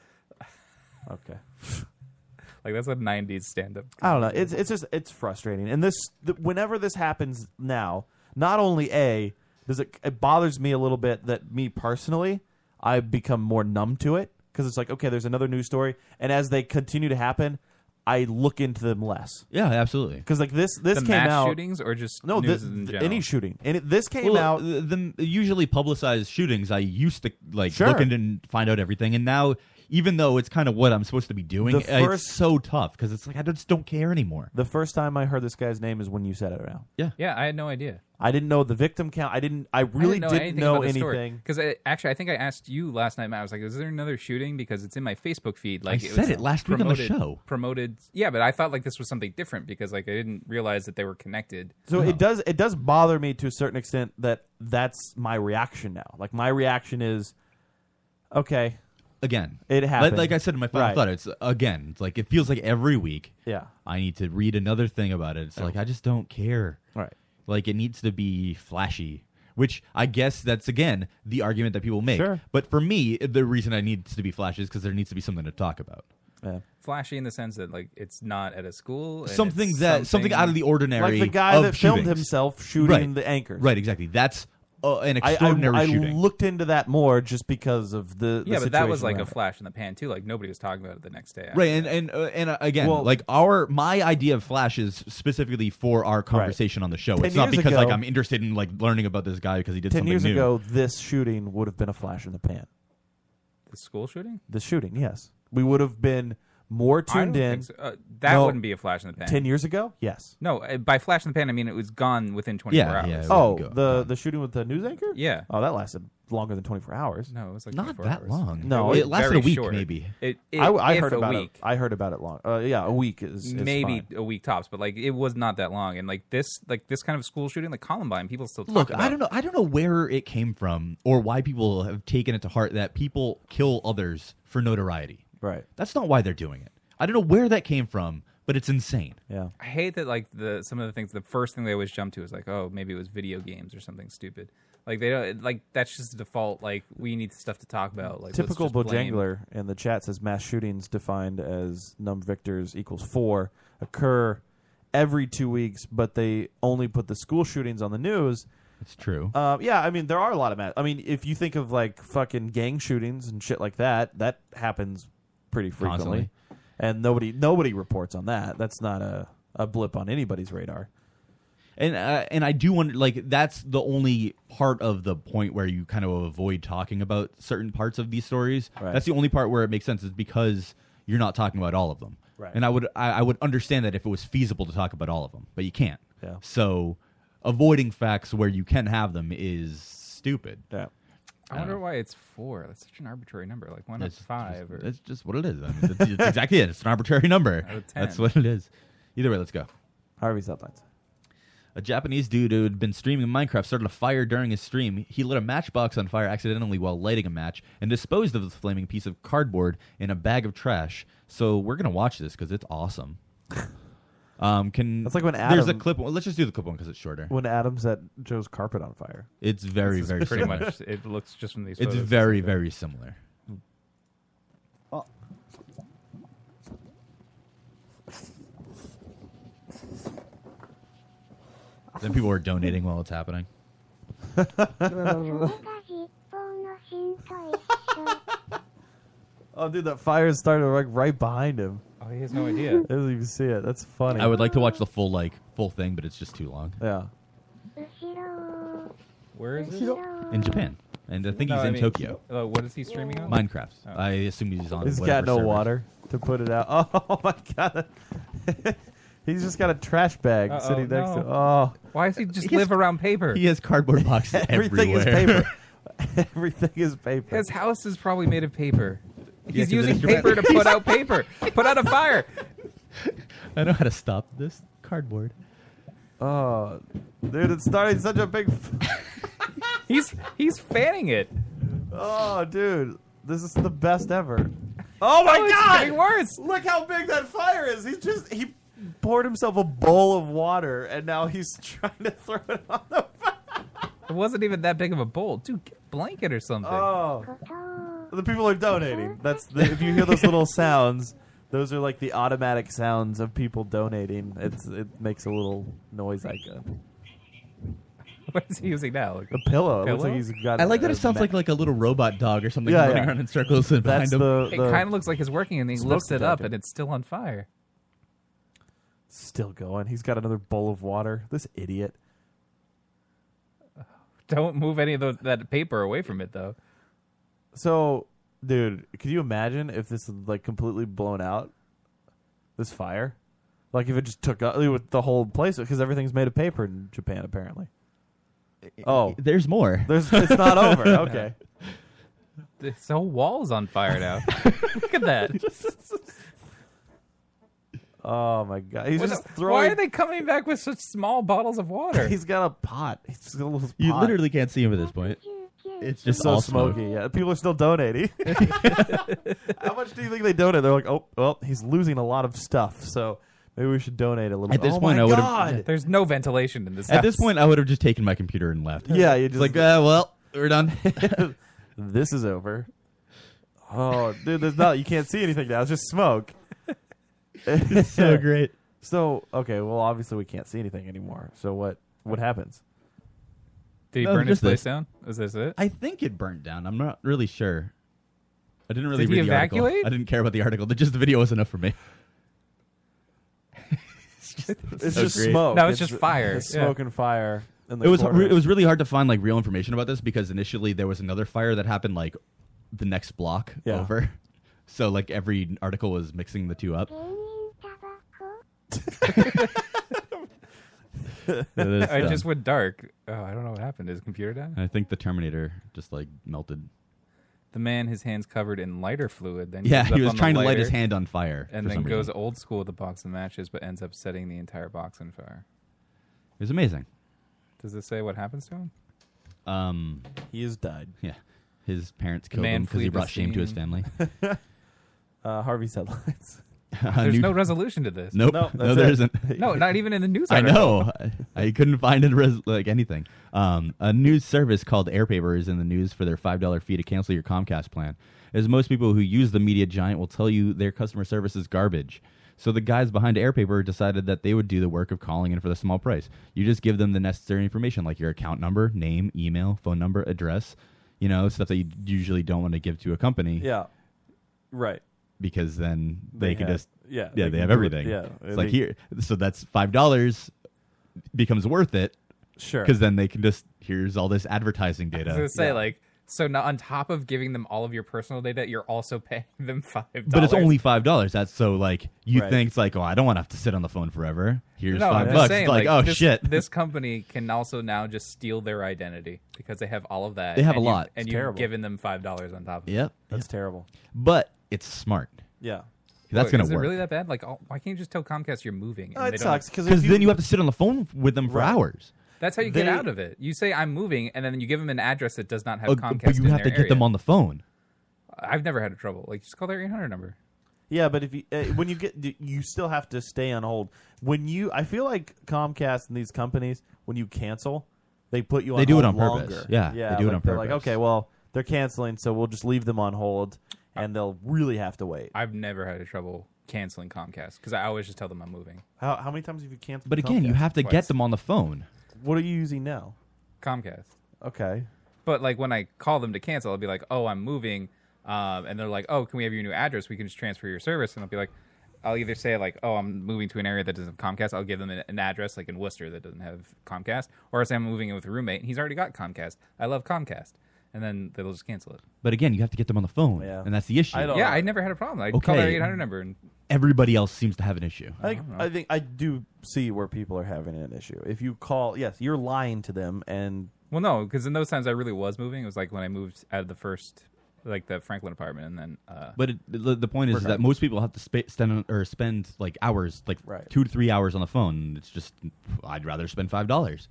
Speaker 8: Okay.
Speaker 10: like that's a '90s stand-up.
Speaker 8: I don't know. It's it's just it's frustrating. And this th- whenever this happens now, not only a does it it bothers me a little bit that me personally I become more numb to it because it's like okay, there's another news story, and as they continue to happen, I look into them less.
Speaker 9: Yeah, absolutely.
Speaker 8: Because like this this
Speaker 10: The
Speaker 8: came
Speaker 10: mass
Speaker 8: out
Speaker 10: shootings or just
Speaker 8: no
Speaker 10: news
Speaker 8: this,
Speaker 10: in
Speaker 8: th-
Speaker 10: general?
Speaker 8: any shooting and it, this came
Speaker 9: Well,
Speaker 8: out
Speaker 9: The, the usually publicized shootings, I used to like
Speaker 8: Sure.
Speaker 9: look into and find out everything, and now even though it's kind of what I'm supposed to be doing,
Speaker 8: The
Speaker 9: uh,
Speaker 8: first-
Speaker 9: it's so tough because it's like I just don't care anymore.
Speaker 8: the first time I heard this guy's name is when you said it now.
Speaker 9: Yeah.
Speaker 10: Yeah, I had no idea.
Speaker 8: I didn't know the victim count. I didn't. I really didn't know anything.
Speaker 10: because actually, I think I asked you last night. Matt, I was like, "Is there another shooting?" Because it's in my Facebook feed. Like
Speaker 9: I
Speaker 10: was
Speaker 9: said it last week on the
Speaker 10: promoted-
Speaker 9: show.
Speaker 10: Promoted, yeah, but I thought like this was something different because like I didn't realize that they were connected.
Speaker 8: So it does it does bother me to a certain extent that that's my reaction now. Like my reaction is, okay,
Speaker 9: again,
Speaker 8: it
Speaker 9: Like-
Speaker 8: happened.
Speaker 9: Like, I said in my final
Speaker 8: Right.
Speaker 9: thought, it's again, it's like it feels like every week.
Speaker 8: Yeah.
Speaker 9: I need to read another thing about it. It's like I just don't care.
Speaker 8: Right.
Speaker 9: Like it needs to be flashy. Which I guess that's again the argument that people make.
Speaker 8: Sure.
Speaker 9: But for me, the reason I needs to be flashy is because there needs to be something to talk about.
Speaker 8: Yeah.
Speaker 10: Flashy in the sense that like it's not at a school. and
Speaker 9: something
Speaker 10: it's
Speaker 9: that something out of the ordinary.
Speaker 8: Like the guy
Speaker 9: of
Speaker 8: that filmed
Speaker 9: shootings.
Speaker 8: himself shooting
Speaker 9: Right.
Speaker 8: the anchors.
Speaker 9: Right, exactly. That's uh, an
Speaker 8: I- I-
Speaker 9: extraordinary
Speaker 8: I,
Speaker 9: shooting.
Speaker 8: looked into that more just because of the, the
Speaker 10: Yeah, but that was like
Speaker 8: situation
Speaker 10: a
Speaker 8: around it.
Speaker 10: flash in the pan too. Like nobody was talking about it the next day.
Speaker 9: right, and and uh, and uh, again,
Speaker 10: Well-
Speaker 9: like our my idea of Flash is specifically for our conversation on the show.
Speaker 8: Ten
Speaker 9: It's not
Speaker 8: years
Speaker 9: because like
Speaker 8: ago-
Speaker 9: I'm interested in like learning about this guy because he did
Speaker 8: ten
Speaker 9: something
Speaker 8: years
Speaker 9: new.
Speaker 8: ago. This shooting would have been a flash in the pan.
Speaker 10: The school shooting.
Speaker 8: The shooting, yes, we would have been more
Speaker 10: I don't
Speaker 8: tuned in.
Speaker 10: think so. Uh, that
Speaker 8: No.
Speaker 10: wouldn't be a flash in the pan.
Speaker 8: Ten years ago, yes.
Speaker 10: No, uh, by flash in the pan I mean it was gone within 24 hours.
Speaker 8: oh, the the shooting with the news anchor.
Speaker 10: Yeah.
Speaker 8: Oh, that lasted longer than twenty four hours.
Speaker 10: No, it was like
Speaker 9: Not
Speaker 10: 24
Speaker 9: that
Speaker 10: hours.
Speaker 9: long.
Speaker 8: No,
Speaker 9: It
Speaker 8: was
Speaker 9: lasted a
Speaker 8: very
Speaker 9: week,
Speaker 8: short.
Speaker 9: maybe.
Speaker 10: It- it-
Speaker 8: I, I
Speaker 10: if
Speaker 8: heard
Speaker 10: a
Speaker 8: about
Speaker 10: week.
Speaker 8: it. I heard about it long. Uh, yeah, a week is, is
Speaker 10: maybe
Speaker 8: fine.
Speaker 10: a week tops, but like it was not that long. And like this, like this kind of school shooting, like Columbine, people still talk
Speaker 9: Look,
Speaker 10: About
Speaker 9: I don't know. I don't know where it came from or why people have taken it to heart that people kill others for notoriety.
Speaker 8: Right.
Speaker 9: That's not why they're doing it. I don't know where that came from, but it's insane.
Speaker 8: Yeah.
Speaker 10: I hate that like the some of the things. The first thing they always jump to is like, oh, maybe it was video games or something stupid. Like they don't like that's just the default. Like we need stuff to talk about. Like let's
Speaker 8: Typical
Speaker 10: just blame-
Speaker 8: Bojangler in the chat says mass shootings defined as number victors equals four occur every two weeks, but they only put the school shootings on the news.
Speaker 9: It's true.
Speaker 8: Uh, yeah, I mean there are a lot of mass. I mean if you think of like fucking gang shootings and shit like that, that happens pretty frequently,
Speaker 9: Constantly.
Speaker 8: and nobody nobody reports on that. That's not a a blip on anybody's radar.
Speaker 9: And uh, and I do wonder, like that's the only part of the point where you kind of avoid talking about certain parts of these stories.
Speaker 8: Right.
Speaker 9: That's the only part where it makes sense is because you're not talking about all of them.
Speaker 8: Right.
Speaker 9: And I would I, I would understand that if it was feasible to talk about all of them, but you can't.
Speaker 8: Yeah.
Speaker 9: So avoiding facts where you can have them is stupid.
Speaker 8: Yeah.
Speaker 10: I wonder why it's four. That's such an arbitrary number. Like why not
Speaker 9: It's
Speaker 10: five? or
Speaker 9: That's just what it is. I mean, it's, it's exactly it. It's an arbitrary number.
Speaker 10: Out of 10.
Speaker 9: That's what it is. Either way, let's go.
Speaker 8: Harvey's up next.
Speaker 9: A Japanese dude who had been streaming Minecraft started a fire during his stream. He lit a matchbox on fire accidentally while lighting a match and disposed of the flaming piece of cardboard in a bag of trash. So we're gonna watch this because it's awesome. um, can
Speaker 8: That's like when
Speaker 9: there's a
Speaker 8: Adam-
Speaker 9: clip. One. Let's just do the clip one because it's shorter.
Speaker 8: When Adam set Joe's carpet on fire,
Speaker 9: It's
Speaker 10: This
Speaker 9: very
Speaker 10: is
Speaker 9: very
Speaker 10: pretty
Speaker 9: similar.
Speaker 10: much- it looks just from these
Speaker 9: It's
Speaker 10: photos,
Speaker 9: very very similar. Then people are donating while it's happening.
Speaker 8: Oh, dude, that fire started like right behind him.
Speaker 10: Oh, he has no idea.
Speaker 8: I didn't even see it. That's funny.
Speaker 9: I would like to watch the full like full thing, but it's just too long.
Speaker 8: Yeah.
Speaker 10: Where is it?
Speaker 9: In Japan, and I think
Speaker 10: No,
Speaker 9: he's
Speaker 10: I
Speaker 9: in
Speaker 10: mean,
Speaker 9: Tokyo.
Speaker 10: uh, what is he streaming on?
Speaker 9: Minecraft.
Speaker 10: Oh.
Speaker 9: I assume he's on.
Speaker 8: He's
Speaker 9: whatever
Speaker 8: got no
Speaker 9: server.
Speaker 8: water to put it out. Oh my god. He's just got a trash bag
Speaker 10: Uh-oh,
Speaker 8: sitting next to
Speaker 10: no.
Speaker 8: him. Oh.
Speaker 10: Why does he just live around paper?
Speaker 9: He has cardboard boxes
Speaker 8: Everything is
Speaker 9: everywhere.
Speaker 8: paper. Everything is paper.
Speaker 10: His house is probably made of paper.
Speaker 9: Yeah,
Speaker 10: He's
Speaker 9: 'cause
Speaker 10: using
Speaker 9: it's Japan.
Speaker 10: paper to put out paper. Put out a fire.
Speaker 9: I know how to stop this cardboard.
Speaker 8: Oh, dude, it's starting such a big.
Speaker 10: he's he's fanning it.
Speaker 8: Oh, dude, this is the best ever. Oh my
Speaker 10: Oh, it's
Speaker 8: god!
Speaker 10: getting worse.
Speaker 8: Look how big that fire is. He's just he poured himself a bowl of water, and now he's trying to throw it on the.
Speaker 10: It wasn't even that big of a bowl. Dude, get a blanket or something.
Speaker 8: Oh, the people are
Speaker 10: Uh-huh.
Speaker 8: donating. That's the, if you hear those little sounds, those are like the automatic sounds of people donating. It's it makes a little noise uh, icon.
Speaker 10: What is he using now? Like
Speaker 8: a pillow. It looks like he's got.
Speaker 9: I like that
Speaker 8: a-
Speaker 9: it sounds
Speaker 8: a
Speaker 9: like like a little robot dog or something
Speaker 8: Yeah,
Speaker 9: running
Speaker 8: yeah.
Speaker 9: around in circles and
Speaker 8: That's
Speaker 9: behind him.
Speaker 8: the-
Speaker 10: It kind of looks like it's working, and he
Speaker 8: Smoke
Speaker 10: lifts it up,
Speaker 8: detector.
Speaker 10: and it's still on fire.
Speaker 8: Still going. He's got another bowl of water. This idiot.
Speaker 10: Don't move any of those, that paper away from it, though.
Speaker 8: So, dude, could you imagine if this is like completely blown out? This fire, like if it just took up it would- the whole place because everything's made of paper in Japan apparently. Oh,
Speaker 9: there's more.
Speaker 8: There's it's not over. Okay.
Speaker 10: This whole wall's on fire now. Look at that.
Speaker 8: Oh my god, he's
Speaker 10: What
Speaker 8: just
Speaker 10: the-
Speaker 8: throwing.
Speaker 10: Why are they coming back with such small bottles of water?
Speaker 8: He's got a pot. He's got a little
Speaker 9: You
Speaker 8: pot.
Speaker 9: literally can't see him at this point. It's just
Speaker 8: so
Speaker 9: all smoke.
Speaker 8: smoky. Yeah, people are still donating. How much do you think they donate? They're like, oh, well, he's losing a lot of stuff, so maybe we should donate a little.
Speaker 9: At this
Speaker 8: oh
Speaker 9: point,
Speaker 8: my
Speaker 9: I would've-
Speaker 8: god.
Speaker 10: There's no ventilation in this.
Speaker 9: At this
Speaker 10: house.
Speaker 9: point, I would have just taken my computer and left.
Speaker 10: "Ah,
Speaker 8: Yeah, you
Speaker 9: It's
Speaker 8: just
Speaker 9: like, uh, well, we're done.
Speaker 8: this is over. Oh, dude, there's not. You can't see anything now. It's just smoke.
Speaker 9: It's so great.
Speaker 8: So okay, well, obviously we can't see anything anymore. So what? What happens?
Speaker 10: Did he
Speaker 9: No,
Speaker 10: burn his
Speaker 9: just
Speaker 10: place
Speaker 9: this.
Speaker 10: down? Is this it?
Speaker 9: I think it burnt down. I'm not really sure. I didn't really
Speaker 10: Did
Speaker 9: read
Speaker 10: he
Speaker 9: the article.
Speaker 10: evacuate?
Speaker 9: I didn't care about the article. The- Just the video was enough for me.
Speaker 8: It's
Speaker 9: so
Speaker 8: just
Speaker 9: great.
Speaker 8: smoke.
Speaker 10: No, it's just fire.
Speaker 8: It's
Speaker 10: Yeah.
Speaker 8: smoke and fire. In the
Speaker 9: It was
Speaker 8: corner.
Speaker 9: it was really hard to find like real information about this because initially there was another fire that happened like the next block
Speaker 8: Yeah.
Speaker 9: over. So like every article was mixing the two up. is,
Speaker 10: it
Speaker 9: uh,
Speaker 10: just went dark. Oh, I don't know what happened. Did his computer die?
Speaker 9: I think the Terminator just like melted.
Speaker 10: The man, his hands covered in lighter fluid. Then goes
Speaker 9: Yeah, he
Speaker 10: up
Speaker 9: was
Speaker 10: on the
Speaker 9: trying to light his
Speaker 10: lighter
Speaker 9: hand on fire
Speaker 10: and
Speaker 9: for
Speaker 10: then
Speaker 9: some
Speaker 10: goes
Speaker 9: reason.
Speaker 10: old school with a box of matches, but ends up setting the entire box on fire.
Speaker 9: It was amazing.
Speaker 10: Does it say what happens to him?
Speaker 9: Um,
Speaker 8: he has died.
Speaker 9: Yeah, his parents
Speaker 10: The
Speaker 9: killed
Speaker 10: man
Speaker 9: him because he
Speaker 10: fled the
Speaker 9: brought shame to his
Speaker 10: scene.
Speaker 9: family.
Speaker 8: uh, Harvey's headlines.
Speaker 9: A
Speaker 10: There's
Speaker 9: new-
Speaker 10: no resolution to this.
Speaker 9: Nope. No, there isn't.
Speaker 10: No, not even in the news.
Speaker 9: I
Speaker 10: article.
Speaker 9: know. I, I couldn't find it res- like anything. Um, a news service called Airpaper is in the news for their five dollar fee to cancel your Comcast plan. As most people who use the media giant will tell you, their customer service is garbage. So the guys behind Airpaper decided that they would do the work of calling in for the small price. You just give them the necessary information, like your account number, name, email, phone number, address. You know, stuff that you usually don't want to give to a company
Speaker 8: Yeah. Right.
Speaker 9: because then they,
Speaker 8: They
Speaker 9: can
Speaker 8: have-
Speaker 9: just
Speaker 8: yeah,
Speaker 9: yeah
Speaker 8: they
Speaker 9: they,
Speaker 8: can
Speaker 9: have
Speaker 8: do it,
Speaker 9: everything
Speaker 8: yeah,
Speaker 9: it's
Speaker 8: and
Speaker 9: like
Speaker 8: they-
Speaker 9: here so that's five dollars becomes worth it
Speaker 8: Sure.
Speaker 9: because then they can just here's all this advertising
Speaker 10: I
Speaker 9: data
Speaker 10: was gonna say like so. Now, on top of giving them all of your personal data, you're also paying them five.
Speaker 9: but it's only five dollars that's so like you
Speaker 10: Right.
Speaker 9: think it's like oh I don't want to have to sit on the phone forever here's
Speaker 10: no, I'm
Speaker 9: five
Speaker 10: just
Speaker 9: bucks
Speaker 10: saying,
Speaker 9: it's like, oh
Speaker 10: this,
Speaker 9: shit
Speaker 10: This company can also now just steal their identity because they have all of that.
Speaker 9: They have
Speaker 10: and
Speaker 9: a
Speaker 10: you-
Speaker 9: lot.
Speaker 10: and
Speaker 9: It's
Speaker 10: you've
Speaker 9: terrible.
Speaker 10: given them five dollars on top of it.
Speaker 9: yep
Speaker 8: That's terrible
Speaker 9: but it's smart
Speaker 8: Yeah.
Speaker 9: that's
Speaker 10: Wait,
Speaker 9: gonna
Speaker 10: is
Speaker 9: work
Speaker 10: it really that bad? Like, oh, why can't you just tell Comcast you're moving?
Speaker 8: Oh, it
Speaker 10: they don't-
Speaker 8: sucks, 'cause
Speaker 9: because then you have to sit on the phone with them for
Speaker 10: Right.
Speaker 9: hours
Speaker 10: That's how you get
Speaker 8: They-
Speaker 10: out of it. You say I'm moving, and then you give them an address that does not have
Speaker 9: Oh,
Speaker 10: Comcast.
Speaker 9: but you
Speaker 10: in
Speaker 9: have to
Speaker 10: their
Speaker 9: get
Speaker 10: area.
Speaker 9: them on the phone
Speaker 10: I've never had a trouble. Like, just call their 800 number.
Speaker 8: Yeah, but if you uh, when you get you still have to stay on hold. When you I feel like Comcast and these companies when you cancel, they put you on
Speaker 9: They do it
Speaker 8: hold
Speaker 9: on purpose.
Speaker 8: longer.
Speaker 9: Yeah,
Speaker 8: yeah,
Speaker 9: they do it
Speaker 8: like
Speaker 9: on
Speaker 8: they're like
Speaker 9: purpose.
Speaker 8: okay, well, they're canceling, so we'll just leave them on hold and they'll really have to wait.
Speaker 10: I've never had a trouble canceling Comcast because I always just tell them I'm moving.
Speaker 8: How how many times have you canceled?
Speaker 9: but again you
Speaker 8: Comcast?
Speaker 9: have to
Speaker 10: Twice.
Speaker 9: get them on the phone
Speaker 8: What are you using now?
Speaker 10: Comcast.
Speaker 8: Okay.
Speaker 10: But like when I call them to cancel, I'll be like, "Oh, I'm moving," um, and they're like, "Oh, can we have your new address? We can just transfer your service." And I'll be like, I'll either say like, "Oh, I'm moving to an area that doesn't have Comcast." I'll give them an, an address like in Worcester that doesn't have Comcast, or I say I'm moving in with a roommate and he's already got Comcast. I love Comcast, and then they'll just cancel it.
Speaker 9: but again you have to get them on the phone and that's the issue
Speaker 10: yeah, I never had a problem. I call their 800 number and
Speaker 9: everybody else seems to have an issue.
Speaker 8: I think I think I do see where people are having an issue. If you call, yes, you're lying to them, and
Speaker 10: Well, no, because in those times I really was moving. It was like when I moved out of the first, like the Franklin apartment, and then. Uh,
Speaker 9: But it, the, the point is, is that
Speaker 10: regardless.
Speaker 9: most people have to sp- spend on- or spend like hours, like
Speaker 10: Right.
Speaker 9: two to three hours on the phone. It's just I'd rather spend five dollars.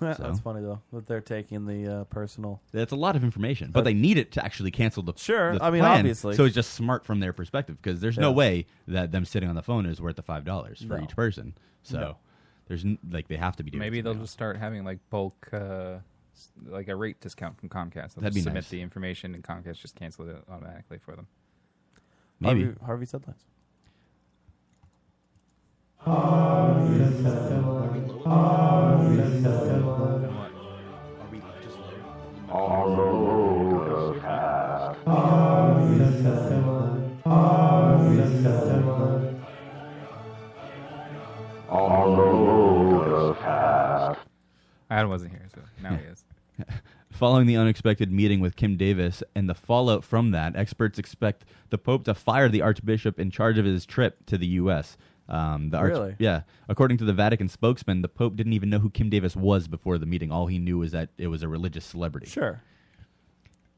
Speaker 8: Yeah,
Speaker 9: So.
Speaker 8: that's funny though that they're taking the uh, personal.
Speaker 9: That's a lot of information, but they need it to actually cancel the
Speaker 8: Sure,
Speaker 9: the
Speaker 8: I mean,
Speaker 9: plan.
Speaker 8: obviously.
Speaker 9: So it's just smart from their perspective because there's no
Speaker 8: Yeah.
Speaker 9: way that them sitting on the phone is worth the five dollars for
Speaker 10: No.
Speaker 9: each person. So
Speaker 10: No.
Speaker 9: there's n- like they have to be doing.
Speaker 10: Maybe they'll just start having like bulk, uh, s- like a rate discount from Comcast. They'll
Speaker 9: That'd
Speaker 10: just
Speaker 9: be
Speaker 10: submit
Speaker 9: nice.
Speaker 10: the information, and Comcast just cancels it automatically for them.
Speaker 9: Maybe.
Speaker 8: Harvey, Harvey's headlines.
Speaker 10: Adam wasn't here, so now he is.
Speaker 9: Following the unexpected meeting with Kim Davis and the fallout from that, experts expect the Pope to fire the Archbishop in charge of his trip to the U.S. Um, the Arch-
Speaker 8: Really?
Speaker 9: Yeah. According to the Vatican spokesman, the Pope didn't even know who Kim Davis was before the meeting. All he knew was that it was a religious celebrity.
Speaker 8: Sure.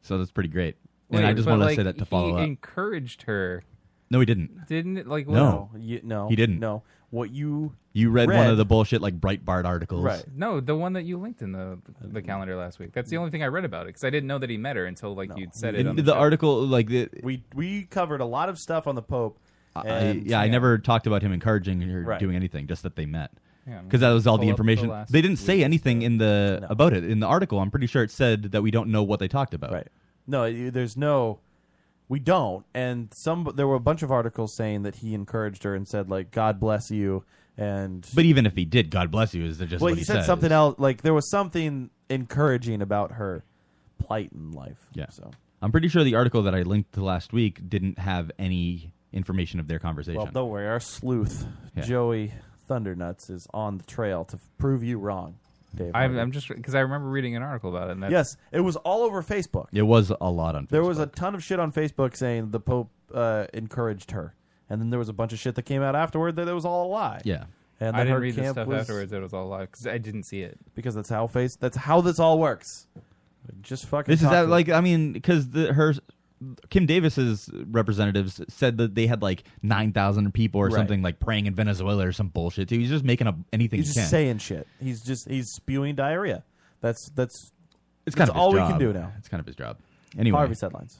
Speaker 9: So that's pretty great. And I
Speaker 10: Wait,
Speaker 9: just
Speaker 10: but,
Speaker 9: wanted
Speaker 10: like,
Speaker 9: to say that
Speaker 10: he
Speaker 9: to follow up.
Speaker 10: encouraged her.
Speaker 9: No, he didn't.
Speaker 10: Didn't it, like what-
Speaker 9: No.
Speaker 8: You, no.
Speaker 9: He didn't.
Speaker 8: No. What you
Speaker 9: You read, one
Speaker 8: read-
Speaker 9: of the bullshit like Breitbart articles.
Speaker 10: No, the one that you linked in the the calendar last week. That's the only thing I read about it because I didn't know that he met her until like you'd said it.
Speaker 9: And
Speaker 10: On
Speaker 9: the
Speaker 10: the, show.
Speaker 9: article like the,
Speaker 8: we we covered a lot of stuff on the Pope.
Speaker 9: I,
Speaker 8: And
Speaker 9: yeah, I never talked about him encouraging or
Speaker 8: Right.
Speaker 9: doing anything, just that they met.
Speaker 8: Yeah,
Speaker 9: Because that was all
Speaker 8: pull
Speaker 9: the
Speaker 8: up the
Speaker 9: information.
Speaker 8: last
Speaker 9: they didn't say anything in the about it in the article. I'm pretty sure it said that we don't know what they talked about. Right.
Speaker 8: No, you, there's no. We don't. And some there were a bunch of articles saying that he encouraged her and said like God bless you and
Speaker 9: But even if he did, God bless you, is just
Speaker 8: well,
Speaker 9: what
Speaker 8: he, said
Speaker 9: says.
Speaker 8: something else. Like there was something encouraging about her plight in life.
Speaker 9: Yeah.
Speaker 8: So
Speaker 9: I'm pretty sure the article that I linked to last week didn't have any information of their conversation.
Speaker 8: well, don't worry. Our sleuth
Speaker 9: Yeah.
Speaker 8: Joey Thundernuts is on the trail to prove you wrong, Dave.
Speaker 10: I'm,
Speaker 8: Harvey.
Speaker 10: I'm just because I remember reading an article about it. And that's,
Speaker 8: yes, it was all over Facebook.
Speaker 9: it was a lot on.
Speaker 8: There was a ton of shit on Facebook saying the Pope uh, encouraged her, and then there was a bunch of shit that came out afterward that it was all a lie.
Speaker 9: Yeah.
Speaker 8: and
Speaker 10: I
Speaker 8: that
Speaker 10: didn't
Speaker 8: her
Speaker 10: read the
Speaker 8: camp
Speaker 10: stuff
Speaker 8: was-
Speaker 10: afterwards. That it was all live because I didn't see it.
Speaker 8: because that's how face that's how this all works. Just fucking.
Speaker 9: This is
Speaker 8: talk
Speaker 9: that
Speaker 8: to
Speaker 9: like I mean because the her Kim Davis's representatives said that they had like nine thousand people or
Speaker 8: Right.
Speaker 9: something like praying in Venezuela or some bullshit. too. He's just making up anything.
Speaker 8: He's
Speaker 9: he
Speaker 8: just
Speaker 9: can.
Speaker 8: saying shit. He's just he's spewing diarrhea. That's that's
Speaker 9: It's kind
Speaker 8: that's
Speaker 9: of his
Speaker 8: all we
Speaker 9: job.
Speaker 8: can do now.
Speaker 9: It's kind of his job. Anyway,
Speaker 8: Harvey's headlines.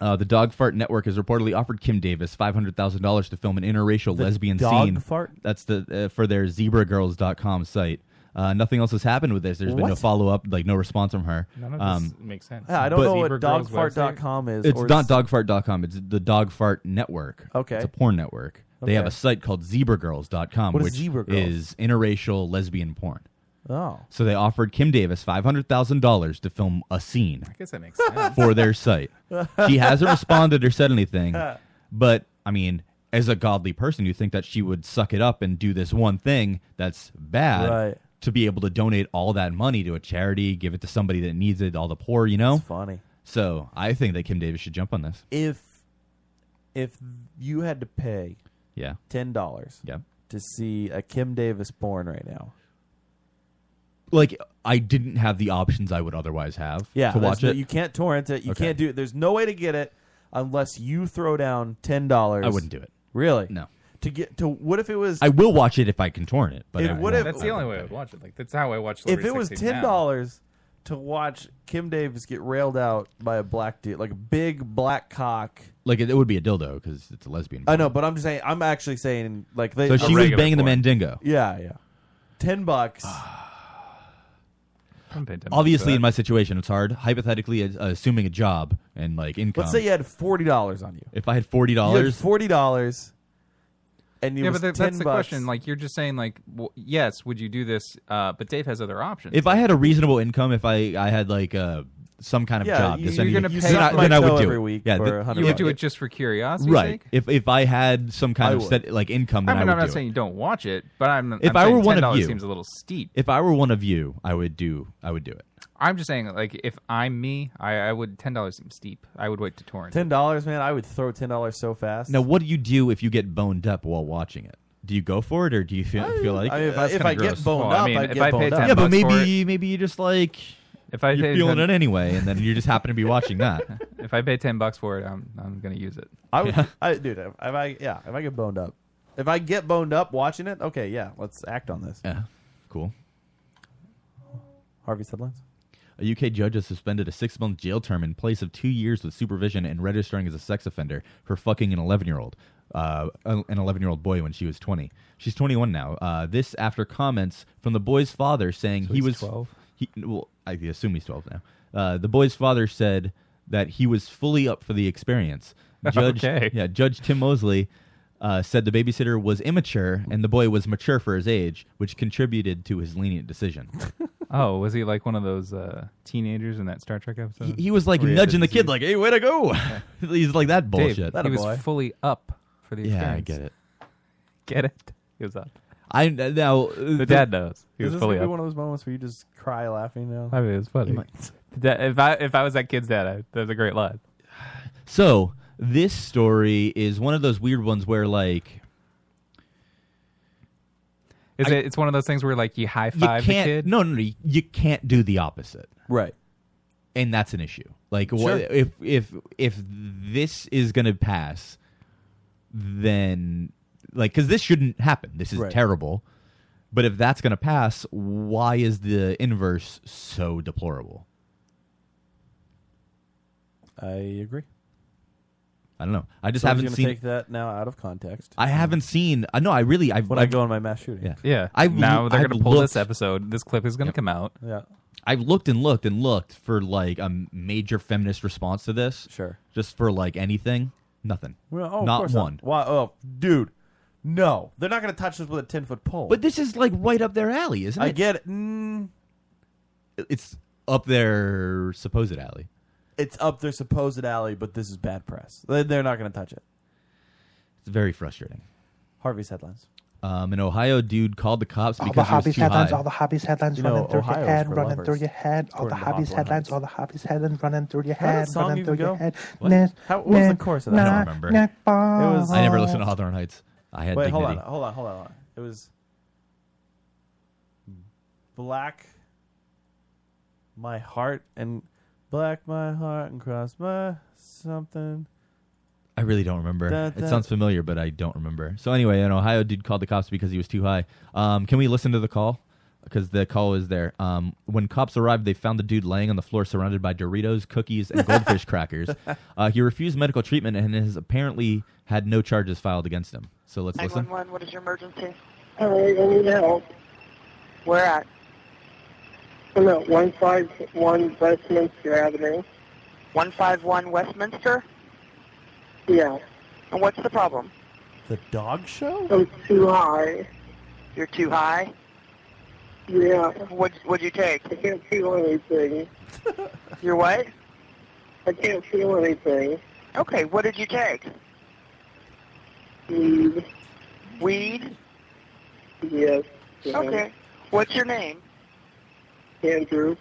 Speaker 9: Uh, the Dog Fart Network has reportedly offered Kim Davis five hundred thousand dollars to film an interracial
Speaker 8: The
Speaker 9: lesbian
Speaker 8: Dog
Speaker 9: scene.
Speaker 8: Fart?
Speaker 9: That's the uh, for their zebragirls.com site. Uh, nothing else has happened with this. There's been no
Speaker 8: What?
Speaker 9: follow up, like no response from her.
Speaker 10: None of
Speaker 9: um,
Speaker 10: this makes sense.
Speaker 8: Yeah, I don't
Speaker 9: but-
Speaker 8: know what dogfart.com is.
Speaker 9: It's
Speaker 8: or
Speaker 9: not dogfart.com. It's the Dogfart Network.
Speaker 8: Okay.
Speaker 9: It's a porn network. They have
Speaker 8: Okay.
Speaker 9: a site called zebragirls.com,
Speaker 8: What is
Speaker 9: which
Speaker 8: Zebra Girls?
Speaker 9: is interracial lesbian porn.
Speaker 8: Oh.
Speaker 9: So they offered Kim Davis $500,000 to film a scene
Speaker 10: I guess that makes sense.
Speaker 9: for their site. she hasn't responded or said anything, but I mean, as a godly person, you think that she would suck it up and do this one thing that's bad
Speaker 8: Right.
Speaker 9: to be able to donate all that money to a charity, give it to somebody that needs it, all the poor, you know?
Speaker 8: funny.
Speaker 9: So I think that Kim Davis should jump on this.
Speaker 8: if if you had to pay
Speaker 9: Yeah.
Speaker 8: ten dollars
Speaker 9: yeah.
Speaker 8: to see a Kim Davis born right now.
Speaker 9: Like I didn't have the options I would otherwise have
Speaker 8: Yeah,
Speaker 9: to
Speaker 8: that's
Speaker 9: watch
Speaker 8: no-
Speaker 9: it.
Speaker 8: You can't torrent it. You
Speaker 9: Okay.
Speaker 8: can't do it. There's no way to get it unless you throw down ten dollars.
Speaker 9: I wouldn't do it.
Speaker 8: Really?
Speaker 9: No.
Speaker 8: To get to what if it was
Speaker 9: I will watch it if I can torrent it, but
Speaker 8: It
Speaker 9: I won't.
Speaker 8: would have-
Speaker 10: That's the only way I would watch it. Like that's how I watched.
Speaker 8: if
Speaker 10: Celebrity
Speaker 8: it was
Speaker 10: 16
Speaker 8: ten
Speaker 10: now.
Speaker 8: dollars to watch Kim Davis get railed out by a black dude, like a big black cock.
Speaker 9: like it, it would be a dildo because it's a lesbian.
Speaker 8: I know, but I'm just saying. I'm actually saying like they.
Speaker 9: So she was banging the mandingo.
Speaker 8: Yeah, yeah. Ten bucks.
Speaker 9: Obviously, in my situation, it's hard. Hypothetically, uh, assuming a job and like income.
Speaker 8: let's say you had forty dollars on you.
Speaker 9: if I had forty
Speaker 8: You had
Speaker 9: dollars,
Speaker 8: forty dollars, and it
Speaker 10: yeah,
Speaker 8: was
Speaker 10: but that,
Speaker 8: 10
Speaker 10: that's the
Speaker 8: bucks.
Speaker 10: question. Like you're just saying, like w- yes, would you do this? Uh, but Dave has other options.
Speaker 9: if I had a reasonable income, if I I had like uh, some kind of
Speaker 10: Yeah,
Speaker 9: job,
Speaker 10: you-
Speaker 9: this
Speaker 10: you're
Speaker 9: anything-
Speaker 10: gonna pay
Speaker 9: then, I,
Speaker 10: for
Speaker 9: then I
Speaker 10: myself
Speaker 9: would do
Speaker 10: every
Speaker 9: it.
Speaker 10: week
Speaker 9: yeah,
Speaker 10: for
Speaker 9: th-
Speaker 10: 100 You would do bucks. it just for curiosity's
Speaker 9: right?
Speaker 10: sake?
Speaker 9: If if I had some
Speaker 10: I
Speaker 9: kind of
Speaker 10: would.
Speaker 9: set, like income,
Speaker 10: I
Speaker 9: then
Speaker 10: mean,
Speaker 9: would
Speaker 10: am not
Speaker 9: do it.
Speaker 10: saying you don't watch it, but I'm.
Speaker 9: if
Speaker 10: I'm
Speaker 9: i
Speaker 10: saying
Speaker 9: were one of
Speaker 10: $10
Speaker 9: you,
Speaker 10: seems a little steep.
Speaker 9: If I were one of you, I would do. I would do it.
Speaker 10: I'm just saying, like if I'm me, I, I would ten dollars seems steep. I would wait to torrent.
Speaker 8: ten dollars, man, I would throw ten dollars so fast.
Speaker 9: Now, what do you do if you get boned up while watching it? Do you go for it, or do you feel feel like
Speaker 8: I mean, if
Speaker 9: it?
Speaker 8: I- if I get boned Well, I up, mean, I'd if get I pay boned up. 10
Speaker 9: Yeah, but
Speaker 8: bucks for
Speaker 9: maybe maybe you just like
Speaker 10: if I
Speaker 9: you're
Speaker 10: paid
Speaker 9: feeling
Speaker 10: 10
Speaker 9: it anyway, and then you just happen to be watching that.
Speaker 10: If I pay ten bucks for it, I'm I'm gonna use it.
Speaker 8: I would, I, dude, if I yeah, if I get boned up, if I get boned up watching it, okay, yeah, let's act on this.
Speaker 9: Yeah, cool.
Speaker 8: Harvey's headlines.
Speaker 9: A UK judge has suspended a six month jail term in place of two years with supervision and registering as a sex offender for fucking an 11 year old. Uh, an 11 year old boy when she was 20. She's 21 now. Uh, this after comments from the boy's father saying he
Speaker 10: he's
Speaker 9: was
Speaker 10: 12?
Speaker 9: He, well, I assume he's 12 now. Uh, the boy's father said that he was fully up for the experience. Judge,
Speaker 10: Okay.
Speaker 9: yeah, Judge Tim Mosley uh, said the babysitter was immature and the boy was mature for his age, which contributed to his lenient decision.
Speaker 10: Oh, was he like one of those uh, teenagers in that Star Trek episode?
Speaker 9: He was like
Speaker 10: Where he had
Speaker 9: nudging the kid, like, "Hey, way to go!"
Speaker 10: Yeah.
Speaker 9: He's like that
Speaker 10: Dave,
Speaker 9: bullshit.
Speaker 10: he was fully up for the
Speaker 9: Yeah, I
Speaker 10: experience.
Speaker 9: get it.
Speaker 10: Get it? He was uh, up.
Speaker 9: I uh, now the
Speaker 10: dad knows. He
Speaker 8: Is
Speaker 10: was
Speaker 8: this
Speaker 10: fully
Speaker 8: gonna
Speaker 10: up.
Speaker 8: be one of those moments where you just cry laughing now?
Speaker 10: I mean, it's funny. The dad- if I if I was that kid's dad, I, that's a great line.
Speaker 9: So this story is one of those weird ones where, like,
Speaker 10: Is
Speaker 9: I-
Speaker 10: it? It's one of those things where like you high
Speaker 9: you
Speaker 10: five the
Speaker 9: can't.
Speaker 10: kid.
Speaker 9: No, no, no, you can't do the opposite.
Speaker 8: Right.
Speaker 9: And that's an issue. Like,
Speaker 10: Sure.
Speaker 9: what if if if this is going to pass, then like, because this shouldn't happen. This is
Speaker 8: Right.
Speaker 9: terrible. But if that's going to pass, why is the inverse so deplorable?
Speaker 8: I agree.
Speaker 9: I don't know. I just
Speaker 8: Someone's
Speaker 9: haven't
Speaker 8: gonna
Speaker 9: seen.
Speaker 8: take that now out of context.
Speaker 9: I haven't seen. I know. I really. I've,
Speaker 8: When I
Speaker 9: I've
Speaker 8: go on my mass shooting.
Speaker 10: Yeah.
Speaker 9: I've
Speaker 10: now they're
Speaker 9: I've
Speaker 10: gonna pull this
Speaker 9: looked-
Speaker 10: episode. This clip is gonna come out.
Speaker 8: Yeah.
Speaker 9: I've looked and looked and looked for like a major feminist response to this.
Speaker 8: Sure.
Speaker 9: Just for like anything, nothing.
Speaker 8: Well, oh, of
Speaker 9: not
Speaker 8: course
Speaker 9: one.
Speaker 8: Why? Oh, dude, no, they're not going to touch this with a ten foot pole.
Speaker 9: But this is like right up their alley, isn't it?
Speaker 8: I get it. Mm,
Speaker 9: It's up their supposed alley.
Speaker 8: it's up their supposed alley, but this is bad press. They- They're not going to touch it.
Speaker 9: It's very frustrating.
Speaker 8: Harvey's headlines.
Speaker 9: Um, an Ohio dude called the cops
Speaker 6: All
Speaker 9: because
Speaker 6: the
Speaker 9: he was
Speaker 6: hobbies
Speaker 9: too
Speaker 6: headlines,
Speaker 9: high.
Speaker 6: all the hobbies headlines
Speaker 9: You
Speaker 6: running
Speaker 9: know,
Speaker 6: through
Speaker 9: Ohio
Speaker 6: your
Speaker 9: is
Speaker 6: head,
Speaker 9: for
Speaker 6: running through
Speaker 9: lovers,
Speaker 6: your head, all the
Speaker 9: according to
Speaker 6: hobbies
Speaker 9: Bob
Speaker 6: headlines, all the hobbies headlines running through your head,
Speaker 8: that song
Speaker 6: running
Speaker 8: even
Speaker 6: through your
Speaker 8: go?
Speaker 6: head.
Speaker 8: What?
Speaker 6: Net-
Speaker 8: How- what was the
Speaker 6: net-
Speaker 8: chorus of that?
Speaker 6: net-
Speaker 8: I don't remember.
Speaker 6: net
Speaker 8: It was-
Speaker 9: I never
Speaker 6: ball.
Speaker 9: listened to Hawthorne Heights. I had
Speaker 8: Wait,
Speaker 9: dignity.
Speaker 8: hold on, hold on, hold on, hold on. It was black. My heart and black my heart and cross my something.
Speaker 9: I really don't remember.
Speaker 8: Da, da.
Speaker 9: It sounds familiar, but I don't remember. So anyway, an Ohio dude called the cops because he was too high. Um, can we listen to the call? Because the call is there. Um, when cops arrived, they found the dude laying on the floor surrounded by Doritos, cookies, and goldfish crackers. Uh, he refused medical treatment and has apparently had no charges filed against him. So let's listen.
Speaker 12: 911, what is your emergency? I need help. Where at?
Speaker 13: I'm at 151 Westminster Avenue.
Speaker 12: 151 Westminster?
Speaker 13: Yeah,
Speaker 12: And what's the problem?
Speaker 8: The dog show?
Speaker 12: Oh.
Speaker 13: I'm too high.
Speaker 12: You're too high?
Speaker 13: Yeah,
Speaker 12: What, what'd you take?
Speaker 13: I can't feel anything.
Speaker 12: Your what?
Speaker 13: I can't feel anything.
Speaker 12: Okay, what did you take?
Speaker 13: Weed.
Speaker 12: Weed?
Speaker 13: Yes. yeah.
Speaker 12: Okay. What's your name?
Speaker 13: Andrew.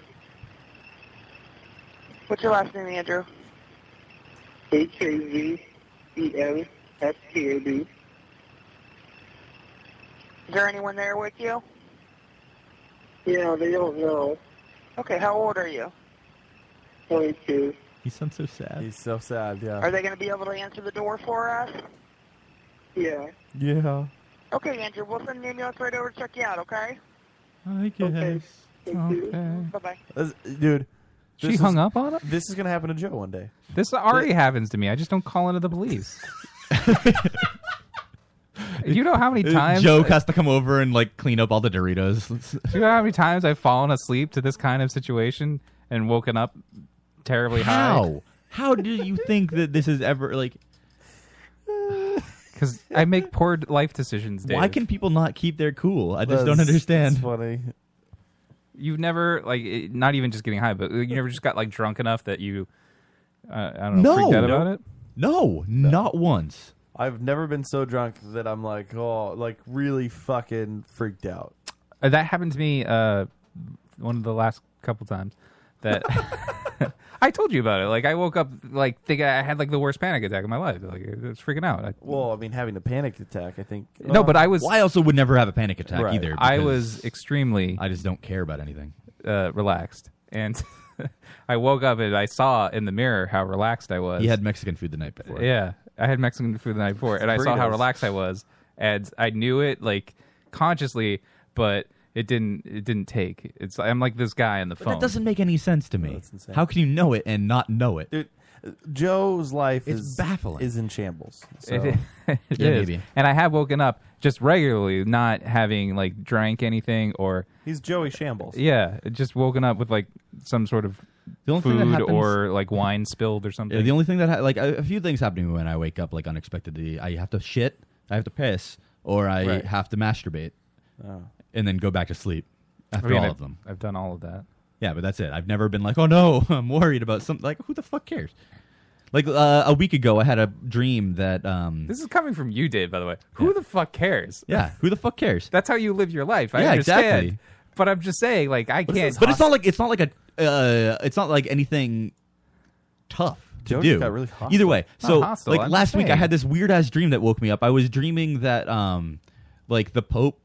Speaker 12: What's your last name, Andrew?
Speaker 13: H A V E N S T A D.
Speaker 12: Is there anyone there with you?
Speaker 13: Yeah, they don't know.
Speaker 12: Okay, how old are you?
Speaker 13: 22.
Speaker 9: He sounds so sad.
Speaker 8: He's so sad. Yeah.
Speaker 12: Are they going to be able to answer the door for us?
Speaker 13: Yeah.
Speaker 8: Yeah.
Speaker 12: Okay, Andrew, we'll send an ambulance right over to check you out, okay?
Speaker 8: I guess. Okay.
Speaker 12: Bye-bye.
Speaker 8: Dude,
Speaker 10: She
Speaker 8: this
Speaker 10: hung
Speaker 8: is-
Speaker 10: up on him?
Speaker 8: This is gonna happen to Joe one day.
Speaker 10: This already happens to me. I just don't call into the police. you know how many times
Speaker 9: Joe has to come over and like clean up all the Doritos.
Speaker 10: Do you know how many times I've fallen asleep to this kind of situation and woken up terribly high?
Speaker 9: How? How do you think that this is ever like?
Speaker 10: Because I make poor life decisions. Dave.
Speaker 9: Why can people not keep their cool? I just don't
Speaker 10: That's-
Speaker 9: understand.
Speaker 10: that's
Speaker 8: funny.
Speaker 10: you've never like it- not even just getting high, but you never just got like drunk enough that you uh, I don't know freaked out about it.
Speaker 9: No, not once.
Speaker 8: I've never been so drunk that I'm like, oh, like really fucking freaked out.
Speaker 10: Uh, That happened to me uh, one of the last couple times that I told you about it. Like I woke up like think I had like the worst panic attack of my life. Like it was freaking out. I,
Speaker 8: Well, I mean, having a panic attack, I think.
Speaker 10: No, but I was-
Speaker 9: Uh, Well, I also would never have a panic attack
Speaker 10: Right.
Speaker 9: either.
Speaker 10: I
Speaker 9: because
Speaker 10: was extremely.
Speaker 9: I just don't care about anything.
Speaker 10: Uh, relaxed, and I woke up and I saw in the mirror how relaxed I was.
Speaker 9: He had Mexican food the night before.
Speaker 10: Yeah, I had Mexican food the night before, and I saw how
Speaker 9: Burritos.
Speaker 10: relaxed I was, and I knew it like consciously, but it didn't. It didn't take. It's I'm like this guy on the
Speaker 9: But
Speaker 10: phone.
Speaker 9: that doesn't make any sense to me.
Speaker 8: Oh, insane.
Speaker 9: How can you know it and not know it?
Speaker 8: Dude, Joe's life
Speaker 9: It's
Speaker 8: is
Speaker 9: baffling.
Speaker 8: Is in shambles. So.
Speaker 10: It, it is.
Speaker 9: Yeah, maybe.
Speaker 10: And I have woken up just regularly, not having like drank anything or
Speaker 8: He's Joey Shambles.
Speaker 10: yeah, just woken up with like some sort of
Speaker 9: only thing
Speaker 10: food
Speaker 9: that happens-
Speaker 10: or like wine spilled or something.
Speaker 9: Yeah, the only thing that ha- like a, a few things happen to me when I wake up like unexpectedly. I have to shit, I have to piss, or I
Speaker 10: Right.
Speaker 9: have to masturbate,
Speaker 8: Oh.
Speaker 9: and then go back to sleep after
Speaker 10: I mean,
Speaker 9: all
Speaker 10: I've-
Speaker 9: of them.
Speaker 10: I've done all of that.
Speaker 9: Yeah, but that's it. I've never been like, oh no, I'm worried about something. Like, who the fuck cares? Like uh, a week ago, I had a dream that um,
Speaker 10: This is coming from you, Dave, by the way. Who the fuck cares?
Speaker 9: Yeah, who the fuck cares?
Speaker 10: That's how you live your life. I
Speaker 9: Yeah,
Speaker 10: understand.
Speaker 9: exactly.
Speaker 10: But I'm just saying, like, I can't.
Speaker 9: But it's not like it's not like a uh, it's not like anything tough to
Speaker 8: Joe just
Speaker 9: do.
Speaker 8: got really hostile.
Speaker 9: Either way,
Speaker 8: Not
Speaker 9: so
Speaker 8: hostile,
Speaker 9: like
Speaker 8: I'm
Speaker 9: last week, I
Speaker 8: saying.
Speaker 9: had this weird ass dream that woke me up. I was dreaming that um, like the Pope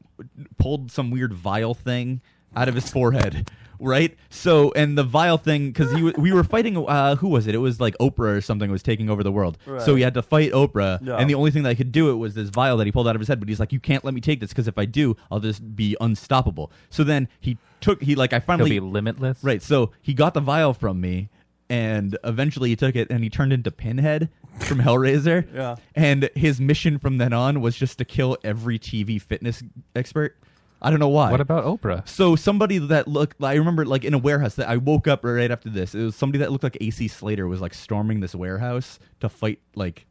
Speaker 9: pulled some weird vial thing out of his forehead. Right, so and the vial thing because he w- we were fighting. Uh, who was it? It was like Oprah or something was taking over the world. So
Speaker 8: Right.
Speaker 9: he had to fight Oprah,
Speaker 8: No.
Speaker 9: and the only thing that could do it was this vial that he pulled out of his head. But he's like, "You can't let me take this because if I do, I'll just be unstoppable." So then he took he like I finally
Speaker 10: be limitless.
Speaker 9: Right. So he got the vial from me, and eventually he took it and he turned into Pinhead from Hellraiser.
Speaker 8: Yeah.
Speaker 9: And his mission from then on was just to kill every TV fitness expert I don't know why.
Speaker 10: What about Oprah?
Speaker 9: So somebody that looked, I remember like in a warehouse that I woke up right after this. It was somebody that looked like AC Slater was like storming this warehouse to fight like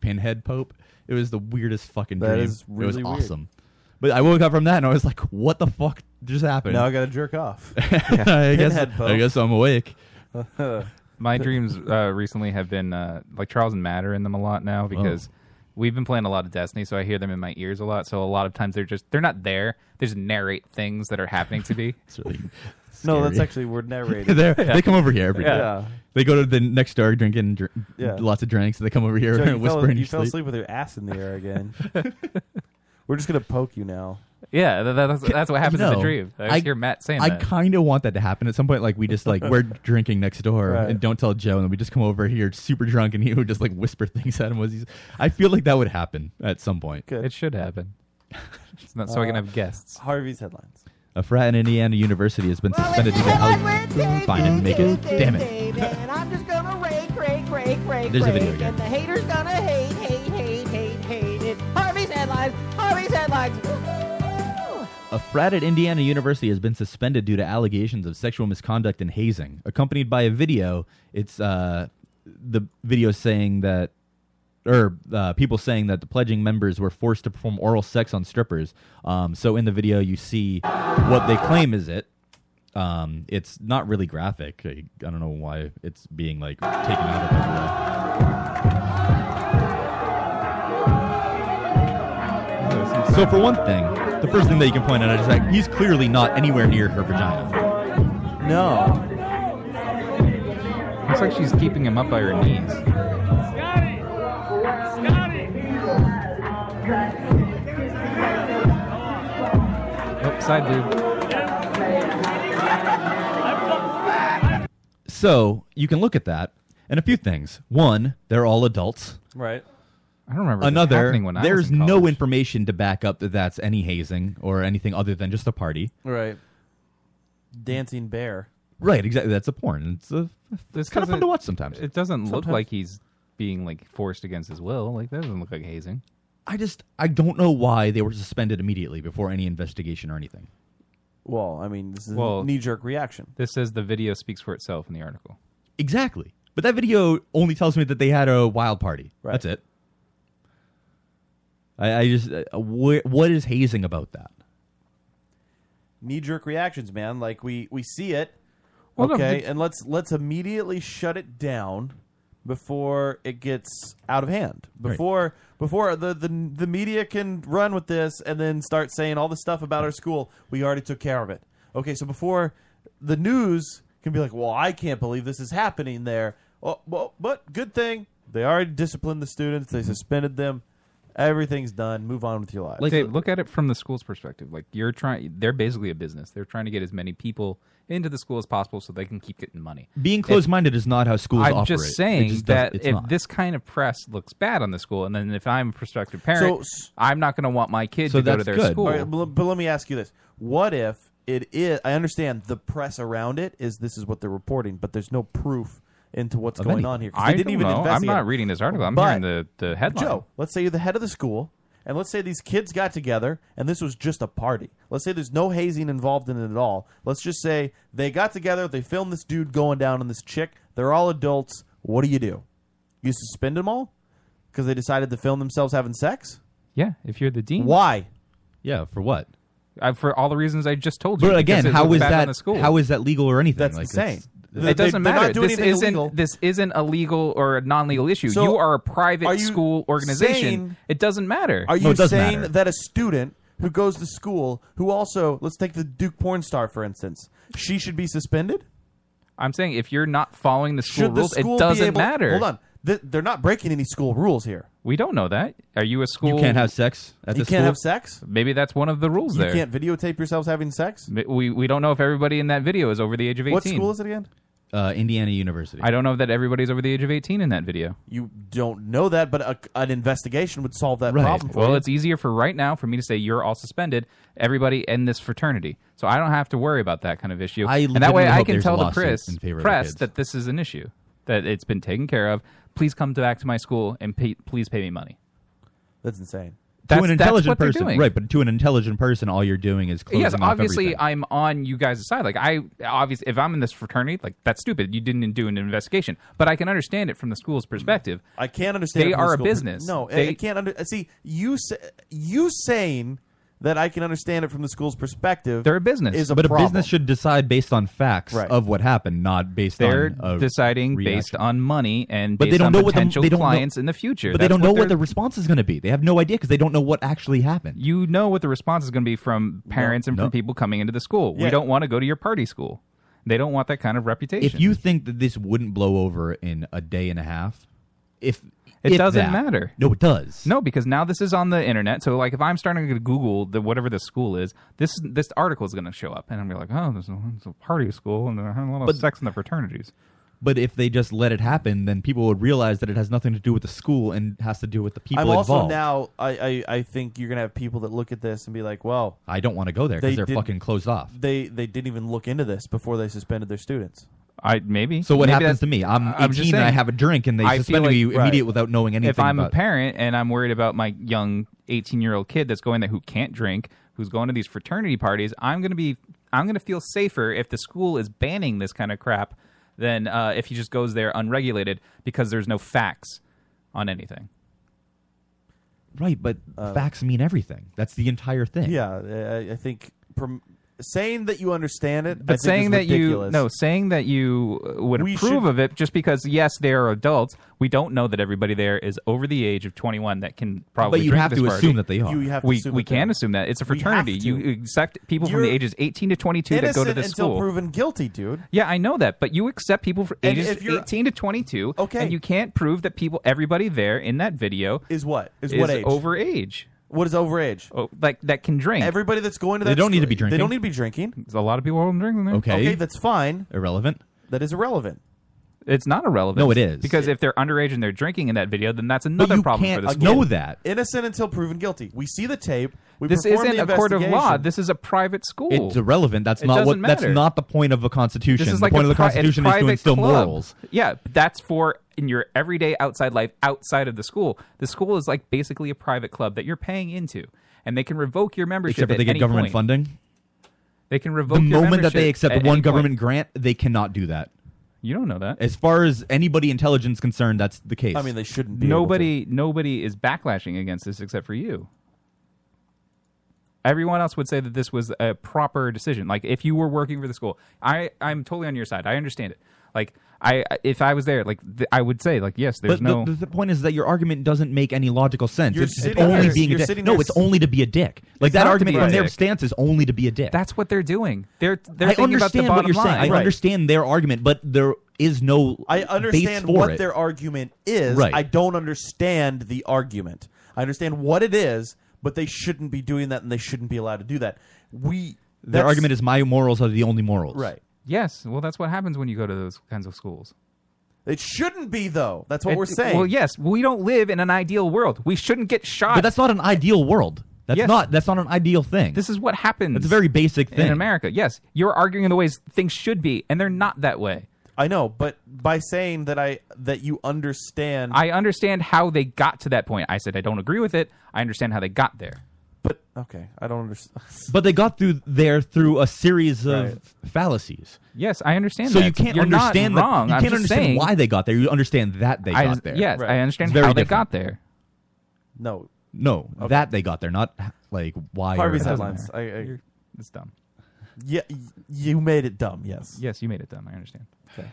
Speaker 9: Pinhead Pope. It was the weirdest fucking
Speaker 8: That
Speaker 9: dream.
Speaker 8: is
Speaker 9: it was
Speaker 8: really weird.
Speaker 9: awesome. But I woke up from that and I was like, what the fuck just happened?
Speaker 8: Now I gotta jerk off.
Speaker 9: I guess
Speaker 8: Pinhead Pope.
Speaker 9: I guess I'm awake.
Speaker 10: My dreams uh, recently have been uh, like Charles and Matt are in them a lot
Speaker 9: Oh.
Speaker 10: now because we've been playing a lot of Destiny, so I hear them in my ears a lot. So a lot of times they're just they're not there. They just narrate things that are happening to me.
Speaker 8: No, that's
Speaker 9: Scary.
Speaker 8: actually we're narrating.
Speaker 9: They're- They come over here every day.
Speaker 8: yeah.
Speaker 9: They go to the next door drinking dr-
Speaker 8: Yeah.
Speaker 9: lots of drinks. and They come over here
Speaker 8: Joe,
Speaker 9: and
Speaker 8: you fell,
Speaker 9: whisper in
Speaker 8: you
Speaker 9: your
Speaker 8: fell
Speaker 9: sleep.
Speaker 8: asleep with your ass in the air again. we're just gonna poke you now.
Speaker 10: Yeah, that, that's that's what happens in
Speaker 9: No.
Speaker 10: the dream. I, just hear Matt saying
Speaker 9: I
Speaker 10: that.
Speaker 9: kind of want that to happen at some point. Like we just like we're drinking next door
Speaker 10: Right.
Speaker 9: and don't tell Joe, and we just come over here super drunk, and he would just like whisper things at him. Was he's? I feel like that would happen at some point.
Speaker 10: It should happen. It's not so I can
Speaker 8: Uh,
Speaker 10: have guests.
Speaker 8: Harvey's headlines.
Speaker 9: A frat in Indiana University has been suspended due to how fine and make it. Damn it!
Speaker 3: And I'm just gonna rake, rake, rake, rake,
Speaker 9: There's a
Speaker 3: rake.
Speaker 9: video again.
Speaker 3: And the haters gonna hate, hate, hate, hate, hate it. Harvey's headlines, Harvey's headlines.
Speaker 9: A frat at Indiana University has been suspended due to allegations of sexual misconduct and hazing, accompanied by a video. It's uh, the video saying that, or uh, people saying that the pledging members were forced to perform oral sex on strippers. Um, so in the video, you see what they claim is it. Um, it's not really graphic. I, I don't know why it's being like taken out of everywhere. So for one thing, the first thing that you can point out is that he's clearly not anywhere near her vagina.
Speaker 8: No.
Speaker 10: Looks like she's keeping him up by her knees. Oh, side boob.
Speaker 9: So you can look at that and a few things. One, they're all adults.
Speaker 8: Right.
Speaker 10: I don't remember this
Speaker 9: Another,
Speaker 10: happening when I was
Speaker 9: there's
Speaker 10: in
Speaker 9: no information to back up that that's any hazing or anything other than just a party.
Speaker 8: Right. Dancing bear.
Speaker 9: Right, exactly. That's a porn. It's a
Speaker 10: This
Speaker 9: kind of fun
Speaker 10: doesn't-
Speaker 9: to watch sometimes.
Speaker 10: It doesn't look
Speaker 9: Sometimes.
Speaker 10: like he's being like forced against his will. Like that doesn't look like hazing.
Speaker 9: I just I don't know why they were suspended immediately before any investigation or anything.
Speaker 8: Well, I mean, this is
Speaker 10: Well,
Speaker 8: a knee jerk reaction.
Speaker 10: This says the video speaks for itself in the article.
Speaker 9: Exactly. But that video only tells me that they had a wild party. That's it. I, I just uh, wh- what is hazing about that?
Speaker 8: Knee jerk reactions, man. Like we we see it.
Speaker 9: Well, no,
Speaker 8: okay,
Speaker 9: the-
Speaker 8: and let's let's immediately shut it down before it gets out of hand.
Speaker 9: Right.
Speaker 8: Before before the, the the media can run with this and then start saying all the stuff about our school, we already took care of it. Okay, so before the news can be like, "Well, I can't believe this is happening there." Well, well but good thing they already disciplined the students. They suspended them. Everything's done. Move on with your lives.
Speaker 10: Like, Dave, look at it from the school's perspective. Like you're trying, they're basically a business. They're trying to get as many people into the school as possible so they can keep getting money.
Speaker 9: Being
Speaker 10: If-
Speaker 9: closed-minded is not how schools
Speaker 10: I'm
Speaker 9: operate. It
Speaker 10: just saying
Speaker 9: just doesn't-
Speaker 10: that
Speaker 9: it's
Speaker 10: if
Speaker 9: not.
Speaker 10: this kind of press looks bad on the school, and then if I'm a prospective parent, I'm not going to want my kid to go to their school.
Speaker 8: All right, but, but let me ask you this: What if it is? I understand the press around it is this is what they're reporting, but there's no proof into what's
Speaker 10: Of
Speaker 8: going
Speaker 10: any-
Speaker 8: on here. 'cause
Speaker 10: I
Speaker 8: they didn't
Speaker 10: don't
Speaker 8: even
Speaker 10: know. I'm
Speaker 8: investigate.
Speaker 10: not reading this article. I'm hearing the- the headline.
Speaker 8: Joe, let's say you're the head of the school, and let's say these kids got together, and this was just a party. Let's say there's no hazing involved in it at all. Let's just say they got together, they filmed this dude going down on this chick. They're all adults. What do you do? You suspend them all because they decided to film themselves having sex?
Speaker 10: Yeah, if you're the dean.
Speaker 8: Why?
Speaker 9: Yeah, for what?
Speaker 10: I, for all the reasons I just told you.
Speaker 9: But
Speaker 10: because
Speaker 9: again,
Speaker 10: it
Speaker 9: how
Speaker 10: looked
Speaker 9: is
Speaker 10: bad on
Speaker 9: that
Speaker 10: the school.
Speaker 9: how is that legal or anything?
Speaker 8: That's
Speaker 9: like
Speaker 8: insane.
Speaker 9: that's-
Speaker 10: it doesn't
Speaker 8: they're not
Speaker 10: matter.
Speaker 8: doing
Speaker 10: This
Speaker 8: anything
Speaker 10: isn't
Speaker 8: illegal.
Speaker 10: this isn't a legal or a non-legal issue.
Speaker 8: So,
Speaker 10: you are a private
Speaker 8: are you
Speaker 10: school organization.
Speaker 8: saying-
Speaker 10: it doesn't matter.
Speaker 8: Are you saying that a student who goes to school, who also let's take the Duke porn star for instance, she should be suspended?
Speaker 10: I'm saying if you're not following the school
Speaker 8: Should the
Speaker 10: rules,
Speaker 8: school
Speaker 10: it
Speaker 8: be
Speaker 10: doesn't
Speaker 8: able-
Speaker 10: matter.
Speaker 8: Hold on, Th- they're not breaking any school rules here.
Speaker 10: we don't know that. Are you a school?
Speaker 9: can't have sex at
Speaker 8: You
Speaker 9: the
Speaker 8: can't
Speaker 9: school?
Speaker 8: have sex.
Speaker 10: Maybe that's one of the rules
Speaker 8: You
Speaker 10: there.
Speaker 8: can't videotape yourselves having sex.
Speaker 10: M- We we don't know if everybody in that video is over the age of 18.
Speaker 8: What school is it again?
Speaker 9: Uh, Indiana University.
Speaker 10: I don't know that everybody's over the age of 18 in that video.
Speaker 8: You don't know that, but a, an investigation would solve that problem. For
Speaker 10: Well,
Speaker 8: you.
Speaker 10: it's easier for right now for me to say you're all suspended, everybody in this fraternity. So I don't have to worry about that kind of issue.
Speaker 9: I
Speaker 10: and that way
Speaker 9: literally
Speaker 10: I
Speaker 9: hope
Speaker 10: can
Speaker 9: there's
Speaker 10: tell the
Speaker 9: lawsuits
Speaker 10: press,
Speaker 9: in favor of the
Speaker 10: press
Speaker 9: kids.
Speaker 10: that this is an issue, that it's been taken care of. Please come to- back to my school and pay, please pay me money.
Speaker 8: That's insane.
Speaker 10: That's-
Speaker 9: to an
Speaker 10: that's
Speaker 9: intelligent
Speaker 10: what they're
Speaker 9: person,
Speaker 10: doing.
Speaker 9: right? But to an intelligent person, all you're doing is closing
Speaker 10: yes,
Speaker 9: off
Speaker 10: obviously
Speaker 9: everything.
Speaker 10: I'm on you guys' side. Like I obviously if I'm in this fraternity, like that's stupid. You didn't do an investigation. But I can understand it from the school's perspective.
Speaker 8: I can't understand.
Speaker 10: They
Speaker 8: it from the
Speaker 10: are a
Speaker 8: school-
Speaker 10: business.
Speaker 8: No, I-
Speaker 10: They-
Speaker 8: I can't under. See you. Say, you saying that I can understand it from the school's perspective. They're
Speaker 10: a business.
Speaker 8: Is a
Speaker 9: but
Speaker 8: problem.
Speaker 9: a business should decide based on facts
Speaker 8: Right.
Speaker 9: of what happened, not based
Speaker 10: they're
Speaker 9: on a
Speaker 10: deciding
Speaker 9: reaction.
Speaker 10: based on money and
Speaker 9: But
Speaker 10: based
Speaker 9: they don't
Speaker 10: on
Speaker 9: know what the,
Speaker 10: potential
Speaker 9: they don't know-
Speaker 10: clients in the future.
Speaker 9: But they
Speaker 10: That's
Speaker 9: don't know what,
Speaker 10: they're-
Speaker 9: the response is going to be. They have no idea because they don't know what actually happened.
Speaker 10: you know what the response is going to be from parents and from
Speaker 9: no.
Speaker 10: people coming into the school.
Speaker 9: Yeah.
Speaker 10: We don't want to go to your party school. They don't want that kind of reputation.
Speaker 9: If you think that this wouldn't blow over in a day and a half, if
Speaker 10: It
Speaker 9: if
Speaker 10: doesn't
Speaker 9: that-
Speaker 10: matter.
Speaker 9: No, it does.
Speaker 10: No, because now this is on the internet. So like, if I'm starting to Google the whatever the school is, this this article is going to show up, and I'm gonna be like, oh, there's a, there's a party school, and they're having a lot of
Speaker 9: But-
Speaker 10: sex in the fraternities.
Speaker 9: But if they just let it happen, then people would realize that it has nothing to do with the school and has to do with the people
Speaker 8: I'm also
Speaker 9: involved.
Speaker 8: now. I, I I think you're gonna have people that look at this and be like, well,
Speaker 9: I don't want to go there because
Speaker 8: They
Speaker 9: they are
Speaker 8: did-
Speaker 9: fucking closed off.
Speaker 8: they they didn't even look into this before they suspended their students.
Speaker 10: I maybe.
Speaker 9: So what
Speaker 10: Maybe
Speaker 9: happens
Speaker 10: that-
Speaker 9: to me? I'm 18
Speaker 10: I'm just
Speaker 9: and I
Speaker 10: saying,
Speaker 9: have a drink and they
Speaker 10: I feel
Speaker 9: suspend
Speaker 10: like-
Speaker 9: me
Speaker 10: right.
Speaker 9: immediate without knowing anything
Speaker 10: If I'm a
Speaker 9: about
Speaker 10: parent and I'm worried about my young 18 year old kid that's going there who can't drink, who's going to these fraternity parties, I'm gonna be I'm gonna feel safer if the school is banning this kind of crap than uh, if he just goes there unregulated because there's no facts on anything.
Speaker 9: Right, but
Speaker 10: uh,
Speaker 9: facts mean everything. That's the entire thing.
Speaker 8: Yeah, I, I think prom- saying that you understand it, I
Speaker 10: but
Speaker 8: think
Speaker 10: saying
Speaker 8: is
Speaker 10: that you
Speaker 8: ridiculous.
Speaker 10: no saying that you uh, would
Speaker 8: We
Speaker 10: approve
Speaker 8: should-
Speaker 10: of it just because yes they are adults we don't know that everybody there is over the age of 21 that can probably
Speaker 9: you
Speaker 10: drink
Speaker 9: have
Speaker 10: this
Speaker 9: to
Speaker 10: party.
Speaker 9: assume that they are. You have to
Speaker 10: we,
Speaker 9: assume
Speaker 10: we
Speaker 9: that they
Speaker 10: can
Speaker 9: are.
Speaker 10: assume that it's a
Speaker 9: We have
Speaker 10: fraternity
Speaker 9: to.
Speaker 10: you accept people from the
Speaker 8: You're
Speaker 10: ages 18 to 22 that go to
Speaker 8: Innocent
Speaker 10: this
Speaker 8: until
Speaker 10: school
Speaker 8: proven guilty, dude.
Speaker 10: yeah I know that but you accept people from
Speaker 8: And
Speaker 10: ages
Speaker 8: if you're-
Speaker 10: 18 to 22
Speaker 8: Okay.
Speaker 10: and you can't prove that people everybody there in that video
Speaker 8: Is what? Is what age?
Speaker 10: over age
Speaker 8: what is overage
Speaker 10: oh, like that can drink
Speaker 8: Everybody that's going to that school- They don't need to be drinking.
Speaker 10: There's a lot of people who don't drink. there.
Speaker 8: Okay, that's fine.
Speaker 9: Irrelevant.
Speaker 8: That is irrelevant.
Speaker 10: It's not irrelevant.
Speaker 9: No, it is.
Speaker 10: because if they're underage and they're drinking in that video, then that's another problem for the
Speaker 8: Again,
Speaker 10: school.
Speaker 8: Innocent until proven guilty. We see the tape. We
Speaker 10: This
Speaker 8: perform
Speaker 10: isn't
Speaker 8: the
Speaker 10: a court of law.
Speaker 8: investigation.
Speaker 10: This is a private school.
Speaker 9: It's irrelevant. That's
Speaker 10: It
Speaker 9: not what.
Speaker 10: doesn't
Speaker 9: That's
Speaker 10: matter.
Speaker 9: not the point of a constitution.
Speaker 10: This is
Speaker 9: the
Speaker 10: like
Speaker 9: point
Speaker 10: a
Speaker 9: of the
Speaker 10: pri- it's
Speaker 9: constitution is to
Speaker 10: private
Speaker 9: instill
Speaker 10: club.
Speaker 9: morals.
Speaker 10: Yeah, but that's for in your everyday outside life outside of the school. The school is like basically a private club that you're paying into, and they can revoke your membership.
Speaker 9: Except that
Speaker 10: at
Speaker 9: they get
Speaker 10: any
Speaker 9: government
Speaker 10: point.
Speaker 9: funding.
Speaker 10: They can revoke
Speaker 9: The
Speaker 10: your
Speaker 9: moment that they
Speaker 10: membership
Speaker 9: accept
Speaker 10: at
Speaker 9: one
Speaker 10: any
Speaker 9: government
Speaker 10: point.
Speaker 9: grant, they cannot do that.
Speaker 10: You don't know that.
Speaker 9: As far as anybody intelligence concerned, that's the case.
Speaker 10: Nobody, nobody is backlashing against this except for you. Everyone else would say that this was a proper decision. Like if you were working for the school, I I'm totally on your side. I understand it. Like I if I was there, like th- I would say like yes, there's
Speaker 9: But
Speaker 10: no.
Speaker 9: the, the point is that your argument doesn't make any logical sense.
Speaker 10: You're
Speaker 9: It's, it's
Speaker 10: sitting
Speaker 9: only
Speaker 10: there-
Speaker 9: being
Speaker 10: you're
Speaker 9: a dick.
Speaker 10: sitting
Speaker 9: No,
Speaker 10: there
Speaker 9: it's
Speaker 10: s-
Speaker 9: only to be a dick. Like
Speaker 10: It's
Speaker 9: that
Speaker 10: not to
Speaker 9: argument
Speaker 10: be a
Speaker 9: from their
Speaker 10: dick.
Speaker 9: stance is only to be a dick.
Speaker 10: that's what they're doing. They're they're
Speaker 9: I
Speaker 10: thinking about the
Speaker 9: understand
Speaker 10: bottom
Speaker 9: what you're
Speaker 10: line.
Speaker 9: saying. I understand their argument, but there is no
Speaker 8: I
Speaker 9: base
Speaker 8: understand
Speaker 9: for
Speaker 8: what
Speaker 9: it.
Speaker 8: their argument is.
Speaker 9: Right.
Speaker 8: I don't understand the argument. I understand what it is, but they shouldn't be doing that, and they shouldn't be allowed to do that. We
Speaker 9: Their
Speaker 8: that's-
Speaker 9: argument is my morals are the only morals.
Speaker 8: right.
Speaker 10: Yes, well that's what happens when you go to those kinds of schools.
Speaker 8: It shouldn't be though. That's what
Speaker 10: It-
Speaker 8: we're saying.
Speaker 10: Well, yes, we don't live in an ideal world. We shouldn't get shot.
Speaker 9: But that's not an ideal world. That's
Speaker 10: Yes.
Speaker 9: not that's not an ideal thing.
Speaker 10: This is what happens.
Speaker 9: It's a very basic thing.
Speaker 10: in America. Yes, you're arguing the ways things should be, and they're not that way.
Speaker 8: I know, but by saying that I that you understand,
Speaker 10: I understand how they got to that point. I said I don't agree with it. I understand how they got there.
Speaker 8: okay, I don't understand.
Speaker 9: But they got through there through a series of
Speaker 10: Right.
Speaker 9: fallacies.
Speaker 10: Yes, I understand.
Speaker 9: So
Speaker 10: that.
Speaker 9: you can't
Speaker 10: You're not
Speaker 9: understand that-
Speaker 10: wrong.
Speaker 9: you
Speaker 10: I'm
Speaker 9: can't
Speaker 10: just
Speaker 9: understand
Speaker 10: saying-
Speaker 9: why they got there. You understand that they
Speaker 10: I-
Speaker 9: got there.
Speaker 10: yes, I understand
Speaker 9: It's very
Speaker 10: how they
Speaker 9: different.
Speaker 10: got there.
Speaker 8: No,
Speaker 9: No, that they got there, not like why.
Speaker 8: Harvey's
Speaker 9: or,
Speaker 8: headlines. I, I,
Speaker 10: it's dumb.
Speaker 8: Yeah, y- you made it dumb. Yes.
Speaker 10: Yes, you made it dumb. I understand.
Speaker 8: Okay.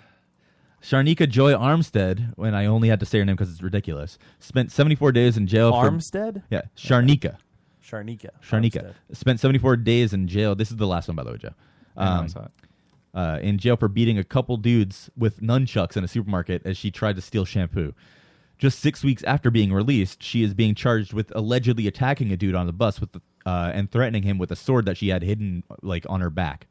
Speaker 9: Sharnika Joy Armstead, when I only had to say her name because it's ridiculous, spent 74 days in jail. for-
Speaker 8: Armstead?
Speaker 9: yeah, Sharnika.
Speaker 8: Sharnika.
Speaker 9: Sharnika spent 74 days in jail. This is the last one, by the way, Joe. Um,
Speaker 10: I know, I saw it.
Speaker 9: Uh, in jail for beating a couple dudes with nunchucks in a supermarket as she tried to steal shampoo. Just six weeks after being released, she is being charged with allegedly attacking a dude on the bus with uh, and threatening him with a sword that she had hidden like on her back.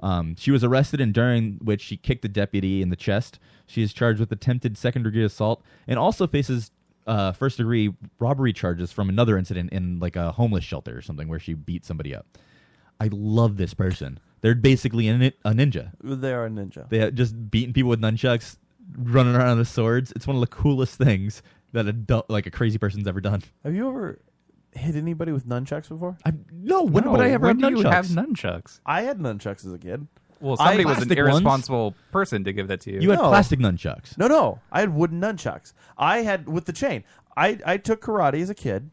Speaker 9: Um, she was arrested and during which she kicked a deputy in the chest. She is charged with attempted second degree assault and also faces uh, first degree robbery charges from another incident in like a homeless shelter or something where she beat somebody up. I love this person. They're basically a, nin- a ninja.
Speaker 8: They are a ninja.
Speaker 9: They have just beating people with nunchucks, running around with swords. It's one of the coolest things that a du- like a crazy person's ever done.
Speaker 8: Have you ever hit anybody with nunchucks before?
Speaker 9: I, no. When would I ever
Speaker 10: when
Speaker 9: have
Speaker 10: do you
Speaker 9: nunchucks?
Speaker 10: have nunchucks?
Speaker 8: I had nunchucks as a kid.
Speaker 10: Well, somebody was an
Speaker 9: Plastic ones?
Speaker 10: irresponsible person to give that to you.
Speaker 9: You had plastic nunchucks.
Speaker 8: No, no. I had wooden nunchucks. I had with the chain. I, I took karate as a kid.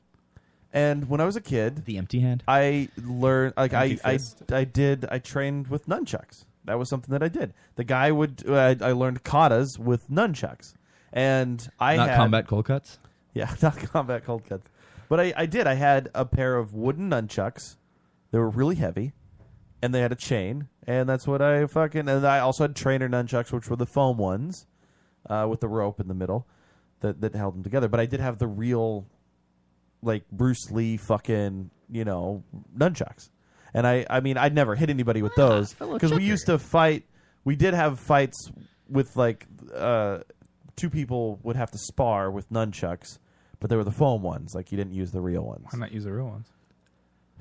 Speaker 8: And when I was a kid,
Speaker 9: the empty hand.
Speaker 8: I learned like I,
Speaker 9: Empty
Speaker 8: I
Speaker 9: fist.
Speaker 8: I did I trained with nunchucks. That was something that I did. The guy would uh, I learned katas with nunchucks. And I
Speaker 9: Not
Speaker 8: had,
Speaker 9: combat cold cuts.
Speaker 8: Yeah, not combat cold cuts. But I, I did. I had a pair of wooden nunchucks. They were really heavy, and they had a chain. And that's what I fucking. And I also had trainer nunchucks, which were the foam ones, uh, with the rope in the middle, that that held them together. But I did have the real, like Bruce Lee fucking you know nunchucks. And I I mean I'd never hit anybody with those
Speaker 9: fellow
Speaker 8: because we
Speaker 9: checker.
Speaker 8: used to fight. We did have fights with like uh, two people would have to spar with nunchucks, but they were the foam ones. Like you didn't use the real ones.
Speaker 10: Why not use the real ones?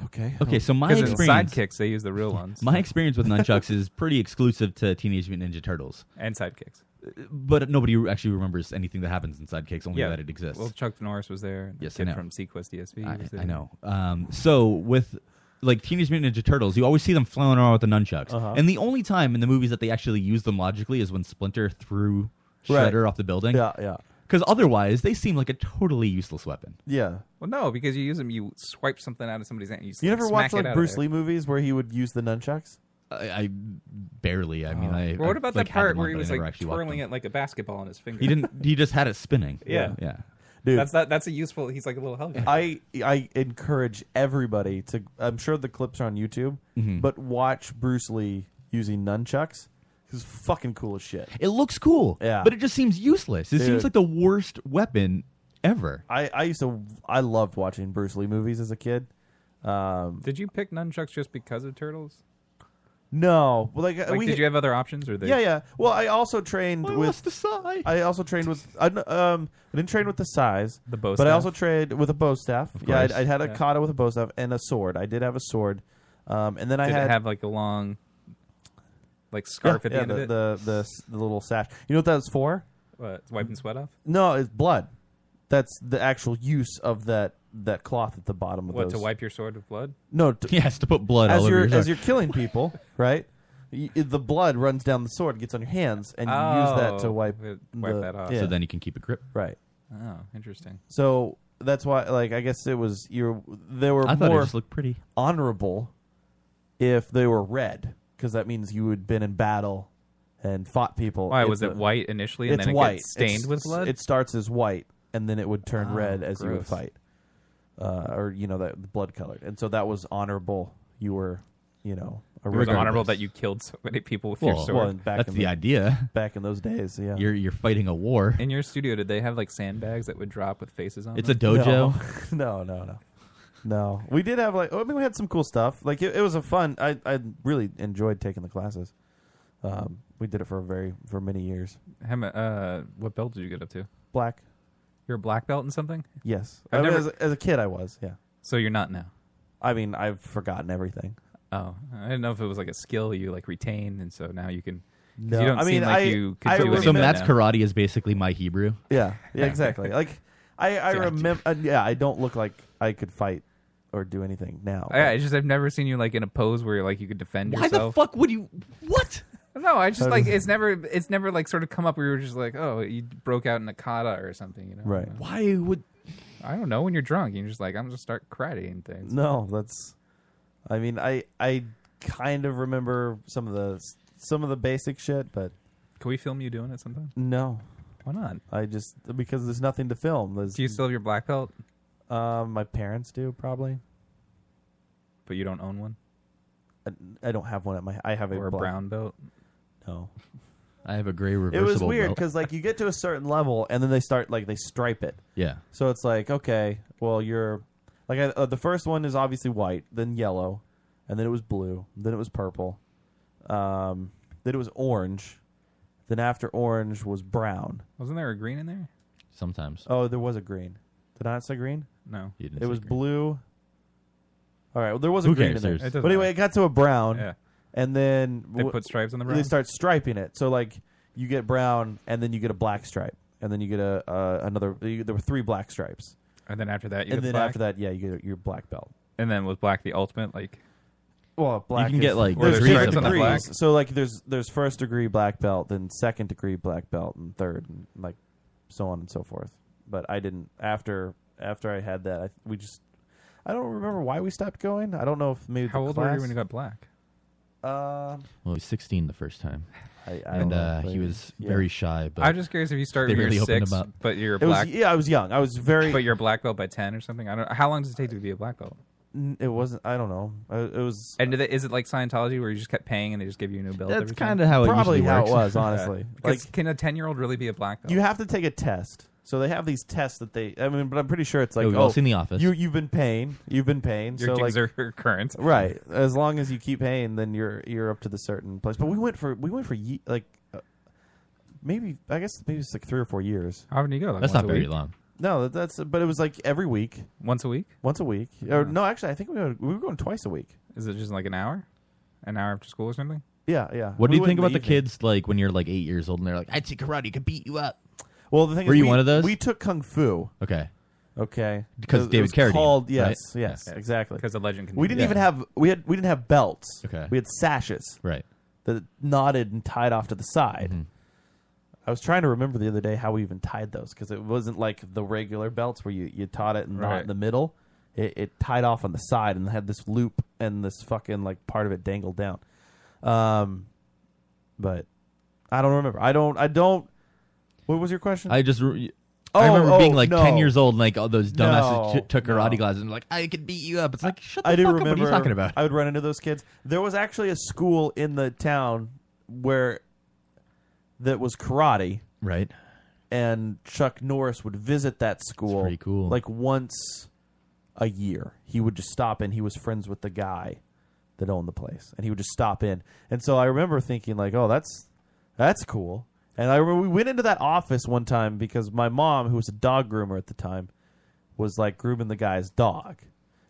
Speaker 8: Okay.
Speaker 9: Okay, so my
Speaker 10: 'Cause in
Speaker 9: experience-
Speaker 10: sidekicks they use the real ones.
Speaker 9: My experience with nunchucks is pretty exclusive to Teenage Mutant Ninja Turtles,
Speaker 10: and sidekicks.
Speaker 9: but nobody actually remembers anything that happens in Sidekicks, only
Speaker 10: yeah,
Speaker 9: that it exists.
Speaker 10: Well, Chuck Norris was there. and the
Speaker 9: Yes, I
Speaker 10: kid
Speaker 9: know.
Speaker 10: from Sequest DSP. was
Speaker 9: I,
Speaker 10: there.
Speaker 9: I know. Um, so with like Teenage Mutant Ninja Turtles, you always see them flailing around with the nunchucks,
Speaker 8: Uh-huh.
Speaker 9: and the only time in the movies that they actually use them logically is when Splinter threw
Speaker 8: Right.
Speaker 9: Shredder off the building.
Speaker 8: Yeah, yeah.
Speaker 9: Because otherwise, they seem like a totally useless weapon.
Speaker 8: Yeah.
Speaker 10: Well, no, because you use them, you swipe something out of somebody's hand. You,
Speaker 8: You never
Speaker 10: smack
Speaker 8: watched
Speaker 10: it out
Speaker 8: like
Speaker 10: of
Speaker 8: Bruce
Speaker 10: there.
Speaker 8: Lee movies where he would use the nunchucks?
Speaker 9: I, I barely. I mean,
Speaker 8: Oh.
Speaker 9: I.
Speaker 10: Well, what
Speaker 9: I,
Speaker 10: about
Speaker 9: like,
Speaker 10: that
Speaker 9: had
Speaker 10: part
Speaker 9: them
Speaker 10: where
Speaker 9: on,
Speaker 10: he
Speaker 9: but I
Speaker 10: was
Speaker 9: never
Speaker 10: like
Speaker 9: actually walked
Speaker 10: twirling it like a basketball on his
Speaker 9: them.
Speaker 10: finger?
Speaker 9: He didn't. He just had it spinning.
Speaker 10: Yeah.
Speaker 9: yeah.
Speaker 8: Dude.
Speaker 10: That's that. That's a useful. He's like a little helmet.
Speaker 8: I I encourage everybody to. I'm sure the clips are on YouTube,
Speaker 9: Mhm.
Speaker 8: but watch Bruce Lee using nunchucks. It's fucking cool as shit.
Speaker 9: It looks cool,
Speaker 8: Yeah.
Speaker 9: but it just seems useless. It
Speaker 8: Dude.
Speaker 9: seems like the worst weapon ever.
Speaker 8: I, I used to I loved watching Bruce Lee movies as a kid. Um,
Speaker 10: Did you pick nunchucks just because of turtles?
Speaker 8: no, well, like, uh,
Speaker 10: Like,
Speaker 8: we
Speaker 10: did you have other options, or they?
Speaker 8: Yeah, yeah. Well, I also trained with
Speaker 9: the size.
Speaker 8: I also trained with I, kn- um I didn't train with the size,
Speaker 10: The bow
Speaker 8: but I
Speaker 10: staff?
Speaker 8: also trained with a bow staff.
Speaker 10: Of
Speaker 8: Yeah, I,
Speaker 10: course.
Speaker 8: I had a
Speaker 10: Yeah.
Speaker 8: kata with a bow staff and a sword. I did have a sword, um, and then I
Speaker 10: Did it
Speaker 8: had
Speaker 10: have, like a long, like scarf
Speaker 8: yeah,
Speaker 10: at the
Speaker 8: yeah,
Speaker 10: end
Speaker 8: the,
Speaker 10: of it?
Speaker 8: The, the s- the little sash. You know what that was for?
Speaker 10: What, it's wiping sweat off?
Speaker 8: No, it's blood. That's the actual use of that that cloth at the bottom of
Speaker 10: What to
Speaker 8: those.
Speaker 10: wipe your sword with blood?
Speaker 8: No, to,
Speaker 9: Yes, to put blood
Speaker 8: as
Speaker 9: all over
Speaker 8: you're
Speaker 9: your sword.
Speaker 8: as you're killing people, right? Y- the blood runs down the sword, gets on your hands, and you use that to
Speaker 10: Oh,
Speaker 8: wipe
Speaker 10: it- wipe
Speaker 8: the-
Speaker 10: that off.
Speaker 8: yeah.
Speaker 9: So then you can keep a grip.
Speaker 8: right.
Speaker 10: Oh, interesting.
Speaker 8: So that's why, like, I guess it was you. They were
Speaker 9: I thought it
Speaker 8: more
Speaker 9: just looked pretty.
Speaker 8: honorable if they were red, because that means you had been in battle and fought people.
Speaker 10: Why,
Speaker 8: It's
Speaker 10: was it white initially and
Speaker 8: it's
Speaker 10: then it gets
Speaker 8: white.
Speaker 10: stained
Speaker 8: It's-
Speaker 10: with blood?
Speaker 8: It starts as white and then it would turn
Speaker 10: Ah,
Speaker 8: red as you would
Speaker 10: gross.
Speaker 8: fight, uh, or you know that blood colored. And so that was honorable. You were, you know, a
Speaker 10: It was
Speaker 8: regardless.
Speaker 10: honorable that you killed so many people with your
Speaker 9: Well,
Speaker 10: sword.
Speaker 8: Well, and back
Speaker 9: That's
Speaker 8: in
Speaker 9: the idea.
Speaker 8: Back in those days, yeah.
Speaker 9: You're you're fighting a war.
Speaker 10: In your studio, did they have like sandbags that would drop with faces on?
Speaker 9: It's
Speaker 10: them?
Speaker 9: a dojo.
Speaker 8: No, no, no, no. No, we did have like oh, I mean we had some cool stuff. Like it, it was a fun. I I really enjoyed taking the classes. Um, we did it for a very for many years.
Speaker 10: How ma- uh, what belt did you get up to?
Speaker 8: Black.
Speaker 10: You're a black belt in something?
Speaker 8: Yes,
Speaker 10: I've
Speaker 8: I mean,
Speaker 10: never-
Speaker 8: as, as a kid I was. Yeah.
Speaker 10: So you're not now.
Speaker 8: I mean I've forgotten everything.
Speaker 10: Oh, I didn't know if it was like a skill you like retain, and so now you can. 'cause
Speaker 8: No,
Speaker 10: you don't
Speaker 8: I mean,
Speaker 10: seem like
Speaker 8: I-
Speaker 10: you could
Speaker 8: I
Speaker 10: do
Speaker 8: remember-
Speaker 10: anything
Speaker 9: So Matt's
Speaker 10: now.
Speaker 9: karate is basically my Hebrew.
Speaker 8: Yeah. Yeah. Exactly. like I I
Speaker 10: Yeah.
Speaker 8: remember. Uh, yeah. I don't look like I could fight or do anything now.
Speaker 10: I, I just I've never seen you like in a pose where like you could defend
Speaker 9: Why the
Speaker 10: yourself.
Speaker 9: fuck would you? What?
Speaker 10: No, I
Speaker 8: I
Speaker 10: just like
Speaker 8: just-
Speaker 10: it's never it's never like sort of come up where you're just like oh you broke out in a kata or something you know Uh,
Speaker 8: Right.
Speaker 9: Why would?
Speaker 10: I don't know when you're drunk you're just like I'm gonna start karateing things
Speaker 8: No, that's. I mean, I I kind of remember some of the some of the basic shit, but
Speaker 10: Can we film you doing it sometime?
Speaker 8: no.
Speaker 10: Why not?
Speaker 8: I just because there's nothing to film. There's,
Speaker 10: Do you still have your black belt
Speaker 8: Um, my parents do probably.
Speaker 10: but you don't own one
Speaker 8: I, I don't have one at my. I have a
Speaker 10: or a
Speaker 8: black-
Speaker 10: brown belt?
Speaker 8: No.
Speaker 9: I have a gray
Speaker 8: It
Speaker 9: reversible.
Speaker 8: was weird
Speaker 9: belt.
Speaker 8: because like you get to a certain level and then they start like they stripe it.
Speaker 9: Yeah.
Speaker 8: So it's like okay, well you're like I, uh, the first one is obviously white, then yellow, and then it was blue, then it was purple, um, then it was orange, then after orange was brown.
Speaker 10: Wasn't there a green in there?
Speaker 9: Sometimes.
Speaker 8: Oh, there was a green. Did I not say green?
Speaker 10: No. You didn't
Speaker 8: It
Speaker 10: say
Speaker 8: was blue. All right. Well, there was a
Speaker 9: Who
Speaker 8: green
Speaker 9: cares?
Speaker 8: in
Speaker 9: There's- It
Speaker 8: there.
Speaker 9: doesn't
Speaker 8: But anyway,
Speaker 10: matter.
Speaker 8: it got to a brown.
Speaker 10: Yeah.
Speaker 8: And then
Speaker 10: They put stripes on the
Speaker 8: They
Speaker 10: brown?
Speaker 8: start striping it. So like you get brown, and then you get a black stripe, and then you get a uh, another. You, there were three black stripes.
Speaker 10: And then after that, you
Speaker 8: and
Speaker 10: get
Speaker 8: then
Speaker 10: black?
Speaker 8: after that, yeah, you get your black belt.
Speaker 10: And then was black the ultimate? Like,
Speaker 8: Well, black.
Speaker 10: You can
Speaker 8: is-
Speaker 10: get, like,
Speaker 8: Well, there's
Speaker 10: degrees
Speaker 8: different
Speaker 10: on the black.
Speaker 8: degrees. So like, there's there's first degree black belt, then second degree black belt, and third, and like so on and so forth. But I didn't after after I had that. I, we just I don't remember why we stopped going. I don't know if maybe
Speaker 10: how
Speaker 8: the
Speaker 10: old were you
Speaker 8: class-
Speaker 10: when you got black?
Speaker 8: Uh,
Speaker 9: Well, he was 16 the first time.
Speaker 8: I, I
Speaker 9: and
Speaker 8: don't
Speaker 9: uh,
Speaker 8: know,
Speaker 9: he
Speaker 8: but-
Speaker 9: was
Speaker 8: yeah.
Speaker 9: very shy. But
Speaker 10: I'm just curious if you start
Speaker 9: they
Speaker 10: when you're
Speaker 9: really opened
Speaker 10: six,
Speaker 9: him up.
Speaker 10: but you're
Speaker 8: It was-
Speaker 10: black.
Speaker 8: yeah, I was young. I was very.
Speaker 10: But you're a black belt by ten or something. I don't. How long does it take to be a black belt?
Speaker 8: N- It wasn't. I don't know. I, it was.
Speaker 10: And do they- is it like Scientology where you just kept paying and they just give you a new belt?
Speaker 8: That's
Speaker 10: every time?
Speaker 8: kinda how it Probably usually how it works. was, honestly.
Speaker 10: Yeah.
Speaker 8: Like-
Speaker 10: 'Cause can a ten year old really be a black belt?
Speaker 8: You have to take a test. So they have these tests that they. I mean, but I'm pretty sure it's like.
Speaker 9: Yeah, we've
Speaker 8: oh,
Speaker 9: all seen The Office.
Speaker 8: You you've been paying. You've been paying.
Speaker 10: Your
Speaker 8: so
Speaker 10: gigs
Speaker 8: like,
Speaker 10: are current.
Speaker 8: Right. As long as you keep paying, then you're you're up to the certain place. But we went for we went for ye- like. Uh, Maybe I guess maybe it's like three or four years.
Speaker 10: How often do you go? Like That's once not a very week? long.
Speaker 8: No, that- that's but it was like every week.
Speaker 10: Once a week.
Speaker 8: Once a week. Or no, actually, I think we were, we were going twice a week.
Speaker 10: Is it just like an hour? An hour after school or something?
Speaker 8: Yeah, yeah.
Speaker 9: What
Speaker 8: We
Speaker 9: do you
Speaker 8: went
Speaker 9: think
Speaker 8: in the
Speaker 9: about the,
Speaker 8: evening.
Speaker 9: kids like when you're like eight years old and they're like, "I'd see karate, could beat you up."
Speaker 8: Well, the thing
Speaker 9: Were
Speaker 8: is,
Speaker 9: you
Speaker 8: we-
Speaker 9: one of those?
Speaker 8: We took kung fu.
Speaker 9: Okay.
Speaker 8: Okay.
Speaker 9: Because
Speaker 8: It- it
Speaker 9: David
Speaker 8: was
Speaker 9: Carradine,
Speaker 8: Called,
Speaker 9: right?
Speaker 8: yes, yes,
Speaker 9: Yeah.
Speaker 8: exactly.
Speaker 10: Because the legend can
Speaker 8: We
Speaker 10: do
Speaker 8: didn't
Speaker 10: that.
Speaker 8: even have we had we didn't have belts.
Speaker 9: Okay.
Speaker 8: We had sashes.
Speaker 9: Right. Mm-hmm.
Speaker 8: That knotted and tied off to the side. I was trying to remember the other day how we even tied those because it wasn't like the regular belts where you you tied it and knot
Speaker 10: Right.
Speaker 8: in the middle. It, it tied off on the side and had this loop and this fucking like part of it dangled down. Um, but I don't remember. I don't. I don't. What was your question?
Speaker 9: I just re-
Speaker 8: Oh,
Speaker 9: I remember
Speaker 8: oh,
Speaker 9: being like
Speaker 8: no.
Speaker 9: ten years old and like all those dumbasses
Speaker 8: No,
Speaker 9: t- took karate
Speaker 8: no.
Speaker 9: classes and like I could beat you up. It's like shut the
Speaker 8: I do
Speaker 9: fuck
Speaker 8: remember.
Speaker 9: up. What are you talking about?
Speaker 8: I would run into those kids. There was actually a school in the town where that was karate,
Speaker 9: right?
Speaker 8: And Chuck Norris would visit that school. pretty
Speaker 9: cool.
Speaker 8: Like once a year, he would just stop in. He was friends with the guy that owned the place, and he would just stop in. And so I remember thinking, like, oh, that's that's cool. And I remember we went into that office one time because my mom, who was a dog groomer at the time, was like grooming the guy's dog,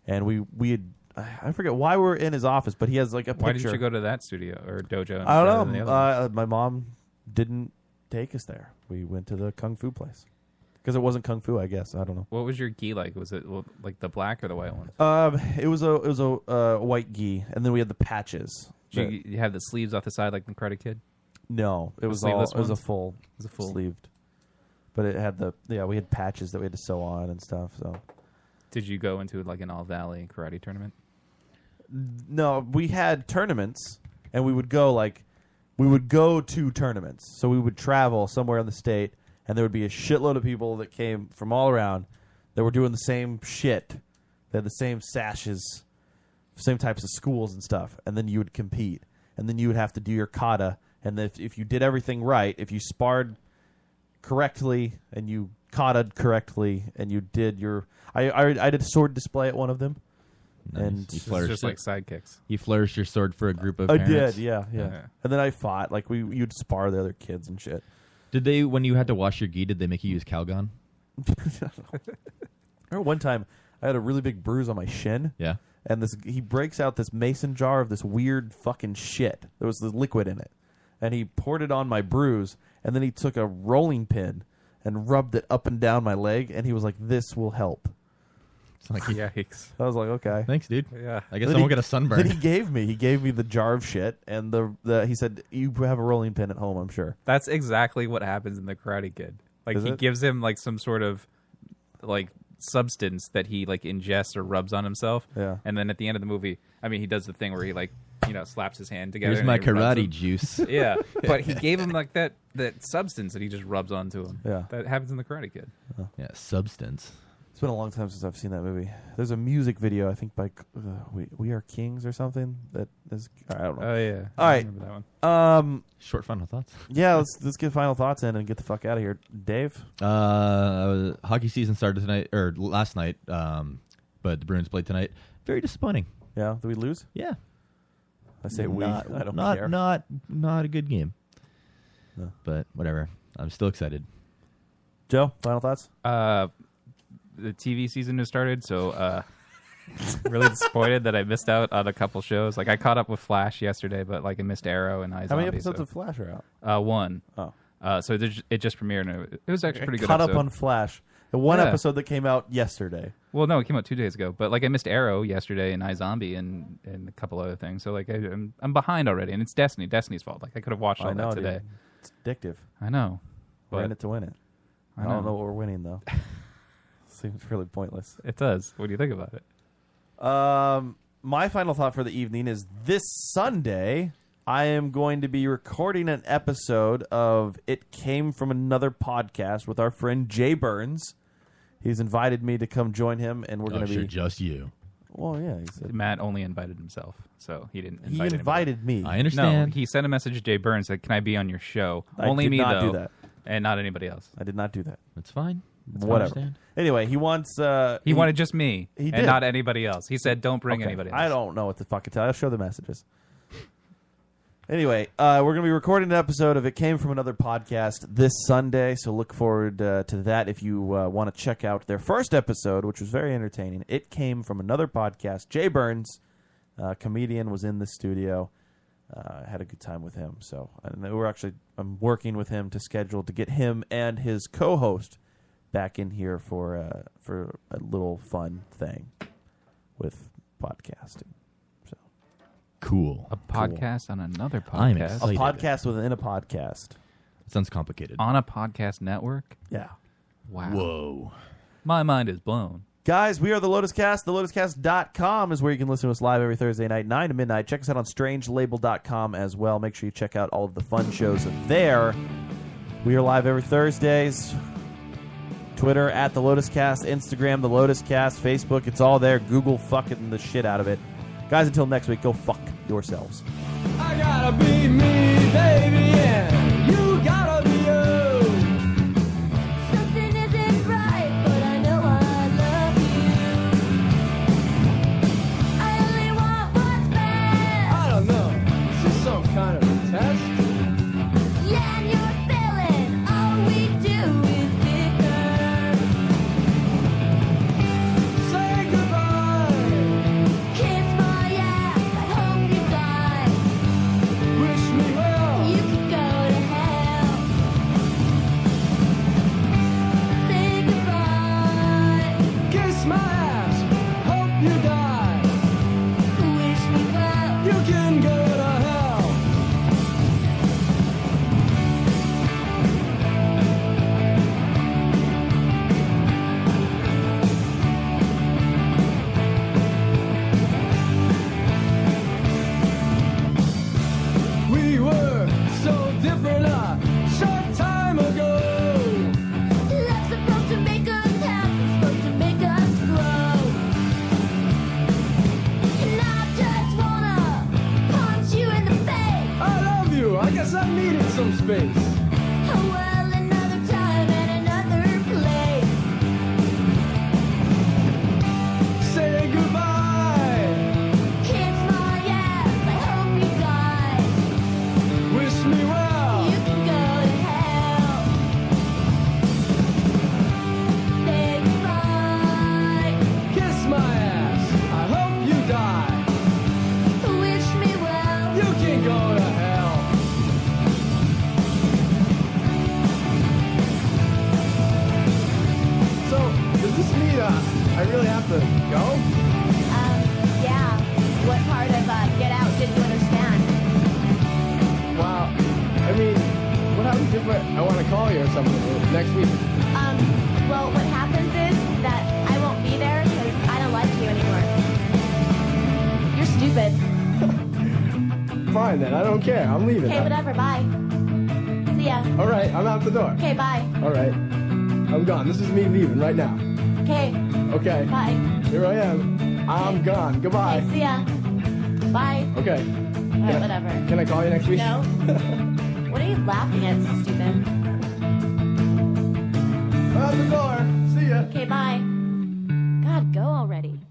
Speaker 8: and we we had I forget why we were in his office, but he has like a
Speaker 10: Why
Speaker 8: picture.
Speaker 10: didn't you go to that studio or dojo?
Speaker 8: I
Speaker 10: rather
Speaker 8: don't
Speaker 10: than the
Speaker 8: know.
Speaker 10: other
Speaker 8: Uh, my mom didn't take us there. We went to the kung fu place because it wasn't kung fu. I guess I don't know.
Speaker 10: one? What was your gi like? Was it well, like the black or the white one?
Speaker 8: Um, it was a it was a uh, white gi, and then we had the patches.
Speaker 10: Did
Speaker 8: The-
Speaker 10: you, you have the sleeves off the side like the Karate Kid?
Speaker 8: no, it
Speaker 10: The
Speaker 8: was all,
Speaker 10: sleeveless
Speaker 8: it was a
Speaker 10: ones?
Speaker 8: full
Speaker 10: It was a full.
Speaker 8: sleeved, but it had the yeah we had patches that we had to sew on and stuff. So
Speaker 10: Did you go into like an All Valley karate tournament?
Speaker 8: no, we had tournaments, and we would go like we would go to tournaments. So we would travel somewhere in the state, and there would be a shitload of people that came from all around that were doing the same shit. They had the same sashes, same types of schools and stuff, and then you would compete, and then you would have to do your kata, and if if you did everything right, if you sparred correctly and you kata correctly and you did your I I, I did a sword display at one of them. And
Speaker 9: You flourished it.
Speaker 10: sidekicks.
Speaker 9: You flourished your sword for a group of.
Speaker 8: I
Speaker 9: parents.
Speaker 8: did, yeah, yeah,
Speaker 9: Yeah.
Speaker 8: And then I fought. Like we, you'd spar the other kids and shit.
Speaker 9: Did they when you had to wash your gi? Did they make you use Calgon?
Speaker 8: I remember one time I had a really big bruise on my shin.
Speaker 9: Yeah.
Speaker 8: And this he breaks out this mason jar of this weird fucking shit. There was this liquid in it. And he poured it on my bruise and then he took a rolling pin and rubbed it up and down my leg and he was like, This will help.
Speaker 9: It's like
Speaker 10: yikes.
Speaker 8: I was like, okay.
Speaker 9: Thanks, dude.
Speaker 10: Yeah.
Speaker 9: I guess
Speaker 8: Then
Speaker 9: I
Speaker 8: he-
Speaker 9: won't get a sunburn.
Speaker 8: Then he gave me. He gave me the jar of shit and the, the he said, You have a rolling pin at home, I'm sure.
Speaker 10: That's exactly what happens in the Karate Kid. Like
Speaker 8: Is
Speaker 10: he
Speaker 8: it?
Speaker 10: gives him like some sort of like substance that he like ingests or rubs on himself.
Speaker 8: Yeah.
Speaker 10: And then at the end of the movie, I mean, he does the thing where he like you know slaps his hand together.
Speaker 9: Here's
Speaker 10: and
Speaker 9: my
Speaker 10: it rubs
Speaker 9: karate
Speaker 10: him.
Speaker 9: juice.
Speaker 10: yeah. But he gave him like that that substance that he just rubs onto him.
Speaker 8: Yeah.
Speaker 10: That happens in the Karate Kid.
Speaker 9: Yeah, substance.
Speaker 8: It's been a long time since I've seen that movie. There's a music video, I think, by uh, we, we Are Kings or something. That is, I don't know.
Speaker 10: Oh, yeah.
Speaker 8: All
Speaker 10: I
Speaker 8: right.
Speaker 10: remember that one.
Speaker 8: Um,
Speaker 9: Short final thoughts.
Speaker 8: Yeah, let's let's get final thoughts in and get the fuck out of here, Dave.
Speaker 9: Uh, hockey season started tonight or last night. Um, but the Bruins played tonight. Very disappointing.
Speaker 8: Yeah, did we lose?
Speaker 9: Yeah.
Speaker 8: I say we.
Speaker 9: Not-
Speaker 8: I don't
Speaker 9: not-
Speaker 8: care.
Speaker 9: Not not a good game. But whatever. I'm still excited.
Speaker 8: Joe, final thoughts?
Speaker 10: Uh, the TV season has started, so uh, really disappointed that I missed out on a couple shows. Like I caught up with Flash yesterday, but like I missed Arrow and I.
Speaker 8: How many episodes of Flash are
Speaker 10: Uh, one.
Speaker 8: Oh.
Speaker 10: Uh, so it just, it just premiered. And it was actually pretty good.
Speaker 8: Caught up
Speaker 10: episode.
Speaker 8: on Flash. The one
Speaker 10: Yeah.
Speaker 8: episode that came out yesterday.
Speaker 10: Well, no, it came out two days ago, but like I missed Arrow yesterday and iZombie and and a couple other things. So like I, I'm I'm behind already, and it's Destiny, Destiny's fault. Like I could have watched all
Speaker 8: I know,
Speaker 10: that today.
Speaker 8: dude. It's addictive.
Speaker 10: I know.
Speaker 8: We're in
Speaker 10: but-
Speaker 8: it to win it.
Speaker 10: I
Speaker 8: I, don't
Speaker 10: know.
Speaker 8: know what we're winning though. Seems really pointless.
Speaker 10: It does. What do you think about it?
Speaker 8: Um, my final thought for the evening is this Sunday, I am going to be recording an episode of It Came From Another Podcast with our friend Jay Burns. He's invited me to come join him, and we're
Speaker 9: Oh,
Speaker 8: going to
Speaker 9: sure,
Speaker 8: be
Speaker 9: just you.
Speaker 8: Well, yeah, he
Speaker 10: Matt only invited himself, so he didn't.
Speaker 8: He
Speaker 10: Invite anybody.
Speaker 8: invited me. I
Speaker 10: No,
Speaker 8: understand.
Speaker 10: he sent a message to Jay Burns said, "Can I be on your show?
Speaker 8: I
Speaker 10: only
Speaker 8: did
Speaker 10: me
Speaker 8: not
Speaker 10: though,
Speaker 8: do that.
Speaker 10: and not anybody else."
Speaker 8: I did not do that.
Speaker 9: That's fine. That's
Speaker 8: whatever.
Speaker 9: understand.
Speaker 8: Anyway, he wants. Uh,
Speaker 10: He wanted just me
Speaker 8: He
Speaker 10: and
Speaker 8: did.
Speaker 10: not anybody else. He said, "Don't bring
Speaker 8: Okay,
Speaker 10: anybody
Speaker 8: I don't know what the fuck to tell. I'll show the messages. Anyway, uh, we're going to be recording an episode of It Came From Another Podcast this Sunday, so look forward uh, to that if you uh, want to check out their first episode, which was very entertaining. It Came From Another Podcast. Jay Burns, uh, comedian, was in the studio. Uh, I had a good time with him. So and we're actually I'm working with him to schedule to get him and his co-host back in here for uh, for a little fun thing with podcasting. So
Speaker 9: cool.
Speaker 10: A podcast on another podcast.
Speaker 9: I'm
Speaker 8: a
Speaker 9: excited.
Speaker 8: podcast within a podcast.
Speaker 9: sounds complicated.
Speaker 10: on a podcast network.
Speaker 8: Yeah.
Speaker 10: Wow.
Speaker 9: Whoa.
Speaker 10: My mind is blown.
Speaker 8: Guys, we are the Lotus Cast. The LotusCast.com is where you can listen to us live every Thursday night, 9 to midnight. Check us out on strangelabel.com as well. Make sure you check out all of the fun shows there. We are live every Thursdays. Twitter at the Lotus Cast, Instagram, the Lotus Cast, Facebook, it's all there. Google fucking the shit out of it. Guys, until next week, go fuck yourselves.
Speaker 20: I gotta be me, baby, and you gotta be you.
Speaker 3: Something isn't right, but I know I love you. I only want what's best.
Speaker 20: I don't know. Is this some kind of a test?
Speaker 3: Yeah, and you're failing. All we do is bicker.
Speaker 20: Say goodbye.
Speaker 3: Kiss my ass. I hope you die.
Speaker 20: Wish me well.
Speaker 3: You could go to hell. Say goodbye.
Speaker 20: Kiss my ass. Hope you die.
Speaker 3: Wish me well.
Speaker 20: You can go to hell. We were so different a short time ago.
Speaker 3: Love's supposed to make us happy, supposed to make us grow. And I just wanna punch you in the face.
Speaker 20: I love you. I guess I needed some space.
Speaker 3: Oh well, another time and another place.
Speaker 20: Say goodbye.
Speaker 3: Kiss my ass, I hope you die.
Speaker 20: Wish me well.
Speaker 3: You can go to hell. Say goodbye.
Speaker 20: Kiss my ass. I hope you die.
Speaker 3: Wish me well.
Speaker 20: You can go to hell. So, does this mean uh, I really have to go?
Speaker 3: Um, yeah. What part of uh, Get Out did you understand?
Speaker 20: Wow. I mean, what happens if I, I want to call you or something next week?
Speaker 3: Um, well, what happens is that I won't be there because I don't like you anymore. You're stupid.
Speaker 20: Fine then, I don't care. I'm leaving.
Speaker 3: Okay, whatever. Bye. See ya.
Speaker 20: All right, I'm out the door.
Speaker 3: Okay, bye.
Speaker 20: All right. I'm gone. This is me leaving right now.
Speaker 3: Okay.
Speaker 20: Okay.
Speaker 3: Bye.
Speaker 20: Here I am. I'm gone. Goodbye.
Speaker 3: Okay, see ya. Bye.
Speaker 20: Okay.
Speaker 3: All right,
Speaker 20: Yeah.
Speaker 3: whatever.
Speaker 20: Can I call you next week?
Speaker 3: No. What are you laughing at, stupid?
Speaker 20: Out the door. See ya.
Speaker 3: Okay, bye. God, go already.